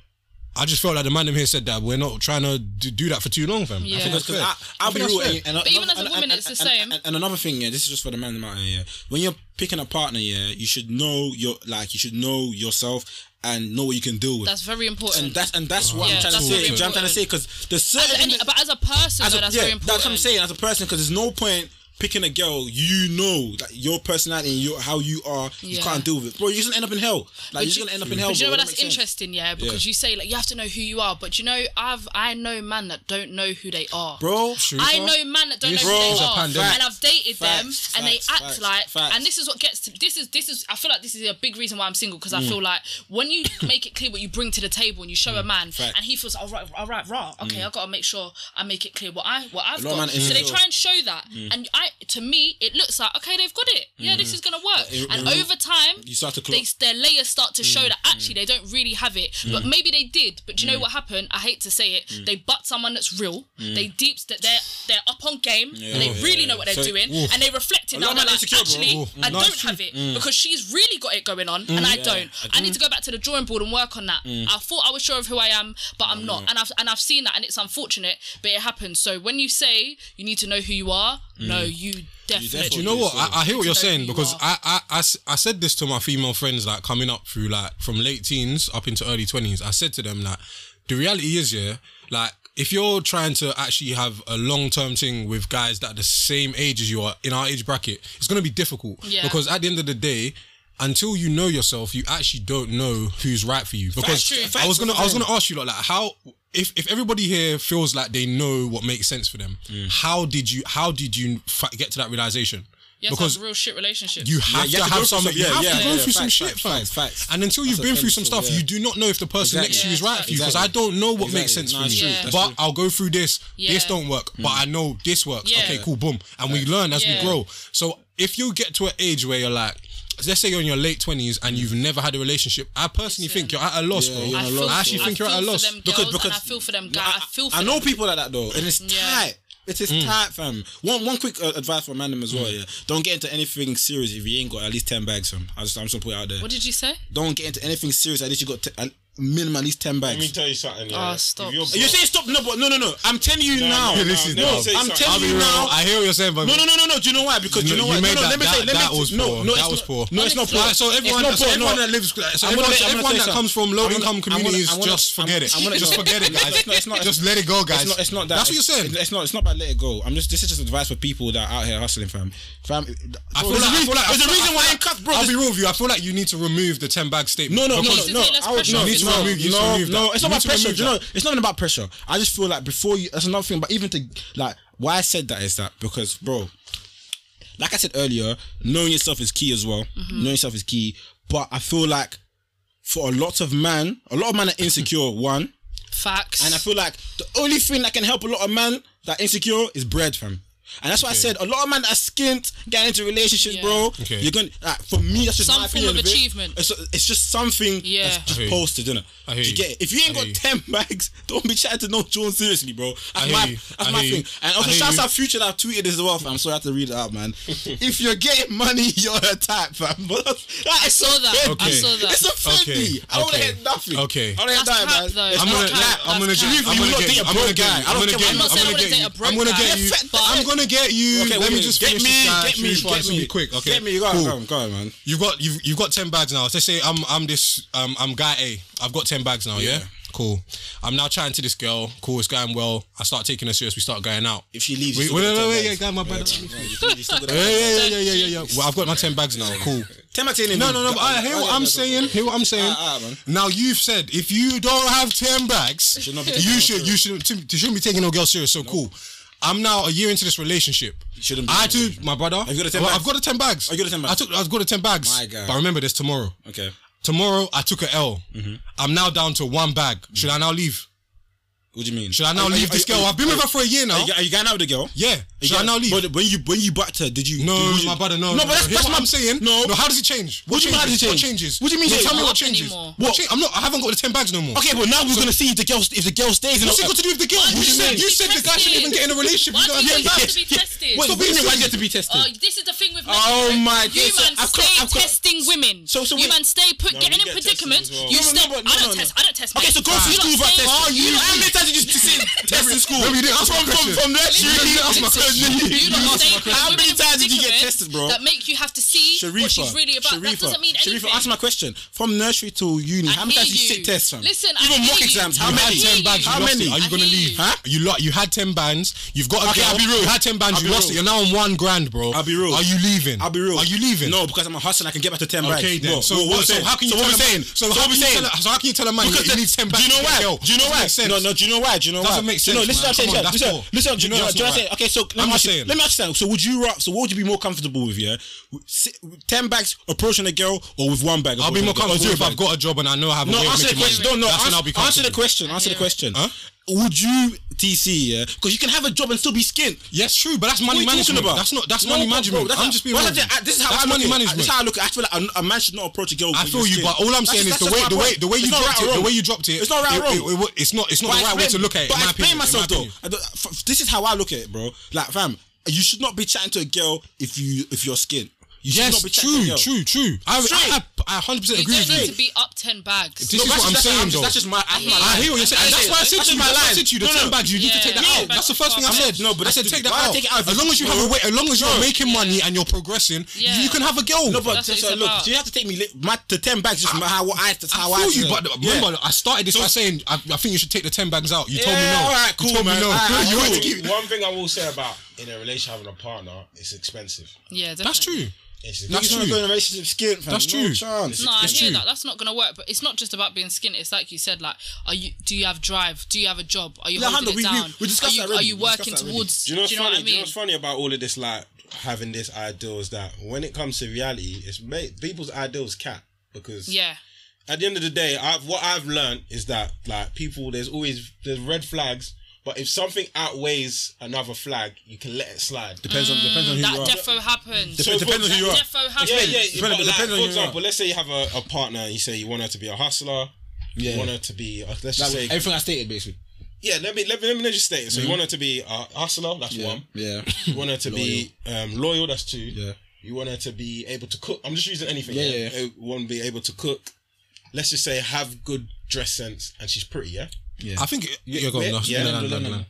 Speaker 6: I just felt like the man in here said that we're not trying to do, do that for too long, fam.
Speaker 8: Yeah.
Speaker 6: I think that's fair.
Speaker 7: Because I, I'll
Speaker 6: I
Speaker 7: be
Speaker 6: think that's
Speaker 7: real.
Speaker 6: fair.
Speaker 7: And, and
Speaker 8: But even
Speaker 7: another-
Speaker 8: as a
Speaker 7: and-
Speaker 8: woman,
Speaker 7: and-
Speaker 8: it's the
Speaker 7: and-
Speaker 8: same.
Speaker 7: And, and another thing, yeah, this is just for the man out here. Yeah. When you're picking a partner, yeah, you should know your like you should know yourself and know what you can deal with.
Speaker 8: That's very important.
Speaker 7: and that's and that's what
Speaker 8: Yeah,
Speaker 7: I'm trying to
Speaker 8: that's
Speaker 7: say.
Speaker 8: very
Speaker 7: Do you know what I'm trying to say?
Speaker 8: important.
Speaker 7: Because there's
Speaker 8: As
Speaker 7: certain
Speaker 8: any- but as a person,
Speaker 7: as
Speaker 8: though,
Speaker 7: a-
Speaker 8: that's
Speaker 7: yeah,
Speaker 8: very important.
Speaker 7: That's what I'm saying as a person because there's no point picking a girl you know that your personality and your how you are you
Speaker 8: Yeah.
Speaker 7: can't deal with it. Bro, you're just gonna end up in hell. Like you're just
Speaker 8: you-
Speaker 7: gonna end up in hell.
Speaker 8: But you know
Speaker 7: bro.
Speaker 8: what?
Speaker 7: It
Speaker 8: That's
Speaker 7: makes sense.
Speaker 8: interesting, yeah, because you say like you have to know who you are, but you know, I've I know men that don't know who they are,
Speaker 7: Bro,
Speaker 8: I know men that don't know
Speaker 7: Bro,
Speaker 8: who
Speaker 7: it's
Speaker 8: they
Speaker 7: a
Speaker 8: are,
Speaker 7: pandemic.
Speaker 8: and I've dated them,
Speaker 7: Facts,
Speaker 8: and they
Speaker 7: facts,
Speaker 8: act
Speaker 7: facts,
Speaker 8: like.
Speaker 7: facts.
Speaker 8: And this is what gets to this is this is. I feel like this is a big reason why I'm single because I
Speaker 7: Mm.
Speaker 8: feel like when you make it clear what you bring to the table and you show a man, and he feels all right, all right, rah, okay, I gotta make sure I make it clear what I what I've
Speaker 7: Mm. lot of
Speaker 8: got.
Speaker 7: man Mm. is
Speaker 8: So they
Speaker 7: insecure.
Speaker 8: try and show that, and I to me it looks like okay, they've got it. Yeah, this is gonna work, and over time
Speaker 7: Mm. You start to clock. Mm.
Speaker 8: they, their layers start to show that actually they don't really have it. But maybe they did. But do you know what happened? I hate to say it.
Speaker 7: Mm.
Speaker 8: They butt someone that's real. They deeps that they're they're up on game. and they
Speaker 7: Yeah.
Speaker 8: really know what they're
Speaker 7: So-
Speaker 8: doing,
Speaker 7: Oof.
Speaker 8: and they reflect
Speaker 7: lot
Speaker 8: it now.
Speaker 7: of
Speaker 8: They're
Speaker 7: men
Speaker 8: like,
Speaker 7: insecure, bro.
Speaker 8: actually,
Speaker 7: Oof.
Speaker 8: I
Speaker 7: No,
Speaker 8: don't
Speaker 7: it's
Speaker 8: have it because she's really got it going on, and I don't. I need to go back to the drawing board and work on that. I thought I was sure of who I am, but I'm not. And I've and I've seen that, and it's unfortunate, but it happens. So when you say you need to know who you are, no, you definitely.
Speaker 7: definitely
Speaker 6: Do you know what? I, I hear what you're
Speaker 8: know who
Speaker 6: saying
Speaker 8: you
Speaker 6: because
Speaker 8: are.
Speaker 6: I, I- I s- I said this to my female friends like coming up through like from late teens up into early 20s. I said to them like, the reality is, yeah, like if you're trying to actually have a long term thing with guys that are the same age as you are in our age bracket, it's going to be difficult
Speaker 8: Yeah.
Speaker 6: because at the end of the day, until you know yourself, you actually don't know who's right for you. Because
Speaker 7: true.
Speaker 6: I was
Speaker 7: Facts.
Speaker 6: gonna, I was gonna ask you like, like how if if everybody here feels like they know what makes sense for them, how did you how did you fa- get to that realization?
Speaker 8: You have to have
Speaker 6: because
Speaker 8: real shit relationships.
Speaker 6: you have
Speaker 7: you
Speaker 6: to
Speaker 7: have
Speaker 6: have
Speaker 7: to go through
Speaker 6: some.
Speaker 7: some-
Speaker 6: you
Speaker 7: yeah,
Speaker 6: have
Speaker 7: yeah,
Speaker 6: to go
Speaker 7: yeah,
Speaker 6: through some
Speaker 7: facts,
Speaker 6: shit, fam.
Speaker 7: facts, facts.
Speaker 6: And until you've
Speaker 7: That's
Speaker 6: been through
Speaker 7: offensive,
Speaker 6: some stuff,
Speaker 7: yeah.
Speaker 6: you do not know if the person
Speaker 7: Exactly.
Speaker 6: next to you is
Speaker 8: Yeah,
Speaker 6: right for you. Because I
Speaker 7: exactly.
Speaker 6: don't know what
Speaker 7: Exactly.
Speaker 6: makes sense
Speaker 7: No,
Speaker 6: for me.
Speaker 7: it's
Speaker 8: true. That's
Speaker 6: But
Speaker 7: true. Hmm.
Speaker 6: I'll go through this. This
Speaker 8: Yeah.
Speaker 6: don't work, but I know this works.
Speaker 8: Yeah.
Speaker 6: Okay, cool, boom, and we learn as
Speaker 8: Yeah.
Speaker 6: we grow. So if you get to an age where you're like. Let's say you're in your late twenties and you've never had a relationship. I personally think you're at a loss,
Speaker 7: Yeah,
Speaker 6: bro.
Speaker 7: you're at
Speaker 8: I
Speaker 7: a
Speaker 8: feel,
Speaker 6: I actually
Speaker 8: I
Speaker 6: think you're
Speaker 8: feel
Speaker 6: at a
Speaker 8: for
Speaker 6: loss.
Speaker 8: them girls and I feel for them guys. I, feel for
Speaker 7: I
Speaker 8: them.
Speaker 7: know people like that though, and it's
Speaker 8: Yeah.
Speaker 7: tight. It is tight, fam. One one quick uh, advice for Mandem as well. Yeah, don't get into anything serious if you ain't got at least ten bags, fam. I just I'm just gonna put it out there.
Speaker 8: What did you say?
Speaker 7: don't get into anything serious. At least you got te- a minimum at least ten bags.
Speaker 2: Let me tell you something. Yeah.
Speaker 8: Oh, stop.
Speaker 2: If you're
Speaker 7: You're saying Ah, stop? No, but no, no, no. I'm telling you
Speaker 2: No,
Speaker 7: now.
Speaker 2: no, no,
Speaker 6: Listen,
Speaker 2: no,
Speaker 6: no,
Speaker 2: no, say
Speaker 7: I'm
Speaker 2: something.
Speaker 7: telling
Speaker 6: I'll be
Speaker 7: you
Speaker 6: real.
Speaker 7: now.
Speaker 6: I hear what you're saying, but
Speaker 7: No, no, no, no, no. Do you know why? Because you
Speaker 6: No, you
Speaker 7: know what?
Speaker 6: made
Speaker 7: no, no,
Speaker 6: that-
Speaker 7: let me
Speaker 6: that-
Speaker 7: say. Let
Speaker 6: that
Speaker 7: me
Speaker 6: was
Speaker 7: no,
Speaker 6: poor.
Speaker 7: no,
Speaker 6: That
Speaker 7: it's
Speaker 6: was
Speaker 7: not-
Speaker 6: poor.
Speaker 7: No, it's not
Speaker 6: Like,
Speaker 7: poor.
Speaker 6: so
Speaker 7: It's
Speaker 6: everyone-
Speaker 7: not
Speaker 6: so
Speaker 7: poor,
Speaker 6: everyone
Speaker 7: no.
Speaker 6: that lives- so
Speaker 7: I'm gonna-
Speaker 6: everyone- so
Speaker 7: I'm gonna
Speaker 6: everyone
Speaker 7: say
Speaker 6: that comes
Speaker 7: something.
Speaker 6: from low-income
Speaker 7: I'm gonna- I'm gonna-
Speaker 6: communities,
Speaker 7: I'm gonna-
Speaker 6: just forget it.
Speaker 7: I'm gonna-
Speaker 6: Just forget it, guys.
Speaker 7: It's not- it's not-
Speaker 6: Just let it go, guys.
Speaker 7: It's not, it's not that.
Speaker 6: That's what you're saying.
Speaker 7: It's, it's not. It's not about let it go. I'm just. This is just advice for people that are out here hustling, fam. Fam,
Speaker 6: I
Speaker 7: bro,
Speaker 6: feel like,
Speaker 7: there's a
Speaker 6: I
Speaker 7: reason-
Speaker 6: feel like- I
Speaker 7: there's a
Speaker 6: feel
Speaker 7: reason
Speaker 6: like-
Speaker 7: why I'm cut, bro.
Speaker 6: I'll
Speaker 7: There's-
Speaker 6: be real with you. I feel like you need to remove the ten bag statement.
Speaker 7: No, no, no,
Speaker 6: Because-
Speaker 8: to
Speaker 7: no,
Speaker 8: take less
Speaker 7: I would-
Speaker 8: pressure
Speaker 7: no,
Speaker 8: off
Speaker 7: it's
Speaker 6: yourself.
Speaker 7: not.
Speaker 6: You need to
Speaker 7: No,
Speaker 6: remove
Speaker 7: no,
Speaker 6: that. You
Speaker 7: it's not
Speaker 6: need
Speaker 7: about
Speaker 6: to
Speaker 7: pressure.
Speaker 6: remove
Speaker 7: You know,
Speaker 6: that.
Speaker 7: it's not even about pressure. I just feel like before you, that's another thing. But even to like why I said that is that because, bro, like I said earlier, knowing yourself is key as well. Knowing yourself is key. But I feel like for a lot of man, a lot of man are insecure. one,
Speaker 8: Facts.
Speaker 7: and I feel like the only thing that can help a lot of man that insecure is bread, fam. And that's why I said a lot of man that are skint get into relationships,
Speaker 8: Yeah.
Speaker 7: bro.
Speaker 6: Okay.
Speaker 7: You're gonna like, for me that's just
Speaker 8: Some
Speaker 7: my
Speaker 8: form
Speaker 7: opinion
Speaker 8: of
Speaker 7: it.
Speaker 8: achievement.
Speaker 7: It's, it's just something
Speaker 8: Yeah.
Speaker 7: that's just
Speaker 6: I hear you.
Speaker 7: posted, innit?
Speaker 6: I
Speaker 7: Do
Speaker 6: hear
Speaker 7: you
Speaker 6: you.
Speaker 7: get it? If you ain't
Speaker 6: I
Speaker 7: got
Speaker 6: hear you.
Speaker 7: ten bags, don't be chatting to no Jones seriously, bro. That's
Speaker 6: hear
Speaker 7: my
Speaker 6: you.
Speaker 7: that's
Speaker 6: I
Speaker 7: my
Speaker 6: hear
Speaker 7: thing.
Speaker 6: you.
Speaker 7: And
Speaker 6: I
Speaker 7: also
Speaker 6: hear
Speaker 7: shouts
Speaker 6: you.
Speaker 7: out future that I've tweeted as well, fam. I'm sorry I have to read it out, man. if you're getting money, you're a type, fam. But that is so
Speaker 8: saw that.
Speaker 7: offensive.
Speaker 8: I saw that.
Speaker 7: It's offensive.
Speaker 6: Okay.
Speaker 7: I don't wanna
Speaker 6: Okay.
Speaker 7: hear nothing.
Speaker 6: Okay.
Speaker 7: I don't hear
Speaker 8: That's
Speaker 7: nothing,
Speaker 8: cap,
Speaker 7: man.
Speaker 8: though.
Speaker 7: It's
Speaker 8: I'm
Speaker 7: not cap.
Speaker 8: gonna- cap,
Speaker 6: I'm gonna
Speaker 8: that's
Speaker 6: get, I'm
Speaker 8: cap.
Speaker 7: You
Speaker 6: gonna
Speaker 7: lot
Speaker 6: get, you.
Speaker 7: think you're
Speaker 6: I'm gonna
Speaker 7: broke guy.
Speaker 6: get, you.
Speaker 7: I
Speaker 6: I'm
Speaker 7: don't
Speaker 6: gonna
Speaker 7: care
Speaker 6: get,
Speaker 7: what
Speaker 6: you.
Speaker 7: you
Speaker 8: say,
Speaker 6: I'm gonna
Speaker 8: I wouldn't
Speaker 6: get
Speaker 8: say
Speaker 6: you.
Speaker 8: a broke
Speaker 6: I'm gonna
Speaker 8: guy.
Speaker 6: get you.
Speaker 7: Yes, but-
Speaker 6: I'm gonna get you.
Speaker 7: Okay,
Speaker 6: Let
Speaker 7: wait,
Speaker 6: me just
Speaker 7: get
Speaker 6: finish
Speaker 7: me,
Speaker 6: this guy.
Speaker 7: get me,
Speaker 6: Finish what I
Speaker 7: get
Speaker 6: said.
Speaker 7: me.
Speaker 6: Be quick, okay?
Speaker 7: Get me, you got it,
Speaker 6: Cool.
Speaker 7: go on, go on, man.
Speaker 6: You've got you've you've got ten bags now. So say I'm I'm this um I'm guy A. I've got ten bags now. Yeah.
Speaker 7: Yeah.
Speaker 6: Cool. I'm now chatting to this girl. Cool. It's going well. I start taking her serious. We start going out.
Speaker 7: If she leaves,
Speaker 6: Wait, wait, wait, wait, yeah, guy, my bad. Yeah, yeah, yeah, yeah, yeah, yeah. Well, I've got my ten bags now. Cool. No, no, no. But I hear what I'm saying. Hear what I'm saying.
Speaker 7: Ah, ah, man.
Speaker 6: Now you've said if you don't have ten bags,
Speaker 7: should not be taking
Speaker 6: you
Speaker 7: no
Speaker 6: should you should you shouldn't be taking no girl serious. So cool. I'm now a year into this relationship.
Speaker 7: shouldn't be
Speaker 6: I
Speaker 7: taking no
Speaker 6: do, my brother.
Speaker 7: Have you got the 10
Speaker 6: Well,
Speaker 7: bags?
Speaker 6: I've got the ten bags.
Speaker 7: Oh, you got the 10 bags?
Speaker 6: I took. I've got the ten bags.
Speaker 7: My God.
Speaker 6: But remember, there's tomorrow.
Speaker 7: Okay.
Speaker 6: Tomorrow I took a L.
Speaker 7: Mm-hmm.
Speaker 6: I'm now down to one bag. Should I now leave?
Speaker 7: What do you mean?
Speaker 6: Should I now
Speaker 7: Mm-hmm. Are you-
Speaker 6: leave
Speaker 7: are
Speaker 6: this
Speaker 7: you-
Speaker 6: girl? I've been with her for a year now.
Speaker 7: Are you, are you going out with the girl?
Speaker 6: Yeah.
Speaker 7: You
Speaker 6: Should I
Speaker 7: going-
Speaker 6: now leave?
Speaker 7: But when you when you backed her, did you?
Speaker 6: No,
Speaker 7: did you,
Speaker 6: my brother, no.
Speaker 7: No,
Speaker 6: no,
Speaker 7: but that's,
Speaker 6: Hear
Speaker 7: that's
Speaker 6: what I'm
Speaker 7: my
Speaker 6: saying.
Speaker 7: No,
Speaker 6: no. How does it change?
Speaker 7: What do you mean how does it
Speaker 6: changes? What changes?
Speaker 7: change? What do you mean
Speaker 6: No,
Speaker 7: it
Speaker 6: tell me
Speaker 8: changes?
Speaker 6: what changes.
Speaker 8: Anymore.
Speaker 6: What? cha- I'm not. I haven't got the ten bags no more.
Speaker 7: Okay, but now we're gonna see if the girl if the girl stays.
Speaker 6: What's it got to do with the girl? You,
Speaker 8: do you
Speaker 6: said
Speaker 8: mean?
Speaker 6: you said the guy shouldn't even get in a relationship. You
Speaker 8: Why do
Speaker 6: don't
Speaker 8: you
Speaker 6: have ten
Speaker 8: think
Speaker 6: bags.
Speaker 8: you have to be
Speaker 6: Stop
Speaker 7: Wait,
Speaker 8: tested?
Speaker 7: what do you
Speaker 6: being
Speaker 7: mean? Why
Speaker 6: silly.
Speaker 7: do you have to be tested?
Speaker 8: Oh, this is the thing with men.
Speaker 7: Oh
Speaker 8: right?
Speaker 7: my
Speaker 8: You
Speaker 7: days. So
Speaker 8: man
Speaker 7: I've got-
Speaker 8: stay
Speaker 7: I've got-
Speaker 8: testing women.
Speaker 7: So- so
Speaker 8: you
Speaker 7: we-
Speaker 8: man stay put
Speaker 2: No,
Speaker 8: getting in
Speaker 2: we get tested
Speaker 8: predicaments.
Speaker 2: as well.
Speaker 8: You
Speaker 7: No, no,
Speaker 8: stay.
Speaker 7: no, but- no,
Speaker 8: I
Speaker 7: no,
Speaker 8: don't
Speaker 7: no.
Speaker 8: test. I don't test.
Speaker 7: Okay,
Speaker 8: men.
Speaker 7: so go to
Speaker 6: Ah.
Speaker 8: You
Speaker 7: school for
Speaker 8: lot stay-
Speaker 7: testing.
Speaker 8: You lot
Speaker 7: How many
Speaker 8: stay-
Speaker 7: times did you sit test in school?
Speaker 6: No, we didn't ask my
Speaker 7: From from
Speaker 6: question.
Speaker 7: from that.
Speaker 6: You didn't ask my question.
Speaker 8: You lot stay put
Speaker 7: How
Speaker 8: women
Speaker 7: many
Speaker 8: in
Speaker 7: times did you get
Speaker 8: predicaments
Speaker 7: tested, bro?
Speaker 8: That make you have to see what she's really about. that doesn't mean anything.
Speaker 7: Sharifa, answer my question. From nursery to uni,
Speaker 8: I
Speaker 7: how many times you
Speaker 8: hear
Speaker 7: sit tests, fam?
Speaker 8: Listen, I
Speaker 7: even
Speaker 8: hear
Speaker 7: mock
Speaker 8: you.
Speaker 7: exams. How
Speaker 8: I
Speaker 6: You
Speaker 7: many?
Speaker 6: had
Speaker 8: hear
Speaker 6: ten bags.
Speaker 8: you.
Speaker 7: How
Speaker 6: you lost
Speaker 7: many?
Speaker 6: It. Are
Speaker 8: I
Speaker 6: you gonna
Speaker 8: hear
Speaker 6: leave?
Speaker 8: you.
Speaker 6: Huh? You lot. You had ten bands. You've got. A
Speaker 7: Okay,
Speaker 6: girl.
Speaker 7: I'll be real.
Speaker 6: You had ten bands.
Speaker 7: I'll
Speaker 6: You
Speaker 7: be
Speaker 6: lost it.
Speaker 7: real.
Speaker 6: You're now on one grand, bro.
Speaker 7: I'll be real.
Speaker 6: Are you leaving?
Speaker 7: I'll be real.
Speaker 6: Are you leaving?
Speaker 7: No, because I'm a hustler. I can get back to ten bags.
Speaker 6: Okay, then.
Speaker 7: No,
Speaker 6: So,
Speaker 7: no,
Speaker 6: what,
Speaker 7: I'm
Speaker 6: so
Speaker 7: saying-
Speaker 6: how can you?
Speaker 7: So
Speaker 6: tell
Speaker 7: what we
Speaker 6: a man-
Speaker 7: saying?
Speaker 6: So,
Speaker 7: what
Speaker 6: how
Speaker 7: we
Speaker 6: can you
Speaker 7: saying?
Speaker 6: tell a- so how can you tell a man
Speaker 7: Because
Speaker 6: he
Speaker 7: the-
Speaker 6: needs ten
Speaker 7: Do
Speaker 6: bags?
Speaker 7: you know
Speaker 6: to get a
Speaker 7: why?
Speaker 6: girl?
Speaker 7: Do you know
Speaker 6: Doesn't
Speaker 7: why?
Speaker 6: make sense.
Speaker 7: No, no. Do you know why? Do you know
Speaker 6: Doesn't
Speaker 7: why?
Speaker 6: make
Speaker 7: Do you know,
Speaker 6: sense,
Speaker 7: listen,
Speaker 6: man.
Speaker 7: I'm saying,
Speaker 6: Come on, that's
Speaker 7: listen,
Speaker 6: poor.
Speaker 7: listen. Do
Speaker 6: You
Speaker 7: you
Speaker 6: know
Speaker 7: know,
Speaker 6: that's
Speaker 7: do you know
Speaker 6: not
Speaker 7: what I'm saying?
Speaker 6: right.
Speaker 7: Okay, so let
Speaker 6: I'm just
Speaker 7: me ask you.
Speaker 6: saying.
Speaker 7: Let me ask you something. So would you ra- So what would you be more comfortable with? Yeah, Si- ten bags approaching a girl or with one bag?
Speaker 6: I'll be more
Speaker 7: approaching a girl? Or
Speaker 6: comfortable
Speaker 7: zero
Speaker 6: if
Speaker 7: bags?
Speaker 6: I've got a job and I know I have a
Speaker 7: No,
Speaker 6: way of
Speaker 7: answer the
Speaker 6: making
Speaker 7: question.
Speaker 6: money.
Speaker 7: No, no.
Speaker 6: That's when I'll
Speaker 7: Answer,
Speaker 6: be
Speaker 7: answer the
Speaker 6: comfortable.
Speaker 7: question. Answer the question.
Speaker 6: Huh?
Speaker 7: Would you TC? Yeah, because you can have a job and still be skint.
Speaker 6: Yes, true, but that's money
Speaker 7: What are you talking
Speaker 6: management.
Speaker 7: about?
Speaker 6: That's not that's
Speaker 7: No,
Speaker 6: money management.
Speaker 7: bro, bro, that's
Speaker 6: I'm
Speaker 7: not-
Speaker 6: just being
Speaker 7: well,
Speaker 6: real.
Speaker 7: that's- I- uh, This is how
Speaker 6: that's
Speaker 7: I
Speaker 6: money
Speaker 7: look at it.
Speaker 6: management.
Speaker 7: This is how I look at. it. I feel like a, a man should not approach a girl.
Speaker 6: I
Speaker 7: with
Speaker 6: feel
Speaker 7: your
Speaker 6: you,
Speaker 7: skin.
Speaker 6: but all I'm
Speaker 7: That's
Speaker 6: saying
Speaker 7: just-
Speaker 6: is the
Speaker 7: that's
Speaker 6: way
Speaker 7: just
Speaker 6: the
Speaker 7: my
Speaker 6: way
Speaker 7: point.
Speaker 6: the way you
Speaker 7: It's not
Speaker 6: dropped
Speaker 7: right
Speaker 6: it,
Speaker 7: or
Speaker 6: the
Speaker 7: wrong.
Speaker 6: way you dropped it.
Speaker 7: It's not right or
Speaker 6: it-
Speaker 7: wrong.
Speaker 6: it- it- It's not it's not
Speaker 7: But
Speaker 6: the
Speaker 7: I
Speaker 6: right way to
Speaker 7: explain-
Speaker 6: look at it.
Speaker 7: But
Speaker 6: in
Speaker 7: I
Speaker 6: my
Speaker 7: explain
Speaker 6: opinion, in my
Speaker 7: myself though.
Speaker 6: opinion.
Speaker 7: I don't- f- This is how I look at it, bro. Like, fam, you should not be chatting to a girl if you if you're skin. You should
Speaker 6: Yes,
Speaker 7: not be chatting to a
Speaker 6: true,
Speaker 7: girl.
Speaker 6: true, true. I
Speaker 7: Straight.
Speaker 6: I I hundred percent
Speaker 8: You
Speaker 6: agree
Speaker 8: don't need
Speaker 6: with
Speaker 8: to
Speaker 6: you.
Speaker 8: be up ten bags.
Speaker 6: This is what
Speaker 7: that's
Speaker 6: I'm
Speaker 7: just-
Speaker 6: saying
Speaker 7: just-
Speaker 6: though.
Speaker 7: That's just my. that's my
Speaker 8: I
Speaker 6: I
Speaker 7: line.
Speaker 6: hear what you're saying.
Speaker 7: That's
Speaker 6: That's
Speaker 7: it.
Speaker 6: why I said
Speaker 7: That's
Speaker 6: to you.
Speaker 7: my
Speaker 6: That's why I
Speaker 7: line.
Speaker 6: said to you. The
Speaker 7: No, no.
Speaker 6: ten bags. You need to
Speaker 8: Yeah,
Speaker 6: take that
Speaker 8: no,
Speaker 6: out. That's the
Speaker 8: that's
Speaker 6: first thing I
Speaker 8: fucked.
Speaker 6: said.
Speaker 7: No, but
Speaker 6: I said
Speaker 7: that's-
Speaker 6: take that
Speaker 7: why I
Speaker 6: out.
Speaker 7: take it out if
Speaker 6: As long as you have a way, as long as you're making money and you're progressing,
Speaker 8: Yeah.
Speaker 6: you can have a girl.
Speaker 7: No, but
Speaker 8: That's what
Speaker 7: so,
Speaker 8: it's
Speaker 7: look,
Speaker 8: about.
Speaker 7: so you have to take me li- my the ten bags just my- how I that's how I.
Speaker 6: I
Speaker 7: see
Speaker 6: feel you,
Speaker 7: it.
Speaker 6: but
Speaker 7: Yeah.
Speaker 6: remember, I started this by saying I, I think you should take the ten bags out. You told me
Speaker 7: Yeah,
Speaker 6: no.
Speaker 7: all right, cool,
Speaker 6: you told
Speaker 7: man.
Speaker 6: me no.
Speaker 7: All right,
Speaker 6: you
Speaker 7: cool.
Speaker 6: had to keep.
Speaker 2: One thing I will say about in a relationship having a partner, it's expensive.
Speaker 8: Yeah,
Speaker 6: That's
Speaker 8: definitely.
Speaker 6: true.
Speaker 2: It's
Speaker 6: That's
Speaker 7: You're not
Speaker 6: true.
Speaker 7: going in a relationship skin, fam.
Speaker 6: That's
Speaker 7: No
Speaker 6: true.
Speaker 7: chance.
Speaker 8: No, I
Speaker 6: It's
Speaker 8: hear
Speaker 6: true.
Speaker 8: that. That's not gonna work. But it's not just about being skinny. It's like you said. Like, are you? Do you have drive? Do you have a job? Are you
Speaker 7: No,
Speaker 8: holding
Speaker 7: Hannah,
Speaker 8: it
Speaker 7: we- we-
Speaker 8: down?
Speaker 7: we discussed
Speaker 8: are you,
Speaker 7: that already.
Speaker 8: Are you
Speaker 7: We discussed
Speaker 8: working
Speaker 7: that already.
Speaker 8: towards?
Speaker 2: Do you know what's
Speaker 8: what
Speaker 2: funny?
Speaker 8: I
Speaker 2: Do you know
Speaker 8: mean?
Speaker 2: what's funny about all of this, like having this ideal is that when it comes to reality, it's made, people's ideals cap because
Speaker 8: Yeah.
Speaker 2: at the end of the day, I've, what I've learned is that like people, there's always there's red flags, but if something outweighs another flag, you can let it slide.
Speaker 7: Depends on depends on who
Speaker 8: That
Speaker 7: you are.
Speaker 8: defo happens.
Speaker 7: Depends- depends on who you are.
Speaker 8: That defo happens.
Speaker 2: Yeah, yeah.
Speaker 7: Depending-
Speaker 2: but, like,
Speaker 7: depending on
Speaker 2: for
Speaker 7: your-
Speaker 2: example, let's say you have a, a partner and you say you want her to be a hustler.
Speaker 7: Yeah.
Speaker 2: You want her to be. uh, Let's just say.
Speaker 7: I stated basically.
Speaker 2: Yeah. Let me let me let me just state it. So you want her to be a hustler. That's
Speaker 7: Mm-hmm. Yeah.
Speaker 2: one.
Speaker 7: Yeah.
Speaker 2: You want her to be um, loyal. That's two.
Speaker 7: Yeah.
Speaker 2: You want her to be able to cook. I'm just using anything.
Speaker 7: Yeah, yeah, yeah.
Speaker 2: You want to be able to cook. Let's just say have good dress sense and she's pretty. Yeah.
Speaker 6: I think you're going. No,
Speaker 2: yeah,
Speaker 6: no, no,
Speaker 2: no,
Speaker 6: no,
Speaker 2: no,
Speaker 6: no.
Speaker 2: no.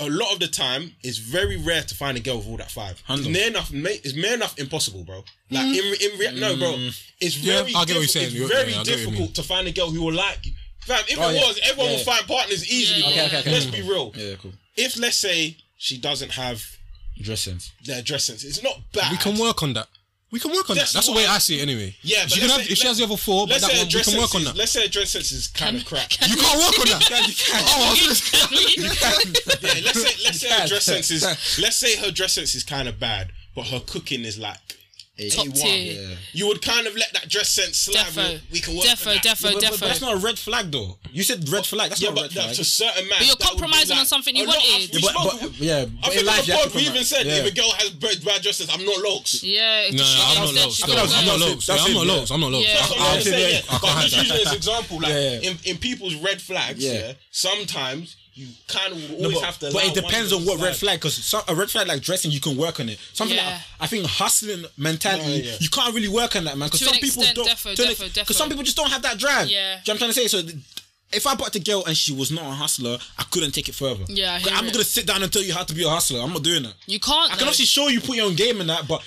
Speaker 2: A lot of the time, it's very rare to find a girl with all that five. It's
Speaker 7: Handle.
Speaker 2: near enough, mate. It's near enough impossible, bro. Like in re- in re- no, bro. It's
Speaker 6: Mm. Yeah,
Speaker 2: very
Speaker 6: I get what you're
Speaker 2: diffi-
Speaker 6: saying.
Speaker 2: It's
Speaker 6: You're-
Speaker 2: very
Speaker 6: yeah, I get what you mean.
Speaker 2: difficult to find a girl who will like you. Fam, if
Speaker 7: Oh,
Speaker 2: it
Speaker 7: yeah.
Speaker 2: was, everyone
Speaker 7: Yeah,
Speaker 2: will
Speaker 7: yeah.
Speaker 2: find partners easily.
Speaker 8: Yeah,
Speaker 2: bro.
Speaker 8: yeah, Okay,
Speaker 7: okay,
Speaker 2: Let's
Speaker 7: okay.
Speaker 2: be real.
Speaker 7: Yeah. Cool.
Speaker 2: If let's say she doesn't have
Speaker 7: Dress sense.
Speaker 2: their dress sense, it's not bad.
Speaker 6: We can work on that. We can work on
Speaker 2: That's
Speaker 6: that. That's the
Speaker 2: what-
Speaker 6: way I see it, anyway.
Speaker 2: Yeah, but
Speaker 6: she can
Speaker 2: let's
Speaker 6: have,
Speaker 2: say-
Speaker 6: if she has the
Speaker 2: let's-
Speaker 6: other four, but
Speaker 2: Let's
Speaker 6: that
Speaker 2: say
Speaker 6: one,
Speaker 2: her
Speaker 6: we
Speaker 2: dress
Speaker 6: can work
Speaker 2: sense.
Speaker 6: on
Speaker 2: Is,
Speaker 6: that.
Speaker 2: let's say her dress sense is kind of crap.
Speaker 6: You can't work on that. Oh, I was gonna say-
Speaker 2: Yeah, let's say let's say her dress sense is let's say her dress sense is kind of bad, but her cooking is like
Speaker 8: Top tier.
Speaker 2: You would kind of let that dress sense slide.
Speaker 8: Defo.
Speaker 2: We, we can work. on
Speaker 8: Defo,
Speaker 2: that.
Speaker 8: defo,
Speaker 7: But, but that's
Speaker 8: defo.
Speaker 7: not a red flag though. You said red flag. That's
Speaker 2: Yeah,
Speaker 7: not a
Speaker 2: but
Speaker 7: red flag.
Speaker 2: that's a certain man.
Speaker 8: But you're
Speaker 2: that would be
Speaker 8: compromising
Speaker 2: like-
Speaker 8: on something you
Speaker 2: Oh, no,
Speaker 8: wanted.
Speaker 2: I've- we
Speaker 7: Yeah, but,
Speaker 2: spoke-
Speaker 7: but, yeah, but
Speaker 2: I
Speaker 7: in
Speaker 2: think
Speaker 7: life,
Speaker 2: on
Speaker 7: you
Speaker 2: the
Speaker 7: have to
Speaker 2: pod we even
Speaker 7: compromise.
Speaker 2: said
Speaker 7: yeah.
Speaker 2: if a girl has bad, bad dresses, I'm not looks.
Speaker 8: Yeah,
Speaker 6: No, I'm not low.
Speaker 8: lost.
Speaker 6: though. I'm not low.
Speaker 7: That's
Speaker 6: though.
Speaker 7: it,
Speaker 6: I'm not
Speaker 7: yeah.
Speaker 6: low. I'm not low.
Speaker 8: Yeah.
Speaker 2: That's what I'm
Speaker 7: I-
Speaker 2: saying, yeah.
Speaker 6: I
Speaker 2: But I'm
Speaker 6: can't
Speaker 2: just
Speaker 6: have
Speaker 2: using this example. Like
Speaker 7: Yeah, yeah.
Speaker 2: in, in people's red flags,
Speaker 7: Yeah.
Speaker 2: yeah. sometimes you kind of will
Speaker 7: No,
Speaker 2: always
Speaker 7: but,
Speaker 2: have to.
Speaker 7: but
Speaker 2: allow
Speaker 7: it depends
Speaker 2: one
Speaker 7: on what red
Speaker 2: side.
Speaker 7: flag because a red flag like dressing you can work on it something
Speaker 8: Yeah.
Speaker 7: like I think hustling mentality
Speaker 2: Yeah, yeah.
Speaker 7: you can't really work on that man because
Speaker 8: To
Speaker 7: some
Speaker 8: an
Speaker 7: people
Speaker 8: extent,
Speaker 7: don't
Speaker 8: defo, defo, defo.
Speaker 7: because some people just don't have that drive
Speaker 8: Yeah.
Speaker 7: Do you know what I'm trying to say so th- if I bought a girl and she was not a hustler I couldn't take it further
Speaker 8: Yeah, I hear
Speaker 7: I'm
Speaker 8: it.
Speaker 7: not gonna sit down and tell you how to be a hustler I'm not doing that
Speaker 8: You can't.
Speaker 7: I can obviously show you put your own game in that but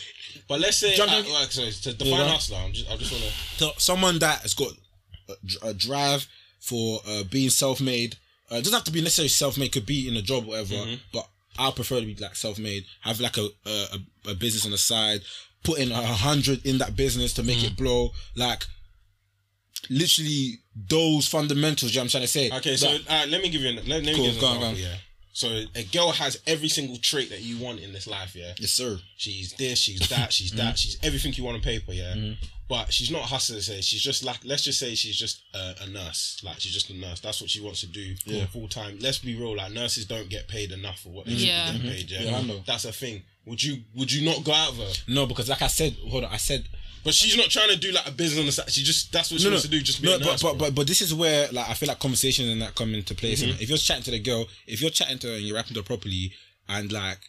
Speaker 2: But let's say,
Speaker 7: Jump
Speaker 2: uh,
Speaker 7: in-
Speaker 2: like, sorry, to define
Speaker 7: go on.
Speaker 2: hustler, I'm just, I just want to.
Speaker 7: to someone that has got a, dr- a drive for uh, being self-made. Uh, it doesn't have to be necessarily self-made. Could be in a job, or whatever.
Speaker 2: Mm-hmm.
Speaker 7: But I prefer to be like self-made. Have like a a, a- a business on the side. Put in a hundred in that business to make
Speaker 2: Mm.
Speaker 7: it blow. Like literally those fundamentals. You know what I'm trying to say.
Speaker 2: Okay, so
Speaker 7: Like,
Speaker 2: uh, let me give you an, let, let me
Speaker 7: Cool,
Speaker 2: give you an
Speaker 7: go on,
Speaker 2: example.
Speaker 7: go on.
Speaker 2: Yeah. So a girl has every single trait that you want in this life. Yeah.
Speaker 7: yes, sir.
Speaker 2: She's this, she's that, she's
Speaker 7: Mm-hmm.
Speaker 2: that, she's everything you want on paper. Yeah. But she's not a hustler. Say she's just like let's just say she's just a, a nurse. Like she's just a nurse. That's what she wants to do full time. Let's be real. Like nurses don't get paid enough for what they
Speaker 8: Yeah.
Speaker 2: should be getting paid. Yeah.
Speaker 7: Mm-hmm. Yeah, I know.
Speaker 2: That's a thing. Would you would you not go out of her?
Speaker 7: No, because like I said, hold on. I said
Speaker 2: But she's not trying to do like a business. on the side. She just that's what she wants to do. Just be a
Speaker 7: no,
Speaker 2: nurse.
Speaker 7: but, but but but this is where like I feel like conversations and that come into place.
Speaker 2: Mm-hmm.
Speaker 7: innit? If you're chatting to the girl, if you're chatting to her and you're rapping to her properly, and like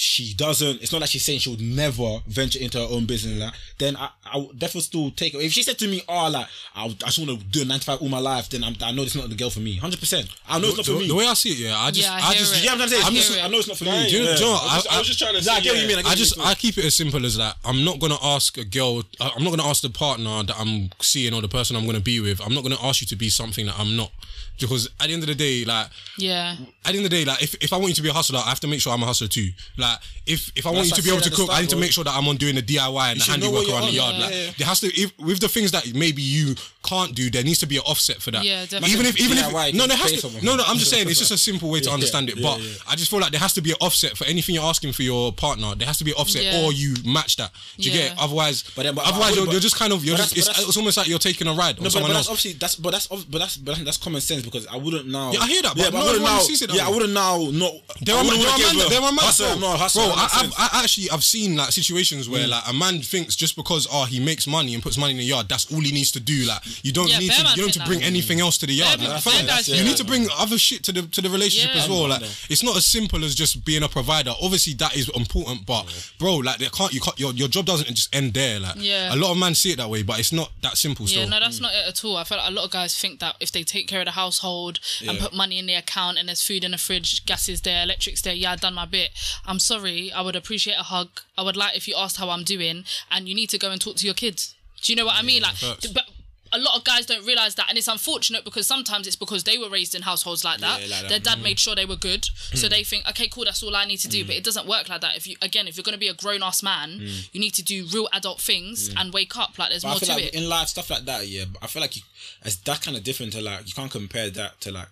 Speaker 7: she doesn't, it's not like she's saying she would never venture into her own business. and that then I, I would definitely still take it. If she said to me, "Oh, like I, would- I just want to do a nine to five all my life," then I'm, I know it's not the girl for me. Hundred percent, I know it's not for
Speaker 6: The,
Speaker 7: me.
Speaker 6: the way I see it, yeah, I just,
Speaker 8: Yeah, I
Speaker 6: I
Speaker 8: hear
Speaker 6: just,
Speaker 8: it.
Speaker 7: you know what I'm saying?
Speaker 8: I
Speaker 7: I'm
Speaker 8: hear
Speaker 7: just,
Speaker 8: it.
Speaker 7: I know it's not for me.
Speaker 2: Yeah,
Speaker 6: you know-
Speaker 7: Yeah.
Speaker 6: do you know what?
Speaker 2: I, was, I was just trying to.
Speaker 7: Nah, I
Speaker 2: see,
Speaker 7: get what you
Speaker 2: yeah.
Speaker 7: mean. I get
Speaker 6: I
Speaker 7: what you
Speaker 6: just
Speaker 7: mean.
Speaker 6: I keep it as simple as that. I'm not gonna ask a girl. I- I'm not gonna ask the partner that I'm seeing or the person I'm gonna be with. I'm not gonna ask you to be something that I'm not, because at the end of the day, like
Speaker 8: Yeah.
Speaker 6: at the end of the day, like if, if I want you to be a hustler, I have to make sure I'm a hustler too. Like if if I want
Speaker 7: That's
Speaker 6: you to
Speaker 7: what
Speaker 6: be
Speaker 7: I
Speaker 6: able
Speaker 7: said
Speaker 6: to
Speaker 7: at the
Speaker 6: cook, I
Speaker 7: start,
Speaker 6: need to
Speaker 7: bro.
Speaker 6: make sure that I'm on doing the DIY and the
Speaker 7: should know
Speaker 6: handiwork
Speaker 7: what
Speaker 6: around the
Speaker 7: you're on,
Speaker 6: yard.
Speaker 7: yeah,
Speaker 6: like
Speaker 7: yeah.
Speaker 6: there has to if, with the things that maybe you can't do, there needs to be an offset for that.
Speaker 8: Yeah, definitely.
Speaker 6: even if even
Speaker 7: DIY
Speaker 6: if no,
Speaker 7: can
Speaker 6: there has
Speaker 7: pay
Speaker 6: to,
Speaker 7: someone.
Speaker 6: no, no. I'm just saying it's just a simple way to
Speaker 7: Yeah,
Speaker 6: understand it.
Speaker 7: yeah,
Speaker 6: But
Speaker 7: yeah.
Speaker 6: I just feel like there has to be an offset for anything you're asking for your partner. There has to be an offset,
Speaker 8: Yeah.
Speaker 6: or you match that. Do you
Speaker 8: Yeah.
Speaker 6: get? It? Otherwise,
Speaker 7: But then- but- but-
Speaker 6: otherwise you're,
Speaker 7: but-
Speaker 6: you're just kind of you're
Speaker 7: but
Speaker 6: just
Speaker 7: that's-
Speaker 6: it's,
Speaker 7: but that's-
Speaker 6: it's almost like you're taking a ride on
Speaker 7: No, but,
Speaker 6: someone
Speaker 7: but that's
Speaker 6: else.
Speaker 7: obviously that's but that's ob- but that's but that's common sense because I wouldn't now.
Speaker 6: Yeah, I hear that, but
Speaker 7: I
Speaker 6: no
Speaker 7: wouldn't
Speaker 6: one
Speaker 7: now.
Speaker 6: sees it that
Speaker 7: yeah,
Speaker 6: way.
Speaker 7: I wouldn't now. No,
Speaker 6: There
Speaker 7: I
Speaker 6: are,
Speaker 7: wouldn't
Speaker 6: there are
Speaker 7: give
Speaker 6: man,
Speaker 7: a
Speaker 6: there are man,
Speaker 7: hustler,
Speaker 6: bro.
Speaker 7: I'm not a hustler.
Speaker 6: bro,
Speaker 7: that
Speaker 6: I,
Speaker 7: makes
Speaker 6: I've,
Speaker 7: sense. Mm.
Speaker 6: I actually I've seen like situations where like a man thinks just because oh he makes money and puts money in the yard, that's all he needs to do. Like you don't
Speaker 8: Yeah,
Speaker 6: need
Speaker 8: bare
Speaker 6: to,
Speaker 8: man
Speaker 6: you don't
Speaker 8: think
Speaker 6: need to
Speaker 8: that.
Speaker 6: bring anything else to the yard.
Speaker 8: Bare
Speaker 6: like,
Speaker 8: man-
Speaker 6: fam,
Speaker 8: bare guys
Speaker 6: you
Speaker 8: think
Speaker 6: need to
Speaker 8: that.
Speaker 6: bring other shit to the to the relationship
Speaker 8: Yeah.
Speaker 6: as well. Like it's not as simple as just being a provider. Obviously that is important, but bro, like they can't you can't your, your job doesn't just end there. Like
Speaker 8: Yeah.
Speaker 6: a lot of men see it that way, but it's not that simple.
Speaker 8: Yeah,
Speaker 6: still.
Speaker 8: no, that's not it at all. I feel like a lot of guys think that if they take care of the household and put money in the account and there's food in the fridge, gas is there, electric's there, yeah, I've done my bit. I'm sorry, I would appreciate a hug. I would like if you asked how I'm doing, and you need to go and talk to your kids. Do you know what I mean? Like,
Speaker 6: facts.
Speaker 8: but a lot of guys don't realize that, and it's unfortunate because sometimes it's because they were raised in households like that.
Speaker 7: Yeah, like that. Mm.
Speaker 8: Their dad made sure they were good, so they think, okay, cool, that's all I need to do. But it doesn't work like that. If you again, if you're gonna be a grown ass man, you need to do real adult things and wake up. Like, there's
Speaker 7: Mm. But I
Speaker 8: more
Speaker 7: feel
Speaker 8: to
Speaker 7: like
Speaker 8: it.
Speaker 7: in life stuff like that, yeah. But I feel like you, it's that kind of different to like you can't compare that to like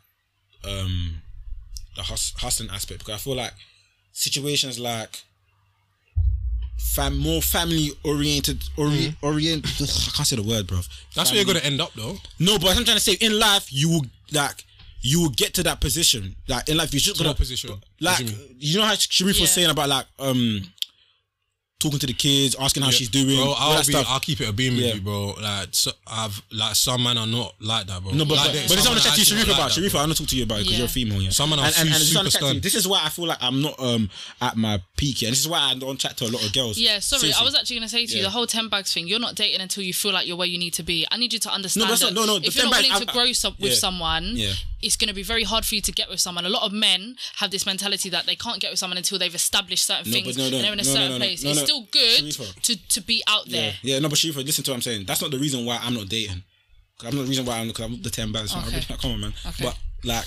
Speaker 7: um the hus- hustling aspect because I feel like situations like fam more family oriented ori- orient. I can't say the word, bro.
Speaker 6: Mm-hmm. That's where you're gonna end up though.
Speaker 7: No, but I'm trying to say in life you will like you will get to that position. Like in life you're just gonna
Speaker 6: What position? What do
Speaker 7: like
Speaker 6: you
Speaker 7: you,
Speaker 6: mean?
Speaker 7: know how Sharif was
Speaker 8: Yeah.
Speaker 7: saying about like um talking to the kids, asking how she's doing,
Speaker 6: Bro,
Speaker 7: all
Speaker 6: I'll,
Speaker 7: that
Speaker 6: be,
Speaker 7: stuff.
Speaker 6: I'll keep it a beam with
Speaker 7: Yeah.
Speaker 6: you, bro. Like, so, I've like some men are not like that, bro.
Speaker 7: No, but,
Speaker 6: like,
Speaker 7: but,
Speaker 6: there-
Speaker 7: but this
Speaker 6: some
Speaker 7: is
Speaker 6: men
Speaker 7: what I'm going to chat to
Speaker 6: actually not
Speaker 7: you, Sharifa,
Speaker 6: like
Speaker 7: about.
Speaker 6: that, bro.
Speaker 7: Sharifa, I'm going to talk to you about it because
Speaker 8: Yeah.
Speaker 7: you're a female, yeah.
Speaker 6: Some men are
Speaker 7: and, and, and
Speaker 6: su-
Speaker 7: this, is what I'm
Speaker 6: super
Speaker 7: gonna chat to you.
Speaker 6: stern.
Speaker 7: this is why I feel like I'm not um at my peak, yeah. And this is why I don't chat to a lot of girls.
Speaker 8: Yeah, sorry. I
Speaker 7: Seriously.
Speaker 8: was actually going to say to you
Speaker 7: Yeah.
Speaker 8: the whole 10 bags thing, you're not dating until you feel like you're where you need to be. I need you to understand
Speaker 7: that's
Speaker 8: that
Speaker 7: not- no, no, the
Speaker 8: if you're
Speaker 7: 10
Speaker 8: not
Speaker 7: bags-
Speaker 8: willing to
Speaker 7: I- I-
Speaker 8: grow so- with
Speaker 7: yeah.
Speaker 8: someone,
Speaker 7: Yeah.
Speaker 8: it's going to be very hard for you to get with someone. A lot of men have this mentality that they can't get with someone until they've established certain
Speaker 7: No,
Speaker 8: things
Speaker 7: but no, no,
Speaker 8: and they're in a
Speaker 7: no, no,
Speaker 8: certain
Speaker 7: no, no,
Speaker 8: place.
Speaker 7: no,
Speaker 8: it's
Speaker 7: no.
Speaker 8: still good
Speaker 7: Sharifa.
Speaker 8: to, to be out
Speaker 7: Yeah.
Speaker 8: there.
Speaker 7: yeah, no, but Sharifa, listen to what I'm saying. That's not the reason why I'm not dating. 'Cause I'm not the reason why I'm because I'm the ten bands.
Speaker 8: Okay.
Speaker 7: come on, man.
Speaker 8: Okay.
Speaker 7: But like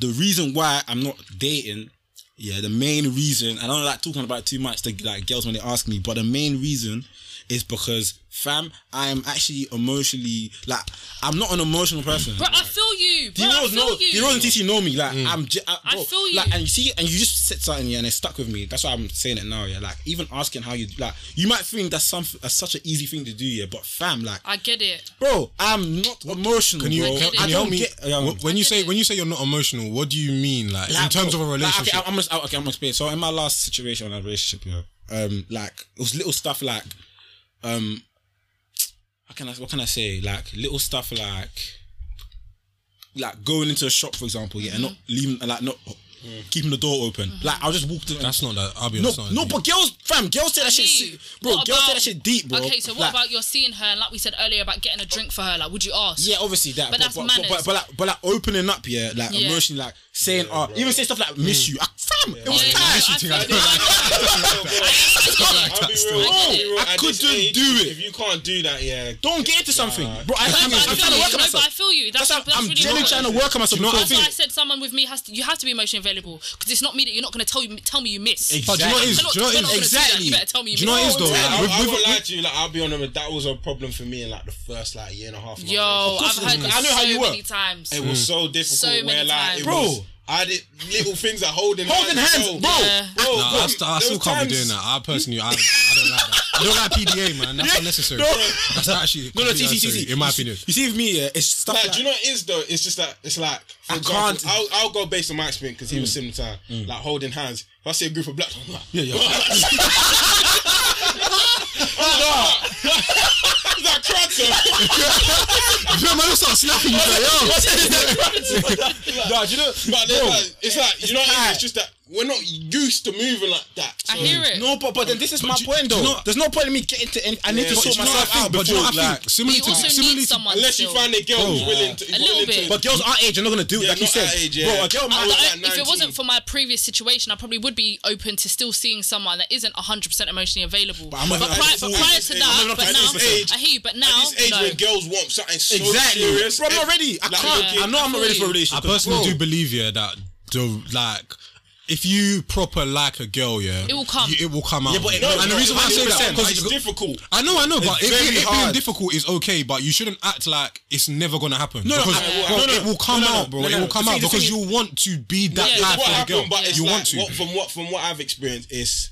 Speaker 7: the reason why I'm not dating, yeah, the main reason. I don't like talking about it too much to like girls when they ask me, but the main reason is because fam, I'm actually emotionally like I'm not an emotional person.
Speaker 8: Bro, I feel you. Bro,
Speaker 7: You
Speaker 8: I
Speaker 7: know,
Speaker 8: feel
Speaker 7: know,
Speaker 8: you.
Speaker 7: you know, and TC know me. Like I'm, j- I,
Speaker 8: I
Speaker 7: bro,
Speaker 8: feel you.
Speaker 7: Like, and you see, and you just said something, yeah, and it stuck with me. That's why I'm saying it now, yeah. Like even asking how you, like, you might think that's something, that's such an easy thing to do, yeah. But fam, like,
Speaker 8: I get it.
Speaker 7: bro, I'm not emotional.
Speaker 6: Can you,
Speaker 7: bro.
Speaker 6: can,
Speaker 8: get it.
Speaker 6: can
Speaker 7: I
Speaker 6: you
Speaker 7: don't
Speaker 6: help me?
Speaker 7: get- yeah,
Speaker 6: Wh- when you say
Speaker 8: it.
Speaker 6: when you say you're not emotional, what do you mean? Like, in
Speaker 7: like,
Speaker 6: terms
Speaker 7: bro,
Speaker 6: of a
Speaker 7: like,
Speaker 6: relationship,
Speaker 7: okay, I'm gonna, okay, I'm gonna explain. So in my last situation, in a relationship, yeah, um, like it was little stuff like, um, how can I, what can I say? Like little stuff like, like going into a shop, for example, yeah, and not
Speaker 8: Mm-hmm.
Speaker 7: leaving, like not
Speaker 8: Mm.
Speaker 7: keeping the door open. Like I just walked in.
Speaker 6: that's not that. I'll be
Speaker 7: no,
Speaker 6: honest. that's not
Speaker 7: no,
Speaker 6: that
Speaker 7: but girls, fam, girls say that shit,
Speaker 8: Hey,
Speaker 7: se- bro.
Speaker 8: what
Speaker 7: girls say
Speaker 8: about-
Speaker 7: that shit deep, bro.
Speaker 8: Okay, so what
Speaker 7: Like,
Speaker 8: about you're seeing her and like we said earlier about getting a drink for her? Like, would you ask?
Speaker 7: Yeah, oh, obviously that.
Speaker 8: But
Speaker 7: But
Speaker 8: that's
Speaker 7: but,
Speaker 8: manners.
Speaker 7: but, but, but like, but like opening up, yeah, like
Speaker 8: Yeah.
Speaker 7: emotionally, like saying, uh, even say stuff like "miss you," I, fam. It was
Speaker 8: Yeah,
Speaker 7: time.
Speaker 8: I
Speaker 6: you
Speaker 8: feel
Speaker 6: think I
Speaker 8: you.
Speaker 6: don't
Speaker 2: I'll be real. I'll be
Speaker 8: I
Speaker 2: real, at
Speaker 7: couldn't
Speaker 2: this age,
Speaker 7: do it.
Speaker 2: If you can't do that, yeah.
Speaker 7: Don't get into something, bro. I am
Speaker 8: No, but I
Speaker 7: trying
Speaker 8: feel
Speaker 7: to
Speaker 8: you.
Speaker 7: work on
Speaker 8: No, but I
Speaker 7: myself.
Speaker 8: feel you. That's,
Speaker 7: I'm,
Speaker 8: that's
Speaker 7: I'm
Speaker 8: really
Speaker 7: genuinely
Speaker 8: important.
Speaker 7: trying to work on myself.
Speaker 6: You know
Speaker 7: because
Speaker 8: That's why I said someone with me has to. You have to be emotionally available because it's not me that you're not going to tell you tell me you miss.
Speaker 7: Exactly.
Speaker 6: But do you know what it is?
Speaker 8: We're not-
Speaker 6: Do you know what
Speaker 8: we're
Speaker 6: it
Speaker 8: not gonna
Speaker 6: is?
Speaker 8: do that. You better tell me you
Speaker 6: Do you know what it is
Speaker 8: miss.
Speaker 6: though?
Speaker 2: I, I,
Speaker 6: With-
Speaker 2: I
Speaker 6: with-
Speaker 2: won't
Speaker 6: with-
Speaker 2: lie to you. Like I'll be honest, that was a problem for me in like the first like year and a half. of my
Speaker 8: Yo,
Speaker 2: relationship.
Speaker 8: I've heard this
Speaker 2: I know
Speaker 8: so
Speaker 2: how you
Speaker 8: many
Speaker 2: work.
Speaker 8: times.
Speaker 2: It was so difficult.
Speaker 8: So many
Speaker 2: where, like,
Speaker 8: times.
Speaker 2: it
Speaker 7: Mm. Bro.
Speaker 2: was- I did little things like holding
Speaker 7: Holding hands, bro.
Speaker 8: Yeah.
Speaker 2: bro,
Speaker 6: Nah,
Speaker 2: bro,
Speaker 6: I, st- I
Speaker 2: there
Speaker 6: still can't
Speaker 2: was
Speaker 6: be
Speaker 2: times-
Speaker 6: doing that. I personally, I, I don't like that. I don't like PDA, man. That's unnecessary. That's actually
Speaker 7: No, no,
Speaker 6: completely
Speaker 7: see, see,
Speaker 6: unnecessary,
Speaker 7: see.
Speaker 6: in my
Speaker 7: You see-
Speaker 6: opinion.
Speaker 7: You see, with me, yeah, it's stuff
Speaker 2: Like,
Speaker 7: like.
Speaker 2: do you know what it is though? It's just that it's like for
Speaker 7: I
Speaker 2: example,
Speaker 7: can't- Mm.
Speaker 2: I'll, I'll go based on my experience because he was similar to her, like holding hands. If I see a group of blacks, I'm like, yeah, yeah. that cracker.
Speaker 6: Yo, man, I'll start slapping you, bro. Yo.
Speaker 7: Nah, do you know?
Speaker 2: But then, like, it's like you know, what I mean? it's just that we're not used to moving like that.
Speaker 8: I
Speaker 2: so-
Speaker 8: hear it.
Speaker 7: No, but but then this is my point though.
Speaker 6: you know-
Speaker 7: There's no point in me getting to. Any, I need to
Speaker 2: but
Speaker 7: sort
Speaker 2: you know
Speaker 7: myself
Speaker 2: what I
Speaker 7: out
Speaker 2: think?
Speaker 6: But do
Speaker 7: before.
Speaker 6: you know, I think
Speaker 7: like,
Speaker 8: But
Speaker 6: similarly
Speaker 8: you
Speaker 6: to
Speaker 8: also
Speaker 6: similarly
Speaker 8: need
Speaker 6: to-
Speaker 8: someone.
Speaker 2: Unless you
Speaker 8: still.
Speaker 2: find a girl who's willing to,
Speaker 8: A little
Speaker 2: willing
Speaker 8: bit.
Speaker 2: to
Speaker 7: but girls our age, you're not gonna do it.
Speaker 2: Yeah,
Speaker 7: like you
Speaker 2: not
Speaker 7: said,
Speaker 2: our age, yeah.
Speaker 7: bro. A girl
Speaker 8: I-
Speaker 7: might.
Speaker 2: was
Speaker 8: I-
Speaker 2: like
Speaker 8: if it
Speaker 2: 19.
Speaker 8: wasn't for my previous situation, I probably would be open to still seeing someone that isn't 100% emotionally available. But,
Speaker 7: I'm not-
Speaker 8: prior,
Speaker 7: I'm
Speaker 8: but
Speaker 7: not-
Speaker 8: prior
Speaker 7: I'm
Speaker 8: to
Speaker 7: not-
Speaker 8: that,
Speaker 7: I'm not
Speaker 8: but
Speaker 7: at
Speaker 8: now,
Speaker 7: this age.
Speaker 8: I hear you, but
Speaker 2: At
Speaker 8: now,
Speaker 2: this age
Speaker 8: no.
Speaker 2: when girls want something so
Speaker 7: Exactly,
Speaker 2: serious,
Speaker 7: bro. I'm not ready. I
Speaker 2: Like,
Speaker 7: can't.
Speaker 2: okay.
Speaker 7: I know I'm not ready for a
Speaker 6: I
Speaker 7: relationship.
Speaker 6: personally
Speaker 7: bro.
Speaker 6: do believe, yeah, that the like. If you proper like a girl, yeah,
Speaker 8: It will come.
Speaker 6: You, it will come out.
Speaker 7: Yeah, but it-
Speaker 6: no,
Speaker 7: no,
Speaker 6: and the reason why I say that
Speaker 2: 100%,
Speaker 6: because
Speaker 2: it's difficult.
Speaker 6: I know, I know, but it,
Speaker 7: very
Speaker 6: being- it being
Speaker 7: hard.
Speaker 6: difficult is okay, but you shouldn't act like it's never gonna happen.
Speaker 7: no,
Speaker 6: because,
Speaker 7: I-
Speaker 6: bro,
Speaker 7: no, no,
Speaker 6: it will come
Speaker 7: no, no,
Speaker 6: out, bro.
Speaker 7: no,
Speaker 6: it
Speaker 7: no.
Speaker 6: will come
Speaker 7: The
Speaker 6: out
Speaker 7: thing- the
Speaker 6: because
Speaker 7: thing
Speaker 6: you want to be that
Speaker 8: Yeah,
Speaker 6: guy
Speaker 8: it's
Speaker 2: what
Speaker 6: for a girl.
Speaker 2: happened, but it's
Speaker 6: you
Speaker 2: like,
Speaker 6: want to.
Speaker 2: What, from what from what I've experienced is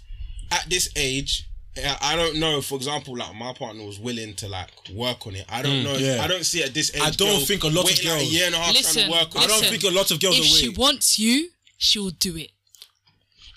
Speaker 2: at this age. I- I don't know. For example, like my partner was willing to like work on it. I don't know.
Speaker 7: Mm, yeah.
Speaker 2: I don't see at this age.
Speaker 7: I don't
Speaker 2: girls
Speaker 7: think a lot of
Speaker 2: waiting, like,
Speaker 7: girls-
Speaker 2: a year and a half
Speaker 8: Listen,
Speaker 2: trying to work on
Speaker 7: I
Speaker 2: it.
Speaker 7: don't
Speaker 8: Listen,
Speaker 7: think a lot of girls
Speaker 8: if
Speaker 7: are
Speaker 8: she
Speaker 7: waiting.
Speaker 8: wants you, she will do it.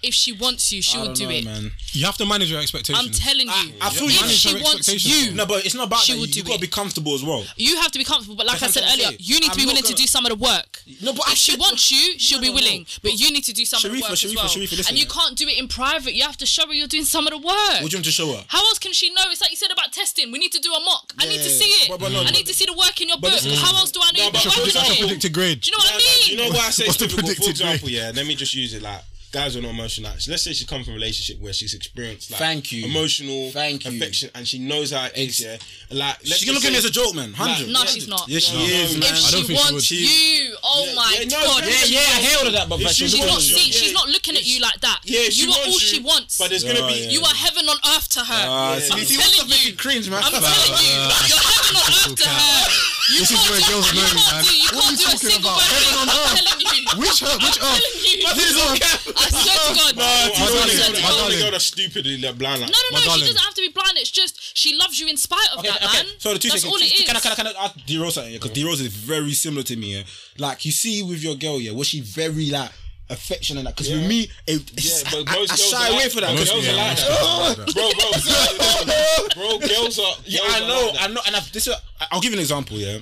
Speaker 8: If she wants you, she will do it.
Speaker 7: man.
Speaker 6: You have to manage your expectations.
Speaker 8: I'm telling you.
Speaker 7: I- I feel you
Speaker 8: if
Speaker 7: manage
Speaker 8: she
Speaker 6: your
Speaker 8: wants
Speaker 6: expectations,
Speaker 8: you,
Speaker 7: No, but it's not about
Speaker 8: She
Speaker 7: that.
Speaker 8: will
Speaker 7: You,
Speaker 8: do
Speaker 7: you gotta
Speaker 8: it.
Speaker 7: be comfortable as well.
Speaker 8: you have to be comfortable. But like
Speaker 7: That's
Speaker 8: I
Speaker 7: what I'm
Speaker 8: said earlier,
Speaker 7: saying.
Speaker 8: you need to
Speaker 7: I'm
Speaker 8: be
Speaker 7: not
Speaker 8: willing to
Speaker 7: gonna-
Speaker 8: do some of the work.
Speaker 7: No, but I
Speaker 8: if she
Speaker 7: said-
Speaker 8: wants you, she'll
Speaker 7: No,
Speaker 8: be
Speaker 7: no,
Speaker 8: willing.
Speaker 7: no.
Speaker 8: But you need to do some of the
Speaker 7: Sharifa,
Speaker 8: work as
Speaker 7: Sharifa,
Speaker 8: well.
Speaker 7: Sharifa, listen,
Speaker 8: and you
Speaker 7: yeah.
Speaker 8: can't do it in private. You have to show her you're doing some of the work.
Speaker 7: What do you want to show her?
Speaker 8: How else can she know? It's like you said about testing. We need to do a mock. I need to
Speaker 7: Yeah.
Speaker 8: see it.
Speaker 7: But- but no,
Speaker 8: I
Speaker 7: but-
Speaker 8: need to see the work in your book. How else do I know
Speaker 2: No,
Speaker 8: you've
Speaker 2: but-
Speaker 8: been
Speaker 2: but
Speaker 8: working
Speaker 2: that's
Speaker 8: on
Speaker 2: a
Speaker 8: it?
Speaker 6: predicted grade.
Speaker 8: Do you know what I mean?
Speaker 2: You know why I say
Speaker 6: What's
Speaker 2: it's
Speaker 6: the
Speaker 2: difficult? For
Speaker 6: predicted
Speaker 2: example, yeah, let me just use it like guys are not emotional. Like, let's say she comes from a relationship where she's experienced like
Speaker 7: Thank you.
Speaker 2: emotional
Speaker 7: Thank you.
Speaker 2: affection and she knows how it is, yeah. Like let's
Speaker 7: She can look
Speaker 2: just
Speaker 7: at me as a
Speaker 2: say-
Speaker 7: joke, man. Hundred.
Speaker 8: No, she's not.
Speaker 7: Yeah, she is,
Speaker 8: If
Speaker 7: man.
Speaker 6: I don't
Speaker 8: she
Speaker 6: think she
Speaker 8: wants
Speaker 6: would.
Speaker 8: you, oh
Speaker 2: Yeah,
Speaker 8: my
Speaker 2: yeah, no,
Speaker 8: god,
Speaker 2: yeah,
Speaker 7: Yeah, I hear all of that, but
Speaker 2: If
Speaker 7: but
Speaker 2: she
Speaker 7: she's
Speaker 8: She's
Speaker 2: wants
Speaker 8: not
Speaker 7: not.
Speaker 2: you-
Speaker 8: see,
Speaker 2: yeah.
Speaker 8: she's not looking at you like that.
Speaker 2: Yeah, she
Speaker 8: you are
Speaker 2: wants
Speaker 8: all
Speaker 2: you,
Speaker 8: she wants.
Speaker 2: But there's gonna
Speaker 7: Yeah,
Speaker 2: be
Speaker 7: yeah.
Speaker 8: you are heaven on earth to her.
Speaker 7: Ah,
Speaker 8: I'm
Speaker 7: see, see, what's
Speaker 8: telling
Speaker 7: up with
Speaker 8: you.
Speaker 7: you cringe, man?
Speaker 8: I'm telling you, you're heaven on earth to her. You
Speaker 6: This is
Speaker 8: can't
Speaker 6: where
Speaker 8: do,
Speaker 6: girls
Speaker 8: you
Speaker 6: know me,
Speaker 8: can't
Speaker 6: man.
Speaker 8: do, you
Speaker 6: What
Speaker 8: can't
Speaker 6: are you
Speaker 8: do a
Speaker 6: talking
Speaker 8: single
Speaker 6: about?
Speaker 8: word.
Speaker 6: Heaven on
Speaker 8: I'm
Speaker 6: earth.
Speaker 8: telling you.
Speaker 6: Which earth? Which
Speaker 8: I'm
Speaker 6: earth?
Speaker 8: telling you.
Speaker 7: This is all cap.
Speaker 8: I swear to God.
Speaker 2: Oh, I
Speaker 8: I
Speaker 2: don't
Speaker 8: swear
Speaker 2: think-
Speaker 8: to
Speaker 2: I
Speaker 8: God.
Speaker 2: don't think
Speaker 6: darling.
Speaker 2: I was stupid in that blind. Like,
Speaker 8: No, no, no. She
Speaker 6: darling.
Speaker 8: doesn't have to be blind. It's just she loves you in spite of
Speaker 7: Okay,
Speaker 8: that,
Speaker 7: okay.
Speaker 8: man.
Speaker 7: So the two
Speaker 8: That's
Speaker 7: seconds.
Speaker 8: all it is.
Speaker 7: Can I, can I, can I ask D Rose something? Because D Rose is very similar to me. Yeah? Like you see with your girl, yeah, was she very like affectionate? Because with me, it, it's,
Speaker 2: Yeah, but
Speaker 7: I,
Speaker 2: most
Speaker 7: I
Speaker 2: girls
Speaker 7: shy
Speaker 2: are
Speaker 7: away
Speaker 2: like-
Speaker 7: for that.
Speaker 2: most
Speaker 7: Because-
Speaker 2: girls
Speaker 6: yeah,
Speaker 2: are like
Speaker 6: most
Speaker 2: that.
Speaker 6: girls are like that.
Speaker 2: bro, bro, sorry, bro, girls are.
Speaker 7: Yeah,
Speaker 2: girls
Speaker 7: I
Speaker 2: are
Speaker 7: know,
Speaker 2: like that.
Speaker 7: I know, and I've, this. I- I'll give you an example. Yeah,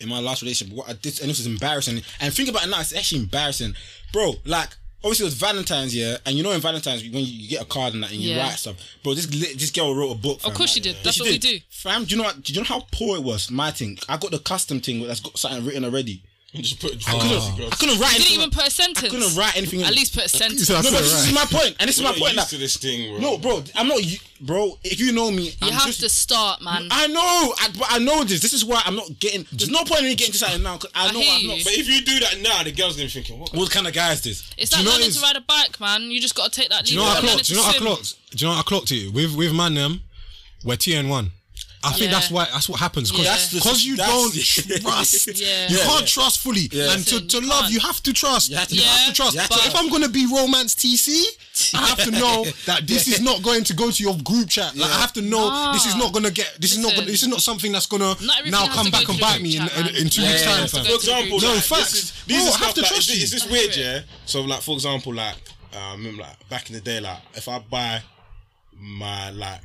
Speaker 7: in my last relationship, what I did, and this was embarrassing. And think about it now; it's actually embarrassing, bro. Like, obviously, it was Valentine's, yeah, and you know, in Valentine's, when you, you get a card and that, and you
Speaker 8: Yeah.
Speaker 7: write stuff, bro. This li- this girl wrote a book. Fam,
Speaker 8: course she
Speaker 7: like,
Speaker 8: did.
Speaker 7: yeah,
Speaker 8: That's
Speaker 7: she
Speaker 8: what we do.
Speaker 7: fam. Do you know? What, do you know how poor it was? My thing. I got the custom thing that's got something written already.
Speaker 2: Just put it.
Speaker 7: I couldn't. I couldn't write.
Speaker 8: Didn't
Speaker 7: anything
Speaker 8: even put a sentence.
Speaker 7: I couldn't write anything.
Speaker 8: At least put a sentence.
Speaker 6: said I
Speaker 7: No,
Speaker 6: couldn't
Speaker 7: but this is my point, and this is
Speaker 2: We're
Speaker 7: my
Speaker 2: not
Speaker 7: point.
Speaker 2: used
Speaker 7: Like,
Speaker 2: to this thing, bro.
Speaker 7: no, bro, I'm not. you- Bro, if you know me,
Speaker 8: You
Speaker 7: I'm
Speaker 8: have
Speaker 7: just,
Speaker 8: to start, man.
Speaker 7: I know, I, but I know this. This is why I'm not getting. There's no point in me getting to something now because I know
Speaker 8: hear
Speaker 7: I am
Speaker 8: you.
Speaker 7: not.
Speaker 2: But if you do that now, the girls gonna be thinking, what?
Speaker 7: What kind of guy is this?
Speaker 8: It's
Speaker 6: Do you
Speaker 8: like
Speaker 6: know
Speaker 8: learning
Speaker 6: is-
Speaker 8: to ride a bike, man. You just got to take that leap.
Speaker 6: Do you know what I
Speaker 8: Like learning
Speaker 6: clocked? Do you
Speaker 8: to
Speaker 6: know what I
Speaker 8: swim.
Speaker 6: clocked? Do you know what I clocked it? With with man them, we're TN one. I think
Speaker 8: Yeah.
Speaker 6: that's why that's what happens because
Speaker 8: Yeah. That's the-
Speaker 6: you
Speaker 2: that's
Speaker 6: don't
Speaker 2: the-
Speaker 6: trust.
Speaker 8: Yeah.
Speaker 6: You
Speaker 8: Yeah,
Speaker 6: can't trust fully, and to,
Speaker 8: Listen,
Speaker 6: to
Speaker 8: you
Speaker 6: love
Speaker 8: can't.
Speaker 6: you have to trust. You have to,
Speaker 8: Yeah,
Speaker 6: trust.
Speaker 8: but-
Speaker 6: So if I'm gonna be romance TC, I have to know that this is not going to go to your group chat. Like I have to know this is not gonna get. This is not. Gonna,
Speaker 8: Listen.
Speaker 6: this is not something that's gonna
Speaker 8: Not everything
Speaker 6: now
Speaker 8: has
Speaker 6: come
Speaker 8: to
Speaker 6: back
Speaker 8: go
Speaker 6: and
Speaker 8: to the
Speaker 6: bite
Speaker 8: group
Speaker 6: me
Speaker 8: chat,
Speaker 6: in,
Speaker 8: man.
Speaker 6: in, in two
Speaker 8: Yeah,
Speaker 6: weeks
Speaker 8: yeah,
Speaker 6: time,
Speaker 8: yeah.
Speaker 6: fam.
Speaker 8: Go to
Speaker 2: For
Speaker 8: the
Speaker 2: example,
Speaker 8: group
Speaker 6: No,
Speaker 2: like,
Speaker 6: facts.
Speaker 2: This is, these
Speaker 6: Bro, I
Speaker 2: are
Speaker 6: have
Speaker 2: stuff
Speaker 6: to
Speaker 2: like,
Speaker 6: trust
Speaker 2: is,
Speaker 6: you.
Speaker 2: is this weird, yeah? So like, for example, like uh, I remember like back in the day, like if I buy my like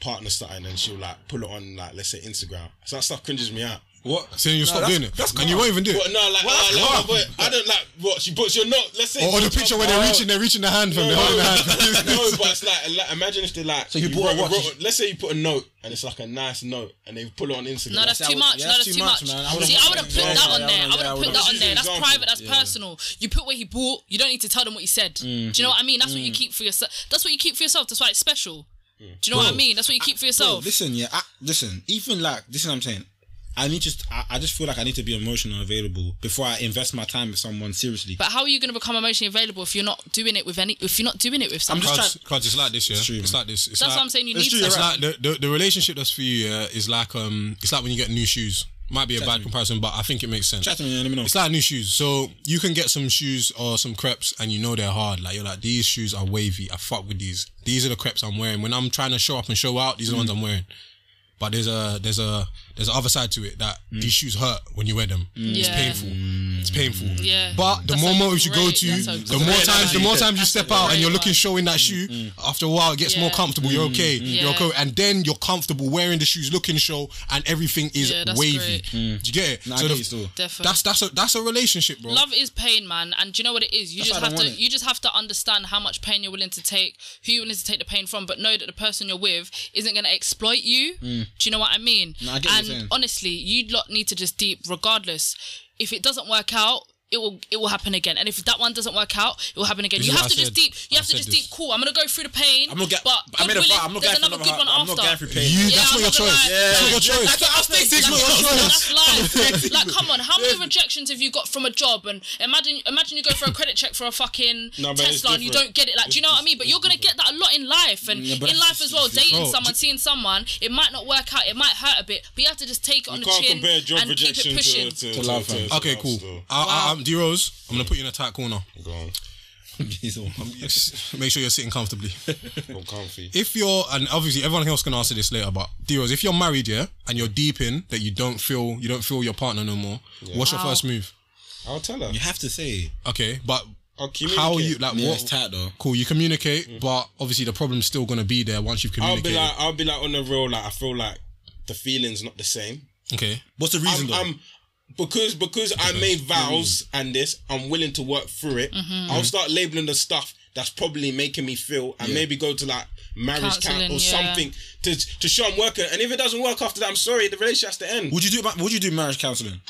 Speaker 2: partner something and she'll like pull it on like let's say Instagram, so that stuff cringes me out. What?
Speaker 6: So then you'll stop doing it. And you won't even do it.
Speaker 2: Well, no, like,
Speaker 6: What?
Speaker 2: uh, like,
Speaker 6: What?
Speaker 2: but I don't like what she. But you're not. Let's say
Speaker 7: Oh,
Speaker 6: Or, or the picture where they're reaching, they're reaching the hand from
Speaker 2: No,
Speaker 6: the holding the hand.
Speaker 2: no, but it's like, like imagine if they like. So
Speaker 7: you bought a
Speaker 2: wrote,
Speaker 7: watch.
Speaker 2: wrote- let's say you put a note and it's like a nice note and they pull it on Instagram.
Speaker 8: No, that's
Speaker 7: See, I
Speaker 8: too
Speaker 7: would-
Speaker 8: much.
Speaker 7: yeah,
Speaker 8: no, that's too much.
Speaker 7: man. I would've-
Speaker 8: See, I would have put
Speaker 7: Yeah,
Speaker 8: that
Speaker 7: yeah,
Speaker 8: on
Speaker 7: yeah,
Speaker 8: there. I
Speaker 7: yeah, I
Speaker 8: would have put
Speaker 7: would've-
Speaker 8: that on
Speaker 2: Just
Speaker 8: there.
Speaker 2: an
Speaker 8: That's
Speaker 2: example.
Speaker 8: private. That's personal. You put what he bought. You don't need to tell them what he said.
Speaker 7: Mm.
Speaker 8: Do you know what I mean? That's what you keep for yourself. That's what you keep for yourself. That's why it's special. Do you know what I mean? That's what you keep for
Speaker 7: Bro,
Speaker 8: yourself.
Speaker 7: listen, yeah, I, listen. Even like this is what I'm saying. I need just I, I just feel like I need to be emotional and available before I invest my time with someone seriously.
Speaker 8: But how are you going to become emotionally available if you're not doing it with any? If you're not doing it with someone,
Speaker 7: just
Speaker 6: Cards, cards, it's like this, yeah. It's,
Speaker 7: true, man.
Speaker 6: like this. It's
Speaker 8: That's
Speaker 6: like-
Speaker 8: what I'm saying, you It's need true, to-
Speaker 6: It's
Speaker 8: you're
Speaker 6: like the, the the relationship that's for you, yeah, is like um, it's like when you get new shoes. Might be a bad comparison, but I think it makes sense.
Speaker 7: Chat to me, yeah, let me know.
Speaker 6: It's like new shoes. So you can get some shoes or some crepes, and you know they're hard. Like you're like, these shoes are wavy. I fuck with these. These are the crepes I'm wearing. When I'm trying to show up and show out, these are the ones I'm wearing. But there's a there's a there's a other side to it that these shoes hurt when you wear them. It's
Speaker 8: Yeah.
Speaker 6: painful. It's painful.
Speaker 8: Yeah.
Speaker 6: But the
Speaker 8: That's
Speaker 6: more
Speaker 8: a
Speaker 6: motives you go
Speaker 8: great-
Speaker 6: to,
Speaker 8: that's a
Speaker 6: the more
Speaker 8: great
Speaker 6: times the
Speaker 8: idea.
Speaker 6: more times you
Speaker 8: That's a
Speaker 6: step out and
Speaker 8: great
Speaker 6: you're looking
Speaker 8: one.
Speaker 6: show in that shoe. After a while, it gets more
Speaker 8: Mm, Yeah. Mm,
Speaker 6: comfortable. You're okay. You're
Speaker 8: Yeah.
Speaker 6: okay, and then you're comfortable wearing the shoes, looking show, and everything is
Speaker 8: Yeah, that's
Speaker 6: wavy.
Speaker 8: great.
Speaker 6: Do you get it?
Speaker 7: Mm. Nah, I
Speaker 6: So
Speaker 7: get
Speaker 6: the-
Speaker 7: you still.
Speaker 8: Definitely.
Speaker 6: that's that's a that's a relationship, bro.
Speaker 8: Love is pain, man, and do you know what it is. You
Speaker 7: That's
Speaker 8: just
Speaker 7: why I
Speaker 8: have
Speaker 7: don't
Speaker 8: to
Speaker 7: want it.
Speaker 8: you just have to understand how much pain you're willing to take, who you're willing to take the pain from, but know that the person you're with isn't going to exploit you. Do you know what I mean?
Speaker 7: Mm. No, I get what
Speaker 8: and
Speaker 7: you're saying.
Speaker 8: honestly, you lot need to just deep, regardless. If it doesn't work out. It will it will happen again, and if that one doesn't work out, it will happen again.
Speaker 6: This
Speaker 8: you
Speaker 6: is
Speaker 8: have
Speaker 6: what
Speaker 8: to
Speaker 6: I
Speaker 8: just
Speaker 6: said.
Speaker 8: deep. You
Speaker 6: I
Speaker 8: have to
Speaker 6: said
Speaker 8: just
Speaker 6: this.
Speaker 8: deep. Cool, I'm gonna go through the pain.
Speaker 7: I'm not get,
Speaker 8: But
Speaker 7: I made a vow.
Speaker 8: God willing,
Speaker 7: I'm not
Speaker 8: there's
Speaker 7: going through
Speaker 8: another good
Speaker 7: another
Speaker 8: one
Speaker 7: heart- I'm
Speaker 8: after.
Speaker 7: not going through pain.
Speaker 6: You,
Speaker 8: Yeah,
Speaker 6: that's not
Speaker 8: I'm
Speaker 6: your
Speaker 8: not gonna
Speaker 6: choice.
Speaker 8: lie.
Speaker 6: That's not your
Speaker 7: Yeah.
Speaker 6: choice.
Speaker 7: That's what I was thinking.
Speaker 6: That's not your choice.
Speaker 8: That's life. like, come on, how many rejections have you got from a job? And imagine, imagine you go for a credit check for a fucking
Speaker 2: No, but it's
Speaker 8: Tesla and you
Speaker 2: different.
Speaker 8: don't get it. Like, do you know what I mean? But you're gonna get that a lot in life and
Speaker 7: Yeah, but
Speaker 8: in
Speaker 7: that's
Speaker 8: life as well.
Speaker 7: just- it's-
Speaker 8: Dating
Speaker 6: bro,
Speaker 8: someone, seeing someone, it might not work out. It might hurt a bit, but you have to just take it on
Speaker 2: You
Speaker 8: the
Speaker 2: can't
Speaker 8: chin
Speaker 2: compare job
Speaker 8: and keep
Speaker 2: rejection
Speaker 8: it pushing.
Speaker 2: to, to,
Speaker 7: To love,
Speaker 2: to-
Speaker 7: fam.
Speaker 2: to
Speaker 6: Okay,
Speaker 2: love
Speaker 6: cool.
Speaker 2: still.
Speaker 6: I, I, I'm D Rose. I'm gonna put you in a tight corner.
Speaker 2: Go on.
Speaker 7: He's all-
Speaker 6: Make sure you're sitting comfortably.
Speaker 2: Go comfy.
Speaker 6: if you're, and obviously everyone else can answer this later, but D Rose, if you're married, yeah, and you're deep in that you don't feel you don't feel your partner no more, what's your first move?
Speaker 2: I'll tell her.
Speaker 7: You have to say.
Speaker 6: Okay, but
Speaker 2: I'll communicate. Mm.
Speaker 6: how you like
Speaker 7: Yeah, it's
Speaker 6: what?
Speaker 7: tight though.
Speaker 6: Cool, you communicate, but obviously the problem's still gonna be there once you've
Speaker 2: I'll be
Speaker 6: communicated.
Speaker 2: like, I'll be like on the real. Like I feel like the feeling's not the same.
Speaker 6: okay,
Speaker 7: What's the reason
Speaker 2: I'm,
Speaker 7: though?
Speaker 2: I'm because because I made vows and this, I'm willing to work through it. I'll start labeling the stuff that's probably making me feel, and maybe go to like marriage
Speaker 8: Counseling,
Speaker 2: camp or
Speaker 8: yeah.
Speaker 2: something to to show I'm working. And if it doesn't work after that, I'm sorry. The relationship has to end.
Speaker 7: would you do? ma- Would you do marriage counseling?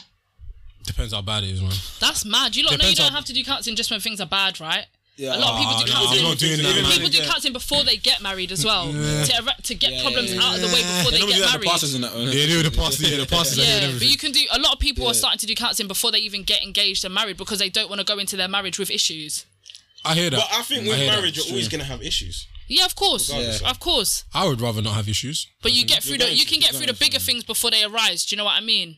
Speaker 6: depends how bad it is, man.
Speaker 8: That's mad. You lot know you
Speaker 6: Depends
Speaker 8: don't
Speaker 6: on-
Speaker 8: have to do counseling just when things are bad, right?
Speaker 7: Yeah.
Speaker 8: A lot of people
Speaker 6: Ah,
Speaker 8: do
Speaker 6: no, I'm
Speaker 8: counseling.
Speaker 6: not doing that,
Speaker 8: people
Speaker 6: man.
Speaker 8: do counseling before they get married as well, to, erect- to get problems out of the way before they,
Speaker 7: Nobody
Speaker 8: get
Speaker 7: like the
Speaker 8: married.
Speaker 7: pastors and that.
Speaker 6: Yeah, they were the passes, yeah, the passes, yeah,
Speaker 8: Yeah, but
Speaker 6: everything.
Speaker 8: you can do. A lot of people are starting to do counselling before they even get engaged and married because they don't want to go into their marriage with issues.
Speaker 6: I hear that.
Speaker 2: But I think with
Speaker 6: hear that.
Speaker 2: marriage, you're always gonna have issues.
Speaker 8: Yeah, of course, of course.
Speaker 6: I would rather not have issues.
Speaker 8: But you get through the you can get through the bigger things before they arise. Do you know what I mean?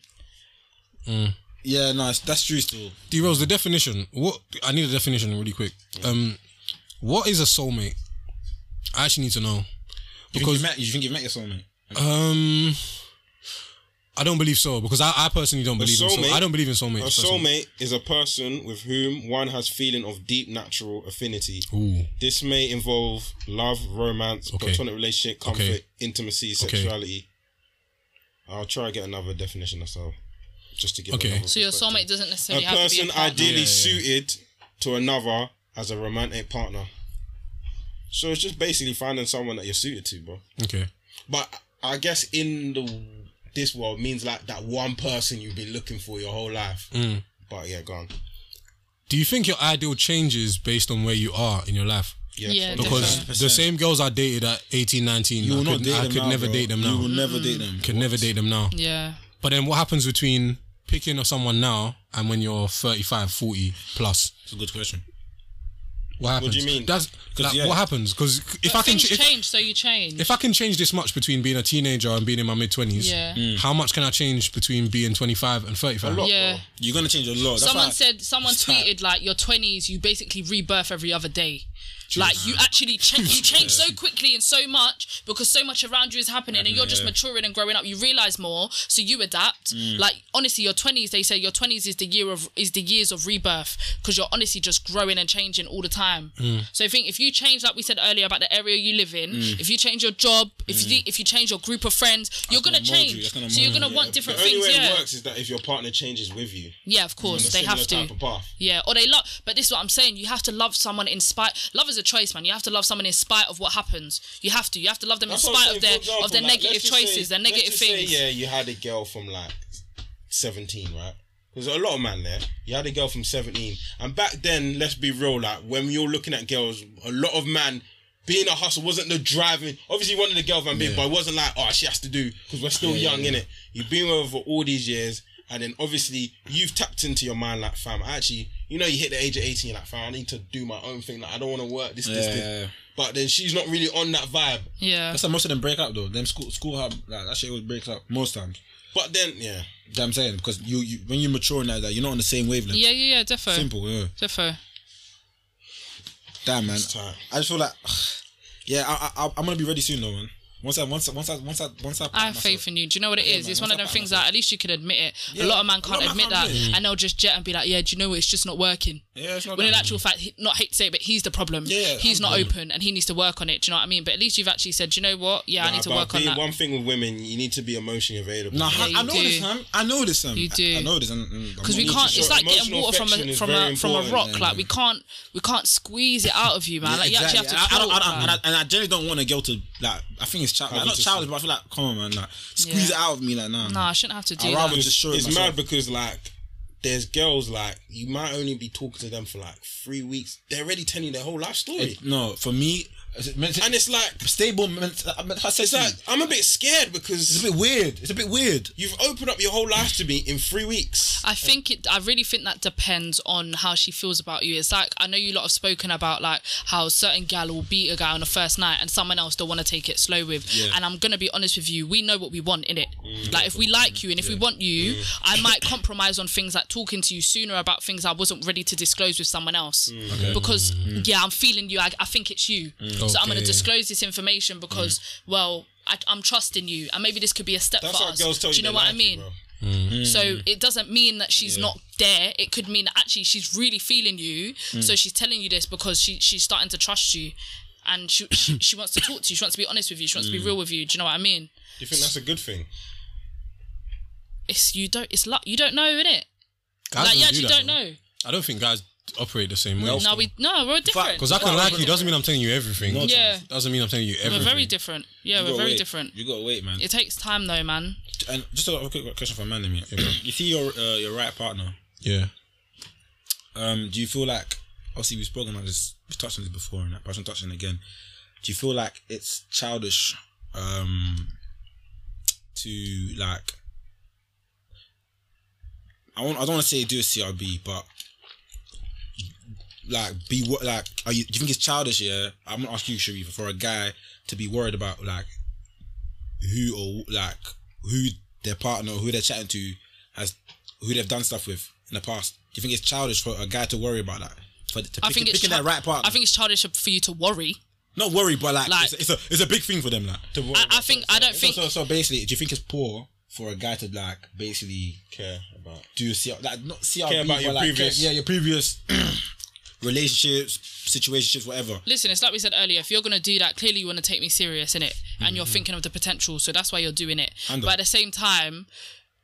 Speaker 7: Yeah, no, it's- that's true still.
Speaker 6: D Rose, the definition. What I need a definition really quick. Um, what is a soulmate? I actually need to know
Speaker 7: Because
Speaker 6: because
Speaker 7: you, met, you think you've met your soulmate?
Speaker 6: um, I don't believe so because I, I personally don't believe in
Speaker 2: soulmate-
Speaker 6: soul, I don't believe in soulmates.
Speaker 2: A
Speaker 6: personally.
Speaker 2: soulmate is a person with whom one has feeling of deep natural affinity.
Speaker 6: Ooh.
Speaker 2: This may involve love, romance,
Speaker 6: Okay.
Speaker 2: platonic relationship, comfort,
Speaker 6: Okay.
Speaker 2: intimacy, sexuality. I'll try to get another definition of so just to give
Speaker 6: Okay.
Speaker 2: another
Speaker 8: So your
Speaker 2: perspective.
Speaker 8: soulmate doesn't
Speaker 2: a
Speaker 8: necessarily have to be
Speaker 2: person
Speaker 8: a partner.
Speaker 2: ideally
Speaker 6: Yeah, yeah.
Speaker 2: suited to another as a romantic partner. So it's just basically finding someone that you're suited to, bro.
Speaker 6: Okay.
Speaker 2: But I guess in the this world means like that one person you've been looking for your whole life.
Speaker 7: Mm.
Speaker 2: But yeah, gone.
Speaker 6: Do you think your ideal changes based on where you are in your life?
Speaker 8: Yeah,
Speaker 6: Because
Speaker 8: definitely.
Speaker 6: the same girls I dated at 18, 19,
Speaker 7: You
Speaker 6: I
Speaker 7: will not
Speaker 6: could,
Speaker 7: date
Speaker 6: I
Speaker 7: them
Speaker 6: could
Speaker 7: now,
Speaker 6: never
Speaker 7: bro.
Speaker 6: date them now.
Speaker 7: You will never
Speaker 8: Mm.
Speaker 7: date them.
Speaker 6: could never date them now.
Speaker 8: Yeah.
Speaker 6: But then what happens between picking of someone now and when you're 35, 40 plus?
Speaker 7: It's a good question.
Speaker 6: What
Speaker 2: do
Speaker 6: happens?
Speaker 2: you mean?
Speaker 6: That's
Speaker 2: 'Cause,
Speaker 6: like,
Speaker 2: yeah.
Speaker 6: what happens because if
Speaker 8: But
Speaker 6: I can
Speaker 8: things
Speaker 6: ch- if,
Speaker 8: change, so you change.
Speaker 6: if I can change this much between being a teenager and being in my mid twenties,
Speaker 8: Yeah. Mm.
Speaker 6: how much can I change between being twenty five and thirty five?
Speaker 8: yeah.
Speaker 7: You're gonna change a lot. That's
Speaker 8: someone
Speaker 7: why-
Speaker 8: said someone
Speaker 7: It's tight.
Speaker 8: tweeted like your twenties, you basically rebirth every other day. Like you actually change, you change so quickly and so much because so much around you is happening, and you're just maturing and growing up. You realize more, so you adapt.
Speaker 7: Mm.
Speaker 8: Like honestly, your twenties, they say your twenties is the year of is the years of rebirth because you're honestly just growing and changing all the time.
Speaker 7: Mm.
Speaker 8: So I think if you change, like we said earlier about the area you live in, if you change your job, if you if you change your group of friends, you're gonna
Speaker 7: Mm. gonna mold you,
Speaker 8: change.
Speaker 7: that's gonna
Speaker 8: so you're
Speaker 7: mold
Speaker 8: gonna
Speaker 7: you.
Speaker 8: want
Speaker 7: The
Speaker 8: different
Speaker 2: the only
Speaker 8: things.
Speaker 2: way
Speaker 8: yeah,
Speaker 2: it works is that if your partner changes with you.
Speaker 8: yeah, of course,
Speaker 2: on a
Speaker 8: they
Speaker 2: Mm. similar
Speaker 8: have to.
Speaker 2: type of path.
Speaker 8: Yeah, or they love, but this is what I'm saying. You have to love someone in spite. Love is a choice, man. You have to love someone in spite of what happens. You have to. You have to love them
Speaker 2: That's
Speaker 8: in
Speaker 2: what I'm
Speaker 8: spite of
Speaker 2: saying.
Speaker 8: their
Speaker 2: For example,
Speaker 8: of their
Speaker 2: like,
Speaker 8: negative
Speaker 2: let's just say-
Speaker 8: choices, their
Speaker 2: let's
Speaker 8: negative
Speaker 2: just say,
Speaker 8: things.
Speaker 2: yeah, you had a girl from like 17, right? There's a lot of man there. You had a girl from 17, and back then, let's be real, like when we were looking at girls, a lot of man. Being a hustle wasn't the driving. Obviously, you wanted the girl from being, but it wasn't like, oh, she has to do because we're still young, innit? You've been with her for all these years, and then obviously you've tapped into your mind, like, fam, actually, you know, you hit the age of 18, like, fam, I need to do my own thing. Like, I don't want to work this, this,
Speaker 7: Yeah,
Speaker 2: this.
Speaker 7: yeah, yeah.
Speaker 2: But then she's not really on that vibe.
Speaker 8: Yeah,
Speaker 7: That's how most of them break up though. Them school school hub like, that shit always breaks up most times.
Speaker 2: But then, yeah.
Speaker 7: That's what I'm saying because you, you when you mature like that, you're not on the same wavelength.
Speaker 8: yeah, yeah, yeah. Defo,
Speaker 7: Simple. Yeah.
Speaker 8: defo.
Speaker 7: Damn man.
Speaker 2: tight.
Speaker 7: I just feel like yeah, I, I I'm gonna be ready soon though, man. Once I once I once I once I once I.
Speaker 8: I have faith in you. Do you know what it is?
Speaker 7: man,
Speaker 8: it's one of
Speaker 7: that's that
Speaker 8: them things
Speaker 7: man.
Speaker 8: that at least you can admit it. a lot of man can't
Speaker 7: lot of man
Speaker 8: admit
Speaker 7: can't
Speaker 8: that,
Speaker 7: admit
Speaker 8: and they'll just jet and be like, "Yeah, do you know what? It's just not working."
Speaker 7: Yeah, it's not
Speaker 8: When in
Speaker 7: that.
Speaker 8: actual fact, he, not hate to say, it, but he's the problem.
Speaker 7: Yeah,
Speaker 8: he's
Speaker 7: I'm
Speaker 8: not
Speaker 7: the
Speaker 8: open, and he needs to work on it. Do you know what I mean? But at least you've actually said, "Do you know what? Yeah, I need to
Speaker 2: About
Speaker 8: work on
Speaker 2: being-
Speaker 8: that."
Speaker 2: One thing with women, you need to be emotionally available.
Speaker 7: Nah,
Speaker 8: Yeah,
Speaker 7: I, I
Speaker 8: you
Speaker 7: know
Speaker 8: do.
Speaker 7: this, man. I know this, man.
Speaker 8: You
Speaker 7: I-
Speaker 8: do.
Speaker 7: I, know this, because
Speaker 8: because we can't. It's
Speaker 2: sure.
Speaker 8: like getting
Speaker 2: Emotional
Speaker 8: water from
Speaker 2: affection
Speaker 8: a
Speaker 2: is
Speaker 8: from a
Speaker 2: very
Speaker 8: from a
Speaker 2: important,
Speaker 8: rock.
Speaker 7: yeah,
Speaker 8: Like
Speaker 7: yeah.
Speaker 8: we can't we can't squeeze it out of you, man. like you actually have to.
Speaker 7: I, I don't, I
Speaker 8: talk,
Speaker 7: don't, and,
Speaker 8: man.
Speaker 7: I, and I generally don't want a girl to like. I think it's child, like, not
Speaker 2: to
Speaker 7: childish, but I feel like, come on, man, like, squeeze
Speaker 8: Yeah.
Speaker 7: it out of me, like, nah.
Speaker 8: Nah, I shouldn't have to do
Speaker 7: I'd
Speaker 8: that.
Speaker 7: rather just show it
Speaker 2: it's
Speaker 7: myself.
Speaker 2: mad because like there's girls like you might only be talking to them for like three weeks. They're already telling you their whole life story,
Speaker 7: It- no, for me, it's, meant to-
Speaker 2: and it's like
Speaker 7: stable. Meant, I meant, I said
Speaker 2: it's
Speaker 7: to you,
Speaker 2: like I'm a bit scared
Speaker 7: it's
Speaker 2: because
Speaker 7: a bit weird. It's a bit weird.
Speaker 2: you've opened up your whole life to me in three weeks.
Speaker 8: I think it. I really think that depends on how she feels about you. It's like I know you lot have spoken about like how certain gal will beat a guy on the first night, and someone else don't want to take it slow with. And I'm gonna be honest with you. We know what we want in it.
Speaker 2: Mm.
Speaker 8: Like if we like you and if we want you, I might compromise on things like talking to you sooner about things I wasn't ready to disclose with someone else
Speaker 2: Mm.
Speaker 8: because yeah, I'm feeling you. I, I think it's you. So I'm gonna
Speaker 6: Okay.
Speaker 8: disclose this information because well. I, I'm trusting you, and maybe this could be a step
Speaker 2: Mm. That's
Speaker 8: for
Speaker 2: how
Speaker 8: us.
Speaker 2: girls tell
Speaker 8: Do you know
Speaker 2: they
Speaker 8: what I
Speaker 2: like
Speaker 8: mean?
Speaker 2: you, bro.
Speaker 6: Mm-hmm.
Speaker 8: So it doesn't mean that she's not there. It could mean that actually she's really feeling you.
Speaker 6: Mm.
Speaker 8: So she's telling you this because she she's starting to trust you, and she she, she wants to talk to you. She wants to be honest with you. She wants to
Speaker 6: Mm.
Speaker 8: be real with you. Do you know what I mean?
Speaker 2: Do you think that's a good thing?
Speaker 8: It's you don't. It's luck. You don't know, innit?
Speaker 6: Guys
Speaker 8: like
Speaker 6: don't
Speaker 8: you
Speaker 6: do
Speaker 8: actually
Speaker 6: that,
Speaker 8: don't
Speaker 6: though.
Speaker 8: know.
Speaker 6: I don't think guys operate the same way.
Speaker 8: No, we no. We're different.
Speaker 6: Because I can like you doesn't mean I'm telling you everything.
Speaker 8: Yeah.
Speaker 6: Doesn't mean I'm telling you
Speaker 8: we're
Speaker 6: everything.
Speaker 8: very different. Yeah,
Speaker 7: You
Speaker 8: we're
Speaker 7: gotta
Speaker 8: very
Speaker 7: wait.
Speaker 8: different.
Speaker 7: You gotta wait, man.
Speaker 8: It takes time though, man.
Speaker 7: and just a quick question for a man in me. you see your uh, your right partner.
Speaker 6: Yeah.
Speaker 7: Um, do you feel like obviously we've spoken about this, we've touched on this before, and that person touching again. Do you feel like it's childish, um, to like? I want. I don't want to say do a CRB, but like be what like are you? Do you think it's childish? Yeah, I'm gonna ask you, Sharif, for a guy to be worried about like who or like who their partner, who they're chatting to, has who they've done stuff with in the past. Do you think it's childish for a guy to worry about that? For to pick,
Speaker 8: I think it's
Speaker 7: picking
Speaker 8: chi-
Speaker 7: that right partner.
Speaker 8: I think it's childish for you to worry.
Speaker 7: not worry, but like,
Speaker 8: Like-
Speaker 7: it's, a, it's a it's a big thing for them. Like to worry.
Speaker 8: I, I think I don't
Speaker 7: so,
Speaker 8: think
Speaker 7: so so basically, do you think it's poor for a guy to like basically
Speaker 2: Care about
Speaker 7: do C like not CRB
Speaker 2: Care about
Speaker 7: but
Speaker 2: your
Speaker 7: like,
Speaker 2: previous-
Speaker 7: yeah your previous relationships, situationships, whatever.
Speaker 8: Listen, it's like we said earlier. If you're gonna do that, clearly you want to take me serious in it, and you're thinking of the potential. So that's why you're doing it.
Speaker 7: Under.
Speaker 8: But at the same time,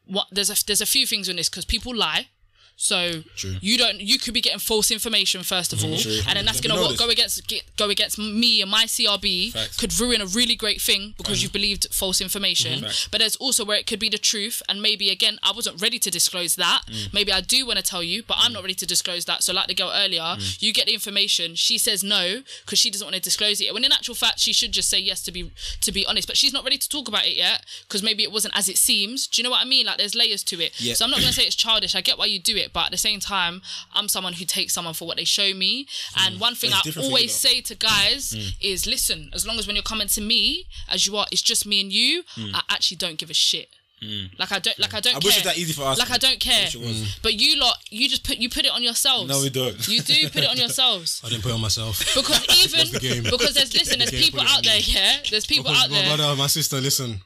Speaker 8: what there's a there's a few things on this because people lie. So
Speaker 7: True. Mm-hmm.
Speaker 8: you don't you could be getting false information first of all,
Speaker 7: True.
Speaker 8: and then that's
Speaker 7: We
Speaker 8: gonna
Speaker 7: know
Speaker 8: what,
Speaker 7: this.
Speaker 8: go against get, go against me and my CRB
Speaker 7: Facts. Mm-hmm.
Speaker 8: could ruin a really great thing because you believed false information.
Speaker 7: Facts.
Speaker 8: But there's also where it could be the truth, and maybe again I wasn't ready to disclose that.
Speaker 7: Mm.
Speaker 8: Maybe I do want to tell you, but I'm not ready to disclose that. So like the girl earlier,
Speaker 7: Mm.
Speaker 8: you get the information, she says no because she doesn't want to disclose it. When in actual fact she should just say yes to be to be honest, but she's not ready to talk about it yet because maybe it wasn't as it seems. Do you know what I mean? Like there's layers to it.
Speaker 7: Yeah.
Speaker 8: So I'm not gonna say it's childish. I get why you do it, it, but at the same time, I'm someone who takes someone for what they show me. And one thing
Speaker 2: Mm. It's
Speaker 8: I
Speaker 2: different for you, Mm.
Speaker 8: always
Speaker 2: though.
Speaker 8: say to guys is, listen, as long as when you're coming to me as you are, it's just me and you. I actually don't give a shit. Like I don't, like I don't.
Speaker 2: Mm. I
Speaker 8: care.
Speaker 2: wish it was that easy for us.
Speaker 8: Like I don't care.
Speaker 2: wish it was.
Speaker 8: But you lot, you just put you put it on yourselves.
Speaker 2: No, we don't.
Speaker 8: You do put it on yourselves
Speaker 6: I didn't put it on myself.
Speaker 8: because even
Speaker 6: game.
Speaker 8: because there's listen, there's
Speaker 6: game,
Speaker 8: people
Speaker 6: put it on
Speaker 8: out there, yeah. There's people
Speaker 6: Because
Speaker 8: out
Speaker 6: my
Speaker 8: there.
Speaker 6: brother, my sister, listen.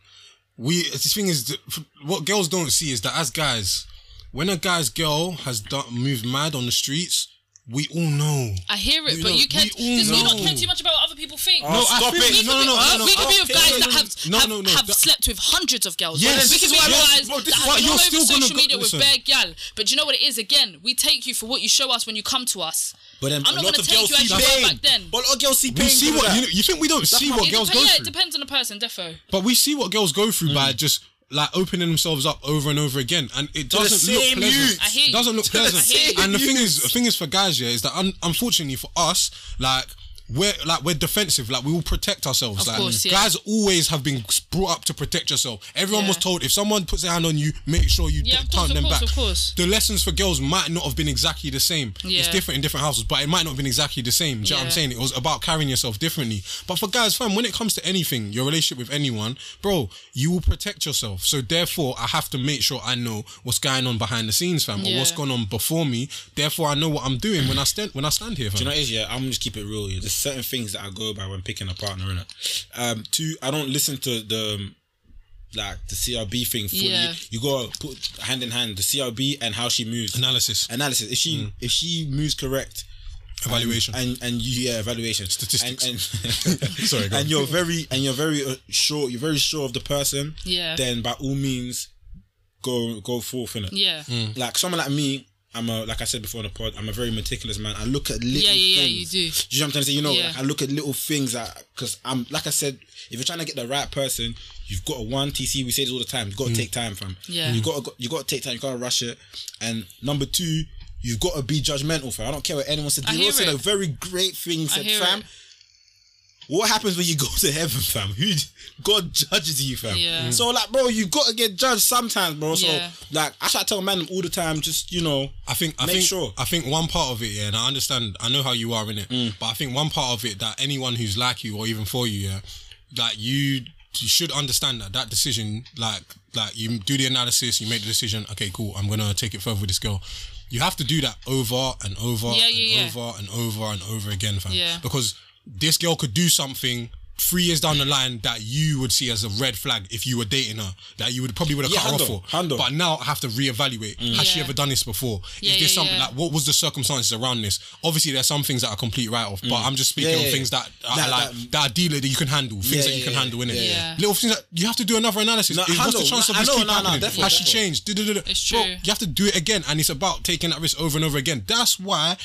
Speaker 6: We the thing is, that f- what girls don't see is that as guys, when a guy's girl has done, moved mad on the streets, we all know.
Speaker 8: I hear it,
Speaker 6: We
Speaker 8: but
Speaker 6: know-
Speaker 8: you can
Speaker 6: we all
Speaker 8: this, you not
Speaker 6: know.
Speaker 8: care too much about what other people think.
Speaker 6: No, I stop think- it.
Speaker 8: We
Speaker 6: no,
Speaker 8: could
Speaker 6: no, no,
Speaker 8: be,
Speaker 6: no, no,
Speaker 8: We could be
Speaker 6: no,
Speaker 8: with
Speaker 6: no,
Speaker 8: guys
Speaker 6: no,
Speaker 8: that
Speaker 6: no,
Speaker 8: have
Speaker 6: no,
Speaker 8: have,
Speaker 6: no, no,
Speaker 8: have
Speaker 6: that-
Speaker 8: slept with hundreds of girls.
Speaker 6: Yes,
Speaker 8: we could be
Speaker 6: this is
Speaker 8: with
Speaker 6: why-
Speaker 8: guys
Speaker 6: bro, this
Speaker 8: that
Speaker 6: is
Speaker 8: have
Speaker 6: why
Speaker 8: been
Speaker 6: you're
Speaker 8: all
Speaker 6: still
Speaker 8: over
Speaker 6: gonna
Speaker 8: social
Speaker 6: go-
Speaker 8: media with
Speaker 6: listen.
Speaker 8: bare gal. But you know what it is? Again, we take you for what you show us when you come to us.
Speaker 2: But then
Speaker 8: I'm
Speaker 2: a
Speaker 8: not
Speaker 2: lot
Speaker 8: gonna
Speaker 2: of
Speaker 8: take
Speaker 2: girls
Speaker 8: you as
Speaker 2: see
Speaker 8: you were back
Speaker 2: pain.
Speaker 8: then.
Speaker 2: But a lot of girls see pain.
Speaker 6: We see
Speaker 2: because of
Speaker 6: what
Speaker 2: that.
Speaker 6: you, you think we don't see what
Speaker 8: It
Speaker 6: girls
Speaker 8: depe-
Speaker 6: go
Speaker 8: yeah, it
Speaker 6: through,
Speaker 8: depends on the person, defo.
Speaker 6: but we see what girls go through by just like opening themselves up over and over again, and it doesn't look
Speaker 2: same
Speaker 6: pleasant.
Speaker 2: youths. I
Speaker 8: hear
Speaker 6: It doesn't
Speaker 8: you.
Speaker 6: look
Speaker 8: To the
Speaker 6: pleasant.
Speaker 8: same
Speaker 6: And the thing is, the thing is for guys, yeah, is that un- unfortunately for us, like. We're like we're defensive, like we will protect ourselves.
Speaker 8: Of
Speaker 6: like
Speaker 8: course, yeah.
Speaker 6: guys always have been brought up to protect yourself. Everyone was
Speaker 8: Yeah.
Speaker 6: told if someone puts their hand on you, make sure you d-
Speaker 8: Yeah, of course,
Speaker 6: count
Speaker 8: of
Speaker 6: them
Speaker 8: course,
Speaker 6: back.
Speaker 8: of course.
Speaker 6: The lessons for girls might not have been exactly the same. It's
Speaker 8: Yeah.
Speaker 6: different in different houses, but it might not have been exactly the same. Do you know what I'm
Speaker 8: Yeah.
Speaker 6: saying? It was about carrying yourself differently. But for guys, fam, when it comes to anything, your relationship with anyone, bro, you will protect yourself. So therefore, I have to make sure I know what's going on behind the scenes, fam, or
Speaker 8: Yeah.
Speaker 6: what's gone on before me. Therefore, I know what I'm doing when I stand when I stand here, fam.
Speaker 7: Do you know what it is? Yeah, I'm gonna just keep it real. Yeah. There's certain things that I go by when picking a partner, innit? Um, two, I don't listen to the um, like the CRB thing fully.
Speaker 8: Yeah.
Speaker 7: You gotta put hand in hand the CRB and how she moves.
Speaker 6: Analysis, Mm.
Speaker 7: Analysis. If she if she moves correct,
Speaker 6: evaluation.
Speaker 7: and and you yeah evaluation
Speaker 6: Statistics.
Speaker 7: and, and,
Speaker 6: Sorry, go on.
Speaker 7: and you're very and you're very uh, sure you're very sure of the person
Speaker 8: Yeah.
Speaker 7: then by all means go go forth in it
Speaker 8: Yeah.
Speaker 6: Mm.
Speaker 7: like someone like me I'm a like I said before in the pod I'm a very meticulous man I look at little
Speaker 8: Yeah, yeah, yeah, you
Speaker 7: things.
Speaker 8: do.
Speaker 7: you know what I'm trying to say you know
Speaker 8: Yeah.
Speaker 7: like I look at little things that because I'm like I said if you're trying to get the right person you've got to one TC we say this all the time you've got to take time fam
Speaker 8: Yeah.
Speaker 7: you got to you got to take time you can't rush it and number two You've got to be judgmental, fam. I don't care what anyone said.
Speaker 8: I
Speaker 7: You
Speaker 8: hear
Speaker 7: said
Speaker 8: it.
Speaker 7: a very great thing. Said,
Speaker 8: hear
Speaker 7: fam,
Speaker 8: it.
Speaker 7: what happens when you go to heaven, fam? Who God judges you, fam?
Speaker 8: Yeah.
Speaker 7: So like, bro, you gotta get judged sometimes, bro. So
Speaker 8: Yeah.
Speaker 7: like, I try to tell man all the time, just you know,
Speaker 6: I think I
Speaker 7: Make
Speaker 6: think
Speaker 7: sure.
Speaker 6: I think one part of it, yeah, and I understand. I know how you are in it,
Speaker 7: Mm.
Speaker 6: but I think one part of it that anyone who's like you or even for you, yeah, like you, you should understand that that decision, like like you do the analysis, you make the decision. Okay, cool. I'm gonna take it further with this girl. You have to do that over and over
Speaker 8: Yeah,
Speaker 6: and
Speaker 8: yeah, yeah.
Speaker 6: over and over and over again, fam.
Speaker 8: Yeah.
Speaker 6: Because this girl could do something. Three years down the line, that you would see as a red flag if you were dating her, that you would probably would have
Speaker 7: Yeah,
Speaker 6: cut her
Speaker 7: handle,
Speaker 6: off for.
Speaker 7: handle. Mm.
Speaker 6: But now I have to reevaluate. Has she
Speaker 8: Yeah.
Speaker 6: ever done this before?
Speaker 8: Yeah,
Speaker 6: is this
Speaker 8: yeah,
Speaker 6: something
Speaker 8: yeah.
Speaker 6: like what was the circumstances around this? Obviously, there's some things that are complete write off, but I'm just speaking
Speaker 7: Mm. Yeah,
Speaker 6: on
Speaker 7: yeah,
Speaker 6: things
Speaker 7: yeah.
Speaker 6: that are
Speaker 7: That-
Speaker 6: like
Speaker 7: that-
Speaker 6: that, are dealer that you can handle, things
Speaker 7: Yeah,
Speaker 6: that you
Speaker 7: yeah,
Speaker 6: can
Speaker 7: yeah.
Speaker 6: handle in it.
Speaker 7: Yeah,
Speaker 8: yeah.
Speaker 6: Little things that you have to do another analysis.
Speaker 7: No,
Speaker 6: Is- what's
Speaker 7: handle.
Speaker 6: the chance of
Speaker 7: I
Speaker 6: this
Speaker 7: know,
Speaker 6: keep
Speaker 7: no, no,
Speaker 6: happening?
Speaker 7: definitely,
Speaker 6: Has she
Speaker 7: definitely.
Speaker 6: changed? Du- du- du- du.
Speaker 8: It's
Speaker 6: Bro,
Speaker 8: true.
Speaker 6: you have to do it again, and it's about taking that risk over and over again. That's why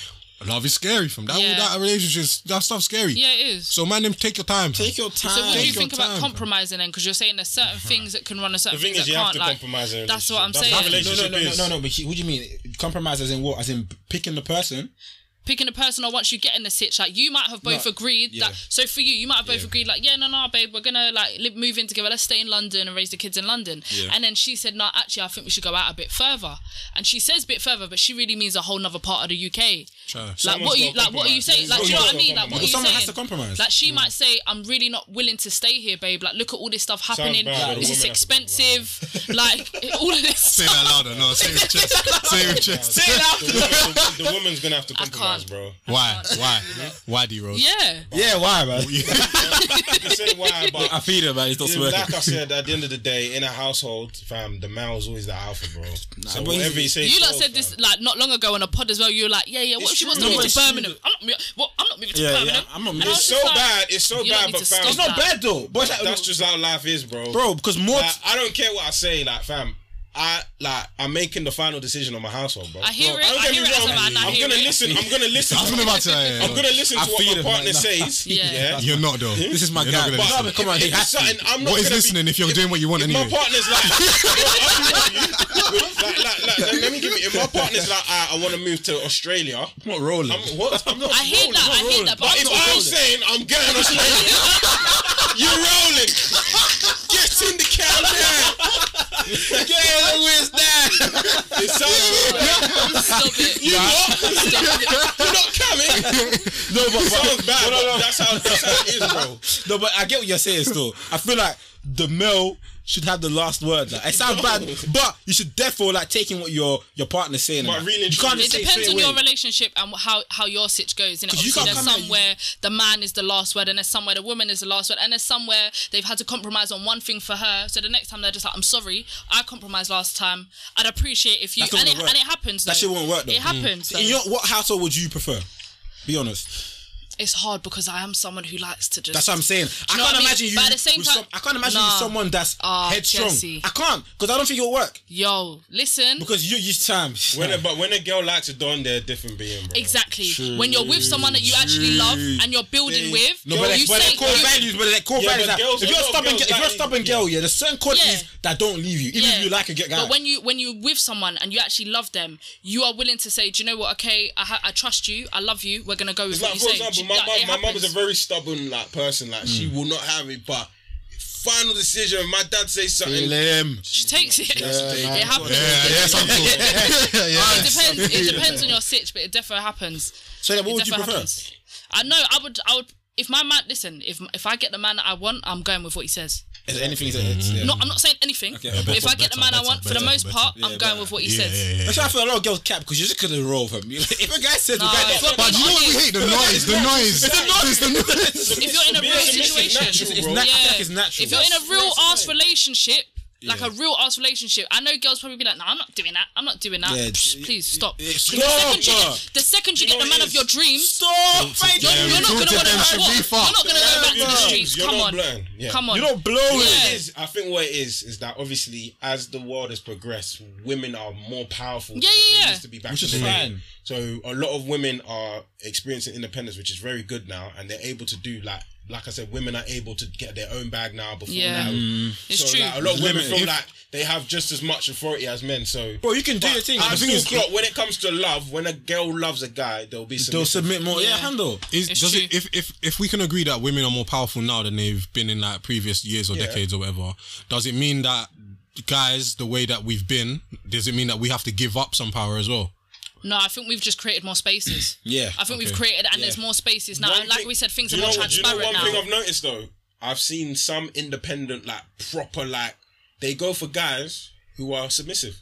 Speaker 6: love is scary. From that,
Speaker 8: Yeah.
Speaker 6: that relationships, that stuff's scary.
Speaker 8: Yeah, it is.
Speaker 6: So man, them take your time.
Speaker 7: take your time.
Speaker 8: So what do you
Speaker 6: Take your
Speaker 8: think about
Speaker 6: time,
Speaker 8: compromising then? Because you're saying there's certain things that can run and certain
Speaker 2: The thing
Speaker 8: things
Speaker 2: is,
Speaker 8: that
Speaker 2: you
Speaker 8: can't.
Speaker 2: have to
Speaker 8: like,
Speaker 2: compromise in a
Speaker 8: that's what I'm
Speaker 2: relationship. That's how
Speaker 8: saying.
Speaker 7: no, no, no, no,
Speaker 2: Relationship
Speaker 7: no,
Speaker 2: is-
Speaker 7: no. But he, what do you mean? Compromise as in what? As in picking the person.
Speaker 8: Picking a person, or once you get in the sitch, like you might have both
Speaker 7: No,
Speaker 8: agreed
Speaker 7: yeah.
Speaker 8: that. So for you, you might have both agreed, like, yeah, no, no, babe, we're gonna like live, move in together. Let's stay in London and raise the kids in London.
Speaker 7: Yeah.
Speaker 8: And then she said, no, actually, I think we should go out a bit further. And she says bit further, but she really means a whole nother part of the UK.
Speaker 6: Child.
Speaker 8: Like what
Speaker 2: Someone's
Speaker 8: are you
Speaker 2: gotta
Speaker 8: like? What are you
Speaker 2: compromise.
Speaker 8: saying? Like, do you know what I mean? Like, what are you
Speaker 7: Someone
Speaker 8: saying?
Speaker 7: has to compromise.
Speaker 8: Like, she might say, "I'm really not willing to stay here, babe. Like, look at all this stuff happening.
Speaker 2: bad, but a
Speaker 8: this is
Speaker 2: woman has to
Speaker 8: expensive. Like, all of this."
Speaker 6: Say that louder. No, say it with chest. Say it with chest.
Speaker 2: The, woman- the- the woman's gonna have to
Speaker 8: can't.
Speaker 2: compromise, bro.
Speaker 6: Why? Why? Why, D Rose?
Speaker 8: Yeah.
Speaker 7: Yeah, why, man?
Speaker 2: You say why, but
Speaker 7: I feel it, man. It's not
Speaker 2: Yeah, like
Speaker 7: working.
Speaker 2: I said, at the end of the day, in a household, fam, the male's always the alpha, bro. so
Speaker 7: but
Speaker 2: whatever
Speaker 7: he's-
Speaker 2: he says,
Speaker 8: You lot
Speaker 2: goes,
Speaker 8: said this
Speaker 2: fam.
Speaker 8: like not long ago on a pod as well. You were like, "Yeah, yeah. What
Speaker 7: It's
Speaker 8: if she wants
Speaker 7: true.
Speaker 8: to
Speaker 7: No,
Speaker 8: move to
Speaker 7: it's true.
Speaker 8: Birmingham? I'm not. mo- Well, I'm not moving to
Speaker 7: Yeah, yeah,
Speaker 8: Birmingham.
Speaker 7: I'm not
Speaker 8: And I
Speaker 7: moving.
Speaker 8: was
Speaker 2: It's
Speaker 8: just
Speaker 2: so
Speaker 8: like,
Speaker 2: bad. It's so
Speaker 8: you lot
Speaker 2: bad,
Speaker 8: need
Speaker 2: but
Speaker 8: to
Speaker 2: fam,
Speaker 8: stop
Speaker 2: it's
Speaker 8: that.
Speaker 2: not
Speaker 7: Bad though, but
Speaker 2: That's just how life is, bro.
Speaker 7: bro. Because more.
Speaker 2: Like, I don't care what I say, like fam. I like I'm making the final decision on my household, bro.
Speaker 8: I hear
Speaker 2: Bro,
Speaker 8: it. I
Speaker 2: get
Speaker 8: hear
Speaker 2: me
Speaker 8: it as a
Speaker 2: wrong.
Speaker 8: man. I
Speaker 2: I'm
Speaker 8: hear
Speaker 2: gonna
Speaker 8: it.
Speaker 2: listen. I'm gonna listen.
Speaker 6: I was gonna about to.
Speaker 2: I'm gonna listen to
Speaker 7: I
Speaker 2: what
Speaker 7: feel
Speaker 2: my
Speaker 7: it,
Speaker 2: partner
Speaker 7: man.
Speaker 2: says.
Speaker 8: Yeah.
Speaker 2: yeah.
Speaker 6: You're not though.
Speaker 7: This is my
Speaker 6: You're
Speaker 7: guy.
Speaker 6: Not gonna listen.
Speaker 7: But- No, but come on,
Speaker 2: If
Speaker 7: he
Speaker 2: it's
Speaker 7: has to.
Speaker 2: something I'm not
Speaker 6: what is
Speaker 2: gonna be-
Speaker 6: listening if you're doing what you want
Speaker 2: if
Speaker 6: anyway?
Speaker 2: my partner's like, if I'm like, like, like, let me give you. If my partner's like, I, I want to move to Australia.
Speaker 7: I'm not rolling.
Speaker 2: I'm, what? I'm not
Speaker 8: I hear
Speaker 2: rolling.
Speaker 8: that. I hear that. But
Speaker 2: But
Speaker 8: I'm
Speaker 2: if
Speaker 8: not
Speaker 2: I'm
Speaker 8: rolling.
Speaker 2: saying I'm going Australia, you're rolling. Get in the cab now.
Speaker 7: where's that?
Speaker 8: Stop it. You
Speaker 2: You're not coming.
Speaker 7: No, but, but
Speaker 2: Sounds bad.
Speaker 7: No, no,
Speaker 2: but
Speaker 7: no.
Speaker 2: That's how that's how it is, bro.
Speaker 7: No, but I get what you're saying still. I feel like the male should have the last word. Like, it sounds bad, but you should therefore like taking what your your partner's saying.
Speaker 2: But
Speaker 7: like,
Speaker 2: really
Speaker 7: you can't
Speaker 8: It
Speaker 7: just say
Speaker 8: depends
Speaker 7: straight
Speaker 8: on your
Speaker 7: away.
Speaker 8: relationship and how how your sitch goes. And
Speaker 7: 'Cause you
Speaker 8: obviously,
Speaker 7: can't
Speaker 8: there's
Speaker 7: come out-
Speaker 8: somewhere the man is the last word, and there's somewhere the woman is the last word, and there's somewhere they've had to compromise on one thing for her. So the next time they're just like, "I'm sorry, I compromised last time. I'd appreciate if you."
Speaker 7: That's not
Speaker 8: And it,
Speaker 7: gonna work.
Speaker 8: and it happens.
Speaker 7: That
Speaker 8: though.
Speaker 7: shit won't work though. Mm.
Speaker 8: It happens.
Speaker 7: In
Speaker 8: though.
Speaker 7: your what household would you prefer? Be honest.
Speaker 8: it's hard because I am someone who likes to just.
Speaker 7: That's what I'm saying. I
Speaker 8: know what
Speaker 7: can't
Speaker 8: I mean?
Speaker 7: imagine you.
Speaker 8: But at the same
Speaker 7: with
Speaker 8: time-
Speaker 7: some- I can't imagine you
Speaker 8: Nah.
Speaker 7: someone that's
Speaker 8: Ah,
Speaker 7: headstrong.
Speaker 8: Jesse.
Speaker 7: I can't because I don't think it'll work
Speaker 8: Yo, listen.
Speaker 7: because you use time.
Speaker 2: When a, but when a girl likes a don, they're a different being, bro.
Speaker 8: Exactly. When you're with someone that you actually love and you're building with,
Speaker 7: No, but,
Speaker 8: you
Speaker 7: like, but
Speaker 8: say
Speaker 7: like core
Speaker 8: you-
Speaker 7: values, but like core
Speaker 2: Yeah,
Speaker 7: values.
Speaker 2: but
Speaker 7: like,
Speaker 2: girls-
Speaker 7: if
Speaker 2: a
Speaker 7: you're a
Speaker 2: lot of
Speaker 7: stubborn,
Speaker 2: girls
Speaker 7: ge- if you're a
Speaker 2: like-
Speaker 7: stubborn girl, yeah, there's certain qualities
Speaker 8: Yeah.
Speaker 7: that don't leave you, even if you like a guy.
Speaker 8: But when you when you with someone and you actually love them, you are willing to say, do you know what? Okay, I ha- I trust you. I love you. We're gonna go with
Speaker 2: It's
Speaker 8: what
Speaker 2: like,
Speaker 8: you
Speaker 2: for
Speaker 8: say.
Speaker 2: example, my
Speaker 8: Yeah,
Speaker 2: mum,
Speaker 8: it
Speaker 2: my mum
Speaker 8: happens. Mm.
Speaker 2: is a very stubborn like person. Like she will not have it, but final decision. My dad says something.
Speaker 10: Lim.
Speaker 8: she takes it.
Speaker 10: man.
Speaker 8: it happens. Oh,
Speaker 10: Yeah, yes, I'm cool. yeah.
Speaker 8: It depends. It depends on your sitch, but it definitely happens.
Speaker 7: so, then what
Speaker 8: it
Speaker 7: would you
Speaker 8: definitely
Speaker 7: prefer?
Speaker 8: happens. I know. I would. I would. If my man, listen. If if I get the man that I want, I'm going with what he says.
Speaker 7: Is there anything that it's,
Speaker 10: Mm-hmm.
Speaker 7: yeah.
Speaker 8: No, I'm not saying anything. but if I get the man I
Speaker 10: better,
Speaker 8: want, for
Speaker 10: better,
Speaker 8: the most
Speaker 10: better.
Speaker 8: part, I'm going with what he
Speaker 10: Yeah,
Speaker 8: says.
Speaker 10: yeah, yeah.
Speaker 7: That's why I feel a lot of girls cap because you just couldn't roll with him. if a guy says,
Speaker 8: No,
Speaker 7: the guy-
Speaker 8: it's not-
Speaker 10: But you know what we hate? The noise. The noise. It's the noise.
Speaker 8: if you're in a
Speaker 2: Being
Speaker 8: real
Speaker 2: submissive is
Speaker 8: situation,
Speaker 2: natural,
Speaker 7: It's bro. nat- I feel like it's natural.
Speaker 8: If you're in
Speaker 2: That's-
Speaker 8: a real
Speaker 2: that's
Speaker 8: ass
Speaker 2: fine.
Speaker 8: relationship, like a real ass relationship, I know girls probably be like, "No, I'm not doing that. I'm not doing that.
Speaker 7: Yeah, it's-
Speaker 8: Psh, please stop."
Speaker 7: it's-
Speaker 8: Because the second you
Speaker 7: Stop,
Speaker 8: get, the second you
Speaker 2: You
Speaker 8: get
Speaker 2: know
Speaker 8: the man
Speaker 2: what it
Speaker 8: of your
Speaker 2: is?
Speaker 8: dreams,
Speaker 7: Stop! fighting.
Speaker 8: you're, you're not
Speaker 10: two
Speaker 8: gonna
Speaker 10: of
Speaker 8: want to
Speaker 10: them should be
Speaker 8: You're
Speaker 10: fucked.
Speaker 8: not gonna go back to the
Speaker 2: Yeah,
Speaker 8: streets.
Speaker 2: you're
Speaker 8: Come
Speaker 2: not
Speaker 8: on,
Speaker 2: blurring. Yeah.
Speaker 8: come on.
Speaker 7: You're not blowing.
Speaker 8: Yeah.
Speaker 2: It is. I think what it is is that obviously as the world has progressed, women are more powerful.
Speaker 8: Yeah,
Speaker 2: than
Speaker 8: yeah,
Speaker 2: they
Speaker 8: yeah.
Speaker 2: Used to be back
Speaker 7: Which
Speaker 2: in
Speaker 7: is
Speaker 2: the day.
Speaker 7: fine.
Speaker 2: So a lot of women are experiencing independence, which is very good now, and they're able to do like, like I said, women are able to get their own bag now. Before
Speaker 8: Yeah.
Speaker 2: now,
Speaker 8: It's
Speaker 2: so
Speaker 8: true.
Speaker 2: Like, a lot of women
Speaker 7: Limited.
Speaker 2: feel like they have just as much authority as men. So,
Speaker 7: Bro, you can do
Speaker 2: But
Speaker 7: your thing.
Speaker 2: I
Speaker 7: The thing
Speaker 2: still
Speaker 7: is-
Speaker 2: clock when it comes to love. When a girl loves a guy, they'll be
Speaker 7: They'll
Speaker 2: submissive.
Speaker 7: submit more. Yeah,
Speaker 8: Yeah.
Speaker 7: handle.
Speaker 6: Is,
Speaker 8: It's
Speaker 6: does
Speaker 8: true.
Speaker 6: it, if, if if we can agree that women are more powerful now than they've been in like previous years or decades or whatever, does it mean that guys, the way that we've been, does it mean that we have to give up some power as well?
Speaker 8: No, I think we've just created more spaces.
Speaker 7: Yeah,
Speaker 8: I think
Speaker 6: okay.
Speaker 8: we've created, and there's more spaces now.
Speaker 2: One
Speaker 8: And like
Speaker 2: thing-
Speaker 8: we said, things
Speaker 2: do
Speaker 8: are
Speaker 2: you
Speaker 8: more
Speaker 2: know what- do you know
Speaker 8: transparent now.
Speaker 2: One thing I've noticed though, I've seen some independent, like proper, like they go for guys who are submissive.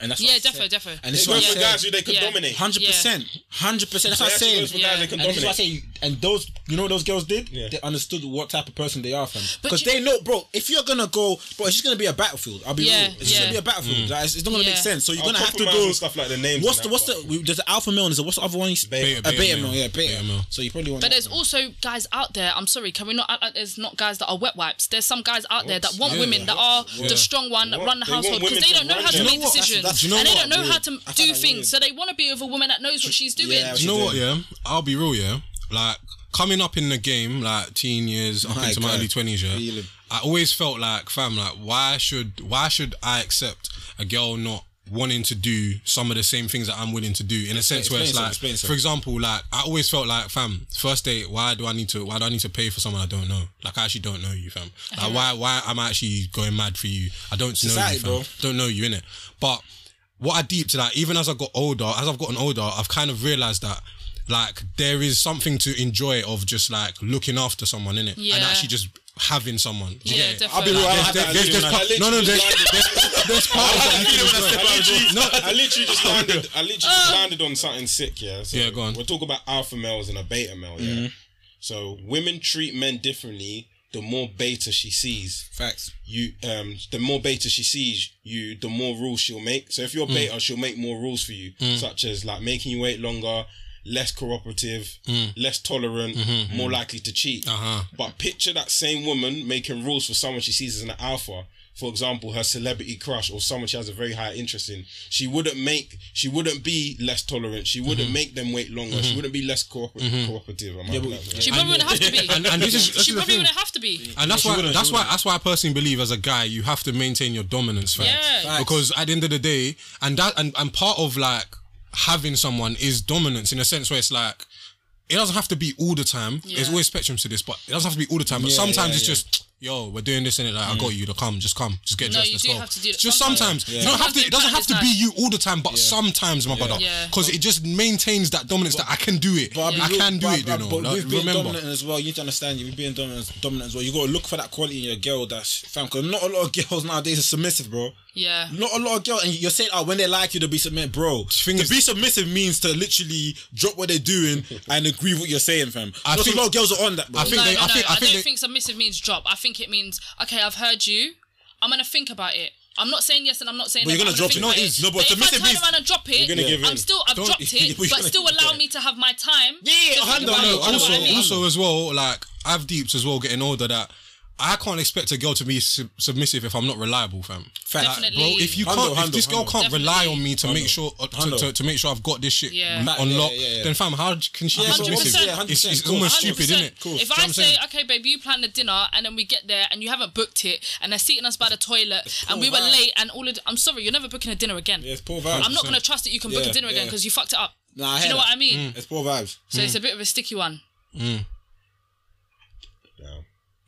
Speaker 7: And that's what
Speaker 8: Yeah,
Speaker 7: I said.
Speaker 8: defo, defo.
Speaker 7: And this
Speaker 2: They
Speaker 7: is
Speaker 2: go
Speaker 7: what
Speaker 2: for
Speaker 7: I
Speaker 2: guys
Speaker 7: said.
Speaker 2: who they can
Speaker 8: Yeah.
Speaker 2: dominate.
Speaker 7: Hundred percent, hundred percent. That's
Speaker 2: They
Speaker 7: what I'm
Speaker 2: actually
Speaker 7: saying.
Speaker 2: go for guys
Speaker 8: Yeah.
Speaker 2: they can
Speaker 7: And this is what I
Speaker 2: dominate.
Speaker 7: say. And those, you know, what those girls did.
Speaker 2: Yeah.
Speaker 7: They understood what type of person they are, fam.
Speaker 8: But
Speaker 7: Because
Speaker 8: you-
Speaker 7: they know, bro. If you're gonna go, bro, it's just gonna be a battlefield. I'll be
Speaker 8: Yeah,
Speaker 7: real. It's just gonna
Speaker 8: yeah.
Speaker 7: be a battlefield. Like, it's, it's not gonna make
Speaker 8: Yeah.
Speaker 7: sense. So you're
Speaker 2: I'll
Speaker 7: gonna have to
Speaker 2: compromise
Speaker 7: go
Speaker 2: on stuff like the names
Speaker 7: What's
Speaker 2: and
Speaker 7: the
Speaker 2: that,
Speaker 7: what's
Speaker 2: but-
Speaker 7: the there's the alpha male and there's a, what's the other one?
Speaker 2: Beta-
Speaker 7: a beta
Speaker 6: beta
Speaker 7: male.
Speaker 6: male.
Speaker 7: Yeah, beta.
Speaker 6: Beta male.
Speaker 7: So you probably want.
Speaker 8: But
Speaker 7: that.
Speaker 8: there's also guys out there. I'm sorry, can we not act like there's not guys that are wet wipes? There's some guys out there that want
Speaker 7: Yeah.
Speaker 8: women that are the strong one that
Speaker 2: What?
Speaker 8: run the
Speaker 2: They want
Speaker 8: household because
Speaker 2: women
Speaker 8: they
Speaker 2: to
Speaker 8: don't know
Speaker 2: run
Speaker 8: how to
Speaker 2: them.
Speaker 8: make
Speaker 2: You know what?
Speaker 7: That's-
Speaker 8: decisions
Speaker 7: that's- you know
Speaker 8: and they
Speaker 7: what?
Speaker 8: don't know
Speaker 7: Weird.
Speaker 8: how to
Speaker 7: I
Speaker 8: do
Speaker 7: find that weird.
Speaker 8: things. So they want to be with a woman that knows what she's doing.
Speaker 7: Yeah,
Speaker 6: Do you know
Speaker 7: Yeah.
Speaker 6: what? Yeah, I'll be real. Yeah, like coming up in the game, like teen years up
Speaker 7: My
Speaker 6: into my
Speaker 7: God.
Speaker 6: early twenties. Yeah,
Speaker 7: Really?
Speaker 6: I always felt like, fam, like why should why should I accept a girl not wanting to do some of the same things that I'm willing to do in a sense where
Speaker 7: explain
Speaker 6: it's
Speaker 7: so,
Speaker 6: like,
Speaker 7: explain so.
Speaker 6: for example, like I always felt like, fam, first date, why do I need to why do I need to pay for someone I don't know? Like I actually don't know you, fam. Like why why am I actually going mad for you? I don't know
Speaker 7: Society,
Speaker 6: you, fam.
Speaker 7: bro.
Speaker 6: Don't know you in it, but what I deep to that, even as I got older, as I've gotten older, I've kind of realized that like there is something to enjoy of just like looking after someone in it and
Speaker 8: Yeah.
Speaker 6: actually just having someone. Do you get
Speaker 8: Yeah,
Speaker 6: it?
Speaker 8: definitely.
Speaker 7: I'll be real. I
Speaker 6: There's-
Speaker 7: had that
Speaker 6: there's- there's
Speaker 7: feeling
Speaker 6: part-
Speaker 7: when I-
Speaker 6: no, no, there's, there's, there's part of that you can enjoy.
Speaker 2: I literally, I literally just landed. I literally
Speaker 8: Uh.
Speaker 2: just landed on something sick. Yeah. So
Speaker 6: Yeah, go on. Mm-hmm.
Speaker 2: We're talking about alpha males and a beta male. Yeah. So women treat men differently. The more beta she sees,
Speaker 7: Facts.
Speaker 2: you um the more beta she sees you the more rules she'll make so if you're beta she'll make more rules for you such as like making you wait longer less cooperative less tolerant more likely to cheat
Speaker 6: Uh-huh.
Speaker 2: but picture that same woman making rules for someone she sees as an alpha for example her celebrity crush or someone she has a very high interest in she wouldn't make she wouldn't be less tolerant she wouldn't make them wait longer she wouldn't be less cooper- cooperative am I right?
Speaker 8: She probably wouldn't have to be.
Speaker 6: And, and this is, this
Speaker 8: she
Speaker 6: is the
Speaker 8: probably
Speaker 6: thing.
Speaker 8: wouldn't have to be.
Speaker 6: And that's why that's why that's why I personally believe as a guy you have to maintain your dominance, right?
Speaker 8: Yeah. Facts.
Speaker 6: Because at the end of the day, and that and, and part of like having someone is dominance in a sense where it's like it doesn't have to be all the time. There's
Speaker 8: Yeah.
Speaker 6: always spectrums to this, but it doesn't have to be all the time. But
Speaker 7: Yeah,
Speaker 6: sometimes
Speaker 7: yeah, Mm.
Speaker 6: it's
Speaker 7: yeah.
Speaker 6: just yo, we're doing this and it. Like, I got you to come, just come, just get
Speaker 8: No,
Speaker 6: dressed.
Speaker 8: you
Speaker 6: let's
Speaker 8: do
Speaker 6: go.
Speaker 8: have to do that
Speaker 6: Just
Speaker 8: sometimes.
Speaker 6: sometimes. You don't have to. It doesn't have to be you all the time, but sometimes, my brother,
Speaker 8: Yeah.
Speaker 6: because it just maintains that dominance that I can do it.
Speaker 7: But
Speaker 6: I
Speaker 7: mean,
Speaker 6: can do
Speaker 7: but-
Speaker 6: it.
Speaker 7: but-
Speaker 6: You know,
Speaker 7: but
Speaker 6: like,
Speaker 7: with being
Speaker 6: remember.
Speaker 7: dominant as well, you need to understand. You're being dominant, dominant as well. You gotta look for that quality in your girl. That's fam. Because not a lot of girls nowadays are submissive, bro.
Speaker 8: Yeah.
Speaker 7: Not a lot of girls, and you're saying, oh, when they like you, they'll be submissive, bro.
Speaker 6: Thing
Speaker 7: to
Speaker 6: is-
Speaker 7: be submissive means to literally drop what they're doing and agree with what you're saying, fam.
Speaker 6: I
Speaker 7: not
Speaker 6: think-
Speaker 7: a lot of girls are on that, bro.
Speaker 6: I think
Speaker 8: no,
Speaker 6: they-
Speaker 8: no,
Speaker 6: I
Speaker 8: no.
Speaker 6: think- I
Speaker 8: I,
Speaker 6: think
Speaker 8: don't
Speaker 6: they-
Speaker 8: think submissive means drop. I think it means okay. I've heard you. I'm gonna think about it. I'm not saying yes and I'm not saying.
Speaker 7: But you're
Speaker 8: no,
Speaker 7: gonna
Speaker 8: but
Speaker 7: drop
Speaker 8: I'm
Speaker 7: it. No,
Speaker 8: gonna
Speaker 7: it
Speaker 8: think
Speaker 7: is.
Speaker 8: about
Speaker 7: No, but
Speaker 8: but if I
Speaker 7: submissive
Speaker 8: turn
Speaker 7: means-
Speaker 8: around and drop it,
Speaker 7: You're gonna give
Speaker 8: I'm
Speaker 7: in.
Speaker 8: still I've
Speaker 7: Don't-
Speaker 8: dropped
Speaker 7: you're
Speaker 8: it, but
Speaker 7: gonna-
Speaker 8: still allow me to have my time.
Speaker 7: Yeah,
Speaker 8: to
Speaker 7: I know,
Speaker 8: think
Speaker 7: I
Speaker 8: about it.
Speaker 7: know,
Speaker 8: You
Speaker 7: I
Speaker 8: what
Speaker 6: also,
Speaker 8: I mean?
Speaker 6: also as well, like I've deeps as well getting older that. I can't expect a girl to be sub- submissive if I'm not reliable, fam. Fact.
Speaker 8: Definitely.
Speaker 6: bro, if you can't,
Speaker 7: Handle,
Speaker 6: if
Speaker 7: handle,
Speaker 6: this girl
Speaker 7: handle.
Speaker 6: can't rely
Speaker 8: Definitely.
Speaker 6: on me to make sure uh, to,
Speaker 7: Handle.
Speaker 6: to, to make sure I've got this shit
Speaker 8: Yeah.
Speaker 6: unlocked,
Speaker 7: Yeah, yeah, yeah.
Speaker 6: then fam, how can she be
Speaker 8: 100%.
Speaker 6: submissive?
Speaker 8: Yeah,
Speaker 6: It's,
Speaker 7: 100%,
Speaker 6: it's
Speaker 7: cool.
Speaker 6: almost
Speaker 8: 100%.
Speaker 6: stupid, isn't it?
Speaker 8: If I say, okay, babe, you plan the dinner, and then we get there, and you haven't booked it, and they're seating us by the toilet, and we were
Speaker 7: man.
Speaker 8: late, and all of, the, I'm sorry, you're never booking a dinner again.
Speaker 7: Yeah, it's poor vibes.
Speaker 8: I'm not gonna trust that you can book
Speaker 7: Yeah,
Speaker 8: a dinner again
Speaker 7: yeah.
Speaker 8: because you fucked it up.
Speaker 7: Nah, I
Speaker 8: Do
Speaker 7: hear
Speaker 8: you know
Speaker 7: that.
Speaker 8: what I
Speaker 6: Mm.
Speaker 8: mean?
Speaker 7: It's poor vibes.
Speaker 8: So it's a bit of a sticky one.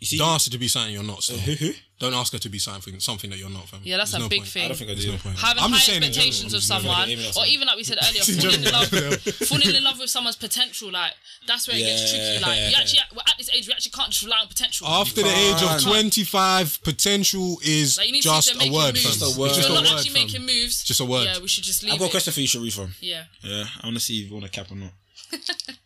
Speaker 7: You see,
Speaker 6: Don't ask her to be something you're not. Still.
Speaker 7: who?
Speaker 6: Don't ask her to be something something that you're not, fam.
Speaker 8: Yeah, that's
Speaker 6: There's
Speaker 8: a
Speaker 6: no
Speaker 8: big
Speaker 6: point.
Speaker 8: thing.
Speaker 7: I don't think I
Speaker 6: There's
Speaker 7: do.
Speaker 6: no point.
Speaker 8: having
Speaker 6: I'm
Speaker 8: high
Speaker 6: just saying in general.
Speaker 8: expectations of someone,
Speaker 7: Yeah, even that's
Speaker 8: or
Speaker 7: something.
Speaker 8: even like we said earlier, falling in love, falling in love with someone's potential. Like that's where it gets tricky. Like you
Speaker 7: Yeah.
Speaker 8: actually, well, at this age, we actually can't just rely on potential.
Speaker 6: After the age of 25, potential is
Speaker 8: like, you need
Speaker 6: just
Speaker 8: to
Speaker 6: a
Speaker 8: making
Speaker 6: word,
Speaker 8: moves.
Speaker 6: fam. It's
Speaker 7: Just a word.
Speaker 8: If
Speaker 6: just
Speaker 8: you're
Speaker 6: a
Speaker 8: not
Speaker 6: word,
Speaker 8: actually
Speaker 6: fam.
Speaker 8: making moves.
Speaker 6: Just a word.
Speaker 8: Yeah, we should just leave
Speaker 7: I've got a Mm.
Speaker 8: it.
Speaker 7: question for you, Sharifa.
Speaker 8: Yeah.
Speaker 7: Yeah, I want to see if you want to cap or not.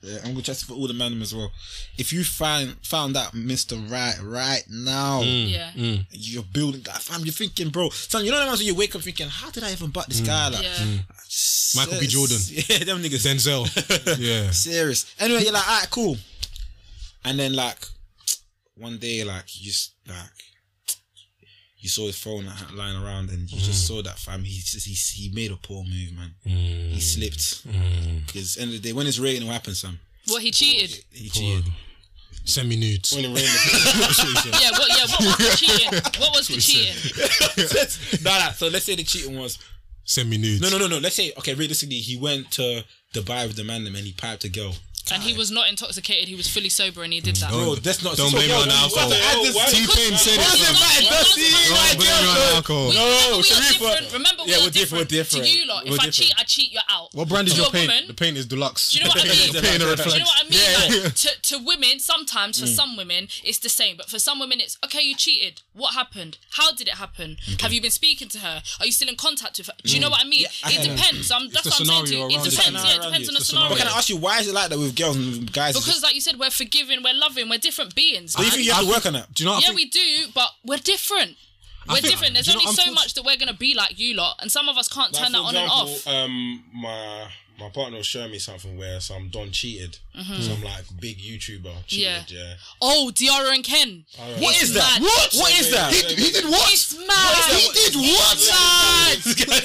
Speaker 7: yeah, I'm gonna test it for all the men as well. If you find found that Mister Right right now,
Speaker 6: Mm.
Speaker 8: Yeah.
Speaker 7: you're building that fam. You're thinking, bro, son. You know the ones when you wake up thinking, how did I even butt this guy? Like,
Speaker 8: Yeah.
Speaker 6: Michael B.
Speaker 7: serious.
Speaker 6: Jordan.
Speaker 7: Yeah, them niggas.
Speaker 6: Denzel. yeah.
Speaker 7: serious. Anyway, you're like, alright, cool. And then like one day, like you just like you saw his phone like, lying around, and you
Speaker 6: Mm.
Speaker 7: just saw that fam. He just he, he made a poor move, man.
Speaker 6: Mm.
Speaker 7: He slipped because end of the day, when it's raining, what happens, fam?
Speaker 8: Well, he cheated.
Speaker 7: He cheated.
Speaker 6: Send me nudes.
Speaker 2: When it rains,
Speaker 8: Yeah. What? Yeah. What was the cheating? What was the cheating?
Speaker 7: nah, nah, so let's say the cheating was
Speaker 6: Send me nudes.
Speaker 7: no, no, no, no. Let's say okay, realistically, he went to Dubai with the man, and he piped a girl.
Speaker 8: And he was not intoxicated. He was fully sober, and he did that.
Speaker 7: Bro, that's not.
Speaker 6: Don't blame it on alcohol. T-Pain said it.
Speaker 8: Because- because-
Speaker 6: Don't blame it on alcohol.
Speaker 8: We- remember we are
Speaker 7: Sharifa-
Speaker 8: different. Remember, we
Speaker 7: Yeah,
Speaker 8: are
Speaker 7: we're different, we're different.
Speaker 8: To you lot, if
Speaker 7: We're
Speaker 8: I
Speaker 7: different.
Speaker 8: cheat, I cheat. You're out.
Speaker 6: What brand is your
Speaker 8: to a
Speaker 6: paint?
Speaker 8: Woman,
Speaker 6: the paint is deluxe.
Speaker 8: Do you know what I mean?
Speaker 7: You're
Speaker 8: Do
Speaker 7: paying a
Speaker 8: you know
Speaker 7: red
Speaker 8: what
Speaker 7: flag.
Speaker 8: I mean?
Speaker 7: Yeah,
Speaker 8: Like, to, to women, sometimes for some women, it's the same, but for some women, it's okay. You cheated. What happened? How did it happen? Have you been speaking to her? Are you still in contact with her? Do you know what I mean?
Speaker 7: I
Speaker 8: it
Speaker 7: get it.
Speaker 8: depends. Um, that's
Speaker 6: the
Speaker 8: what I'm saying. To
Speaker 6: scenario
Speaker 8: you. It
Speaker 6: around it. It's the
Speaker 8: depends. Yeah,
Speaker 6: scenario
Speaker 8: it depends on
Speaker 6: around it.
Speaker 8: the
Speaker 6: It's the
Speaker 8: scenario.
Speaker 7: But can I ask you why is it like that with girls and guys? It's
Speaker 8: Because, like you said, we're forgiving, we're loving, we're different beings.
Speaker 7: Do you
Speaker 8: man.
Speaker 7: think you have to work on that?
Speaker 6: Do you know what I
Speaker 8: yeah,
Speaker 6: think?
Speaker 8: we do, but we're different. We're
Speaker 6: think-
Speaker 8: different. There's
Speaker 6: do you know,
Speaker 8: only so
Speaker 6: unfortunately-
Speaker 8: much that we're gonna be like you lot, and some of us can't turn that
Speaker 2: for
Speaker 8: on and
Speaker 2: example,
Speaker 8: off.
Speaker 2: Um, my my partner was showing me something where some don cheated, some like big YouTuber cheated.
Speaker 8: Mm-hmm. Yeah.
Speaker 2: Yeah,
Speaker 8: Oh, Diara and Ken.
Speaker 7: What is that? What? What is that?
Speaker 2: He- he
Speaker 7: did what?
Speaker 8: It's mad.
Speaker 7: He did what?
Speaker 8: Honestly,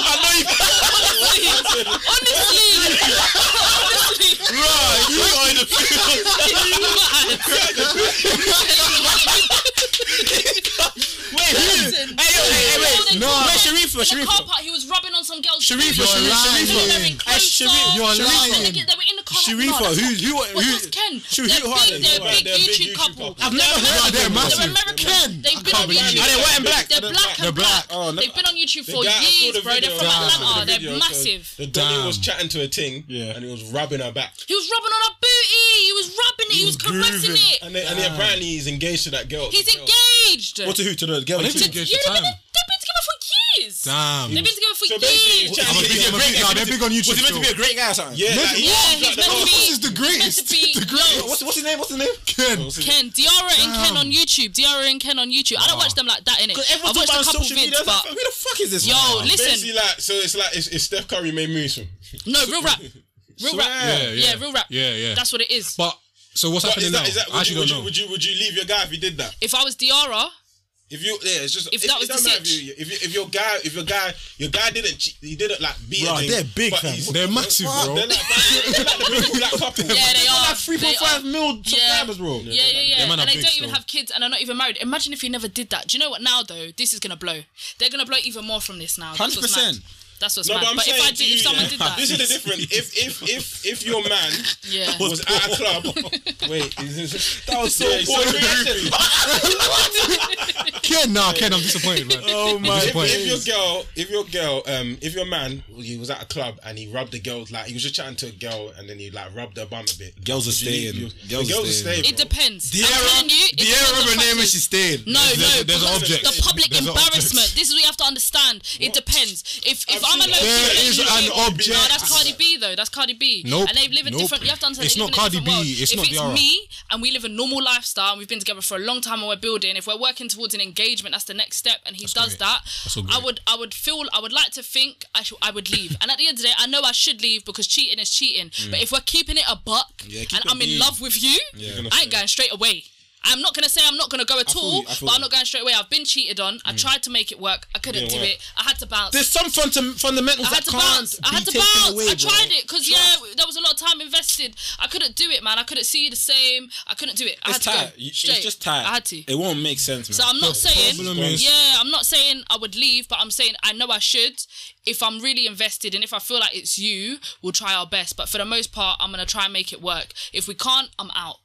Speaker 8: honestly,
Speaker 7: Hey, yo, hey, hey, wait.
Speaker 8: No.
Speaker 7: Wait, Sharifa,
Speaker 8: in the car
Speaker 7: Sharifa.
Speaker 8: park, he was rubbing on some girl's.
Speaker 7: Sharifa,
Speaker 8: boobs.
Speaker 7: Sharifa,
Speaker 8: They were wearing
Speaker 7: Sharifa.
Speaker 8: clothes
Speaker 7: Hey, Sharifa,
Speaker 8: on.
Speaker 7: you're
Speaker 8: They were
Speaker 7: lying.
Speaker 8: naked. They were in the car.
Speaker 7: Sharifa,
Speaker 8: No,
Speaker 7: who, who,
Speaker 8: What
Speaker 7: who?
Speaker 8: was Ken?
Speaker 7: Sharifa,
Speaker 8: they're
Speaker 7: who are
Speaker 8: big,
Speaker 7: they?
Speaker 8: they're a big
Speaker 2: They're a big
Speaker 8: YouTube,
Speaker 2: YouTube
Speaker 8: couple.
Speaker 2: couple.
Speaker 7: I've never heard
Speaker 6: they're
Speaker 7: of them.
Speaker 6: massive.
Speaker 8: They're American. They've been on YouTube.
Speaker 7: Are they white and black?
Speaker 8: They're black
Speaker 6: They're
Speaker 8: and black.
Speaker 6: black.
Speaker 7: Oh, no.
Speaker 8: They've been on YouTube for
Speaker 2: The guy- I saw
Speaker 8: years,
Speaker 2: the
Speaker 8: bro. They're
Speaker 2: video.
Speaker 8: from
Speaker 2: I saw the
Speaker 8: Atlanta. They're
Speaker 2: video, so
Speaker 8: massive.
Speaker 2: The donny was
Speaker 6: Damn.
Speaker 2: chatting to a thing,
Speaker 7: Yeah.
Speaker 2: and he was rubbing her back.
Speaker 8: He was rubbing on her booty. He was rubbing it. He was caressing it.
Speaker 2: And, then, and then apparently he's engaged to that girl.
Speaker 8: Ah. He's
Speaker 2: The girl.
Speaker 8: engaged.
Speaker 7: What to who? To the girl?
Speaker 6: They've been engaged
Speaker 8: Yeah,
Speaker 6: for
Speaker 8: they've been,
Speaker 6: time.
Speaker 8: they've been together for years.
Speaker 6: Damn.
Speaker 8: They've been together for
Speaker 2: So basically,
Speaker 8: years.
Speaker 2: he's chatting
Speaker 6: I'm a
Speaker 2: to
Speaker 6: big- I'm
Speaker 2: the
Speaker 6: a
Speaker 2: girl.
Speaker 6: big- nah, they're big on
Speaker 7: Was
Speaker 6: YouTube.
Speaker 7: he meant to be a
Speaker 6: still.
Speaker 7: great guy or something?
Speaker 2: Yeah, like, he-
Speaker 8: Yeah, he's meant to
Speaker 6: This is
Speaker 8: be.
Speaker 6: the greatest.
Speaker 8: meant to be-
Speaker 6: The greatest.
Speaker 7: What's, what's his name? What's his name?
Speaker 6: Ken.
Speaker 8: Ken, Diara and Ken on YouTube. Diara and Ken on YouTube. I don't watch them like that in it.
Speaker 7: Because
Speaker 8: I
Speaker 7: everyone
Speaker 8: watched
Speaker 7: talks
Speaker 8: a
Speaker 7: about
Speaker 8: couple
Speaker 7: social media.
Speaker 8: vids,
Speaker 7: Like, who
Speaker 8: but
Speaker 7: the fuck is this?
Speaker 8: yo,
Speaker 7: man?
Speaker 2: Basically,
Speaker 8: listen,
Speaker 2: like, so it's like it's, it's Steph Curry made moves from.
Speaker 8: no, real rap, real rap,
Speaker 6: Yeah, yeah.
Speaker 8: real rap.
Speaker 6: Yeah, yeah.
Speaker 8: That's what it is.
Speaker 6: But so what's
Speaker 2: But
Speaker 6: happening
Speaker 2: is
Speaker 6: now?
Speaker 2: that, is that
Speaker 6: I
Speaker 2: would, you,
Speaker 6: actually don't
Speaker 2: would, you,
Speaker 6: know.
Speaker 2: would you would you leave your guy if he did that?
Speaker 8: If I was Diara,
Speaker 2: If you yeah, it's just
Speaker 8: If
Speaker 2: it-
Speaker 8: that
Speaker 2: it
Speaker 8: was the
Speaker 2: don't matter if,
Speaker 8: sitch.
Speaker 2: you, if, you, if your guy if your guy your guy didn't che- he didn't like beat.
Speaker 7: Bruh,
Speaker 2: a thing,
Speaker 7: they're big,
Speaker 2: but
Speaker 7: fam.
Speaker 2: he's-
Speaker 6: They're massive,
Speaker 2: They're
Speaker 6: bro.
Speaker 2: like, they're like the big black couple.
Speaker 8: yeah, they are.
Speaker 7: Like three,
Speaker 8: They
Speaker 7: four,
Speaker 8: are.
Speaker 7: five mil subscribers,
Speaker 8: Yeah.
Speaker 7: bro.
Speaker 8: Yeah, yeah, yeah.
Speaker 6: man
Speaker 8: And
Speaker 6: are
Speaker 8: they
Speaker 6: big
Speaker 8: don't even
Speaker 6: still.
Speaker 8: have kids and are not even married. Imagine if he never did that. Do you know what? Now, though, this is going to blow. They're going to blow even more from this now. That's what's mad.
Speaker 7: 100%.
Speaker 8: That's what's
Speaker 7: No,
Speaker 8: mad.
Speaker 7: but I'm
Speaker 8: But if
Speaker 7: saying
Speaker 8: I
Speaker 7: to
Speaker 8: did,
Speaker 7: you,
Speaker 8: if someone
Speaker 7: yeah,
Speaker 8: did that,
Speaker 7: this is the difference. If if if if your man
Speaker 8: yeah,
Speaker 7: was at a club, wait, is this, that was so
Speaker 6: Ken, nah, Ken, I'm disappointed, man. Oh my
Speaker 7: if, if your girl, if your girl, um, if your man, he was at a club and he rubbed the girl like he was just chatting to a girl and then he like rubbed her bum a bit.
Speaker 2: Girls are staying.
Speaker 7: You-
Speaker 2: Girls
Speaker 7: the
Speaker 2: are
Speaker 7: girls are
Speaker 2: staying.
Speaker 7: staying.
Speaker 8: it depends. I'm
Speaker 6: Deara,
Speaker 8: telling you, it depends on
Speaker 6: Deara Renema,
Speaker 8: factors.
Speaker 6: she stayed.
Speaker 8: No, no,
Speaker 6: there's an
Speaker 8: because
Speaker 6: object.
Speaker 8: The public
Speaker 6: There's an
Speaker 8: embarrassment.
Speaker 6: object.
Speaker 8: This is what you have to understand. It depends. If if I'm a
Speaker 7: seen
Speaker 8: local,
Speaker 7: it.
Speaker 6: There is an
Speaker 8: No,
Speaker 6: object.
Speaker 8: that's Cardi B though. That's Cardi B.
Speaker 6: Nope,
Speaker 8: And they live in
Speaker 6: nope.
Speaker 8: different. You have to understand.
Speaker 6: It's
Speaker 8: they live
Speaker 6: not Cardi
Speaker 8: in a different
Speaker 6: B,
Speaker 8: World.
Speaker 6: it's
Speaker 8: if
Speaker 6: not
Speaker 8: it's
Speaker 6: Ciara.
Speaker 8: me and we live a normal lifestyle and we've been together for a long time and we're building, if we're working towards an engagement, that's the next step. And he does
Speaker 6: great.
Speaker 8: that.
Speaker 6: all
Speaker 8: I
Speaker 6: great.
Speaker 8: would I would feel I would like to think I should I would leave. and at the end of the day, I know I should leave because cheating is cheating.
Speaker 6: Mm.
Speaker 8: But if we're keeping it a buck
Speaker 2: Yeah, keep
Speaker 8: and
Speaker 2: it
Speaker 8: I'm in
Speaker 2: being.
Speaker 8: love with you,
Speaker 2: gonna
Speaker 8: I ain't going straight away. I'm not gonna say I'm not gonna go at
Speaker 2: feel
Speaker 8: all,
Speaker 2: you, I feel
Speaker 8: but I'm
Speaker 2: you. Mm.
Speaker 8: not going straight away. I've been cheated on. I tried to make it work. I couldn't
Speaker 7: Didn't
Speaker 8: do
Speaker 7: work.
Speaker 8: it. I had to bounce.
Speaker 2: There's some fundam- fundamentals
Speaker 8: I had
Speaker 2: that
Speaker 8: to
Speaker 2: can't
Speaker 8: bounce. I
Speaker 2: be
Speaker 8: had to
Speaker 2: taken
Speaker 8: bounce.
Speaker 2: away,
Speaker 8: I
Speaker 2: bro.
Speaker 8: tried it because yeah, there was a lot of time invested. I couldn't do it, man. I couldn't see you the same. I couldn't do it. I
Speaker 2: It's
Speaker 8: had to
Speaker 2: tight.
Speaker 8: go
Speaker 2: You- It's
Speaker 8: straight.
Speaker 2: just tight.
Speaker 8: I had to.
Speaker 2: It won't make sense, man.
Speaker 8: So I'm not saying,
Speaker 2: problem is-
Speaker 8: yeah, I'm not saying I would leave, but I'm saying I know I should. If I'm really invested and if I feel like it's you, we'll try our best. But for the most part, I'm gonna try and make it work. If we can't, I'm out.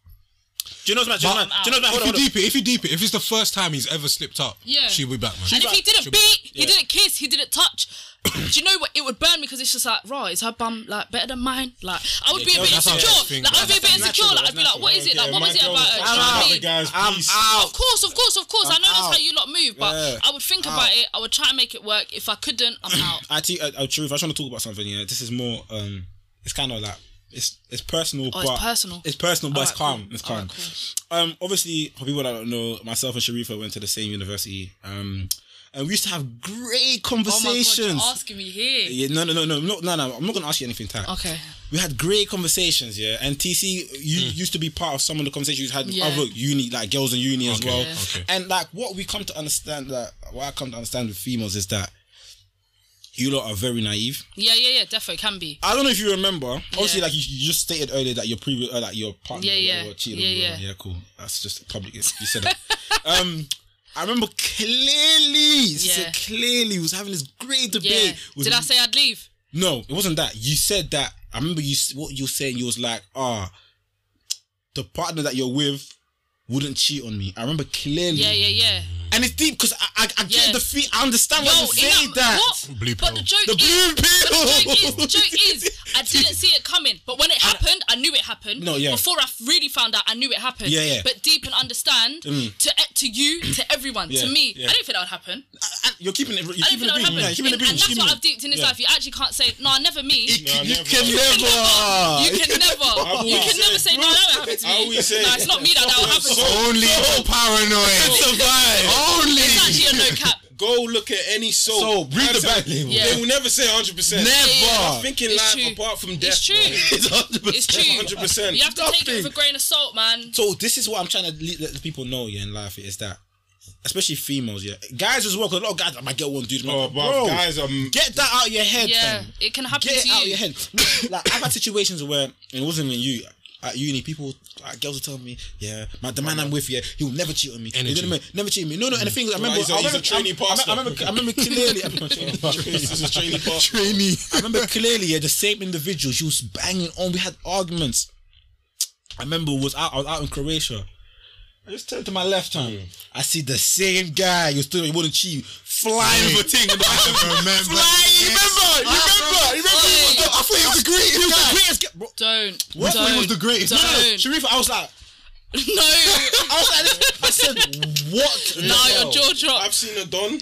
Speaker 2: Do you know what's mad? Do you know what's mad? Do you know what's mad? Hold on,
Speaker 12: If
Speaker 2: hold
Speaker 12: you
Speaker 2: on.
Speaker 12: deep it, if you deep it, if it's the first time he's ever slipped up,
Speaker 8: Yeah.
Speaker 12: she'll be back, man.
Speaker 8: and if he didn't
Speaker 12: she'll be-
Speaker 8: beat, he didn't kiss, he didn't touch. Do you know what? It would burn me because it's just like, raw. Is her bum like better than mine? Like, I would be a
Speaker 2: girls,
Speaker 8: bit
Speaker 2: that's how girls
Speaker 8: insecure.
Speaker 2: think,
Speaker 8: Like, I'd be a
Speaker 2: that's
Speaker 8: bit
Speaker 2: natural,
Speaker 8: insecure. Like,
Speaker 2: that's
Speaker 8: I'd be like, what is it?
Speaker 7: natural.
Speaker 8: Like, what was it
Speaker 7: Yeah,
Speaker 8: about
Speaker 7: my
Speaker 8: her? Do
Speaker 7: girl-
Speaker 8: you know
Speaker 7: I'm
Speaker 8: what I
Speaker 7: out.
Speaker 8: mean?
Speaker 7: Guys,
Speaker 2: I'm
Speaker 7: please.
Speaker 8: Of
Speaker 2: out.
Speaker 8: course, of course, of course. I know
Speaker 2: out.
Speaker 8: that's how you lot move, but
Speaker 2: Yeah.
Speaker 8: I would think about it. I would try and make it work. If I couldn't, I'm out.
Speaker 2: I think, uh, uh, truth. I just want to talk about something. Yeah, this is more. Um, it's kind of like it's it's personal,
Speaker 8: Oh, it's
Speaker 2: but
Speaker 8: personal.
Speaker 2: It's personal, but
Speaker 8: Alright,
Speaker 2: it's calm.
Speaker 8: cool.
Speaker 2: It's calm.
Speaker 8: Alright,
Speaker 2: Um, obviously, for people that don't know, myself and Sharifa went to the same university. Um, and we used to have great
Speaker 8: Oh my god, you're
Speaker 2: conversations.
Speaker 8: asking me here.
Speaker 2: yeah, no, no, no, no, no, no, no. I'm not gonna ask you anything, Ty.
Speaker 8: Okay.
Speaker 2: We had great conversations, yeah. And TC, you used to be part of some of the conversations you had with
Speaker 8: Mm. Yeah.
Speaker 2: other uni, like girls in uni as
Speaker 12: Okay,
Speaker 2: well.
Speaker 12: Yeah. okay.
Speaker 2: And like what we come to understand that what I come to understand with females is that you lot are very naive.
Speaker 8: Yeah, yeah, yeah. Defo can be.
Speaker 2: I don't know if you remember. Obviously,
Speaker 8: Yeah.
Speaker 2: like you, you just stated earlier that your previous, uh, like your partner,
Speaker 8: Yeah,
Speaker 2: or
Speaker 8: yeah.
Speaker 2: whatever, cheated, or
Speaker 8: Yeah,
Speaker 2: whatever.
Speaker 8: yeah.
Speaker 2: yeah, cool. That's just public. You said that. um, I remember clearly, so
Speaker 8: Yeah.
Speaker 2: clearly, we was having this great debate.
Speaker 8: Yeah.
Speaker 2: with
Speaker 8: Did I say I'd leave?
Speaker 2: no, it wasn't that. You said that. I remember you s- what you were saying. You was like, ah, the partner that you're with wouldn't cheat on me. I remember clearly.
Speaker 8: Yeah, yeah, yeah.
Speaker 2: And it's deep because I, I, I get
Speaker 8: Yeah.
Speaker 2: the feet. I understand why
Speaker 8: Yo,
Speaker 2: you
Speaker 8: in
Speaker 2: say that.
Speaker 8: What?
Speaker 12: Blue
Speaker 8: but
Speaker 12: pill.
Speaker 8: the joke
Speaker 2: The blue
Speaker 8: is, but the joke
Speaker 2: pill.
Speaker 8: is, the joke is, I didn't see it coming. But when it happened, I knew it happened.
Speaker 2: No, yeah.
Speaker 8: Before I really found out, I knew it happened.
Speaker 2: Yeah, yeah.
Speaker 8: But deep and understand to eh, to you, to everyone,
Speaker 2: Yeah,
Speaker 8: to me,
Speaker 2: yeah.
Speaker 8: I didn't think that would happen.
Speaker 2: I- I- you're keeping it. You're
Speaker 8: I didn't think that would
Speaker 2: keeping it being.
Speaker 8: happen.
Speaker 2: Yeah, you're keeping it
Speaker 8: and, and
Speaker 2: being. you're
Speaker 8: that's
Speaker 2: keeping
Speaker 8: what
Speaker 2: it-
Speaker 8: I've deeped in this
Speaker 2: yeah.
Speaker 8: life. You actually can't say no. Never me.
Speaker 7: No,
Speaker 2: you
Speaker 7: never.
Speaker 2: can
Speaker 8: You
Speaker 2: never.
Speaker 8: can never. You
Speaker 7: always
Speaker 8: can never say no. That happened
Speaker 7: I
Speaker 8: to me. No,
Speaker 7: always say-
Speaker 8: it's not me that that will happen. to.
Speaker 6: Only so paranoid. Only.
Speaker 8: It's actually a no cap.
Speaker 7: Go look at any soul.
Speaker 2: So read the back label.
Speaker 8: Yeah.
Speaker 7: They will never say 100. percent
Speaker 2: Never.
Speaker 7: I think in
Speaker 8: It's
Speaker 7: life,
Speaker 8: true.
Speaker 7: apart from death,
Speaker 8: It's true.
Speaker 7: bro,
Speaker 2: It's 100%.
Speaker 8: It's true.
Speaker 7: 100%.
Speaker 8: You have to take it
Speaker 2: Nothing.
Speaker 8: with a grain of salt, man.
Speaker 2: So this is what I'm trying to le- let the people know, yeah, in life is that, especially females, yeah, guys as well. 'cause a lot of guys, I might get one dude,
Speaker 7: Oh,
Speaker 2: like,
Speaker 7: but
Speaker 2: bro,
Speaker 7: guys, um,
Speaker 2: get that out of your head,
Speaker 8: Yeah,
Speaker 2: fam.
Speaker 8: it can happen
Speaker 2: get
Speaker 8: to
Speaker 2: it
Speaker 8: you.
Speaker 2: out of your head. like I've had situations where and it wasn't even you. At uni, people, like, girls will tell me, yeah, my the man I'm with, yeah, he will never cheat on me. He
Speaker 12: Energy.
Speaker 2: will never, never cheat on me. No, no. And the thing is, I remember,
Speaker 7: he's a-
Speaker 2: I
Speaker 7: he's a
Speaker 2: remember,
Speaker 7: trainee
Speaker 2: I, I, remember,
Speaker 7: pastor.
Speaker 2: I remember clearly.
Speaker 7: this is a trainee part.
Speaker 6: Trainee.
Speaker 2: I remember clearly, yeah, the same individual. She was banging on. We had arguments. I remember was out. I was out in Croatia. I just turned to my left hand. I see the same guy. You still, he wouldn't cheat. Flying for ting in the back of the
Speaker 6: Remember.
Speaker 2: Flying. You remember? You remember? You remember? he was the- I thought he was the greatest. He was the greatest. guy. Bro,
Speaker 8: Don't.
Speaker 2: I thought he was
Speaker 8: Don't.
Speaker 2: the greatest. No, no, no.
Speaker 8: Don't.
Speaker 2: Sharifa, I was like,
Speaker 8: No.
Speaker 2: I was like, this. I said, what? the
Speaker 8: No, your
Speaker 2: hell?
Speaker 8: jaw dropped.
Speaker 7: I've seen a don.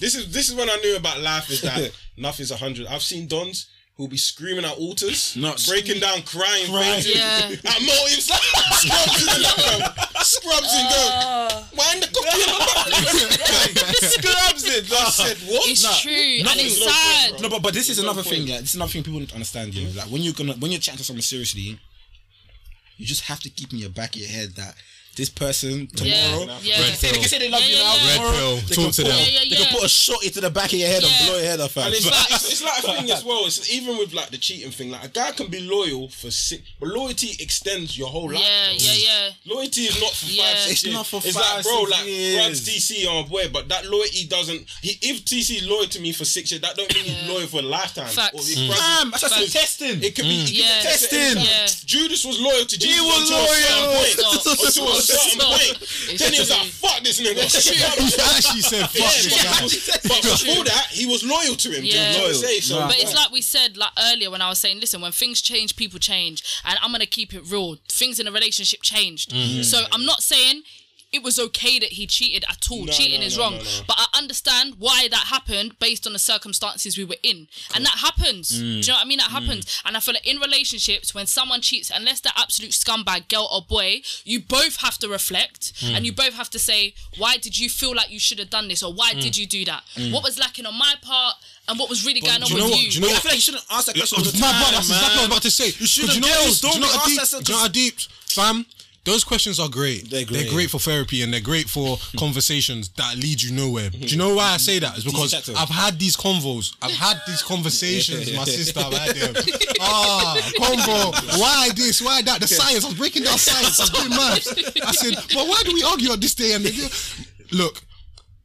Speaker 7: this is this is when I knew about life is that nothing's a hundred. I've seen dons who'll be screaming at altars,
Speaker 2: Not
Speaker 7: breaking down, crying,
Speaker 2: Crying.
Speaker 7: fainting.
Speaker 8: Yeah.
Speaker 7: At motives, like, scrubs in the background, scrubs in
Speaker 8: Ah.
Speaker 7: go. Why in the cookie in the background? Scrubs in. I said what?
Speaker 8: It's
Speaker 2: Nah,
Speaker 8: true, and
Speaker 2: nothing's
Speaker 8: it's
Speaker 7: no point,
Speaker 8: sad.
Speaker 7: bro.
Speaker 2: No, but but this is
Speaker 7: No
Speaker 2: another
Speaker 7: point.
Speaker 2: thing. Yeah, this is another thing people don't understand. You know, like when you're gonna when you're chatting to someone seriously, you just have to keep in your back of your head that
Speaker 7: this person
Speaker 8: Yeah,
Speaker 7: tomorrow.
Speaker 8: yeah.
Speaker 7: They can say- They can say they love
Speaker 8: Yeah,
Speaker 7: you
Speaker 8: yeah,
Speaker 7: now.
Speaker 8: yeah. Red
Speaker 7: tomorrow.
Speaker 10: pill.
Speaker 7: They
Speaker 10: Talk
Speaker 7: can
Speaker 10: to
Speaker 7: put-
Speaker 10: them.
Speaker 8: Yeah,
Speaker 7: They
Speaker 8: yeah.
Speaker 7: can put a shot into the back of your head and
Speaker 8: Yeah.
Speaker 7: blow your head off. fam.
Speaker 2: And it's like it's, it's like a thing as well. It's even with like the cheating thing. Like a guy can be loyal for six, but loyalty extends your whole life.
Speaker 8: Yeah,
Speaker 2: bro.
Speaker 8: yeah, yeah.
Speaker 2: Loyalty is not for
Speaker 8: Yeah.
Speaker 2: five. six
Speaker 7: It's
Speaker 2: years.
Speaker 7: not for
Speaker 2: It's
Speaker 7: five,
Speaker 2: like bro,
Speaker 7: six
Speaker 2: like
Speaker 7: years.
Speaker 2: Rod's DC on boy, but that loyalty doesn't. He, if TC loyal to me for six years, that don't mean he's loyal for a lifetime.
Speaker 8: Facts.
Speaker 2: Or if Rod's-
Speaker 7: Fam, Mm. that's just
Speaker 8: Facts.
Speaker 7: testing.
Speaker 2: It could be he
Speaker 8: Yeah.
Speaker 2: could test it any
Speaker 8: Testing.
Speaker 2: time.
Speaker 8: Yeah.
Speaker 2: Judas was loyal to Jesus.
Speaker 7: was
Speaker 2: until
Speaker 7: loyal.
Speaker 2: A certain point.
Speaker 8: Stop.
Speaker 2: until a certain
Speaker 8: Stop.
Speaker 2: point. Then he was like, "Fuck this nigga."
Speaker 10: He actually said, "Fuck this guy."
Speaker 2: but before that, he was loyal to him.
Speaker 8: Yeah.
Speaker 2: Yeah, loyal. Say, so
Speaker 8: But it's like we said like earlier when I was saying, listen, when things change, people change, and I'm gonna keep it real. Things in a relationship changed,
Speaker 2: Mm-hmm.
Speaker 8: so I'm not saying it was okay that he cheated at all. cheating
Speaker 2: no,
Speaker 8: is
Speaker 2: no,
Speaker 8: wrong,
Speaker 2: no, no.
Speaker 8: but I understand why that happened based on the circumstances we were in, and that happens. Do
Speaker 2: Mm.
Speaker 8: you know what I mean? That happens, and I feel like in relationships when someone cheats, unless they're absolute scumbag, girl or boy, you both have to reflect
Speaker 2: Mm.
Speaker 8: and you both have to say, why did you feel like you should have done this, or
Speaker 2: Mm.
Speaker 8: why did you do that? What was lacking on my part? And what was really going on
Speaker 6: do you
Speaker 8: with
Speaker 6: know what-
Speaker 8: you?
Speaker 6: do you know
Speaker 7: I
Speaker 6: what-
Speaker 7: feel like you shouldn't ask that question all
Speaker 6: That's
Speaker 7: the
Speaker 6: what
Speaker 7: time,
Speaker 6: that's
Speaker 7: man.
Speaker 6: exactly what I was about to say.
Speaker 7: You should
Speaker 6: But
Speaker 7: have
Speaker 6: do you know
Speaker 7: girls,
Speaker 6: what- do
Speaker 7: don't
Speaker 6: you know
Speaker 7: be
Speaker 6: what
Speaker 7: asked
Speaker 6: deep,
Speaker 7: that stuff
Speaker 6: do you know what deep, fam? Those questions are great.
Speaker 7: They're great. Hmm.
Speaker 6: for therapy and they're great for conversations that lead you nowhere. Do you know why I say that? It's because
Speaker 7: Detective.
Speaker 6: I've had these convos. I've had these conversations. My sister, I've had them. Ah, convo. Why this? Why that? The science. I was breaking down science. I was doing maths. I said, but why do we argue on this day and the Look,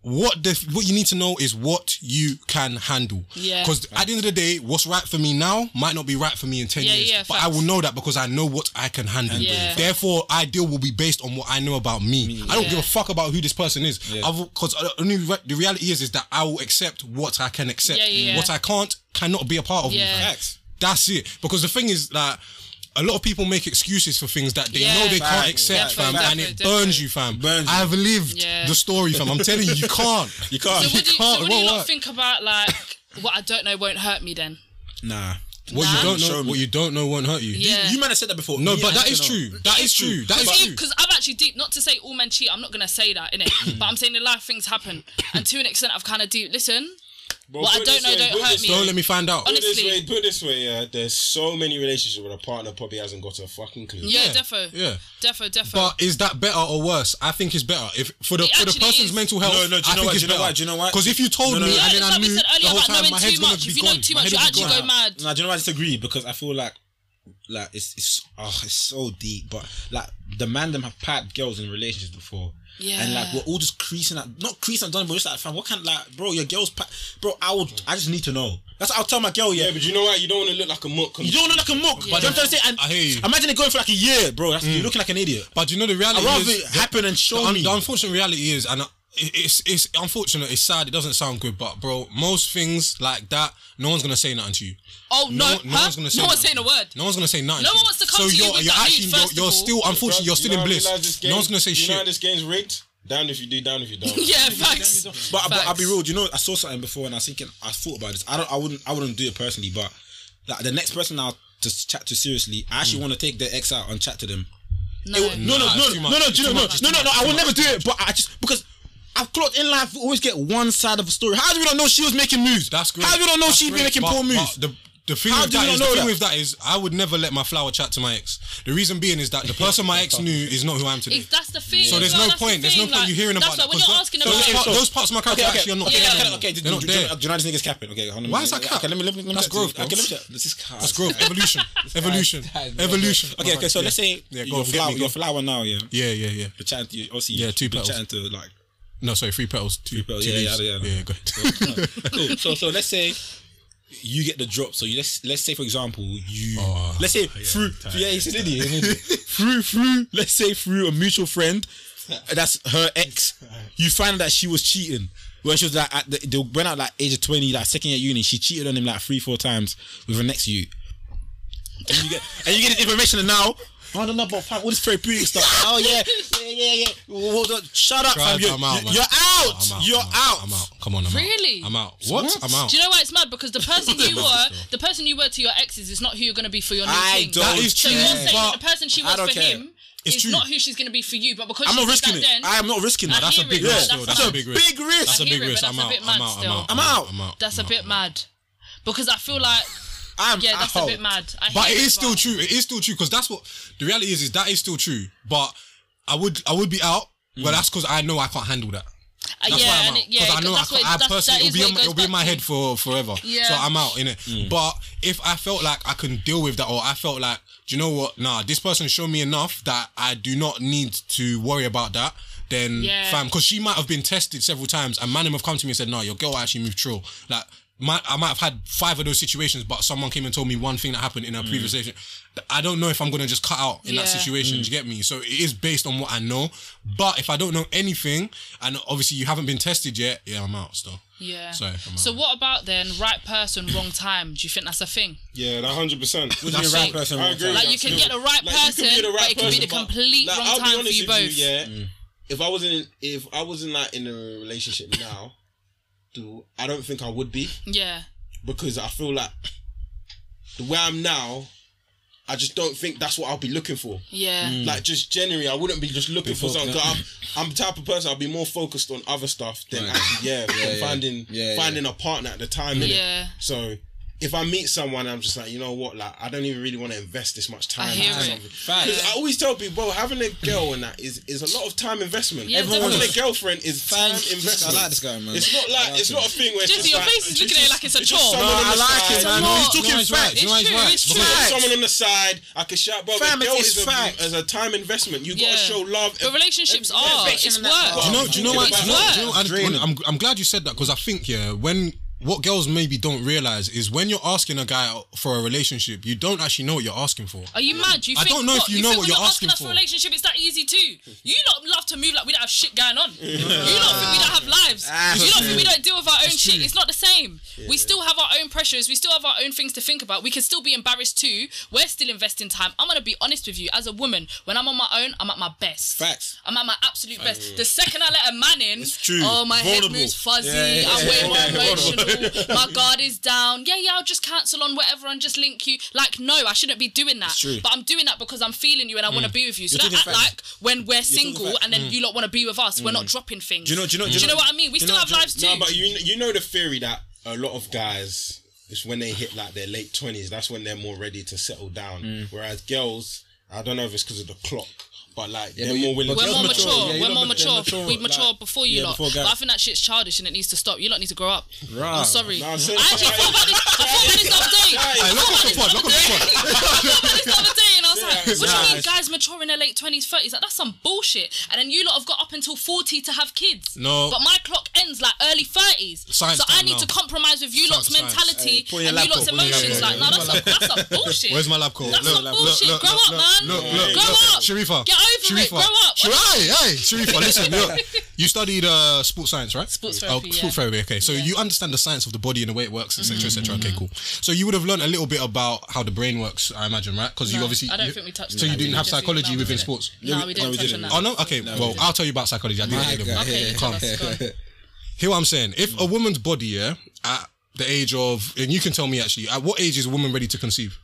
Speaker 6: what the what you need to know is what you can handle.
Speaker 8: Yeah.
Speaker 6: Because at the end of the day, what's right for me now might not be right for me in ten
Speaker 8: Yeah,
Speaker 6: years.
Speaker 8: yeah,
Speaker 6: but
Speaker 8: facts.
Speaker 6: I will know that because I know what I can handle.
Speaker 8: Yeah.
Speaker 6: Therefore, ideal will be based on what I know about me. I don't give a fuck about who this person is. Because uh, only re- the reality is is that I will accept what I can accept.
Speaker 8: Yeah, yeah, yeah.
Speaker 6: What I can't cannot be a part of. me.
Speaker 8: Yeah.
Speaker 7: Facts.
Speaker 6: That's it. Because the thing is that a lot of people make excuses for things that they
Speaker 8: Yeah.
Speaker 6: know they can't
Speaker 7: Facts.
Speaker 6: accept, fam,
Speaker 8: Definitely,
Speaker 6: and it
Speaker 8: definitely,
Speaker 6: burns you, fam.
Speaker 7: Burns you.
Speaker 6: I've lived
Speaker 8: Yeah.
Speaker 6: the story, fam. I'm telling you, you can't.
Speaker 7: You can't.
Speaker 8: So what do you, so
Speaker 6: can't, it
Speaker 8: what do you
Speaker 6: won't
Speaker 8: not
Speaker 6: work.
Speaker 8: think about like what I don't know won't hurt me then?
Speaker 7: Nah.
Speaker 6: What
Speaker 8: Nah.
Speaker 6: you don't know,
Speaker 7: Show me.
Speaker 6: what you don't know won't hurt you.
Speaker 8: Yeah.
Speaker 7: You might have said that before.
Speaker 6: No,
Speaker 7: Me,
Speaker 6: but
Speaker 7: I
Speaker 6: that
Speaker 7: don't
Speaker 6: is
Speaker 7: know.
Speaker 6: true. That is true. That is true.
Speaker 8: Because I've actually deep not to say all men cheat. I'm not gonna say that in it, but I'm saying in life things happen, and to an extent I've kind of deep listen. what I
Speaker 2: put it
Speaker 8: don't
Speaker 2: this
Speaker 8: know
Speaker 2: way,
Speaker 8: don't
Speaker 2: put
Speaker 8: hurt
Speaker 2: this-
Speaker 8: me.
Speaker 6: Don't let me find out.
Speaker 8: Honest-
Speaker 2: Put it this
Speaker 8: Honestly.
Speaker 2: way, put it this way, yeah. There's so many relationships where a partner probably hasn't got a fucking clue.
Speaker 8: yeah,
Speaker 6: Yeah,
Speaker 8: defo.
Speaker 6: yeah.
Speaker 8: defo, defo.
Speaker 6: But is that better or worse? I think it's better if for the
Speaker 8: It
Speaker 6: for the
Speaker 8: actually
Speaker 6: person's
Speaker 8: is.
Speaker 6: mental health.
Speaker 7: No, no, do
Speaker 6: I
Speaker 7: you know
Speaker 6: think
Speaker 7: why?
Speaker 6: it's
Speaker 7: Do you know
Speaker 6: better.
Speaker 7: why? Do you know why?
Speaker 6: Because if you told
Speaker 7: No, no,
Speaker 6: me
Speaker 7: no.
Speaker 6: and then
Speaker 8: Yeah,
Speaker 6: I
Speaker 8: that's what we
Speaker 6: knew
Speaker 8: said earlier
Speaker 6: the whole
Speaker 8: about
Speaker 6: time,
Speaker 8: knowing
Speaker 6: my
Speaker 8: too
Speaker 6: head's gonna
Speaker 8: much.
Speaker 6: be
Speaker 8: If you know
Speaker 6: gone.
Speaker 8: too
Speaker 6: My
Speaker 8: much,
Speaker 6: head will
Speaker 8: you
Speaker 6: be
Speaker 8: actually
Speaker 6: gone.
Speaker 8: go mad.
Speaker 7: Nah, do you know why I disagree? Because I feel like, like it's it's oh, it's so deep. But like the man them have pat girls in relationships before.
Speaker 8: Yeah.
Speaker 7: And like we're all just creasing at not creasing at done, but just like fam, what can like bro, your girls pat bro, I would I just need to know. That's what I'll tell my girl, yeah.
Speaker 2: Yeah, but you know what? You don't want to look like a muck.
Speaker 7: you don't look like a muck.
Speaker 8: Yeah.
Speaker 7: But I'm trying to say, and
Speaker 6: I hear you.
Speaker 7: Imagine it going for like a year, bro. That's, You're looking like an idiot.
Speaker 6: But you know the reality
Speaker 7: I'd rather
Speaker 6: is
Speaker 7: it happen and show
Speaker 6: the, un-
Speaker 7: me.
Speaker 6: the unfortunate reality is, and I- it- it's it's unfortunate. It's sad. It doesn't sound good, but bro, most things like that, no one's gonna say nothing to you.
Speaker 8: oh no,
Speaker 6: no, no
Speaker 8: huh?
Speaker 6: one's gonna say
Speaker 8: no
Speaker 6: nothing.
Speaker 8: one's saying a word.
Speaker 6: No one's gonna say nothing.
Speaker 8: No
Speaker 6: to
Speaker 8: one
Speaker 6: you.
Speaker 8: wants to
Speaker 6: so
Speaker 8: come to you
Speaker 6: you're,
Speaker 8: with
Speaker 6: you're
Speaker 8: that
Speaker 6: actually
Speaker 8: need,
Speaker 6: you're,
Speaker 8: first
Speaker 6: you're
Speaker 8: of all.
Speaker 6: still unfortunately you're still in bliss. No one's gonna say
Speaker 2: you
Speaker 6: shit.
Speaker 2: You know how this game's rigged? Down if you do, down if you don't.
Speaker 8: Yeah, facts.
Speaker 7: But, but I'll
Speaker 8: Facts.
Speaker 7: be real. do You know, I saw something before, and I was thinking, I thought about this. I don't, I wouldn't, I wouldn't do it personally. But like the next person I'll just chat to seriously, I
Speaker 2: Hmm.
Speaker 7: actually want to take their ex out and chat to them.
Speaker 8: No,
Speaker 7: No, no,
Speaker 6: Nah,
Speaker 7: no,
Speaker 6: it's too
Speaker 7: no,
Speaker 6: much.
Speaker 7: no, no,
Speaker 6: It's
Speaker 7: do you
Speaker 6: too
Speaker 7: know,
Speaker 6: much.
Speaker 7: no, no, no, no. I would never do it. But I just because. I've clocked in life, we always get one side of a story. How do we not know she was making moves?
Speaker 6: That's great.
Speaker 7: How do we not know
Speaker 6: That's
Speaker 7: she'd be
Speaker 6: great.
Speaker 7: making
Speaker 6: But-
Speaker 7: poor
Speaker 6: but
Speaker 7: moves?
Speaker 6: The, the thing,
Speaker 7: How
Speaker 6: with,
Speaker 7: do
Speaker 6: that
Speaker 7: you
Speaker 6: is,
Speaker 7: not know
Speaker 6: the thing
Speaker 7: that?
Speaker 6: with that is, I would never let my flower chat to my ex. The reason being is that the person my ex knew is not who I am today.
Speaker 8: It's- that's the thing.
Speaker 6: So there's no
Speaker 8: bro, that's the
Speaker 6: point. There's no
Speaker 8: thing,
Speaker 6: point you
Speaker 8: like,
Speaker 6: hearing
Speaker 8: that's
Speaker 6: about
Speaker 8: why
Speaker 6: that.
Speaker 8: when you're
Speaker 6: because
Speaker 8: asking
Speaker 6: tho-
Speaker 8: about
Speaker 6: those, part- those parts of my character
Speaker 7: Okay, okay,
Speaker 6: actually are not there.
Speaker 7: okay, okay, okay,
Speaker 6: anymore.
Speaker 7: okay.
Speaker 6: They're
Speaker 7: Do,
Speaker 6: not
Speaker 7: do, do, do,
Speaker 6: there.
Speaker 7: do you know this nigga's capping? Okay, hold on,
Speaker 6: Why is that
Speaker 7: okay,
Speaker 6: cap?
Speaker 7: Okay, let me, let me, let me
Speaker 6: That's
Speaker 7: chat to you.
Speaker 6: growth, bro.
Speaker 7: Okay, let me chat. This is cap.
Speaker 6: That's growth, evolution, evolution, evolution.
Speaker 7: Okay, okay. So let's say
Speaker 6: Yeah, go
Speaker 7: your
Speaker 6: on, get
Speaker 7: flower,
Speaker 6: me,
Speaker 7: your
Speaker 6: go.
Speaker 7: flower now, yeah.
Speaker 6: Yeah, yeah, yeah.
Speaker 7: You're chatting to, obviously,
Speaker 6: Yeah, two
Speaker 7: you're
Speaker 6: petals.
Speaker 7: chatting to like
Speaker 6: No, sorry, three petals, two,
Speaker 7: petals,
Speaker 6: two
Speaker 7: yeah,
Speaker 6: leaves.
Speaker 7: yeah, yeah, yeah.
Speaker 6: yeah. Go ahead.
Speaker 7: cool. So so let's say you get the drop. So you, let's let's say for example you
Speaker 6: Oh,
Speaker 7: let's say through yeah he's an idiot, he's an idiot. through through let's say through a mutual friend uh, that's her ex. You find that she was cheating. When she was like at the, they went out like age of twenty, like second year uni, she cheated on him like three four times with her next you. And you get and you get this information and now. I don't know about fam, all this therapeutic stuff. Oh yeah, yeah, yeah, yeah. Well, well, shut up,
Speaker 6: Tried,
Speaker 7: fam. You're,
Speaker 6: I'm out, man.
Speaker 7: you're, you're out.
Speaker 6: I'm out.
Speaker 7: You're
Speaker 6: I'm
Speaker 7: out.
Speaker 6: I'm out. Come on, I'm
Speaker 8: Really?
Speaker 6: out. I'm out. What? I'm out.
Speaker 8: Do you know why it's mad? Because the person you were, the person you were to your exes, is not who you're going to be for your new
Speaker 7: I
Speaker 8: thing.
Speaker 7: don't That is
Speaker 8: so
Speaker 7: true,
Speaker 8: you're saying that
Speaker 7: but
Speaker 8: the person she
Speaker 7: I
Speaker 8: was
Speaker 7: don't
Speaker 8: for
Speaker 7: care.
Speaker 8: him
Speaker 7: It's
Speaker 8: is
Speaker 7: true.
Speaker 8: not who she's going to be for you. But because
Speaker 7: I'm
Speaker 8: she
Speaker 7: not
Speaker 8: did
Speaker 7: risking
Speaker 8: that
Speaker 7: it.
Speaker 8: Then,
Speaker 7: I am not risking
Speaker 8: I
Speaker 7: it.
Speaker 6: That's a
Speaker 8: hear
Speaker 6: big
Speaker 8: it,
Speaker 6: risk.
Speaker 8: but
Speaker 6: though.
Speaker 8: that's
Speaker 6: That's a
Speaker 8: mad.
Speaker 6: big risk.
Speaker 7: Big risk.
Speaker 6: That's a
Speaker 8: I hear
Speaker 6: big
Speaker 8: it,
Speaker 6: risk.
Speaker 8: but
Speaker 6: I'm
Speaker 8: that's a
Speaker 6: out.
Speaker 8: bit
Speaker 6: I'm
Speaker 8: mad
Speaker 6: out. I'm
Speaker 8: still.
Speaker 6: out.
Speaker 7: I'm out.
Speaker 6: I'm out.
Speaker 8: That's a
Speaker 6: I'm
Speaker 8: bit
Speaker 6: out.
Speaker 8: mad. Because I feel like
Speaker 7: I'm
Speaker 8: yeah, that's a
Speaker 7: out.
Speaker 8: bit mad. I
Speaker 6: But
Speaker 8: hear
Speaker 6: it is still
Speaker 8: but-
Speaker 6: true. It is still true because that's what the reality is. Is that is still true. But I would I would be out,
Speaker 7: Mm.
Speaker 6: but that's because I know I can't handle that.
Speaker 8: Uh,
Speaker 6: That's
Speaker 8: yeah,
Speaker 6: why I'm
Speaker 8: and
Speaker 6: out.
Speaker 8: it, yeah,
Speaker 6: Because I know I,
Speaker 8: that's
Speaker 6: can't,
Speaker 8: what it-
Speaker 6: I
Speaker 8: that's-
Speaker 6: personally, it'll
Speaker 8: that is
Speaker 6: be,
Speaker 8: what
Speaker 6: in,
Speaker 8: it
Speaker 6: it'll
Speaker 8: goes
Speaker 6: be in
Speaker 8: back
Speaker 6: my
Speaker 8: to.
Speaker 6: head for forever.
Speaker 8: Yeah. Mm.
Speaker 6: So I'm out in it. But if I felt like I can deal with that, or I felt like, do you know what? Nah, this person showed me enough that I do not need to worry about that. Then,
Speaker 8: Yeah.
Speaker 6: fam, because she might have been tested several times, and man them have come to me and said, "No, your girl actually moved through." Like, my, I might have had five of those situations, but someone came and told me one thing that happened in a previous relationship. I don't know if I'm gonna just cut out in that
Speaker 8: Yeah.
Speaker 6: situation situation. Do you get me? So it is based on what I know. But if I don't know anything, and obviously you haven't been tested yet, yeah, I'm out still.
Speaker 8: Yeah.
Speaker 6: Sorry, I'm out.
Speaker 8: so what about then right person, wrong time? Do you think that's a thing?
Speaker 2: Yeah, that hundred percent.
Speaker 7: do you mean right person,
Speaker 2: I
Speaker 7: wrong
Speaker 2: agree.
Speaker 7: time?
Speaker 2: with
Speaker 8: Like you
Speaker 2: that
Speaker 8: can
Speaker 2: still.
Speaker 8: get the right
Speaker 2: Like, you
Speaker 8: person,
Speaker 2: can be the right
Speaker 8: but it can be
Speaker 2: person,
Speaker 8: the
Speaker 2: but,
Speaker 8: complete
Speaker 2: like,
Speaker 8: wrong
Speaker 2: I'll be
Speaker 8: time for
Speaker 2: honest
Speaker 8: you
Speaker 2: with
Speaker 8: both.
Speaker 2: yeah,
Speaker 7: Mm.
Speaker 2: if I wasn't in- if I wasn't like in a relationship now, do I don't think I would be
Speaker 8: yeah.
Speaker 2: because I feel like the way I'm now, I just don't think that's what I'll be looking for.
Speaker 8: Yeah.
Speaker 7: Mm.
Speaker 2: Like just generally, I wouldn't be just looking for
Speaker 7: fo-
Speaker 2: something. 'cause I'm, I'm the type of person I'll be more focused on other stuff than actually, yeah, than
Speaker 7: yeah.
Speaker 2: finding
Speaker 7: Yeah, yeah.
Speaker 2: finding a partner at the time. innit?
Speaker 8: Yeah.
Speaker 2: So if I meet someone, I'm just like, you know what, like I don't even really want to invest this much time.
Speaker 8: I hear it.
Speaker 2: into something. 'Cause I always tell people, bro, having a girl and that is is a lot of time investment.
Speaker 8: Yeah,
Speaker 2: Everyone having a
Speaker 8: definitely.
Speaker 2: girlfriend is time
Speaker 7: This guy-
Speaker 2: investment.
Speaker 7: I like this guy, man.
Speaker 2: It's not
Speaker 7: I
Speaker 2: like
Speaker 7: like
Speaker 2: it's
Speaker 7: him.
Speaker 2: not a thing where it's
Speaker 8: Jesse,
Speaker 2: just
Speaker 8: your
Speaker 2: like,
Speaker 8: face is looking at it like it's a
Speaker 2: just
Speaker 8: chore.
Speaker 2: someone
Speaker 7: I
Speaker 2: on the
Speaker 7: like it,
Speaker 2: side.
Speaker 7: man.
Speaker 8: No,
Speaker 7: He's
Speaker 8: it's
Speaker 7: talking
Speaker 8: true,
Speaker 7: facts. You know he's
Speaker 8: it's
Speaker 7: right.
Speaker 8: true.
Speaker 7: Because
Speaker 2: Put someone on the side, I can shout, bro.
Speaker 7: Fam,
Speaker 2: Fam,
Speaker 7: it
Speaker 2: girl
Speaker 7: is
Speaker 2: is,
Speaker 7: fact.
Speaker 2: a, as a time investment. You
Speaker 8: Yeah.
Speaker 2: gotta show love.
Speaker 8: But relationships are it's
Speaker 6: Do
Speaker 8: work.
Speaker 6: you know? Do you know what?
Speaker 8: It's
Speaker 6: Do you know, do you know
Speaker 8: work.
Speaker 6: and- I'm, I'm glad you said that because I think yeah, when what girls maybe don't realize is when you're asking a guy out for a relationship, you don't actually know what you're asking for.
Speaker 8: Are you mad? Do you
Speaker 6: I
Speaker 8: think,
Speaker 6: don't know if
Speaker 8: what,
Speaker 6: you know
Speaker 8: think
Speaker 6: what
Speaker 8: when
Speaker 6: you're asking
Speaker 8: asking us for.
Speaker 6: for.
Speaker 8: a relationship, it's that easy too. You don't love to move like we don't have shit going on. you don't think we don't have lives.
Speaker 6: Ah.
Speaker 8: you don't think we don't deal with our own shit. It's not the same. We still have our own pressures. We still have our own things to think about. We can still be embarrassed too. We're still investing time. I'm gonna be honest with you. As a woman, when I'm on my own, I'm at my best.
Speaker 7: Facts.
Speaker 8: I'm at my absolute best. The second I let a man in,
Speaker 7: It's true.
Speaker 8: oh my
Speaker 7: Vulnerable.
Speaker 8: head moves fuzzy.
Speaker 7: Yeah, yeah,
Speaker 8: I'm
Speaker 7: yeah,
Speaker 8: way
Speaker 7: yeah,
Speaker 8: more
Speaker 7: yeah, vulnerable.
Speaker 8: emotional. my guard is down. Yeah, yeah, I'll just cancel on whatever and just link you. Like, no, I shouldn't be doing that.
Speaker 7: true. Mm.
Speaker 8: But I'm doing that because I'm feeling you and I want to be with you. So
Speaker 7: You're
Speaker 8: don't act
Speaker 7: talking
Speaker 8: like when we're
Speaker 7: talking
Speaker 8: single
Speaker 7: facts. Mm.
Speaker 8: and then you lot want to be with us. We're not dropping things.
Speaker 7: Do you know- do you know- do
Speaker 8: Do
Speaker 7: you
Speaker 8: you
Speaker 7: know-
Speaker 8: know what I mean? We
Speaker 7: do you
Speaker 8: still
Speaker 7: know-
Speaker 8: have
Speaker 7: do you know-
Speaker 8: lives too.
Speaker 2: No, but you you know the theory that a lot of guys is when they hit like their late twenties, that's when they're more ready to settle down.
Speaker 7: Mm.
Speaker 2: Whereas girls, I don't know if it's because of the clock, but like they're
Speaker 7: but you-
Speaker 2: more willing.
Speaker 7: but
Speaker 8: we're
Speaker 2: to
Speaker 8: more
Speaker 7: Girls
Speaker 8: mature.
Speaker 7: mature, yeah, you
Speaker 8: we're
Speaker 7: lot
Speaker 8: more
Speaker 7: ma- they're
Speaker 8: mature.
Speaker 7: mature,
Speaker 8: We've matured
Speaker 7: like-
Speaker 8: before you
Speaker 7: yeah,
Speaker 8: lot.
Speaker 7: before guys.
Speaker 8: but I think that shit's childish and it needs to stop. You lot need to grow up.
Speaker 7: Rah.
Speaker 8: I'm sorry.
Speaker 2: No,
Speaker 8: I
Speaker 2: I'm
Speaker 8: actually
Speaker 2: saying-
Speaker 8: thought about this. I thought about this the other day.
Speaker 2: Guys,
Speaker 6: Hey, lock up the pod. Lock up the pod.
Speaker 8: this the other day and I was like,
Speaker 2: Yeah,
Speaker 8: what do
Speaker 2: nah,
Speaker 8: you mean
Speaker 2: it's-
Speaker 8: guys mature in their late 20s, 30s? Like, that's some bullshit. And then you lot have got up until 40 to have kids.
Speaker 6: No.
Speaker 8: But my clock ends like early 30s.
Speaker 6: Science
Speaker 8: so I
Speaker 6: time
Speaker 8: need
Speaker 6: now.
Speaker 8: to compromise with you
Speaker 6: Science,
Speaker 8: lot's
Speaker 6: science.
Speaker 8: mentality
Speaker 7: Hey, pull your
Speaker 8: and you lot's
Speaker 7: laptop, pull your
Speaker 8: emotions.
Speaker 7: laptop.
Speaker 8: Like, no, that's some that's some bullshit.
Speaker 6: Where's my lap coat?
Speaker 8: That's
Speaker 6: Look,
Speaker 8: some
Speaker 6: look,
Speaker 8: bullshit.
Speaker 6: look,
Speaker 8: Grow
Speaker 6: look,
Speaker 8: up,
Speaker 6: look,
Speaker 8: man.
Speaker 6: Look, look,
Speaker 8: Grow
Speaker 6: look.
Speaker 8: up.
Speaker 6: Sharifa.
Speaker 8: Get over it.
Speaker 6: Sharifa.
Speaker 8: Grow up.
Speaker 6: Shari- Hey, hey, Sharifa, listen, look. You studied uh, sports science, right?
Speaker 8: Sports
Speaker 6: Oh,
Speaker 8: therapy, yeah. Mm. Mm-hmm.
Speaker 6: sports therapy, okay. So you understand the science of the body and the way it works, etc., etc. Okay, cool. So you would have learned a little bit about how the brain works, I imagine, right? Because you
Speaker 8: No,
Speaker 6: obviously.
Speaker 8: I don't
Speaker 6: you-
Speaker 8: think we touched
Speaker 6: So
Speaker 8: on
Speaker 6: you
Speaker 8: that.
Speaker 6: didn't have
Speaker 8: Jesse, no,
Speaker 6: psychology
Speaker 8: we
Speaker 6: within
Speaker 8: didn't.
Speaker 6: sports?
Speaker 8: No, we didn't touch on
Speaker 6: Oh
Speaker 8: that.
Speaker 6: no. Okay. well, I'll tell you about psychology. I didn't
Speaker 7: My
Speaker 6: read them.
Speaker 7: God.
Speaker 8: Okay,
Speaker 7: Yeah,
Speaker 8: tell
Speaker 6: yeah,
Speaker 8: us,
Speaker 6: yeah.
Speaker 8: go on.
Speaker 6: Hear what I'm saying? If a woman's body, yeah, at the age of, and you can tell me actually, at what age is a woman ready to conceive,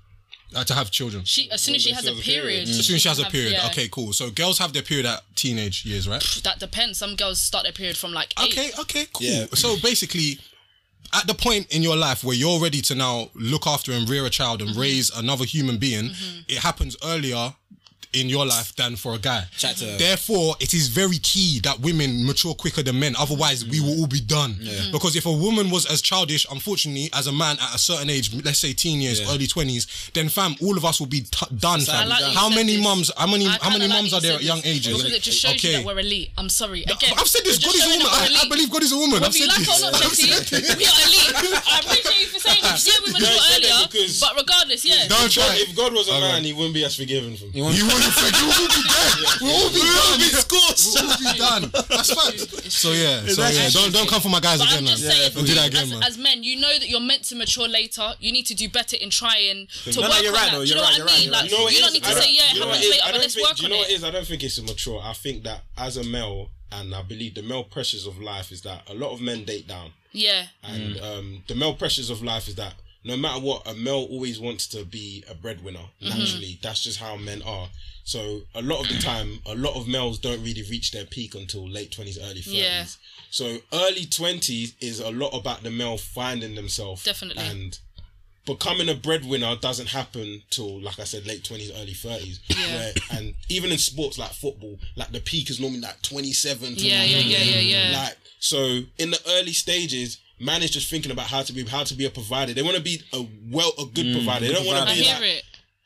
Speaker 6: uh, to have children?
Speaker 8: She, as soon as she has a period.
Speaker 6: As soon as she has a
Speaker 8: have-
Speaker 6: period.
Speaker 8: yeah.
Speaker 6: Okay, cool. So girls have their period at teenage years, right?
Speaker 8: That depends. Some girls start their period from like eight.
Speaker 6: Okay, okay, cool.
Speaker 7: Yeah.
Speaker 6: So basically, at the point in your life where you're ready to now look after and rear a child
Speaker 8: Mm-hmm.
Speaker 6: and raise another human being, it happens earlier in your life than for a guy.
Speaker 7: Chat to her.
Speaker 6: Therefore, it is very key that women mature quicker than men. Otherwise, we will all be done.
Speaker 8: Mm-hmm.
Speaker 6: Because if a woman was as childish, unfortunately, as a man at a certain age, let's say teen years,
Speaker 7: Yeah.
Speaker 6: early twenties, then fam, all of us will be t- done. Fam.
Speaker 8: like that you
Speaker 6: how
Speaker 8: said
Speaker 6: many
Speaker 8: this.
Speaker 6: mums? How many?
Speaker 8: I
Speaker 6: How
Speaker 8: kinda
Speaker 6: many
Speaker 8: like
Speaker 6: mums are
Speaker 8: that you
Speaker 6: there at
Speaker 8: said
Speaker 6: young
Speaker 8: this,
Speaker 6: ages?
Speaker 8: Because it just shows you that we're elite. I'm sorry. Again,
Speaker 6: I've said this.
Speaker 8: it just
Speaker 6: God is a
Speaker 8: shows
Speaker 6: woman.
Speaker 8: that
Speaker 6: I, I
Speaker 8: we're elite.
Speaker 6: believe God is a woman. I've
Speaker 8: Whether you
Speaker 6: said
Speaker 8: like it
Speaker 6: this.
Speaker 8: or not, Jesse, we are elite. I appreciate you for saying this. Yeah, we were
Speaker 2: Yeah, I said
Speaker 8: earlier,
Speaker 2: that because-
Speaker 8: but regardless, yeah.
Speaker 6: Don't
Speaker 2: If
Speaker 6: try.
Speaker 2: God, if God was a man, he wouldn't be as forgiving from.
Speaker 6: You will be dead. You will be dead. We'll all be done. We'll all be done. That's fact. So yeah. So yeah. Don't don't come for my guys
Speaker 8: But
Speaker 6: again,
Speaker 8: I'm
Speaker 6: man.
Speaker 8: just saying,
Speaker 6: Don't do that
Speaker 8: as,
Speaker 6: again, man.
Speaker 8: as men, you know that you're meant to mature later. You need to do better in trying to
Speaker 7: No, no,
Speaker 8: work
Speaker 7: you're
Speaker 8: on
Speaker 7: right,
Speaker 8: that.
Speaker 7: though.
Speaker 8: Do you
Speaker 7: You're
Speaker 8: know
Speaker 7: right,
Speaker 8: what
Speaker 7: you're
Speaker 8: I
Speaker 7: right,
Speaker 8: mean?
Speaker 7: you're
Speaker 8: Like,
Speaker 7: right.
Speaker 8: you don't need to
Speaker 2: I
Speaker 8: say, yeah, it
Speaker 2: you know what
Speaker 8: happens
Speaker 2: it is?
Speaker 8: later,
Speaker 2: I
Speaker 8: but
Speaker 2: don't
Speaker 8: let's
Speaker 2: think-
Speaker 8: work
Speaker 2: do you
Speaker 8: on
Speaker 2: know what it
Speaker 8: it.
Speaker 2: is? I don't think it's immature. I think that as a male, and I believe the male pressures of life is that a lot of men date down,
Speaker 8: Yeah.
Speaker 2: and um, the male pressures of life is that no matter what, a male always wants to be a breadwinner.
Speaker 8: Mm-hmm.
Speaker 2: Naturally, that's just how men are. So a lot of the time, a lot of males don't really reach their peak until late twenties, early thirties.
Speaker 8: Yeah.
Speaker 2: So early twenties is a lot about the male finding themselves
Speaker 8: Definitely.
Speaker 2: and becoming a breadwinner doesn't happen till like I said late 20s early 30s
Speaker 8: Yeah.
Speaker 2: where, and even in sports like football like the peak is normally like 27
Speaker 8: Yeah,
Speaker 7: Mm-hmm.
Speaker 8: yeah, yeah, yeah, yeah.
Speaker 2: like so in the early stages man is just thinking about how to be how to be a provider they want to be a well a good
Speaker 7: Mm,
Speaker 2: provider they don't want
Speaker 8: I
Speaker 2: to be
Speaker 8: hear
Speaker 2: like
Speaker 8: it.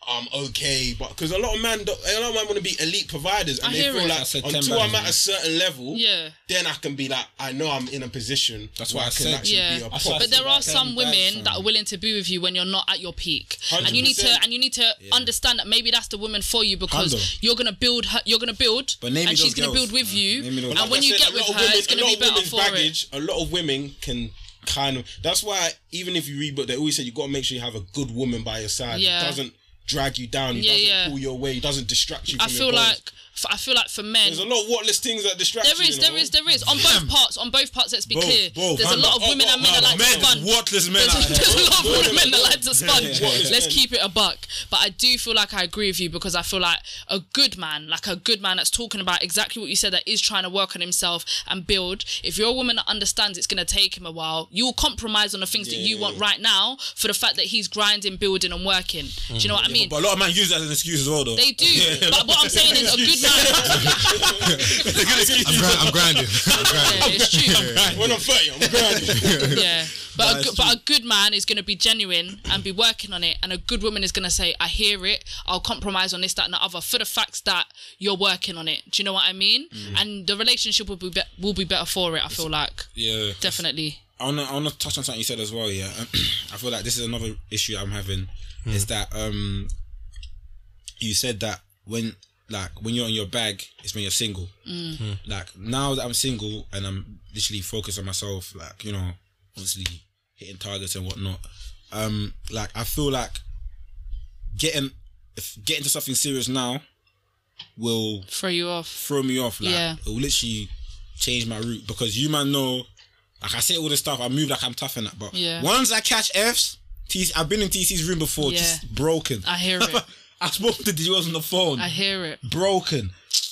Speaker 2: I'm okay, but because a lot of man, don't- a lot of man want to be elite providers, and
Speaker 8: I
Speaker 2: they
Speaker 8: hear
Speaker 2: feel
Speaker 8: it.
Speaker 2: like
Speaker 8: I
Speaker 7: said ten
Speaker 2: until I'm
Speaker 7: bags,
Speaker 2: at a certain level,
Speaker 8: Yeah.
Speaker 2: then I can be like, I know I'm in a position.
Speaker 7: That's
Speaker 2: where
Speaker 7: what I
Speaker 2: can
Speaker 7: said.
Speaker 2: actually be
Speaker 8: Yeah,
Speaker 2: a
Speaker 7: said-
Speaker 2: prop.
Speaker 8: but there are
Speaker 7: Ten
Speaker 8: some
Speaker 7: bags,
Speaker 8: women that
Speaker 7: fam.
Speaker 8: are willing to be with you when you're not at your peak, and you need to
Speaker 2: 100%.
Speaker 8: and you need to understand that maybe that's the woman for you because
Speaker 7: Hundred.
Speaker 8: you're gonna build her, you're gonna build,
Speaker 7: But name me
Speaker 8: and
Speaker 7: those
Speaker 8: she's gonna
Speaker 7: girls.
Speaker 8: build with you,
Speaker 7: Name me those girls.
Speaker 8: and
Speaker 2: Like
Speaker 8: when
Speaker 2: I
Speaker 8: you
Speaker 2: said,
Speaker 8: get
Speaker 2: a
Speaker 8: with
Speaker 2: lot
Speaker 8: her,
Speaker 2: of women-
Speaker 8: it's
Speaker 2: a
Speaker 8: gonna
Speaker 2: lot
Speaker 8: be
Speaker 2: of
Speaker 8: better
Speaker 2: women's
Speaker 8: for it.
Speaker 2: baggage, A lot of women can kind of. That's why even if you read, but they always say you got to make sure you have a good woman by your side.
Speaker 8: Yeah.
Speaker 2: It doesn't drag you down. It
Speaker 8: Yeah,
Speaker 2: doesn't
Speaker 8: yeah.
Speaker 2: pull you away. It doesn't distract you. From
Speaker 8: I
Speaker 2: your
Speaker 8: feel
Speaker 2: goals.
Speaker 8: like f- I feel like for men,
Speaker 2: there's a lot of worthless things that distract
Speaker 8: there
Speaker 2: you.
Speaker 8: is,
Speaker 2: you know?
Speaker 8: there is, there is. On both parts, on both parts. Let's be
Speaker 7: Both,
Speaker 8: clear.
Speaker 7: both.
Speaker 8: There's a
Speaker 7: Man,
Speaker 8: lot of
Speaker 2: oh,
Speaker 8: women
Speaker 2: oh,
Speaker 8: and men that
Speaker 2: man,
Speaker 8: like to
Speaker 7: men,
Speaker 8: fun.
Speaker 7: worthless men out
Speaker 8: There's,
Speaker 7: here.
Speaker 8: there's a lot of women and men that like to sponge.
Speaker 2: yeah, yeah.
Speaker 8: Let's keep it a buck. But I do feel like I agree with you because I feel like a good man, like a good man that's talking about exactly what you said, that is trying to work on himself and build. If you're a woman that understands it's going to take him a while, you'll compromise on the things that you want right now for the fact that he's grinding, building, and working. Do you know what I mean?
Speaker 7: But a lot of men use that as an excuse as well, though.
Speaker 8: they do. But what I'm saying is a good man.
Speaker 7: They're gonna excuse
Speaker 10: I'm,
Speaker 7: you.
Speaker 10: grind, I'm grinding. I'm grinding.
Speaker 8: Yeah, it's true.
Speaker 2: When I'm 30, I'm grinding.
Speaker 8: yeah. But a, good, but a good man is going to be genuine and be working on it, and a good woman is going to say, "I hear it. I'll compromise on this, that, and the other for the facts that you're working on it." Do you know what I mean?
Speaker 7: Mm.
Speaker 8: And the relationship will be, be will be better for it. I feel like
Speaker 7: Yeah.
Speaker 8: definitely.
Speaker 7: I wanna, I wanna touch on something you said as well. Yeah, I feel like this is another issue I'm having is that um, you said that when like when you're on your bag, it's when you're single. Like now that I'm single and I'm literally focused on myself, like you know, obviously hitting targets and whatnot. Um, like I feel like getting if getting to something serious now will
Speaker 8: Throw you off.
Speaker 7: throw me off. Like,
Speaker 8: Yeah.
Speaker 7: it will literally change my route because you man know, like I say all this stuff, I move like I'm tough in that. But
Speaker 8: Yeah.
Speaker 7: once I catch Fs, TC, I've been in TC's room before,
Speaker 8: Yeah.
Speaker 7: just broken.
Speaker 8: I hear it.
Speaker 7: I spoke to DJs on the phone,
Speaker 8: I hear it.
Speaker 7: Mm. broken.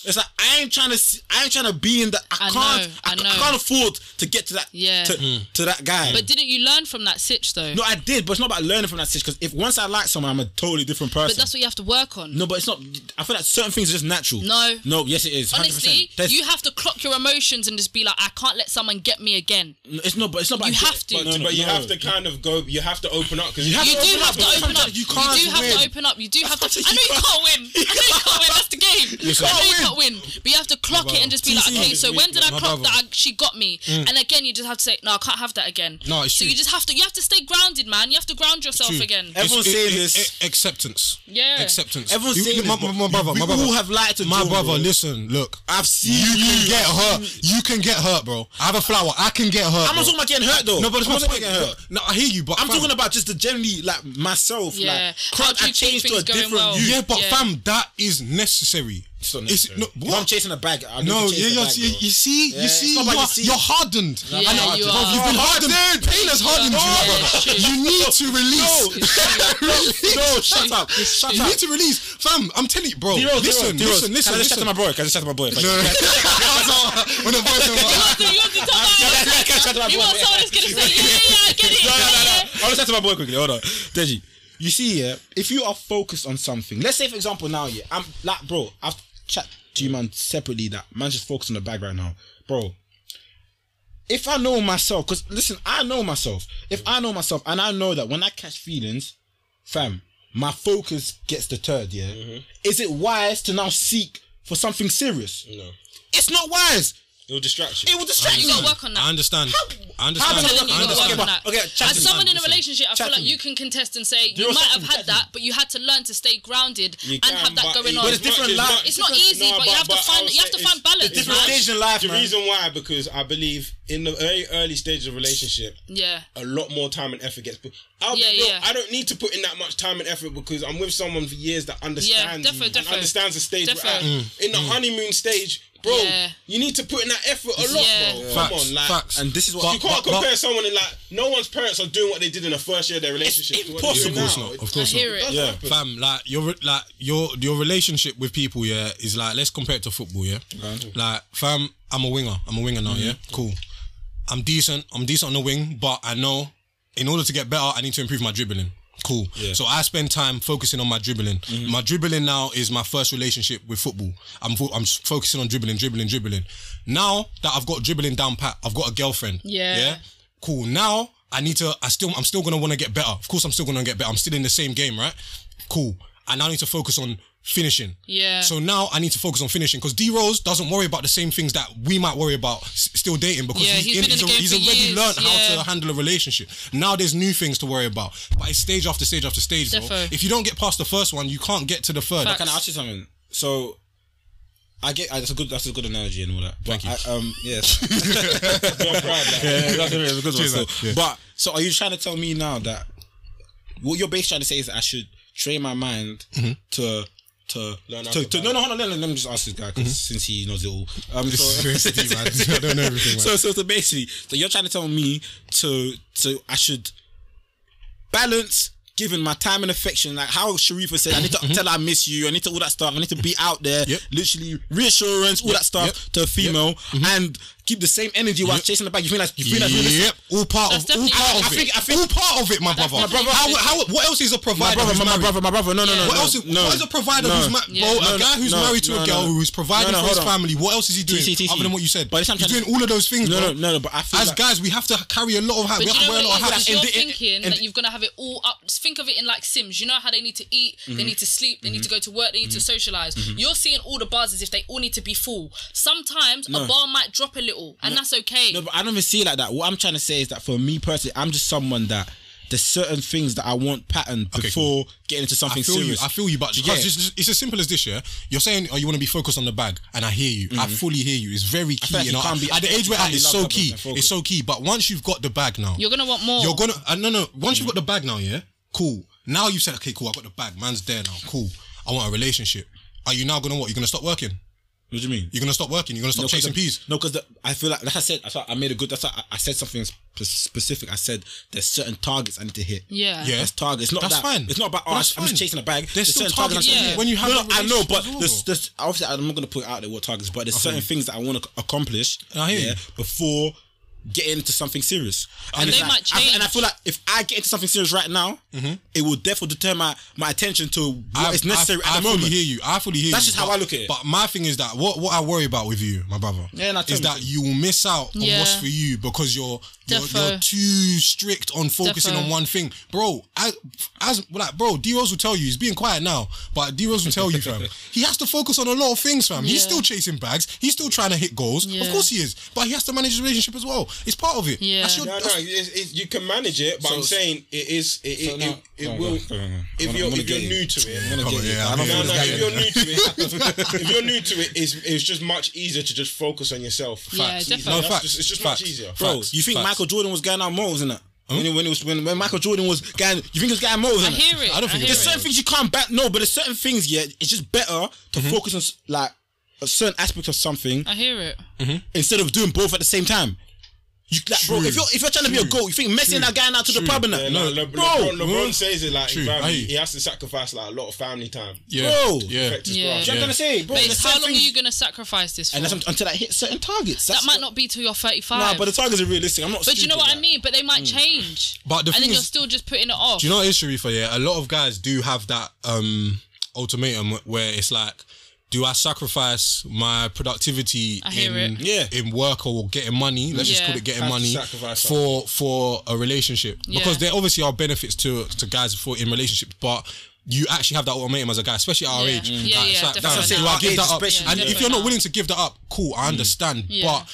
Speaker 7: It's like I ain't trying to, see, I ain't trying to be in that. I,
Speaker 8: I
Speaker 7: can't,
Speaker 8: know,
Speaker 7: I,
Speaker 8: I
Speaker 7: ca-
Speaker 8: know.
Speaker 7: I can't afford to get to that,
Speaker 8: Yeah.
Speaker 7: to, to that guy.
Speaker 8: But didn't you learn from that sitch though?
Speaker 7: no, I did, but it's not about learning from that situation. Because if once I like someone, I'm a totally different person.
Speaker 8: but that's what you have to work on.
Speaker 7: no, but it's not. I feel like certain things are just natural.
Speaker 8: No.
Speaker 7: no, yes, it is. 100%.
Speaker 8: Honestly,
Speaker 7: There's-
Speaker 8: you have to clock your emotions and just be like, I can't let someone get me again.
Speaker 7: No, It's not, but it's not. About
Speaker 8: You have to.
Speaker 7: But,
Speaker 2: but you
Speaker 7: no.
Speaker 2: have to kind of go. You have to open up because you
Speaker 7: have
Speaker 8: You
Speaker 7: to
Speaker 8: do
Speaker 7: open
Speaker 8: have
Speaker 7: up,
Speaker 8: to
Speaker 7: but
Speaker 8: open up.
Speaker 7: sometimes you can't
Speaker 8: do have
Speaker 7: win.
Speaker 8: to open up. You do have to.
Speaker 7: what
Speaker 8: I
Speaker 7: you
Speaker 8: know you
Speaker 7: can't-
Speaker 8: can't win. I know you can't win. That's the game. I know you
Speaker 7: can't
Speaker 8: can't win. But you have to clock it and just be like,
Speaker 7: TC.
Speaker 8: okay, so when did I
Speaker 6: My
Speaker 8: clock
Speaker 6: brother.
Speaker 8: that I, she got me?
Speaker 7: Mm.
Speaker 8: And again, you just have to say, no, I can't have that again.
Speaker 6: No, it's
Speaker 8: so
Speaker 6: true.
Speaker 8: you just have to. You have to stay grounded, man. You have to ground yourself
Speaker 6: True.
Speaker 8: again.
Speaker 7: Every- Everyone's saying this.
Speaker 6: a- acceptance.
Speaker 8: Yeah.
Speaker 6: Acceptance.
Speaker 7: Everyone's
Speaker 6: You-
Speaker 7: saying
Speaker 6: my,
Speaker 7: this, but
Speaker 6: my brother,
Speaker 7: we
Speaker 6: my brother.
Speaker 7: all have lied to
Speaker 6: My
Speaker 7: Joe,
Speaker 6: brother,
Speaker 7: bro.
Speaker 6: listen, look.
Speaker 7: I've seen
Speaker 6: You
Speaker 7: you.
Speaker 6: can get hurt. You can get hurt, bro. I have a flower. I can get hurt.
Speaker 7: I'm
Speaker 6: bro.
Speaker 7: not talking about getting hurt though.
Speaker 6: No, but it's
Speaker 7: I'm
Speaker 6: my
Speaker 7: not
Speaker 6: point.
Speaker 7: talking about getting hurt.
Speaker 6: No, I hear you, but
Speaker 7: I'm
Speaker 6: fam-
Speaker 7: talking about just the generally like myself.
Speaker 8: Yeah.
Speaker 7: Like,
Speaker 8: How
Speaker 7: crud,
Speaker 8: do you
Speaker 7: I changed
Speaker 8: keep
Speaker 7: to a
Speaker 8: things going
Speaker 7: different
Speaker 8: well?
Speaker 7: you.
Speaker 6: Yeah, but
Speaker 8: Oh, Yeah.
Speaker 6: fam, that is necessary.
Speaker 7: It's not necessary.
Speaker 6: no,
Speaker 7: If I'm
Speaker 6: what?
Speaker 7: chasing a bag. I need
Speaker 6: No,
Speaker 7: to chase
Speaker 6: yeah,
Speaker 7: the
Speaker 6: you're,
Speaker 7: bag,
Speaker 6: you,
Speaker 7: bro.
Speaker 6: you see,
Speaker 7: Yeah,
Speaker 6: you
Speaker 7: it's
Speaker 6: see,
Speaker 7: not about
Speaker 6: you
Speaker 7: you
Speaker 6: are,
Speaker 7: see.
Speaker 6: you're hardened.
Speaker 8: Yeah,
Speaker 6: And I-
Speaker 8: you
Speaker 6: bro,
Speaker 8: are.
Speaker 6: You've been hardened. Pain has hardened you,
Speaker 8: Yeah,
Speaker 6: brother.
Speaker 8: it's true.
Speaker 6: You need to release. Release.
Speaker 7: No, shut up. Shut
Speaker 6: You
Speaker 7: up.
Speaker 6: need to release, fam. I'm telling you, bro.
Speaker 7: Zero, zero,
Speaker 6: listen,
Speaker 7: zero.
Speaker 6: listen, listen,
Speaker 7: Can I just
Speaker 6: listen.
Speaker 7: chat to my boy? Can I just chat to my boy? Like,
Speaker 6: No.
Speaker 7: can
Speaker 6: When the voice over-
Speaker 8: You have to talk
Speaker 7: I-
Speaker 8: about
Speaker 7: can I- can I chat to my
Speaker 8: You
Speaker 7: boy?
Speaker 8: want someone that's gonna say, yeah, yeah, yeah, I get it.
Speaker 7: No, no, no,
Speaker 8: yeah,
Speaker 7: no. I'll just chat to my boy quickly. Hold on, Deji. You see, yeah, if you are focused on something, let's say for example now, yeah, I'm like, bro, I've chat to you man separately. That man's just focused on the bag right now, bro. If I know myself, because listen, I know myself. If I know myself, and I know that when I catch feelings, fam, my focus gets deterred. Yeah,
Speaker 2: Mm-hmm.
Speaker 7: is it wise to now seek for something serious?
Speaker 2: No,
Speaker 7: It's not wise.
Speaker 2: it'll distract you.
Speaker 7: It will distract
Speaker 8: You
Speaker 7: you.
Speaker 8: gotta work on that.
Speaker 6: I understand. I
Speaker 7: how
Speaker 6: understand.
Speaker 7: does it
Speaker 8: But then
Speaker 7: look-
Speaker 8: you
Speaker 6: I
Speaker 8: got to work
Speaker 6: understand.
Speaker 8: on that.
Speaker 7: Okay, chat to
Speaker 8: As
Speaker 7: me,
Speaker 8: someone in a
Speaker 7: listen.
Speaker 8: relationship, I
Speaker 7: Chat
Speaker 8: feel
Speaker 7: to
Speaker 8: like
Speaker 7: me.
Speaker 8: you can contest and say
Speaker 7: You're
Speaker 8: you might have
Speaker 7: something,
Speaker 8: had that, but you had to learn to stay grounded
Speaker 2: You
Speaker 8: and
Speaker 2: can,
Speaker 8: have that
Speaker 2: but
Speaker 8: going
Speaker 2: it-
Speaker 8: on.
Speaker 7: But it's different
Speaker 2: much-
Speaker 7: life.
Speaker 8: It's not easy,
Speaker 2: No,
Speaker 8: but you have to
Speaker 2: but I
Speaker 8: find
Speaker 2: would
Speaker 8: you have
Speaker 2: say
Speaker 8: to find
Speaker 2: it's-
Speaker 8: balance.
Speaker 7: It's different
Speaker 8: man.
Speaker 7: stage in life,
Speaker 2: The
Speaker 7: man.
Speaker 2: reason why, because I believe in the very early stage of a relationship,
Speaker 8: Yeah.
Speaker 2: a lot more time and effort gets put. I'll
Speaker 8: Yeah,
Speaker 2: be real,
Speaker 8: yeah.
Speaker 2: I don't need to put in that much time and effort because I'm with someone for years that understands
Speaker 8: defo,
Speaker 2: you and
Speaker 8: defo.
Speaker 2: understands the stage
Speaker 8: Defo.
Speaker 2: we're at. In
Speaker 6: Mm.
Speaker 2: the honeymoon stage, bro,
Speaker 8: Yeah.
Speaker 2: you need to put in that effort a lot,
Speaker 8: Yeah.
Speaker 2: bro.
Speaker 6: Facts,
Speaker 2: Come on, like.
Speaker 6: facts.
Speaker 7: and this is what-
Speaker 6: But-
Speaker 2: You can't
Speaker 6: but- but-
Speaker 2: compare someone in like no one's parents are doing what they did in the first year of their relationship. to what they're
Speaker 6: Of
Speaker 2: doing
Speaker 6: course
Speaker 2: now.
Speaker 6: not. Of
Speaker 8: I
Speaker 6: course
Speaker 8: hear
Speaker 6: not.
Speaker 8: it.
Speaker 2: does happen.
Speaker 6: Fam, like your like your your relationship with people, yeah, is like let's compare it to football, yeah. Like, fam, I'm a winger. I'm a winger now, yeah. Cool. I'm decent. I'm decent on the wing, but I know in order to get better, I need to improve my dribbling. Cool. So I spend time focusing on my dribbling. My dribbling now is my first relationship with football. I'm fo- I'm s- focusing on dribbling, dribbling, dribbling. Now that I've got dribbling down pat, I've got a girlfriend.
Speaker 8: Yeah.
Speaker 6: Yeah. Cool. Now I need to. I still. I'm still gonna want to get better. Of course, I'm still gonna get better. I'm still in the same game, right? Cool. I now need to focus on finishing.
Speaker 8: Yeah.
Speaker 6: So now I need to focus on finishing because D Rose doesn't worry about the same things that we might worry about s- still dating because
Speaker 8: Yeah,
Speaker 6: he's,
Speaker 8: he's
Speaker 6: in,
Speaker 8: been in
Speaker 6: he's,
Speaker 8: the
Speaker 6: al-
Speaker 8: game
Speaker 6: he's
Speaker 8: for
Speaker 6: already
Speaker 8: years,
Speaker 6: learned how
Speaker 8: yeah.
Speaker 6: to handle a relationship. Now there's new things to worry about, but it's stage after stage after stage, bro.
Speaker 8: Defo.
Speaker 6: If you don't get past the first one, you can't get to the third.
Speaker 8: Fact.
Speaker 7: Can I ask you something? So, I get I, that's a good that's a good analogy and all that. But
Speaker 6: Thank
Speaker 7: I, um, yes. yeah, that's a, that's a good
Speaker 6: Cheers,
Speaker 7: one.
Speaker 6: man.
Speaker 7: So,
Speaker 6: Yeah.
Speaker 7: But so, are you trying to tell me now that what you're basically trying to say is I should train my mind to to
Speaker 2: Learn how
Speaker 7: to,
Speaker 2: to
Speaker 7: to no Mm-hmm. no hold on let, let, let me just ask this guy 'cause since he knows it all. Um, so,
Speaker 6: I don't know everything.
Speaker 7: so so so basically, so you're trying to tell me to to I should balance giving my time and affection, like how Sharifa said, I need to tell her I miss you, I need to all that stuff, I need to be out there,
Speaker 6: Yep.
Speaker 7: literally reassurance, all that stuff
Speaker 6: Yep.
Speaker 7: to a female, and keep the same energy while chasing the bag. You feel like you feel like
Speaker 6: Yep, all part
Speaker 8: That's
Speaker 6: of all
Speaker 8: definitely-
Speaker 6: part
Speaker 8: I-
Speaker 6: of
Speaker 8: I
Speaker 6: it.
Speaker 7: think- I think-
Speaker 6: all part of it, my brother.
Speaker 8: My brother-
Speaker 6: How, how, what else is a
Speaker 7: My
Speaker 6: provider?
Speaker 7: brother,
Speaker 6: who's
Speaker 7: my, my
Speaker 6: married?
Speaker 7: brother, my brother. No, no,
Speaker 8: Yeah.
Speaker 7: no.
Speaker 6: What
Speaker 7: no,
Speaker 6: else? Is,
Speaker 7: no,
Speaker 6: what is a provider who's ma-
Speaker 8: Yeah.
Speaker 6: bro,
Speaker 7: No,
Speaker 6: a guy who's
Speaker 7: no,
Speaker 6: married to
Speaker 7: no,
Speaker 6: a girl
Speaker 7: no.
Speaker 6: who's providing
Speaker 7: No, no,
Speaker 6: for his
Speaker 7: hold on.
Speaker 6: family? What else is he doing
Speaker 7: TC.
Speaker 6: other than what you said?
Speaker 7: But it's not
Speaker 6: He's
Speaker 7: trying
Speaker 6: doing
Speaker 7: to-
Speaker 6: all of those things,
Speaker 7: No,
Speaker 6: bro.
Speaker 7: no, no, no, but I feel
Speaker 6: As
Speaker 7: like-
Speaker 6: guys, we have to carry a lot of hat.
Speaker 8: But
Speaker 6: We
Speaker 8: do
Speaker 6: have to
Speaker 8: you know
Speaker 6: wear a lot
Speaker 8: what
Speaker 6: of hats.
Speaker 8: it is? You're
Speaker 6: And- and-
Speaker 8: thinking
Speaker 6: and-
Speaker 8: that you're gonna have it all up. Think of it in like Sims. You know how they need to eat, they need to sleep, they need to go to work, they need to socialize. You're seeing all the bars as if they all need to be full. Sometimes a bar might drop a little, and that's okay.
Speaker 7: No, but I don't even see it like that. What I'm trying to say is that for me personally, I'm just someone that there's certain things that I want patterned
Speaker 6: Okay,
Speaker 7: before getting into something
Speaker 6: I feel
Speaker 7: serious.
Speaker 6: you. I feel you, but
Speaker 7: Do you
Speaker 6: because
Speaker 7: get it?
Speaker 6: it's, just- it's as simple as this. Yeah, you're saying, "Oh, you want to be focused on the bag," and I hear you. I fully hear you. It's very key.
Speaker 7: feel like
Speaker 6: you
Speaker 7: you
Speaker 6: know,
Speaker 7: can't be-
Speaker 6: at the age
Speaker 7: you
Speaker 6: we're
Speaker 7: can't
Speaker 6: at,
Speaker 7: be
Speaker 6: it's so
Speaker 7: love covered
Speaker 6: key.
Speaker 7: and focused.
Speaker 6: It's so key. But once you've got the bag now,
Speaker 8: You're gonna want more.
Speaker 6: You're gonna uh, no no. Once you've got the bag now, yeah, cool. Now you've said, "Okay, cool. I got the bag. Man's there now. Cool. I want a relationship." Are you now gonna what? You're gonna stop working.
Speaker 7: What do you mean?
Speaker 6: You're gonna stop working. You're gonna stop chasing peas.
Speaker 7: No, because I feel like, like I said, I, thought I made a good. That's why I, I said something sp- specific. I said there's certain targets I need to hit.
Speaker 8: Yeah.
Speaker 6: Yeah.
Speaker 7: There's targets. It's not
Speaker 6: That's
Speaker 7: that,
Speaker 6: fine.
Speaker 7: It's not about oh, I'm
Speaker 6: That's
Speaker 7: just I'm just
Speaker 6: fine.
Speaker 7: chasing a bag.
Speaker 6: There's still
Speaker 7: certain
Speaker 6: targets
Speaker 7: I'm-
Speaker 8: to hit
Speaker 6: when you have
Speaker 7: No,
Speaker 6: a
Speaker 7: no, I know,
Speaker 6: relationship
Speaker 7: but
Speaker 6: as well.
Speaker 7: there's, there's obviously I'm not gonna put out there what targets, but there's certain things that I want to accomplish.
Speaker 6: I hear you.
Speaker 7: Before getting into something serious,
Speaker 8: And
Speaker 7: it's
Speaker 8: they
Speaker 7: like-
Speaker 8: might
Speaker 7: I- and I
Speaker 8: change.
Speaker 7: feel like if I get into something serious right now, it will therefore deter my, my attention to what is
Speaker 6: I-
Speaker 7: necessary
Speaker 6: I,
Speaker 7: at
Speaker 6: I
Speaker 7: the
Speaker 6: fully
Speaker 7: moment.
Speaker 6: hear you. I fully hear
Speaker 7: That's
Speaker 6: you.
Speaker 7: just how
Speaker 6: But-
Speaker 7: I look at it.
Speaker 6: But my thing is that what, what I worry about with you, my brother,
Speaker 7: Yeah, nah, tell
Speaker 6: is
Speaker 7: me.
Speaker 6: that you will miss out on
Speaker 8: Yeah.
Speaker 6: what's for you because you're you're,
Speaker 8: Defo.
Speaker 6: you're too strict on focusing
Speaker 8: Defo.
Speaker 6: on one thing, bro. I, as like, bro, D Rose will tell you he's being quiet now, but D Rose will tell you, fam, he has to focus on a lot of things, fam. He's
Speaker 8: Yeah.
Speaker 6: still chasing bags. He's still trying to hit goals. Of
Speaker 8: Yeah.
Speaker 6: course he is, but he has to manage his relationship as well. It's part of it.
Speaker 8: Yeah.
Speaker 6: That's your,
Speaker 2: No, no,
Speaker 6: that's-
Speaker 2: it's, it's, you can manage it, but
Speaker 6: So-
Speaker 2: I'm saying it is. It, it,
Speaker 7: now-
Speaker 2: it, it
Speaker 7: go on, go
Speaker 2: will.
Speaker 7: on, go on, go on. I
Speaker 2: If
Speaker 7: wanna-
Speaker 2: you're
Speaker 7: I wanna
Speaker 2: if you're
Speaker 7: get
Speaker 2: new
Speaker 7: you.
Speaker 2: to
Speaker 7: I
Speaker 2: it,
Speaker 7: wanna
Speaker 6: Come
Speaker 7: get
Speaker 6: on,
Speaker 7: you.
Speaker 6: Oh, yeah,
Speaker 7: I
Speaker 6: I'm
Speaker 7: don't
Speaker 6: here.
Speaker 2: No,
Speaker 7: wanna
Speaker 2: no.
Speaker 7: get
Speaker 2: If
Speaker 7: you.
Speaker 2: you're new to it, if you're new to it, it's it's just much easier to just focus on yourself.
Speaker 8: Yeah,
Speaker 6: Facts.
Speaker 8: definitely.
Speaker 6: No
Speaker 2: That's
Speaker 6: facts.
Speaker 2: just- it's just
Speaker 6: facts.
Speaker 2: much easier.
Speaker 7: Bro,
Speaker 6: Facts.
Speaker 7: you think
Speaker 6: Facts.
Speaker 7: Michael Jordan was going out malls in that? When, when it was when, when Michael Jordan was going, you think it was going malls?
Speaker 8: I hear it.
Speaker 6: I don't think it's
Speaker 8: hear
Speaker 7: There's
Speaker 8: it.
Speaker 7: certain things you can't back. No, but there's certain things. Yeah, it's just better to focus on s- like a certain aspect of something
Speaker 8: I hear it.
Speaker 7: instead of doing both at the same time. You, like, bro,
Speaker 6: True.
Speaker 7: if you're if you're trying to be a goal, you think messing that guy out to the
Speaker 6: True.
Speaker 7: pub and that,
Speaker 2: Yeah,
Speaker 7: no,
Speaker 2: like Le-
Speaker 7: bro,
Speaker 2: LeBron, LeBron says it like
Speaker 6: True,
Speaker 2: fam,
Speaker 6: I hear you.
Speaker 2: he has to sacrifice like a lot of family time.
Speaker 6: Yeah.
Speaker 7: Bro.
Speaker 6: Yeah.
Speaker 2: Protect his
Speaker 7: Do you
Speaker 8: Yeah.
Speaker 2: craft.
Speaker 7: know what I'm trying to say, bro?
Speaker 8: But
Speaker 7: There's
Speaker 8: it's how
Speaker 7: certain
Speaker 8: long are
Speaker 7: things-
Speaker 8: you gonna sacrifice this for?
Speaker 7: And that's un- until I hit certain targets.
Speaker 8: that
Speaker 7: That's
Speaker 8: might not be till you're 35.
Speaker 7: Nah, but the targets are realistic. I'm not.
Speaker 8: But do you know
Speaker 7: stupid,
Speaker 8: what I
Speaker 7: like.
Speaker 8: mean? But they might change.
Speaker 6: But the
Speaker 8: and
Speaker 6: thing
Speaker 8: then you're
Speaker 6: is-
Speaker 8: still just putting it off.
Speaker 6: Do you know what it is, Sharifa? Yeah, a lot of guys do have that um ultimatum where it's like, do I sacrifice my productivity
Speaker 8: I
Speaker 6: in
Speaker 8: hear it.
Speaker 7: Yeah.
Speaker 6: in work or getting money? Let's just
Speaker 8: Yeah.
Speaker 6: call it getting
Speaker 2: Have to
Speaker 6: money
Speaker 2: sacrifice
Speaker 6: for for a relationship because
Speaker 8: Yeah.
Speaker 6: there obviously are benefits to to guys for in relationships, but. You actually have that ultimatum as a guy, especially at our
Speaker 8: Yeah.
Speaker 6: age.
Speaker 8: Mm.
Speaker 6: Like,
Speaker 8: Yeah,
Speaker 6: it's
Speaker 8: yeah,
Speaker 6: like, damn,
Speaker 8: definitely. That's what
Speaker 6: do I
Speaker 8: I said,
Speaker 6: give
Speaker 7: our
Speaker 6: that up?
Speaker 7: age especially,
Speaker 6: and if
Speaker 8: definitely.
Speaker 6: you're not willing to give that up, cool, I
Speaker 2: Mm.
Speaker 6: understand.
Speaker 8: Yeah.
Speaker 6: But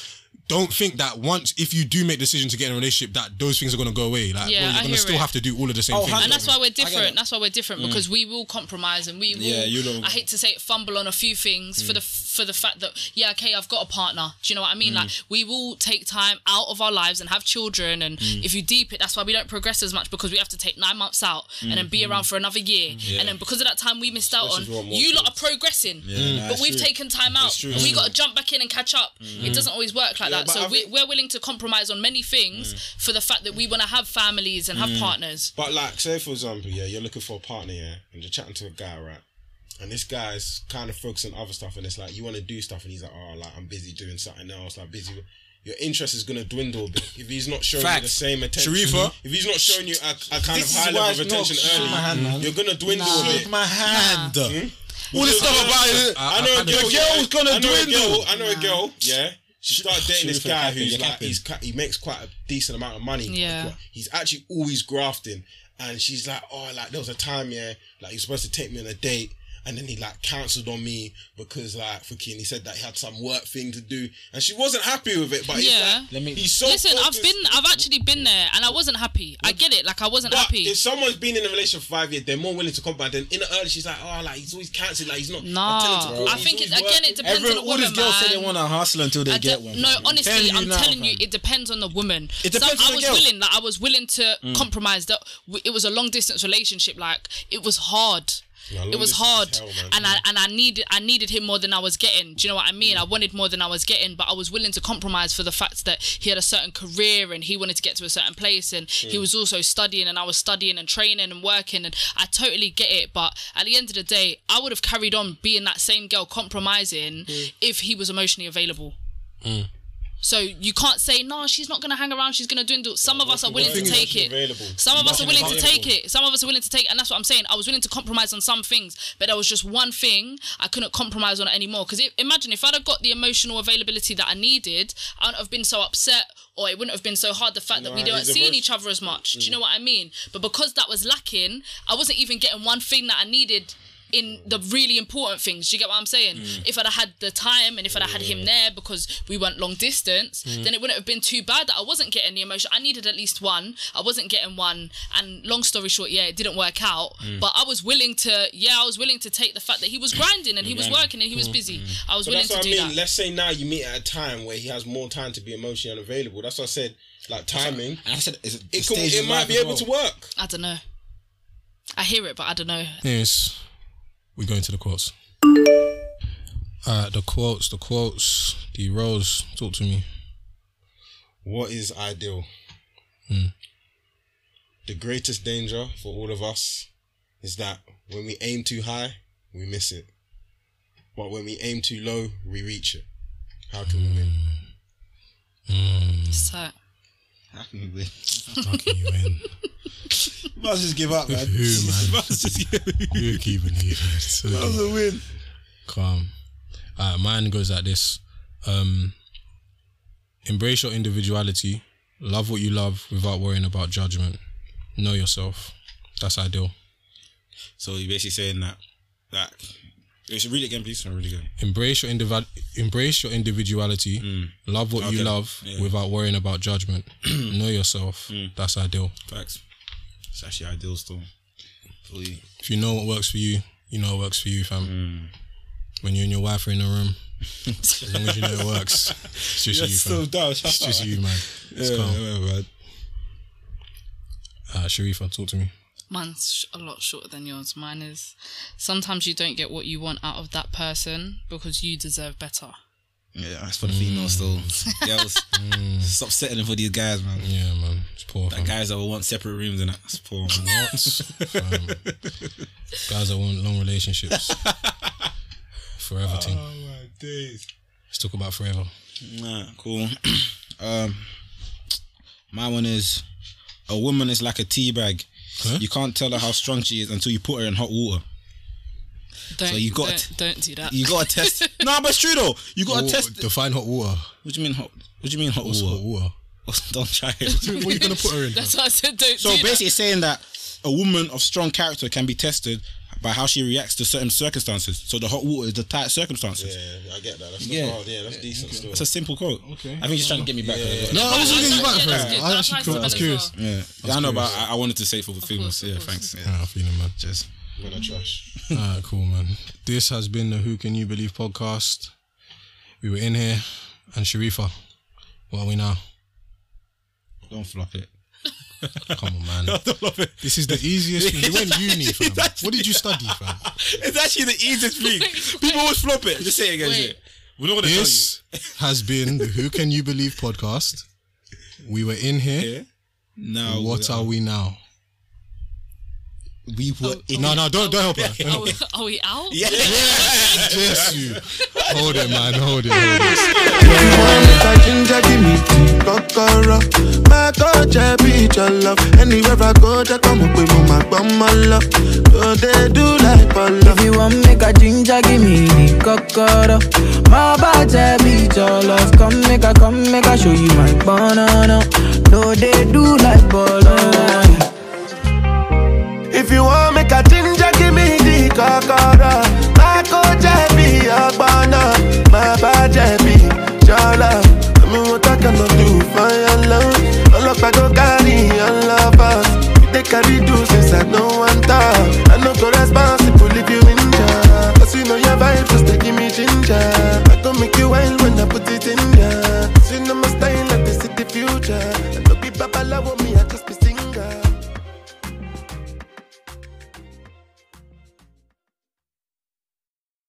Speaker 6: don't think that once, if you do make decision to get in a relationship, that those things are going to go away. Like, well,
Speaker 8: Yeah, I
Speaker 6: you're going
Speaker 8: hear
Speaker 6: to still
Speaker 8: it.
Speaker 6: have to do all of the same
Speaker 7: Oh,
Speaker 6: things.
Speaker 8: and that's why we're
Speaker 7: I get it. Mm.
Speaker 8: different. That's why we're different because we will compromise and we will.
Speaker 7: Yeah, you Mm. know.
Speaker 8: I hate to say it, fumble on a few things for the for the fact that yeah, okay, I've got a partner. Do you know what I
Speaker 7: Mm.
Speaker 8: mean? Like we will take time out of our lives and have children. And
Speaker 7: Mm.
Speaker 8: if you deep it, that's why we don't progress as much because we have to take nine months out and then
Speaker 7: Mm-hmm.
Speaker 8: be around for another year.
Speaker 7: Mm.
Speaker 8: And then because of that time we missed out
Speaker 2: Especially if you want
Speaker 8: on,
Speaker 2: more
Speaker 8: you lot are
Speaker 2: kids.
Speaker 8: progressing, but
Speaker 7: it's
Speaker 8: we've
Speaker 7: true.
Speaker 8: taken time out
Speaker 7: true, Mm-hmm.
Speaker 8: and
Speaker 7: it's
Speaker 8: we
Speaker 7: true.
Speaker 8: got to jump back in and catch up. It doesn't always work like that.
Speaker 2: but
Speaker 8: So
Speaker 2: I
Speaker 8: we,
Speaker 2: think-
Speaker 8: we're willing to compromise on many
Speaker 7: Mm.
Speaker 8: things for the fact that we want to have families and have partners.
Speaker 2: But like, say for example, yeah, you're looking for a partner, yeah, and you're chatting to a guy, right? And this guy's kind of focused on other stuff, and it's like you want to do stuff, and he's like, "Oh, like I'm busy doing something else, like busy." your interest is gonna dwindle a bit. if he's not showing you
Speaker 7: Facts.
Speaker 2: the same attention.
Speaker 7: Sharifa.
Speaker 2: if he's not showing you a, a kind
Speaker 10: This
Speaker 2: of
Speaker 10: is
Speaker 2: high
Speaker 10: why
Speaker 2: level of
Speaker 10: it's not-
Speaker 2: attention
Speaker 10: shake my hand,
Speaker 2: early,
Speaker 10: man.
Speaker 2: you're gonna dwindle a
Speaker 10: Shake
Speaker 2: bit.
Speaker 10: my hand. All this stuff about it.
Speaker 2: I know a girl,
Speaker 10: The girl's
Speaker 2: yeah.
Speaker 10: gonna
Speaker 2: I know a
Speaker 10: dwindle.
Speaker 2: girl- I know a girl. Yeah. She started dating this
Speaker 7: Sharifa
Speaker 2: guy
Speaker 7: capping,
Speaker 2: who's
Speaker 7: you're
Speaker 2: like
Speaker 7: capping.
Speaker 2: he's ca- he makes quite a decent amount of money.
Speaker 8: Yeah.
Speaker 2: He's actually always grafting, and she's like, oh, like there was a time, yeah, like he was supposed to take me on a date. And then he like cancelled on me because like fucking he said that he had some work thing to do and she wasn't happy with it. But he's
Speaker 8: Yeah.
Speaker 2: like,
Speaker 7: Let me-
Speaker 2: he's so
Speaker 8: Listen, I've
Speaker 2: focused-
Speaker 8: been, I've actually been there, and I wasn't happy. I get it. Like I wasn't
Speaker 2: But
Speaker 8: happy.
Speaker 2: if someone's been in a relationship for five years, they're more willing to come back. Then in the early, she's like, oh, like he's always cancelled, like he's not.
Speaker 8: Nah.
Speaker 2: I tell him to go,
Speaker 8: I
Speaker 2: he's
Speaker 8: think
Speaker 2: always
Speaker 8: it- again,
Speaker 2: working."
Speaker 8: it depends on the
Speaker 7: all these
Speaker 8: woman,
Speaker 7: girls say they
Speaker 8: man.
Speaker 7: want to hustle until they
Speaker 8: I
Speaker 7: get
Speaker 8: de-
Speaker 7: one.
Speaker 8: No,
Speaker 7: fam.
Speaker 8: honestly,
Speaker 7: Tell you
Speaker 8: I'm
Speaker 7: now,
Speaker 8: telling you,
Speaker 7: fam.
Speaker 8: it depends on the woman.
Speaker 7: It depends
Speaker 8: Some-
Speaker 7: on the
Speaker 8: I was
Speaker 7: girl. Mm.
Speaker 8: willing, like I was willing to compromise. That w- it was a long distance relationship. Like it was hard.
Speaker 2: long
Speaker 8: it was
Speaker 2: distance is
Speaker 8: hard,
Speaker 2: hell, man.
Speaker 8: and I and I needed I needed him more than I was getting. Do you know what I mean?
Speaker 7: Mm.
Speaker 8: I wanted more than I was getting, but I was willing to compromise for the fact that he had a certain career and he wanted to get to a certain place, and
Speaker 7: Mm.
Speaker 8: he was also studying, and I was studying and training and working, and I totally get it. But at the end of the day, I would have carried on being that same girl, compromising,
Speaker 7: Mm.
Speaker 8: if he was emotionally available. So you can't say no. She's not gonna hang around. She's gonna dwindle. Some of us are willing to
Speaker 2: Thing is,
Speaker 8: take
Speaker 2: she's
Speaker 8: it.
Speaker 2: available.
Speaker 8: Some of us are willing to
Speaker 2: available.
Speaker 8: take it. Some of us are willing to take, it. and that's what I'm saying. I was willing to compromise on some things, but there was just one thing I couldn't compromise on anymore. Because imagine if I'd have got the emotional availability that I needed, I wouldn't have been so upset, or it wouldn't have been so hard. The fact that we
Speaker 2: Nah,
Speaker 8: don't
Speaker 2: it's a Mm.
Speaker 8: see
Speaker 2: very-
Speaker 8: each other as much. Do you know what I mean? But because that was lacking, I wasn't even getting one thing that I needed in the really important things. Do you get what I'm saying?
Speaker 2: Mm.
Speaker 8: If I'd have had the time and if I'd have had him there because we went long distance,
Speaker 2: Mm.
Speaker 8: then it wouldn't have been too bad that I wasn't getting the emotion. I needed at least one. I wasn't getting one. And long story short, yeah, it didn't work out.
Speaker 2: Mm.
Speaker 8: But I was willing to, yeah, I was willing to take the fact that he was grinding and he was working and he was busy. I was
Speaker 2: So
Speaker 8: willing
Speaker 2: Mm. that's
Speaker 8: to
Speaker 2: what I
Speaker 8: do
Speaker 2: mean.
Speaker 8: that.
Speaker 2: Let's say now you meet at a time where he has more time to be emotionally unavailable. That's what I said. Like timing,
Speaker 7: And I said, it's a
Speaker 2: it, could,
Speaker 7: stage
Speaker 2: it
Speaker 7: of
Speaker 2: might
Speaker 7: life
Speaker 2: be
Speaker 7: as
Speaker 2: able
Speaker 7: well.
Speaker 2: to work.
Speaker 8: I don't know. I hear it, but I don't know.
Speaker 6: Yes, we go into the quotes. All right, the quotes, the quotes. D Rose, talk to me.
Speaker 2: What is ideal? The greatest danger for all of us is that when we aim too high, we miss it. But when we aim too low, we reach it. How can we win?
Speaker 8: So
Speaker 6: How can you win?
Speaker 7: You Must just give up, man.
Speaker 6: Who, man?
Speaker 7: Must just give up.
Speaker 6: You're keeping it.
Speaker 7: That's a win.
Speaker 6: Calm. All right, mine goes like this. Um, embrace your individuality. Love what you love without worrying about judgment. Know yourself. That's ideal.
Speaker 7: So you're basically saying that that you should read it again, please. I'll read it again.
Speaker 6: Embrace your individ- embrace your individuality. Love what you
Speaker 7: Mm. Okay.
Speaker 6: love
Speaker 7: Yeah. Mm.
Speaker 6: without worrying about judgment. know yourself. That's ideal.
Speaker 7: Facts. It's actually ideal still. Fully.
Speaker 6: If you know what works for you, you know what works for you, fam.
Speaker 7: Mm.
Speaker 6: When you and your wife are in the room, as long as you know it works, it's just you, fam.
Speaker 7: dumb.
Speaker 6: It's just you, man. It's
Speaker 7: Yeah,
Speaker 6: calm.
Speaker 7: yeah, man.
Speaker 6: Uh, Sharifa, talk to me.
Speaker 8: mine's sh- a lot shorter than yours. Mine is sometimes you don't get what you want out of that person because you deserve better.
Speaker 7: Yeah, that's for the females still. Girls, stop setting it for these guys, man.
Speaker 6: Yeah, man. It's poor, fam.
Speaker 7: Like guys that will want separate rooms and that. That's poor, man.
Speaker 6: Fam. Guys that want long relationships. forever thing.
Speaker 7: oh my days.
Speaker 6: Let's talk about forever.
Speaker 7: Nah, cool. um, my one is a woman is like a tea bag.
Speaker 6: Huh?
Speaker 7: You can't tell her how strong she is until you put her in hot water.
Speaker 8: Don't,
Speaker 7: So you got-
Speaker 8: don't, don't do that.
Speaker 7: You gotta test. nah, but it's true though. You gotta
Speaker 6: Wa-
Speaker 7: test.
Speaker 6: Define hot water.
Speaker 7: What do you mean hot? What do you mean hot
Speaker 6: What's hot
Speaker 7: water?
Speaker 6: water?
Speaker 7: Don't try it.
Speaker 6: What are you going to put her in?
Speaker 8: That's what I said. Don't
Speaker 7: so
Speaker 8: do that.
Speaker 7: basically, it's saying that a woman of strong character can be tested by how she reacts to certain circumstances. So the hot water is the tight circumstances.
Speaker 2: Yeah, I get that. That's
Speaker 7: Yeah.
Speaker 2: yeah, yeah, that's decent still.
Speaker 7: It's a simple quote. Okay. I think he's trying to get me back. Yeah, yeah,
Speaker 6: No, I wasn't
Speaker 8: Yeah,
Speaker 6: getting you
Speaker 8: that's-
Speaker 6: back
Speaker 8: yeah,
Speaker 6: for it.
Speaker 8: that's good.
Speaker 6: I
Speaker 8: That
Speaker 6: actually
Speaker 8: applies
Speaker 6: cool.
Speaker 8: to
Speaker 6: I was
Speaker 8: men as
Speaker 6: curious.
Speaker 8: well.
Speaker 7: yeah. I know, but
Speaker 6: curious.
Speaker 7: I, I wanted to say it for the females.
Speaker 8: of
Speaker 7: Yeah,
Speaker 8: course.
Speaker 7: thanks. Yeah.
Speaker 6: Nah, I feel it, man.
Speaker 7: Cheers.
Speaker 2: Man, I trash.
Speaker 6: Alright, cool, man. This has been the Who Can You Believe podcast. We were in here, and Sharifa, what are we now?
Speaker 7: Don't flop it.
Speaker 6: Come on, man. This is the easiest thing. You went uni, fam. What did you study, fam?
Speaker 7: It's actually the easiest thing. People always flop it. Just say it again.
Speaker 8: Wait.
Speaker 7: shit. We're not gonna
Speaker 6: This has been the Who Can You Believe podcast. We were in here.
Speaker 7: tell you. Now
Speaker 6: What are we now?
Speaker 7: we were
Speaker 6: Oh,
Speaker 7: in Oh,
Speaker 6: No, no, don't don't help her.
Speaker 8: Are we, are we out?
Speaker 7: Yeah.
Speaker 6: Bless you. Hold it, man. Hold it. Hold it.
Speaker 3: want make a ginger give me tea, kọ́kọ́rọ́. Má kọ́ jẹ́ bí jọlọ. Anywhere I go, jẹ́ kọ́ mọ̀ pé mo máa gbọ́n mọ́ lọ. Lo dey do like bọ́lọ̀.
Speaker 4: If you want make a ginger, give me the kokoro. My bad, be your love. Come make a, come make a, show you my banana. No, they do like bolo.
Speaker 3: If you want make a ginger, give me the kọ́kọ́rọ́. Má kó jẹ́ bí ọgbọ́n náà. Má bá jẹ́ bí jọlọ. Àmì wọn tọ́kẹ́ lọ do for your love. Ọlọ́pàá go carry your lovers. You dey carry do since I no wan talk. I no go responsible if you injure. Cause you know your vibes just dey give me ginger. I go make you wild when I put it